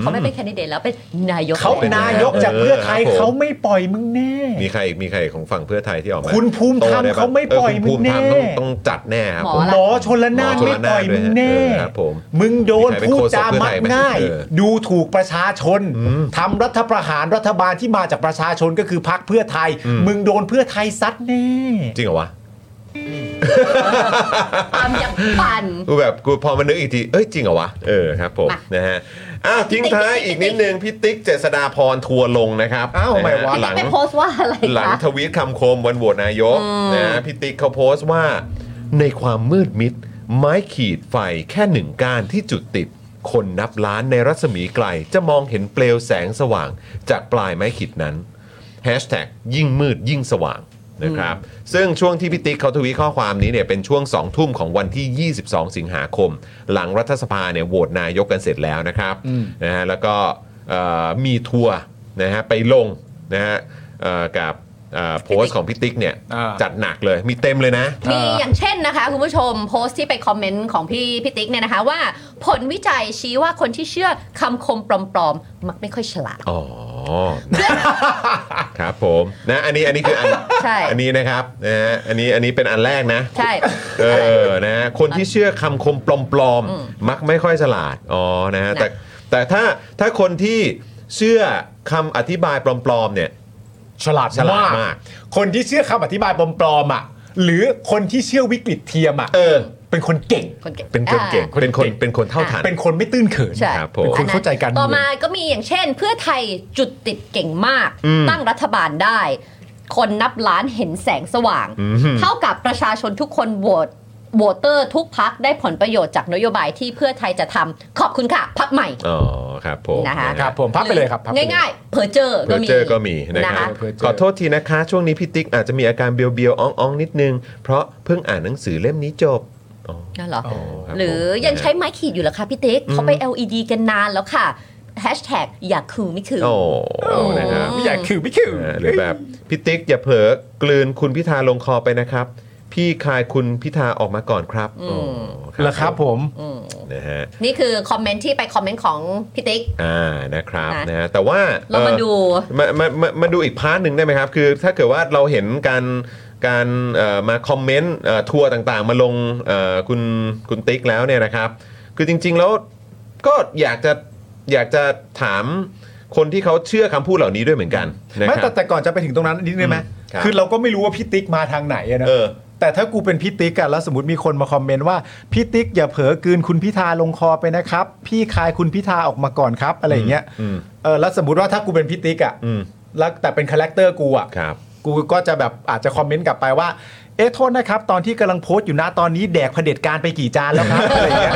Speaker 3: เขาไม่เป็นแคนดิเดตแล้วเป็นนายก
Speaker 6: เขา
Speaker 3: แล้ว
Speaker 6: นายกจากเพื่อไทย
Speaker 5: เออครับผม
Speaker 6: เขาไม่ปล่อยมึงแน่
Speaker 5: มีใครอีกมีใครอีกของฝั่งเพื่อไทยที่ออกมา
Speaker 6: คุณภูมิธรรม
Speaker 5: โต้ด้ะ
Speaker 6: เขาไม่ปล่อย
Speaker 5: เคุณภูมิธรร
Speaker 6: มึงแน่
Speaker 5: ต้องต้องจัดแน่ครับ
Speaker 3: หม
Speaker 5: ผ
Speaker 3: อ
Speaker 5: ม
Speaker 3: ละ
Speaker 6: หมอชนละนาน
Speaker 5: หมอชล
Speaker 6: ไม่ปล่อยมึงแน่
Speaker 5: เออครับผม
Speaker 6: มึงโดนพูดจามักง่าย
Speaker 5: เออ
Speaker 6: ดูถูกประชาชนทำรัฐประหารรัฐบาลที่มาจากประชาชนก็คือพรรคเพื่อไทย
Speaker 5: อืม
Speaker 6: มึงโดนเพื่อไทยซัดแน่
Speaker 5: จริงเหรอวะ
Speaker 3: ตามอย่างปั่น
Speaker 5: กูแบบกูพอมานึกอีกทีเอ้ยจริงเหรอวะเออครับผม
Speaker 3: มา
Speaker 5: นะฮะอ้าวทิ้งท้าย
Speaker 3: ติ๊กติ๊กติ๊ก
Speaker 5: อีกนิดนึงพี่ติ๊กเจษฎาพรทัวร์ลงนะครับ
Speaker 6: อ้าวทำไมวะ
Speaker 5: นฮหลัง
Speaker 3: ไปโพสต์ว่าอะไร
Speaker 5: หลัง
Speaker 3: คะ
Speaker 5: ทวีตคำคมวันโหวตนายก
Speaker 3: อืม
Speaker 5: นะพี่ติ๊กเขาโพสต์ว่า ในความมืดมิด ไม้ขีดไฟแค่หนึ่งก้านที่จุดติด คนนับล้านในรัศมีไกล จะมองเห็นเปลวแสงสว่าง จากปลายไม้ขีดนั้น Hashtag ยิ่งมืดยิ่งสว่างนะครับ ซึ่งช่วงที่พี่ติ๊กเขาทวีตข้อความนี้เนี่ยเป็นช่วง 2 ทุ่มของวันที่ 22 สิงหาคม หลังรัฐสภาเนี่ยโหวตนายกกันเสร็จแล้วนะครับนะฮะแล้วก็เอ่อมีทัวร์นะฮะไปลงนะฮะเอ่อกับเอ่อโพสต์ของพี่ติ๊กเนี่ย
Speaker 6: อ่า
Speaker 5: จัดหนักเลยมีเต็มเลยนะ
Speaker 3: มีอย่างเช่นนะคะ คุณผู้ชมโพสต์ที่ไปคอมเมนต์ของพี่พี่ติ๊กเนี่ยนะคะว่า ผลวิจัยชี้ว่าคนที่เชื่อคำคมปลอมๆ มักไม่ค่อยฉลาด
Speaker 5: อ๋อ ครับผมนะอันนี้อันนี้คืออัน
Speaker 3: ใช่
Speaker 5: อันนี้นะครับนะฮะอันนี้อันนี้เป็นอันแรกนะ
Speaker 3: ใช่
Speaker 5: เออ นะ คนที่เชื่อคำคมปลอม
Speaker 3: อืม
Speaker 5: ๆ มักไม่ค่อยฉลาด อ๋อ นะฮะ
Speaker 3: นะ
Speaker 5: แต่แต่ถ้าถ้าคนที่เชื่อคำอธิบายปลอมๆ เนี่ย
Speaker 6: ฉลาด
Speaker 5: ฉลาดมาก
Speaker 6: คนที่เชื่อคำอธิบายปลอมๆอ่ะ หรือคนที่เชื่อวิกฤตเทียมอ่ะ
Speaker 5: เออ
Speaker 6: เป็นคนเก่ง
Speaker 3: คนเก่ง
Speaker 5: เป็นคนเก่ง
Speaker 3: อ่า
Speaker 5: เป็นคน
Speaker 6: เก่ง
Speaker 5: เป็นคนเท่าทัน
Speaker 6: เป็นคนไม่ตื้นเขิน
Speaker 3: ใช่
Speaker 5: ครับผม
Speaker 6: เป็นคนเข้าใจกัน
Speaker 3: ต่อมาก็มีอย่างเช่น เพื่อไทยจุดติดเก่งมาก
Speaker 5: อืม
Speaker 3: ตั้งรัฐบาลได้ คนนับล้านเห็นแสงสว่าง
Speaker 5: อืม
Speaker 3: เท่ากับประชาชนทุกคนโหวตโหวตเตอร์ทุกพักได้ผลประโยชน์จากนโยบายที่เพื่อไทยจะทำขอบคุณค่ะพักใหม่
Speaker 5: อ๋อ ครับผม
Speaker 3: นะคะ
Speaker 6: ครับผมพับไปเลยครับพับไปเลย
Speaker 3: ง่ายๆ เพอเจอ
Speaker 5: เพ
Speaker 3: ก็
Speaker 5: อ
Speaker 3: มี
Speaker 5: เจอร์ก็มีนะครับ
Speaker 6: เพอเจอร์
Speaker 5: ขอโทษทีนะคะ ช่วงนี้พี่ติ๊กอาจจะมีอาการเบียวๆ อ้องๆ นิดนึง เพราะเพิ่งอ่านหนังสือเล่มนี้จบ อ๋อ
Speaker 3: นั่นเหรอ
Speaker 5: คบ
Speaker 3: หรือ
Speaker 5: ผม
Speaker 3: ยังใช้
Speaker 5: นะฮะ
Speaker 3: ไม้ขีดอยู่เหรอคะพี่ติ๊ก
Speaker 5: อืม
Speaker 3: เขาไป LED กันนานแล้วค่ะแฮชแท็กอยากคือไม่คือ
Speaker 5: โอ้นะครับ
Speaker 6: ไม่อยากคือไม่คือ
Speaker 5: เออหรือแบบพี่ติ๊กอย่าเผลอกลืนคุณพิธาลงคอไปนะครับ พี่คายคุณพิธาออกมาก่อนครับ
Speaker 3: อืม
Speaker 5: โอ้
Speaker 6: เหรอครับผม
Speaker 3: อืม
Speaker 5: นะฮะ
Speaker 3: นี่คือคอมเมนต์ที่ไปคอมเมนต์ของพี่ติ๊ก
Speaker 5: อ่านะครับ
Speaker 3: นะ
Speaker 5: นะฮะแต่ว่า
Speaker 3: เรามา
Speaker 5: เอ่อ
Speaker 3: ดู
Speaker 5: มามามามาดูอีกพาร์ทหนึ่งได้ไหมครับ คือถ้าเกิดว่าเราเห็นการการเอ่อมาคอมเมนต์เอ่อทัวร์ต่างๆ มาลงเอ่อคุณคุณติ๊กแล้วเนี่ยนะครับ คือจริงๆแล้วก็อยากจะอยากจะถามคนที่เขาเชื่อคำพูดเหล่านี้ด้วยเหมือนกันนะค
Speaker 6: ไม่
Speaker 5: รับ
Speaker 6: แต่แต่ก่อนจะไปถึงตรงนั้นนิดนึงไหม
Speaker 5: อืมครับ
Speaker 6: คือเราก็ไม่รู้ว่าพี่ติ๊กมาทางไหนอะนะ
Speaker 5: เออ
Speaker 6: แต่ถ้ากูเป็นพี่ติ๊กอะแล้วสมมติมีคนมาคอมเมนต์ว่าพี่ติ๊กอย่าเผลอกลืนคุณพิธาลงคอไปนะครับ พี่คายคุณพิธาออกมาก่อนครับ อะไรอย่างเงี้ย
Speaker 5: อืม
Speaker 6: เออแล้วสมมติว่าถ้ากูเป็นพี่ติ๊กอะ
Speaker 5: อืม
Speaker 6: แล้วแต่เป็นคาแรคเตอร์กูอะ
Speaker 5: ครับ
Speaker 6: กูก็จะแบบอาจจะคอมเมนต์กลับไปว่า เอ๊ะโทษนะครับ ตอนที่กำลังโพสต์อยู่นะตอนนี้แดกเผด็จการไปกี่จานแล้วครับ อะไรอย่างเงี้ย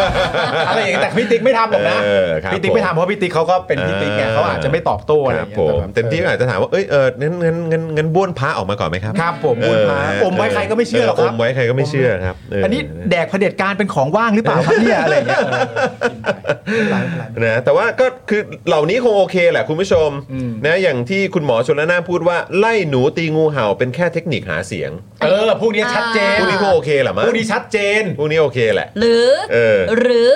Speaker 6: อะไรอย่างเงี้ยแต่พี่ติ๊กไม่ทำหรอกนะ
Speaker 5: เออครับ
Speaker 6: พี่ติ๊กไม่ทำเพราะพี่ติ๊กเขาก็เป็นพี่ติ๊กไง
Speaker 5: เออ
Speaker 6: เขาอาจจะไม่ตอบโต้อะไรอ
Speaker 5: ครั
Speaker 6: ย่า
Speaker 5: บ
Speaker 6: ง
Speaker 5: ผ
Speaker 6: เงี้ย
Speaker 5: มเต็มที่อาจจะถามว่าเอ้ยเอองั้นงั้นงั้นงั้นบ้วนพระออกมาก่อนไหมครับ
Speaker 6: ครับผม
Speaker 5: เ
Speaker 6: บุญพาอมไว้ใครก็ไม่เชื่อหรอกครับ
Speaker 5: มไว้ใครก็ไม่เชื่อครับเ
Speaker 6: อันนี้แดกเผด็จการเป็นของว่างหรือเปล่าครับเนี่ยอะไรอย่างเงี้ย
Speaker 5: นะแต่ว่าก็คือเหล่านี้คงโอเคแหละคุณผู้ชมนะอย่างที่คุณหมอชนละนานพูดว่าไล่หนูตีงูเห่าเป็นแค่เทคนิคหาเสียง
Speaker 6: เออพวกนี้ชัดเจน
Speaker 5: พวกนี้คงโอเคแหละมั้ง
Speaker 6: พวกนี้ชัดเจน
Speaker 5: พวกนี้โอเคแหละ
Speaker 3: หรือ
Speaker 5: เออ
Speaker 3: หรือ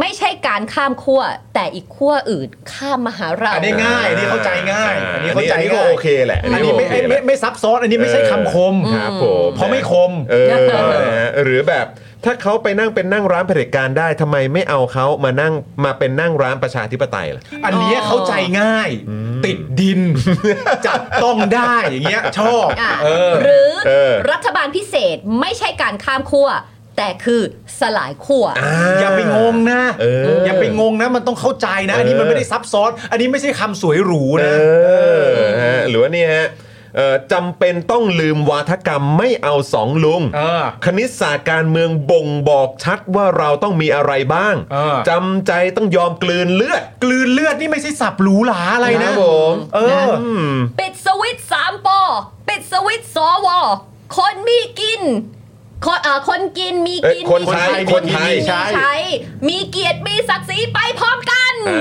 Speaker 3: ไม่ใช่การข้ามขั้วแต่อีกขั้วอื่นข้ามมาหาเรา
Speaker 6: อันนี้ง่าย อัเข้าใจง่ายอันนี้เข้าใจ
Speaker 5: อันนี้ก็
Speaker 6: ง่าย
Speaker 5: โอเคแหละ
Speaker 6: อันนี้ไม่
Speaker 5: โเคแห
Speaker 6: ไม่
Speaker 5: ละ
Speaker 6: ไม่ซับซ้อนอันนี้ไม่ใช่คำคม
Speaker 5: เออครับผม
Speaker 6: เพราะไม่คม
Speaker 5: เออนะฮะหรือแบบถ้าเขาไปนั่งเป็นนั่งร้านเผด็จการได้ทำไมไม่เอาเขามานั่งมาเป็นนั่งร้านประชาธิปไตยล่ะ
Speaker 6: อันเนี้ยเข้าใจง่าย ติดดิน จับต้องได้อย่างเงี้ยชอบ
Speaker 3: อ่ะ
Speaker 6: เออ
Speaker 3: หรือ
Speaker 5: เออ
Speaker 3: รัฐบาลพิเศษไม่ใช่การข้ามขั้วแต่คือสลายขั้ว
Speaker 6: อย่าไปงงนะ
Speaker 5: เอออ
Speaker 6: ย่าไปงงนะ มันต้องเข้าใจนะ อันนี้มันไม่ได้ซับซ้อน อันนี้ไม่ใช่คำสวยหรู
Speaker 5: เอ
Speaker 6: นะ
Speaker 5: อฮะหรือว่านี่ฮะเอ่อจำเป็นต้องลืมวาทกรรมไม่เอาสองลุง
Speaker 6: เออ
Speaker 5: คณิตศาสตร์การเมืองบ่งบอกชัดว่าเราต้องมีอะไรบ้าง
Speaker 6: เออ
Speaker 5: จำใจต้องยอมกลืนเลือด
Speaker 6: กลืนเลือดนี่ไม่ใช่สับหรูหราอะไร
Speaker 5: ค
Speaker 6: นะ
Speaker 5: รับผม
Speaker 6: เออ
Speaker 5: อืม
Speaker 3: ปิดสวิตช์สามปอปิดสวิตช์สวคนมีกิน คนเอ่อคนกินมีกิน
Speaker 5: เอ้ยคน
Speaker 3: มี
Speaker 5: ใช้
Speaker 3: ใช้
Speaker 5: คนไทย
Speaker 3: มีใช้ มีเกียรติมีศักดิ์ศรีไปพร้อมกัน
Speaker 5: อ่า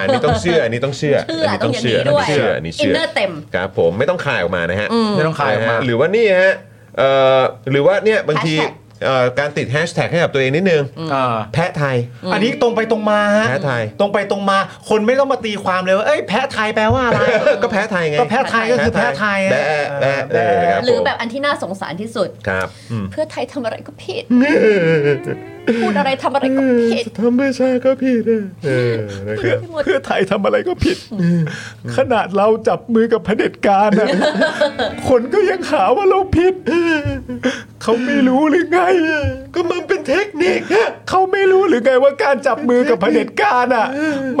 Speaker 5: อันนี้ต้องเชื่ออันนี้ต้องเชื่อ
Speaker 3: เชื่อต้องอย่างนี้ด้วย
Speaker 5: เชื่ออันนี้
Speaker 3: อิน
Speaker 5: เชื่อ
Speaker 3: เนอร์เต็ม
Speaker 5: ครับผมไม่ต้องคายออกมานะฮะ
Speaker 6: ไม่ต้องคายออกมา
Speaker 5: นะฮะหรือว่านี่ฮะเอ่อหรือว่าเนี่ยบางที
Speaker 3: Hashtag
Speaker 5: เอ่อการติดแฮชแท็กให้กับตัวเองนิดนึง
Speaker 6: เออ
Speaker 5: แพะไทย
Speaker 6: อันนี้ตรงไปตรงมาฮะ
Speaker 5: แพ้ไทย
Speaker 6: ตรงไปตรงมา คนไม่ต้องมาตีความเลยว่าเอ้ยแพ้ไทยแปลว่าอะไร
Speaker 5: ก็แพ้ไทยไง
Speaker 6: ก็แพ้ไทยก็คือแพ้ไทย
Speaker 5: แพ้แพ้
Speaker 6: แพ้
Speaker 5: เออครับ
Speaker 3: หรือแบ
Speaker 5: ผม
Speaker 3: บอันที่น่าสงสารที่สุด
Speaker 5: ครับอืม
Speaker 3: เพื่อไทยทำอะไรก็ผิด พูดอะไรทำอะไรก็ผิด
Speaker 5: ทำไม่ใช่ก็ผิดอะเออนะค
Speaker 3: เพื่
Speaker 5: รั
Speaker 3: อบ ไปหมด
Speaker 6: เพื่อไทยทำอะไรก็ผิด ขนาดเราจับมือกับเผด็จการน่ะ คนก็ยังหาว่าเราผิด เขาไม่รู้หรือไง ก็มันเป็นเทคนิคเขาไม่รู้หรือไงว่าการจับมือกับเผด็จการอ่ะ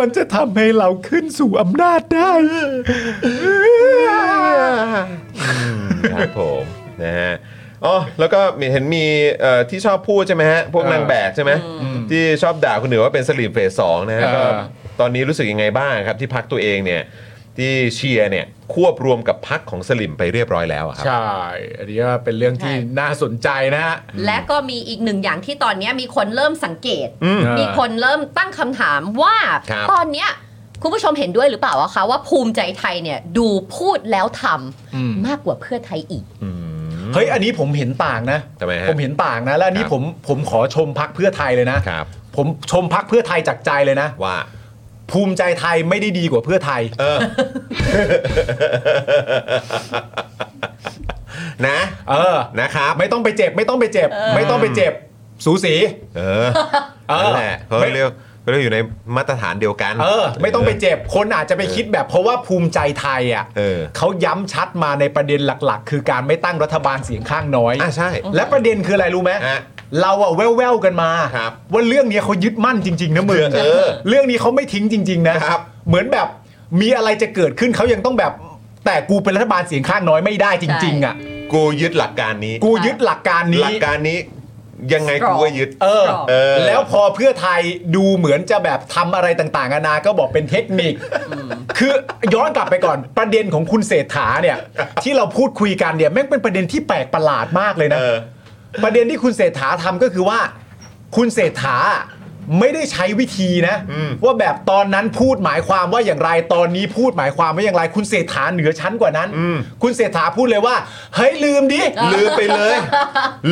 Speaker 6: มันจะทำให้เราขึ้นสู่อำนาจได้
Speaker 5: ครับผมนะฮะอ๋อแล้วก็มีเห็นมีเอ่อที่ชอบพูดใช่ไหมฮะพวกนางแบกใช่ไหมที่ชอบด่าคนอื่นว่าเป็นสลีมเฟสสองนะฮะ
Speaker 6: เออ
Speaker 5: ก็ตอนนี้รู้สึกยังไงบ้างครับ ที่พักตัวเองเนี่ยที่เชียร์เนี่ยควบรวมกับพักของสลิมไปเรียบร้อยแล้วอะครับ
Speaker 6: ใช่ อันนี้ก็เป็นเรื่องที่
Speaker 3: ใช่
Speaker 6: น่าสนใจนะฮะ
Speaker 3: และก็มีอีกหนึ่งอย่างที่ตอนเนี้ยมีคนเริ่มสังเกต
Speaker 5: อืม
Speaker 3: มีคนเริ่มตั้งคำถามว่า
Speaker 5: ครับ
Speaker 3: ตอนเนี้ยคุณผู้ชมเห็นด้วยหรือเปล่าวะคะว่าภูมิใจไทยเนี่ยดูพูดแล้วท
Speaker 6: อืม
Speaker 3: ำมากกว่าเพื่อไทยอีก
Speaker 5: อืม
Speaker 6: เฮ้ย อันนี้ผมเห็นต่างนะ
Speaker 5: ทำไมฮะ
Speaker 6: ผมเห็นต่างนะ และอันนี้
Speaker 5: ครับ
Speaker 6: ผมผมขอชมพักเพื่อไทยเลยนะ
Speaker 5: ครับ
Speaker 6: ผมชมพักเพื่อไทยจากใจเลยนะ
Speaker 5: ว่า
Speaker 6: ภูมิใจไทยไม่ได้ดีกว่าเพื่อไทย
Speaker 5: นะ
Speaker 6: เออ
Speaker 5: นะครับ
Speaker 6: ไม่ต้องไปเจ็บ ไม่ต้องไปเจ็บ ไม่ต้องไปเจ็บ สูสี
Speaker 5: เออ
Speaker 6: เออ
Speaker 5: นั่นแหละเขา
Speaker 6: ไม่
Speaker 5: เรียกเขาเรียกอยู่ในมาตรฐานเดียวกัน
Speaker 6: เออ ไม่ต้องไปเจ็บ คนอาจจะไปคิดแบบเพราะว่าภูมิใจไทยอ่ะ
Speaker 5: เออ
Speaker 6: เขาย้ำชัดมาในประเด็นหลัก ๆ คือการไม่ตั้งรัฐบาลเสียงข้างน้อย
Speaker 5: อ่ะใช่
Speaker 6: และประเด็นคืออะไรรู้ไหม
Speaker 5: ฮะ
Speaker 6: เราอะแว่วๆกันมา
Speaker 5: ครับ
Speaker 6: ว่าเรื่องเนี้ยเขายึดมั่นจริง ๆ นะเมือง
Speaker 5: เออ
Speaker 6: เรื่องนี้เขาไม่ทิ้งจริง ๆ นะ
Speaker 5: ครับ
Speaker 6: เหมือนแบบมีอะไรจะเกิดขึ้นเขายังต้องแบบ แต่กูเป็นรัฐบาลเสียงข้างน้อยไม่ได้จริง ๆอ่ะ
Speaker 5: กูยึดหลักการนี้
Speaker 6: กูยึดหลักการ
Speaker 5: ห
Speaker 6: นี้
Speaker 5: ลักการนี้ยังไงกูก็ยึด
Speaker 6: เออ
Speaker 5: เออ
Speaker 6: แล้วพอเพื่อไทยดูเหมือนจะแบบทำอะไรต่างๆนานาก็บอกเป็นเทคนิค คือย้อนกลับไปก่อนประเด็นของคุณเศรษฐาเนี่ย ที่เราพูดคุยกันเนี่ยแม่งเป็นประเด็นที่แปลกประหลาดมากเลยนะ
Speaker 5: เออ
Speaker 6: ประเด็นที่คุณเศรษฐาทำก็คือว่า คุณเศรษฐาไม่ได้ใช้วิธีนะ
Speaker 5: อืม
Speaker 6: ว่าแบบตอนนั้นพูดหมายความว่าอย่างไรตอนนี้พูดหมายความว่าอย่างไร คุณเศรษฐาเหนือชั้นกว่านั้น คุณเศรษฐาพูดเลยว่าเฮ้ยลืมดิ
Speaker 5: ลืมไปเลย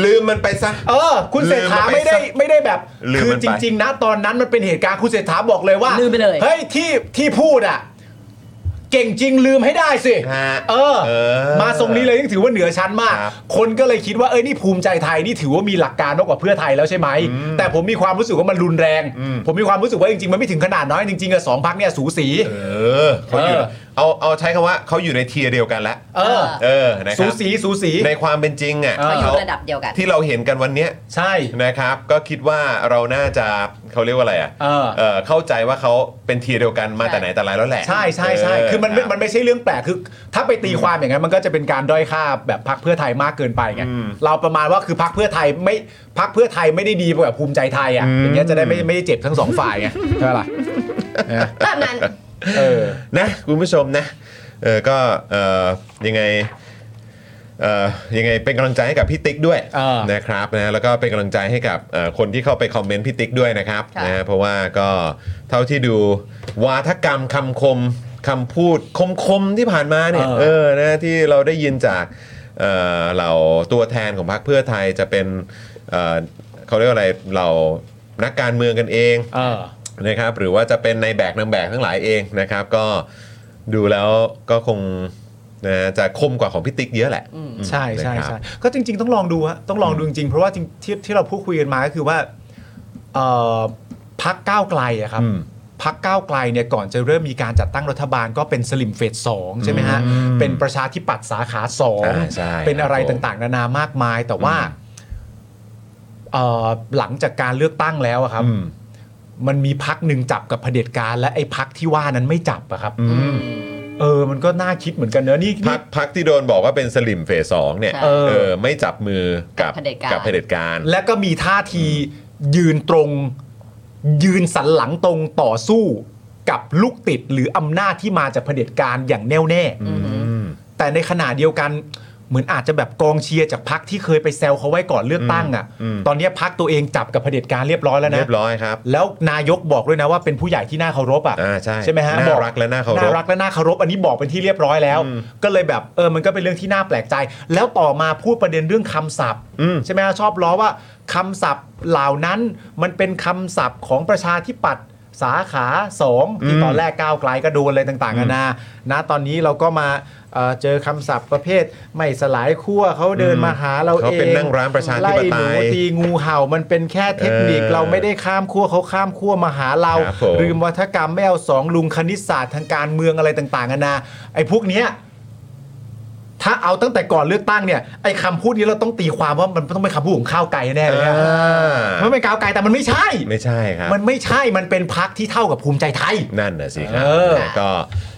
Speaker 5: ลืมมันไปซะ
Speaker 6: เออ คุณเศรษฐาไม่ได้
Speaker 5: ลืมมันไปซะ
Speaker 6: ไม่ได้แบบ
Speaker 5: ลืม
Speaker 6: คือ
Speaker 5: มัน
Speaker 6: จ
Speaker 5: ไป
Speaker 6: ริง ๆ นะ ตอนนั้นมันเป็นเหตุการณ์คุณเศรษฐาบอกเลยว่า
Speaker 3: ลืมไปเลย
Speaker 6: เฮ้ยที่ที่พูดอ่ะ เก่งจริงลืมให้ได้สิ
Speaker 5: ฮะ
Speaker 6: เออ
Speaker 5: เออ
Speaker 6: มาทรงนี้เลยยังถือว่าเหนือชั้นมาก
Speaker 5: ครับ
Speaker 6: คนก็เลยคิดว่าเอ้ยนี่ภูมิใจไทยนี่ถือว่ามีหลักการมากกว่าเพื่อไทยแล้วใช่ไหมแต่ผมมีความรู้สึกว่ามันรุนแรง
Speaker 5: อืม
Speaker 6: ผมมีความรู้สึกว่าจริงๆมันไม่ถึงขนาดน้อยจริงๆอะสองพักเนี่ยสูสี
Speaker 5: เออเขาอยู่
Speaker 6: เออ
Speaker 5: เอาเอาใช้คำว่าเขาอยู่ในเทียร์เดียวกันละ
Speaker 6: เออ
Speaker 5: เออนะค
Speaker 6: สู
Speaker 5: รับ
Speaker 6: สีสูสี
Speaker 5: ในความเป็นจริงอ่ะ
Speaker 6: เออ
Speaker 3: เขาอยู่
Speaker 5: เขา
Speaker 3: ระดับเดียวกัน
Speaker 5: ที่เราเห็นกันวันเนี้ย
Speaker 6: ใช่
Speaker 5: นะครับ ก็คิดว่าเราน่าจะเขาเรียกว่าอะไรอ่ะ
Speaker 6: เออ
Speaker 5: เอ่อเข้าใจว่าเขาเป็นเทียร์เดียวกันมา
Speaker 3: ใช่
Speaker 5: แต่ไหนแต่ไรแล้วแหละ
Speaker 6: ใช่ใช่ใช่
Speaker 5: เ
Speaker 6: คือมันไม่มันไม่ใช่เรื่องแปลกคือ ถ้าไปตีความอย่างนั้นมันก็จะเป็นการด้อยค่าแบบพักเพื่อไทยมากเกินไปไงเราประมาณว่าคือพักเพื่อไทยไม่พักเพื่อไทยไม่ได้ดีกว่าภูมิใจไทยอ่ะอย่างเงี้ยจะได้ไม่ไม่ได้เจ็บทั้งสองฝ่ายไงใช่ปะล่ะ
Speaker 3: ตามนั้น
Speaker 6: เออ
Speaker 5: นะคุณผู้ชมนะเออก็เออยังไงเออยังไงเป็นกำลังใจให้กับพี่ติ๊กด้วย
Speaker 6: เออ
Speaker 5: นะครับนะแล้วก็เป็นกำลังใจให้กับเอ่อคนที่เข้าไปคอมเมนต์พี่ติ๊กด้วยนะครับ
Speaker 3: ค่ะ
Speaker 5: นะเพราะว่าก็เท่าที่ดูวาทกรรมคำคมคำพูดคมๆที่ผ่านมาเนี่ยเออนะที่เราได้ยินจากเอ่อเหล่าตัวแทนของพรรคเพื่อไทยจะเป็นเอ่อเขาเรียกว่าอะไรเหล่านักการเมืองกันเอง
Speaker 6: เออ
Speaker 5: นะครับหรือว่าจะเป็นในแบกนางแบกทั้งหลายเองนะครับ ก็ดูแล้วก็คงนะจะคมกว่าของพี่ติ๊กเยอะแหละ
Speaker 6: ใช่ใช่
Speaker 5: นะครับ
Speaker 6: ใช่ก็จริง ๆ ต้องลองดูฮะต้องลองดูจริงๆ เพราะว่าจริงที่ที่เราพูดคุยกันมาก็คือว่าเอ่อพักก้าวไกลอะครับ
Speaker 5: อืม
Speaker 6: พักก้าวไกลเนี่ยก่อนจะเริ่มมีการจัดตั้งรัฐบาลก็เป็นสลิมเฟสสองใช่ไหมฮะ
Speaker 5: อืม
Speaker 6: เป็นประชาธิปัตย์สาขาสอง
Speaker 5: อ่าใช่
Speaker 6: เป็นอะไร
Speaker 5: ครับผม
Speaker 6: ต่างๆ นานามากมาย แต่ว่า
Speaker 5: อืม
Speaker 6: เอ่อหลังจากการเลือกตั้งแล้วอะครับ
Speaker 5: อืม
Speaker 6: มันมีพักหนึ่งจับกับเผด็จการ และไอ้พักที่ว่านั้นไม่จับอะครับเออ มันก็น่าคิดเหมือนกันเนอะนี่นี่
Speaker 5: พักพักที่โดนบอกว่าเป็นสลิมเฟสสองเนี่ย
Speaker 3: ใช่
Speaker 5: เออเออไม่จับมือกับ
Speaker 3: กับเผด็จการ
Speaker 5: กับเผด็จการ
Speaker 6: และก็มีท่าทียืนตรงยืนสันหลังตรงต่อสู้กับลูกติดหรืออำนาจที่มาจากเผด็จการอย่างแน่วแน่
Speaker 5: อืม
Speaker 6: แต่ในขณะเดียวกันเหมือนอาจจะแบบกองเชียร์จากพักที่เคยไปแซวเขาไว้ก่อนเลือกตั้งอ่ะ
Speaker 5: อืม
Speaker 6: ตอนเนี้ยพักตัวเองจับกับเผด็จการเรียบร้อยแล้วนะ
Speaker 5: เรียบร้อยครับ
Speaker 6: แล้วนายกบอกด้วยนะว่าเป็นผู้ใหญ่ที่น่าเคารพอ่ะ
Speaker 5: อ่าใช่
Speaker 6: ใช่ไหมฮะ
Speaker 5: น่า
Speaker 6: บอก
Speaker 5: รักและน่าเคารพ
Speaker 6: น่ารักและน่าเคารพอันนี้บอกเป็นที่เรียบร้อยแล้ว
Speaker 5: อืม
Speaker 6: ก็เลยแบบเออมันก็เป็นเรื่องที่น่าแปลกใจ แล้วต่อมาพูดประเด็นเรื่องคำศัพท์
Speaker 5: อืม
Speaker 6: ใช่ไหมฮะชอบล้อว่าคำศัพท์เหล่านั้นมันเป็นคำศัพท์ของประชาธิปัตย์สาขาสองที่
Speaker 5: อืม
Speaker 6: ตอนแรกก้าวไกลก็โดนอะไรต่างๆนานานะตอนนี้เราก็มาเอ่อเจอคำศัพท์ประเภท ไม่สลายขั้วเขาเดิน
Speaker 5: อืม
Speaker 6: มาหาเราเอง
Speaker 5: เขาเป็นนั่งร้านประชาธิปไตย
Speaker 6: ไล่หนูตีงูเห่ามันเป็นแค่เทคนิค
Speaker 5: เออ
Speaker 6: เราไม่ได้ข้ามขั้วเขาข้ามขั้วมาหาเรา
Speaker 5: ครับผม
Speaker 6: หรือ วัฒกรรมไม่เอาสองลุงคณิตศาสตร์ทางการเมืองอะไรต่างๆกันานาไอ้พวกเนี้ยถ้าเอาตั้งแต่ก่อนเลือกตั้งเนี่ยไอ้คำพูดนี้เราต้องตีความว่ามันต้องเป็นคำพูดของข้าวไก่แน่เลยนะ
Speaker 5: อ่า
Speaker 6: มันเป็นก้าวไก่แต่มันไม่ใช่
Speaker 5: ไม่ใช่ครับ
Speaker 6: มันไม่ใช่มันเป็นพักที่เท่ากับภูมิใจไทย
Speaker 5: นั่นน่ะสิครับ
Speaker 6: เออ
Speaker 5: นะก็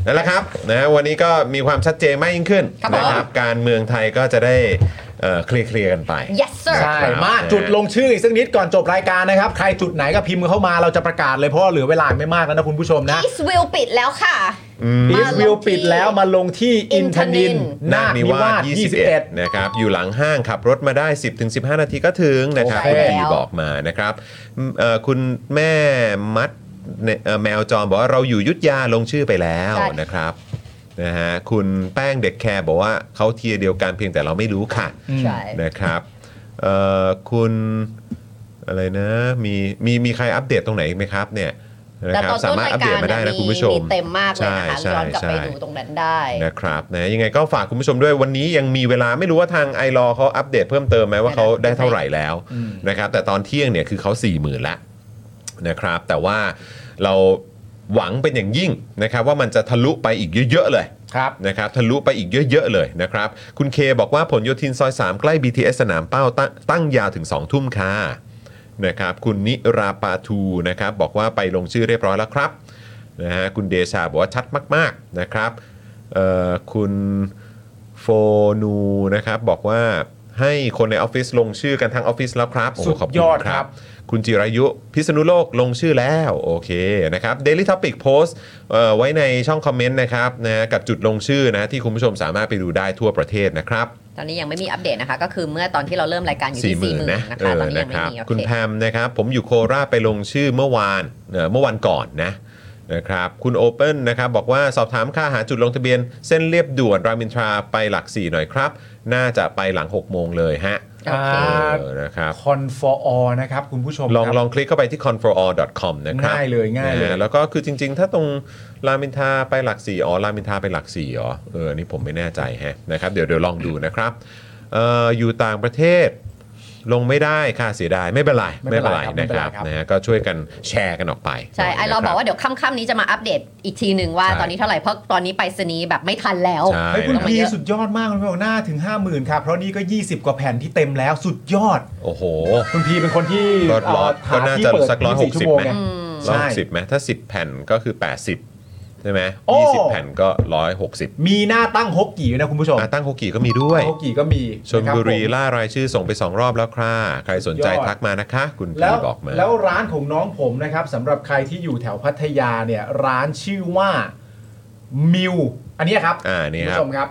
Speaker 5: นั่นแหละครับนะวันนี้ก็มีความชัดเจนมากยิ่งขึ้น
Speaker 3: ครับ
Speaker 5: นะ
Speaker 3: ผม
Speaker 5: การเมืองไทยก็จะได้เอ่อเคลียร์ๆกันไป
Speaker 3: yes sir
Speaker 6: ใช่
Speaker 5: ครับ
Speaker 6: มา
Speaker 5: เออ
Speaker 6: จุดลงชื่ออีกสักนิดก่อนจบรายการนะครับ ใครจุดไหนก็พิมพ์เข้ามาเราจะประกาศเลยเพราะว่าเหลือเวลาไม่มากแล้วนะคุณผู้ชมนะ
Speaker 3: อีสวิลปิดแล้วค่ะ
Speaker 6: อีสวิวปิดแล้วมาลงที่อินทนิน
Speaker 5: นาคนิวาส
Speaker 6: 21
Speaker 5: 21 นะครับ อยู่หลังห้างขับรถมาได้ 10-15 นาทีก็ถึงนะครับ
Speaker 3: โอ
Speaker 5: คุณ
Speaker 3: เค
Speaker 5: ดี
Speaker 3: แล้ว
Speaker 5: บอกมานะครับเอ่อคุณแม่มัดเนี่ยเอ่อแมวจอมบอกว่าเราอยู่ยุทธยาลงชื่อไปแล้ว
Speaker 3: ใช่
Speaker 5: นะครับนะฮะคุณแป้งเด็กแคร์บอกว่าเขาเทียร์เดียวกันเพียงแต่เราไม่รู้ค่ะ
Speaker 3: ใช่
Speaker 5: นะครับเอ่อคุณอะไรนะมีมีมีใครอัปเดตตรงไหนอีกไหมครับเนี่ย นะ
Speaker 3: แต่
Speaker 5: ครับ
Speaker 3: ตอน
Speaker 5: สา
Speaker 3: ต้น
Speaker 5: มารถ
Speaker 3: ราย
Speaker 5: อัปเด
Speaker 3: กา
Speaker 5: ต
Speaker 3: ร
Speaker 5: มาได้นะ
Speaker 3: เย
Speaker 5: คุณผู้ชม
Speaker 3: เต็มมากเลยนะคะ
Speaker 5: ใช่
Speaker 3: ย้อนกลับไป
Speaker 5: ใช่
Speaker 3: ดูตรงนั้นได้
Speaker 5: นะครับนะยังไงก็ฝากคุณผู้ชมด้วยวันนี้ยังมีเวลาไม่รู้ว่าทางไอรอเขาอัปเดตเพิ่มเติมไหมว่าเขาได้เท่าไหร่แล้วนะครับแต่ตอนเที่ยงเนี่ยคือเขา4ี่หมื่นละนะครับแต่ว่าเราหวังเป็นอย่างยิ่งนะครับว่ามันจะทะลุไปอีกเยอะๆเลย
Speaker 6: ครับ
Speaker 5: นะครับทะลุไปอีกเยอะ ๆ เลยนะครับ คุณเคบอกว่าผลโยธินซอย 3 ใกล้ BTS สนามเป้าตั้งตั้งยาวถึง 2 ทุ่มค่ะนะครับคุณนิราปาทูนะครับบอกว่าไปลงชื่อเรียบร้อยแล้วครับนะฮะคุณเดชาบอกว่าชัดมาก ๆ นะครับเอ่อคุณโฟนูนะครับบอกว่าให้คนในออฟฟิศลงชื่อกันทั้งออฟฟิศแล้วครับโโห
Speaker 6: สุด
Speaker 5: ขบคุณ
Speaker 6: ยอดครับ
Speaker 5: คุณจิรายุพิษณุโลกลงชื่อแล้วโอเคนะครับ Daily Topic Post เอ่อไว้ในช่องคอมเมนต์นะครับนะกับจุดลงชื่อนะที่คุณผู้ชมสามารถไปดูได้ทั่วประเทศนะครับ
Speaker 3: ตอนนี้ยังไม่มีอัปเดตนะคะ ก็คือเมื่อตอนที่เราเริ่มรายการอยู่ที่
Speaker 5: สี่ห
Speaker 3: สี่ห
Speaker 5: มื่น
Speaker 3: มื่น
Speaker 5: นะ
Speaker 3: นะ
Speaker 5: เอ
Speaker 3: คะต
Speaker 5: อ
Speaker 3: อนนี้
Speaker 5: นะ
Speaker 3: ยัง
Speaker 5: ค
Speaker 3: ไม่
Speaker 5: รับ
Speaker 3: มีโอ
Speaker 5: คุณ
Speaker 3: เค
Speaker 5: แพมนะครับผมอยู่โคราชไปลงชื่อเมื่อวานเอ่อเมื่อวันก่อนนะนะครับคุณโอเปิลนะครับบอกว่าสอบถามค่าหาจุดลงทะเบียน เส้นเรียบด่วนรามอินทราไปหลักสี่หน่อยครับ น่าจะไปหลัง 6 โมงเลยฮะ
Speaker 3: โอเค
Speaker 6: อ่า
Speaker 5: เออนะครับ
Speaker 6: คอนฟอร์อนะครับคุณผู้ชม
Speaker 5: ลอง
Speaker 6: ครับ
Speaker 5: ลองคลิกเข้าไปที่ conforall.com นะครับ
Speaker 6: ง่ายเลยง่ายเลย
Speaker 5: นะแล้วก็คือจริง ๆ ถ้าตรงรามอินทราไปหลักสี่อ๋อรามอินทราไปหลักสี่อ๋อเอออนนี่ผมไม่แน่ใจแฮะนะครับเดี๋ยวเดี๋ยวลองดูนะครับเอ่ออยู่ต่างประเทศลงไม่ได้ค่ะเสียดายไม่เป็นไร
Speaker 6: ไม่เป็นไร
Speaker 5: นะค
Speaker 6: ครั
Speaker 5: รับบ
Speaker 6: ไม่เป็นไรครับ
Speaker 5: นะฮะก็ช่วยกันแชร์กันออกไป
Speaker 3: ใช่ไอเราบอกว่าเดี๋ยวค่ำๆนี้จะมาอัปเดตอีกทีหนึ่งว่า
Speaker 5: ใช่
Speaker 3: ตอนนี้เท่าไหร่เพราะตอนนี้ไปสนีย์แบบไม่ทันแล้ว
Speaker 5: ใช่
Speaker 6: เฮ้ยคุณ
Speaker 5: นะ
Speaker 3: มา
Speaker 6: พี
Speaker 3: เยอะ
Speaker 6: สุดยอดมากคุณพี่บอกหน้าถึง 5 0,000ครับเพราะนี่ก็ 20 กว่าแผ่นที่เต็มแล้วสุดยอด
Speaker 5: โอ้โห
Speaker 6: คุณพีเป็นคนที่
Speaker 5: ก็ร้อย
Speaker 6: เ
Speaker 5: ก็น่าจะ
Speaker 6: ที่เปิด
Speaker 5: สักร้อยหก
Speaker 6: 24ชั่ว
Speaker 5: สิบ
Speaker 6: โมง
Speaker 5: ไหม
Speaker 6: ไง
Speaker 5: ร้
Speaker 6: ใช่
Speaker 5: อยหกสิบไหมถ้า 10 แผ่นก็คือ 80 ใช่ไหม
Speaker 6: โอ้
Speaker 5: ยี่สิบแผ่นก็ 160
Speaker 6: มีหน้าตั้งฮกกี่อยู่นะคุณผู้ชม
Speaker 5: อ่ะตั้งโคกี่ก็มีด้วย
Speaker 6: ฮกกี่ก็มี
Speaker 5: ชนบุรี
Speaker 6: ะคบ
Speaker 5: ล่ารายชื่อส่งไป 2 รอบแล้วค่ะ ใครสนใจ
Speaker 6: สุดยอด
Speaker 5: ทักมานะคะ คุณ
Speaker 6: แล้
Speaker 5: พี่
Speaker 6: ว
Speaker 5: บอกมา
Speaker 6: แล้วร้านของน้องผมนะครับสำหรับใครที่อยู่แถวพัทยาเนี่ยร้านชื่อว่ามิวอันเนี้ยครับ
Speaker 5: อ่านี่
Speaker 6: คุณ
Speaker 5: ครับ
Speaker 6: ผู้ชมครับ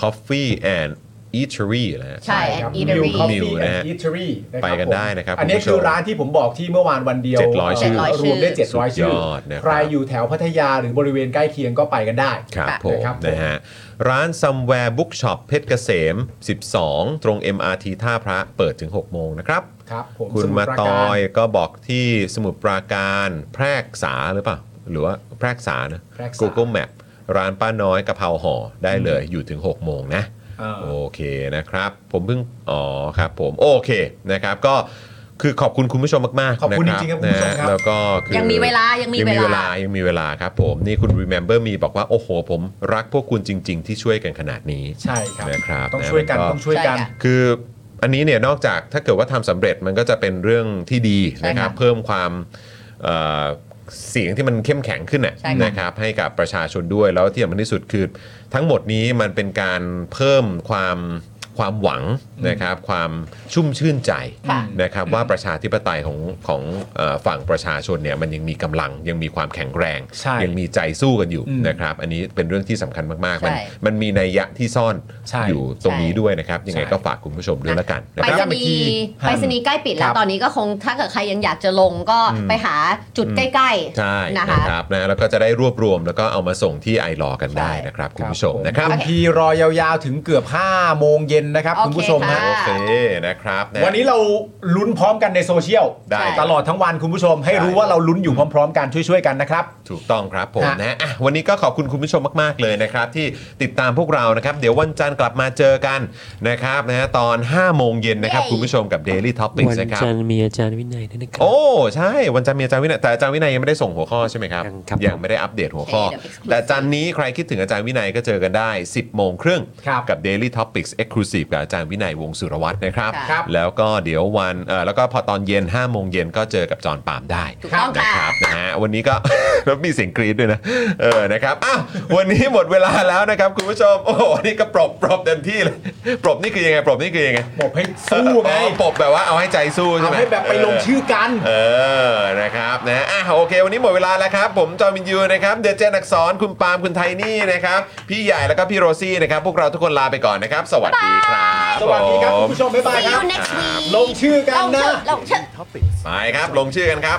Speaker 5: Coffee and Eatery นะฮะ
Speaker 3: ใช่
Speaker 6: ครับ
Speaker 3: and eatery
Speaker 6: Mill Coffee
Speaker 5: นะ
Speaker 6: and
Speaker 5: ฮะ
Speaker 6: Eatery ะครับ
Speaker 5: ไปกันได้นะครับ
Speaker 6: อันนี้
Speaker 5: คุณผู้ชม
Speaker 6: คือร้านที่ผมบอกที่เมื่อวานวันเดียว
Speaker 5: 700ชื่อ
Speaker 6: รวมได้ 700 ชื่
Speaker 5: สุดยอดนะครับ
Speaker 6: ใครอยู่แถวพัทยาหรือบริเวณใกล้เคียงก็ไปกันได้
Speaker 5: ครับ
Speaker 3: ค่ะ
Speaker 5: ผม
Speaker 6: นะครับผม
Speaker 5: นะฮะร้าน Somewhere Bookshop เพชรเกษม 12 ตรง MRT ท่าพระเปิดถึง 6 โมงนะครับ
Speaker 6: ครับผม
Speaker 5: คุณ
Speaker 6: สท
Speaker 5: มารต
Speaker 6: กร
Speaker 5: อยก็บอกที่สมุทรปราการแพรกษาหรือเปล่า หรือว่าแพรกษานะ
Speaker 6: แพรกษา
Speaker 5: Google Map ร้านป้าน้อยกะเพราห่อได้เลยอยู่ถึง 6 โมงนะ
Speaker 6: อ่า
Speaker 5: โอเคนะครับ ผมเพิ่งอ๋อครับผมโอเคนะครับก็คือขอบคุณคุณผู้ชมมากๆ
Speaker 6: ขอบคุณ
Speaker 5: นะ
Speaker 6: จริงๆครับคุณผู้ชมครับ
Speaker 5: นะแล้วก็คือ
Speaker 3: ยังมีเวลายังมี
Speaker 5: ยังมีเว
Speaker 3: เว
Speaker 5: ลา
Speaker 3: ลา
Speaker 5: ยังมีเวลาครับผมนี่คุณ remember me บอกว่า โอ้โห ผมรักพวกคุณจริง ๆ ที่ช่วยกันขนาดนี้
Speaker 6: ใช่ครับ
Speaker 5: นะครับ
Speaker 6: ต้องช่วยกัน
Speaker 5: นะ
Speaker 6: ต้องช่วยกัน
Speaker 3: ใช่ค่ะ
Speaker 5: คืออันนี้เนี่ยนอกจากถ้าเกิดว่าทำสำเร็จมันก็จะเป็นเรื่องที่ดีนะครับ
Speaker 3: ใช่ค่ะ
Speaker 5: เพิ่มความเอ่อเสียงที่มันเข้มแข็งขึ้นน่ะ
Speaker 3: ใช่ค่ะ
Speaker 5: นะครับให้กับประชาชนด้วยแล้วที่สำคัญที่สุดคือ ทั้งหมดนี้มันเป็นการเพิ่มความความหวังนะครับ ความชุ่มชื่นใจ
Speaker 3: ค่ะ
Speaker 5: นะครับ ว่าประชาธิปไตยของของเอ่อฝั่งประชาชนเนี่ยมันยังมีกำลังยังมีความแข็งแรง
Speaker 6: ใช่
Speaker 5: ยังมีใจสู้กันอยู่
Speaker 6: อืม
Speaker 5: นะครับ อันนี้เป็นเรื่องที่สำคัญมากๆมัน
Speaker 3: ใช่
Speaker 5: มันมีนัยยะที่ซ่อน
Speaker 6: ใช่
Speaker 5: อยู่ตรงนี้ด้วย ด้วยนะครับยังไง
Speaker 6: ใช่
Speaker 5: ก็ฝากคุณผู้ชมด้วยละกันนะ
Speaker 3: ไป
Speaker 5: ค
Speaker 3: ส
Speaker 5: รับ
Speaker 3: นีย์
Speaker 6: ครับ
Speaker 3: ไปสนีย์ใกล้ปิดแล้
Speaker 6: คว รับ
Speaker 3: ตอนนี้ก็คงถ้าเกิดใครยังอยากจะลงก็
Speaker 5: อืม
Speaker 3: ไปหาจุดใกล้
Speaker 5: ใช่
Speaker 3: ๆ
Speaker 5: นะ
Speaker 3: นะ
Speaker 5: ค
Speaker 3: คะ
Speaker 5: รับนะแล้วก็จะได้รวบรวมแล้วก็เอามาส่งที่ไอรอกันได้
Speaker 3: ใช่
Speaker 5: นะครับ คุณผู้ชมนะครับ
Speaker 6: ณพีรอยาวๆถึงเกือบ 5 โมงเย็นนะครับ
Speaker 3: โอเค
Speaker 6: คุณผู้ชมฮะ
Speaker 3: ค่ะ
Speaker 5: โอเคนะครับะ
Speaker 6: วันนี้เราลุ้นพร้อมกันในโซเชียล
Speaker 5: ได้
Speaker 6: ตลอดทั้งวันคุณผู้ชม ให้
Speaker 5: ได้
Speaker 6: รู้ว่าเราลุ้นอยู่พร้อมๆ กันช่วยๆกันนะครับ
Speaker 5: ถูกต้องครับผม
Speaker 6: ฮะ
Speaker 5: นะอ่ะวันนี้ก็ขอบคุณคุณผู้ชมมาก ๆ เลยนะครับ ที่ติดตามพวกเรานะครับ เดี๋ยววันจันทร์กลับมาเจอกันนะครับนะฮะตอน5โมงเย็นนะครับ
Speaker 3: เย้
Speaker 5: คุณผู้ชมกับ Daily Topics
Speaker 10: วัน
Speaker 5: นะครับ
Speaker 10: จันทร์มีอาจารย์วินัยด้วยนะครับ
Speaker 5: โอ้ ใช่ วันจันทร์มีอาจารย์วินัยแต่อาจารย์วินัยยังไม่ได้ส่งหัวข้อใช่ไหมครับ
Speaker 10: ยังครับ
Speaker 5: ยังไม่ได้อัปเดตหัวข้อ
Speaker 3: ใช่เดี๋ยว exclusive
Speaker 5: แต่จันทร์นี้ใครคิดถึงอาจารย์วินัยก็เจอกันได้ 10 โมงครึ่ง
Speaker 6: ครับ
Speaker 5: กับ Daily Topics Exclusive กับอาจารย์วินัยวงศ์สุรวัตรนะครับ
Speaker 6: ครับ
Speaker 5: แล้วก็เดี๋ยววันเอ่อแล้วก็พอตอนเย็น 5 โมงเย็นก็เจอกับจอห์นปาล์มได้
Speaker 3: ถูกต้อง
Speaker 5: นะ
Speaker 3: ค่ะ
Speaker 5: ครับนะฮะวันนี้ก็ แล้วมีเสียงกรี๊ดด้วยนะเออนะครับอ้าววันนี้หมดเวลาแล้วนะครับคุณผู้ชมโอ้โหนี่ก็ปรบปรบเต็มที่เลยปรบนี่คือยังไงปรบนี่คือยังไง
Speaker 6: บอกให้สู้ไง
Speaker 5: อ๋อปรบแบบว่าเอาให้ใจสู้ใช่
Speaker 6: เอา
Speaker 5: ไหม
Speaker 6: ให้แบบไปลงชื่อกัน
Speaker 5: เออ นะครับ นะ อ่ะ โอเค วันนี้หมดเวลาแล้วครับ ผม จอมินยู นะครับ เดเจนอักสอน คุณปาล์ม คุณไทนี่ นะครับ พี่ใหญ่ แล้วก็พี่โรซี่ นะครับ พวกเราทุกคนลาไปก่อนนะครับ สวัสดีครับ
Speaker 6: สวัสดีครับ
Speaker 5: ผ
Speaker 6: คุ
Speaker 5: ม
Speaker 6: ณผู้ชมบ๊ายบาย
Speaker 3: See
Speaker 6: ครั
Speaker 3: you
Speaker 6: บ
Speaker 3: next week
Speaker 6: ลงชื่อกัน
Speaker 3: ลง
Speaker 6: นะ
Speaker 3: เชิญลงเชิญ
Speaker 5: ไปครับ ลงชื่อกันครับ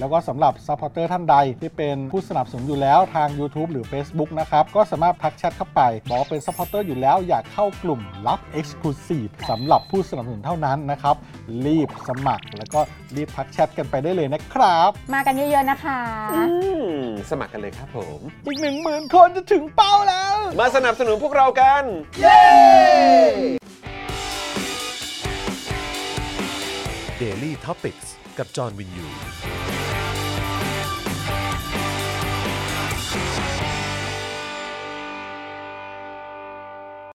Speaker 4: แล้วก็สำหรับ Supporter ท่านใดที่เป็นผู้สนับสนุนอยู่แล้วทาง YouTube หรือ Facebook นะครับ ก็สามารถทักแชทเข้าไป บอกว่าเป็น Supporter อยู่แล้วอยากเข้ากลุ่มลับ Exclusive สำหรับผู้สนับสนุนเท่านั้นนะครับ รีบสมัครแล้วก็รีบทักแชทกันไปได้เลยนะครับ
Speaker 2: มากันเยอะๆนะคะ
Speaker 1: อืมสมัครกันเลยครับผม
Speaker 4: อีก 1 0,000 คนจะถึงเป้าแล้ว
Speaker 1: มาสนับสนุนพวกเรากัน
Speaker 11: Daily t o p i c กกับจอห์นวินยู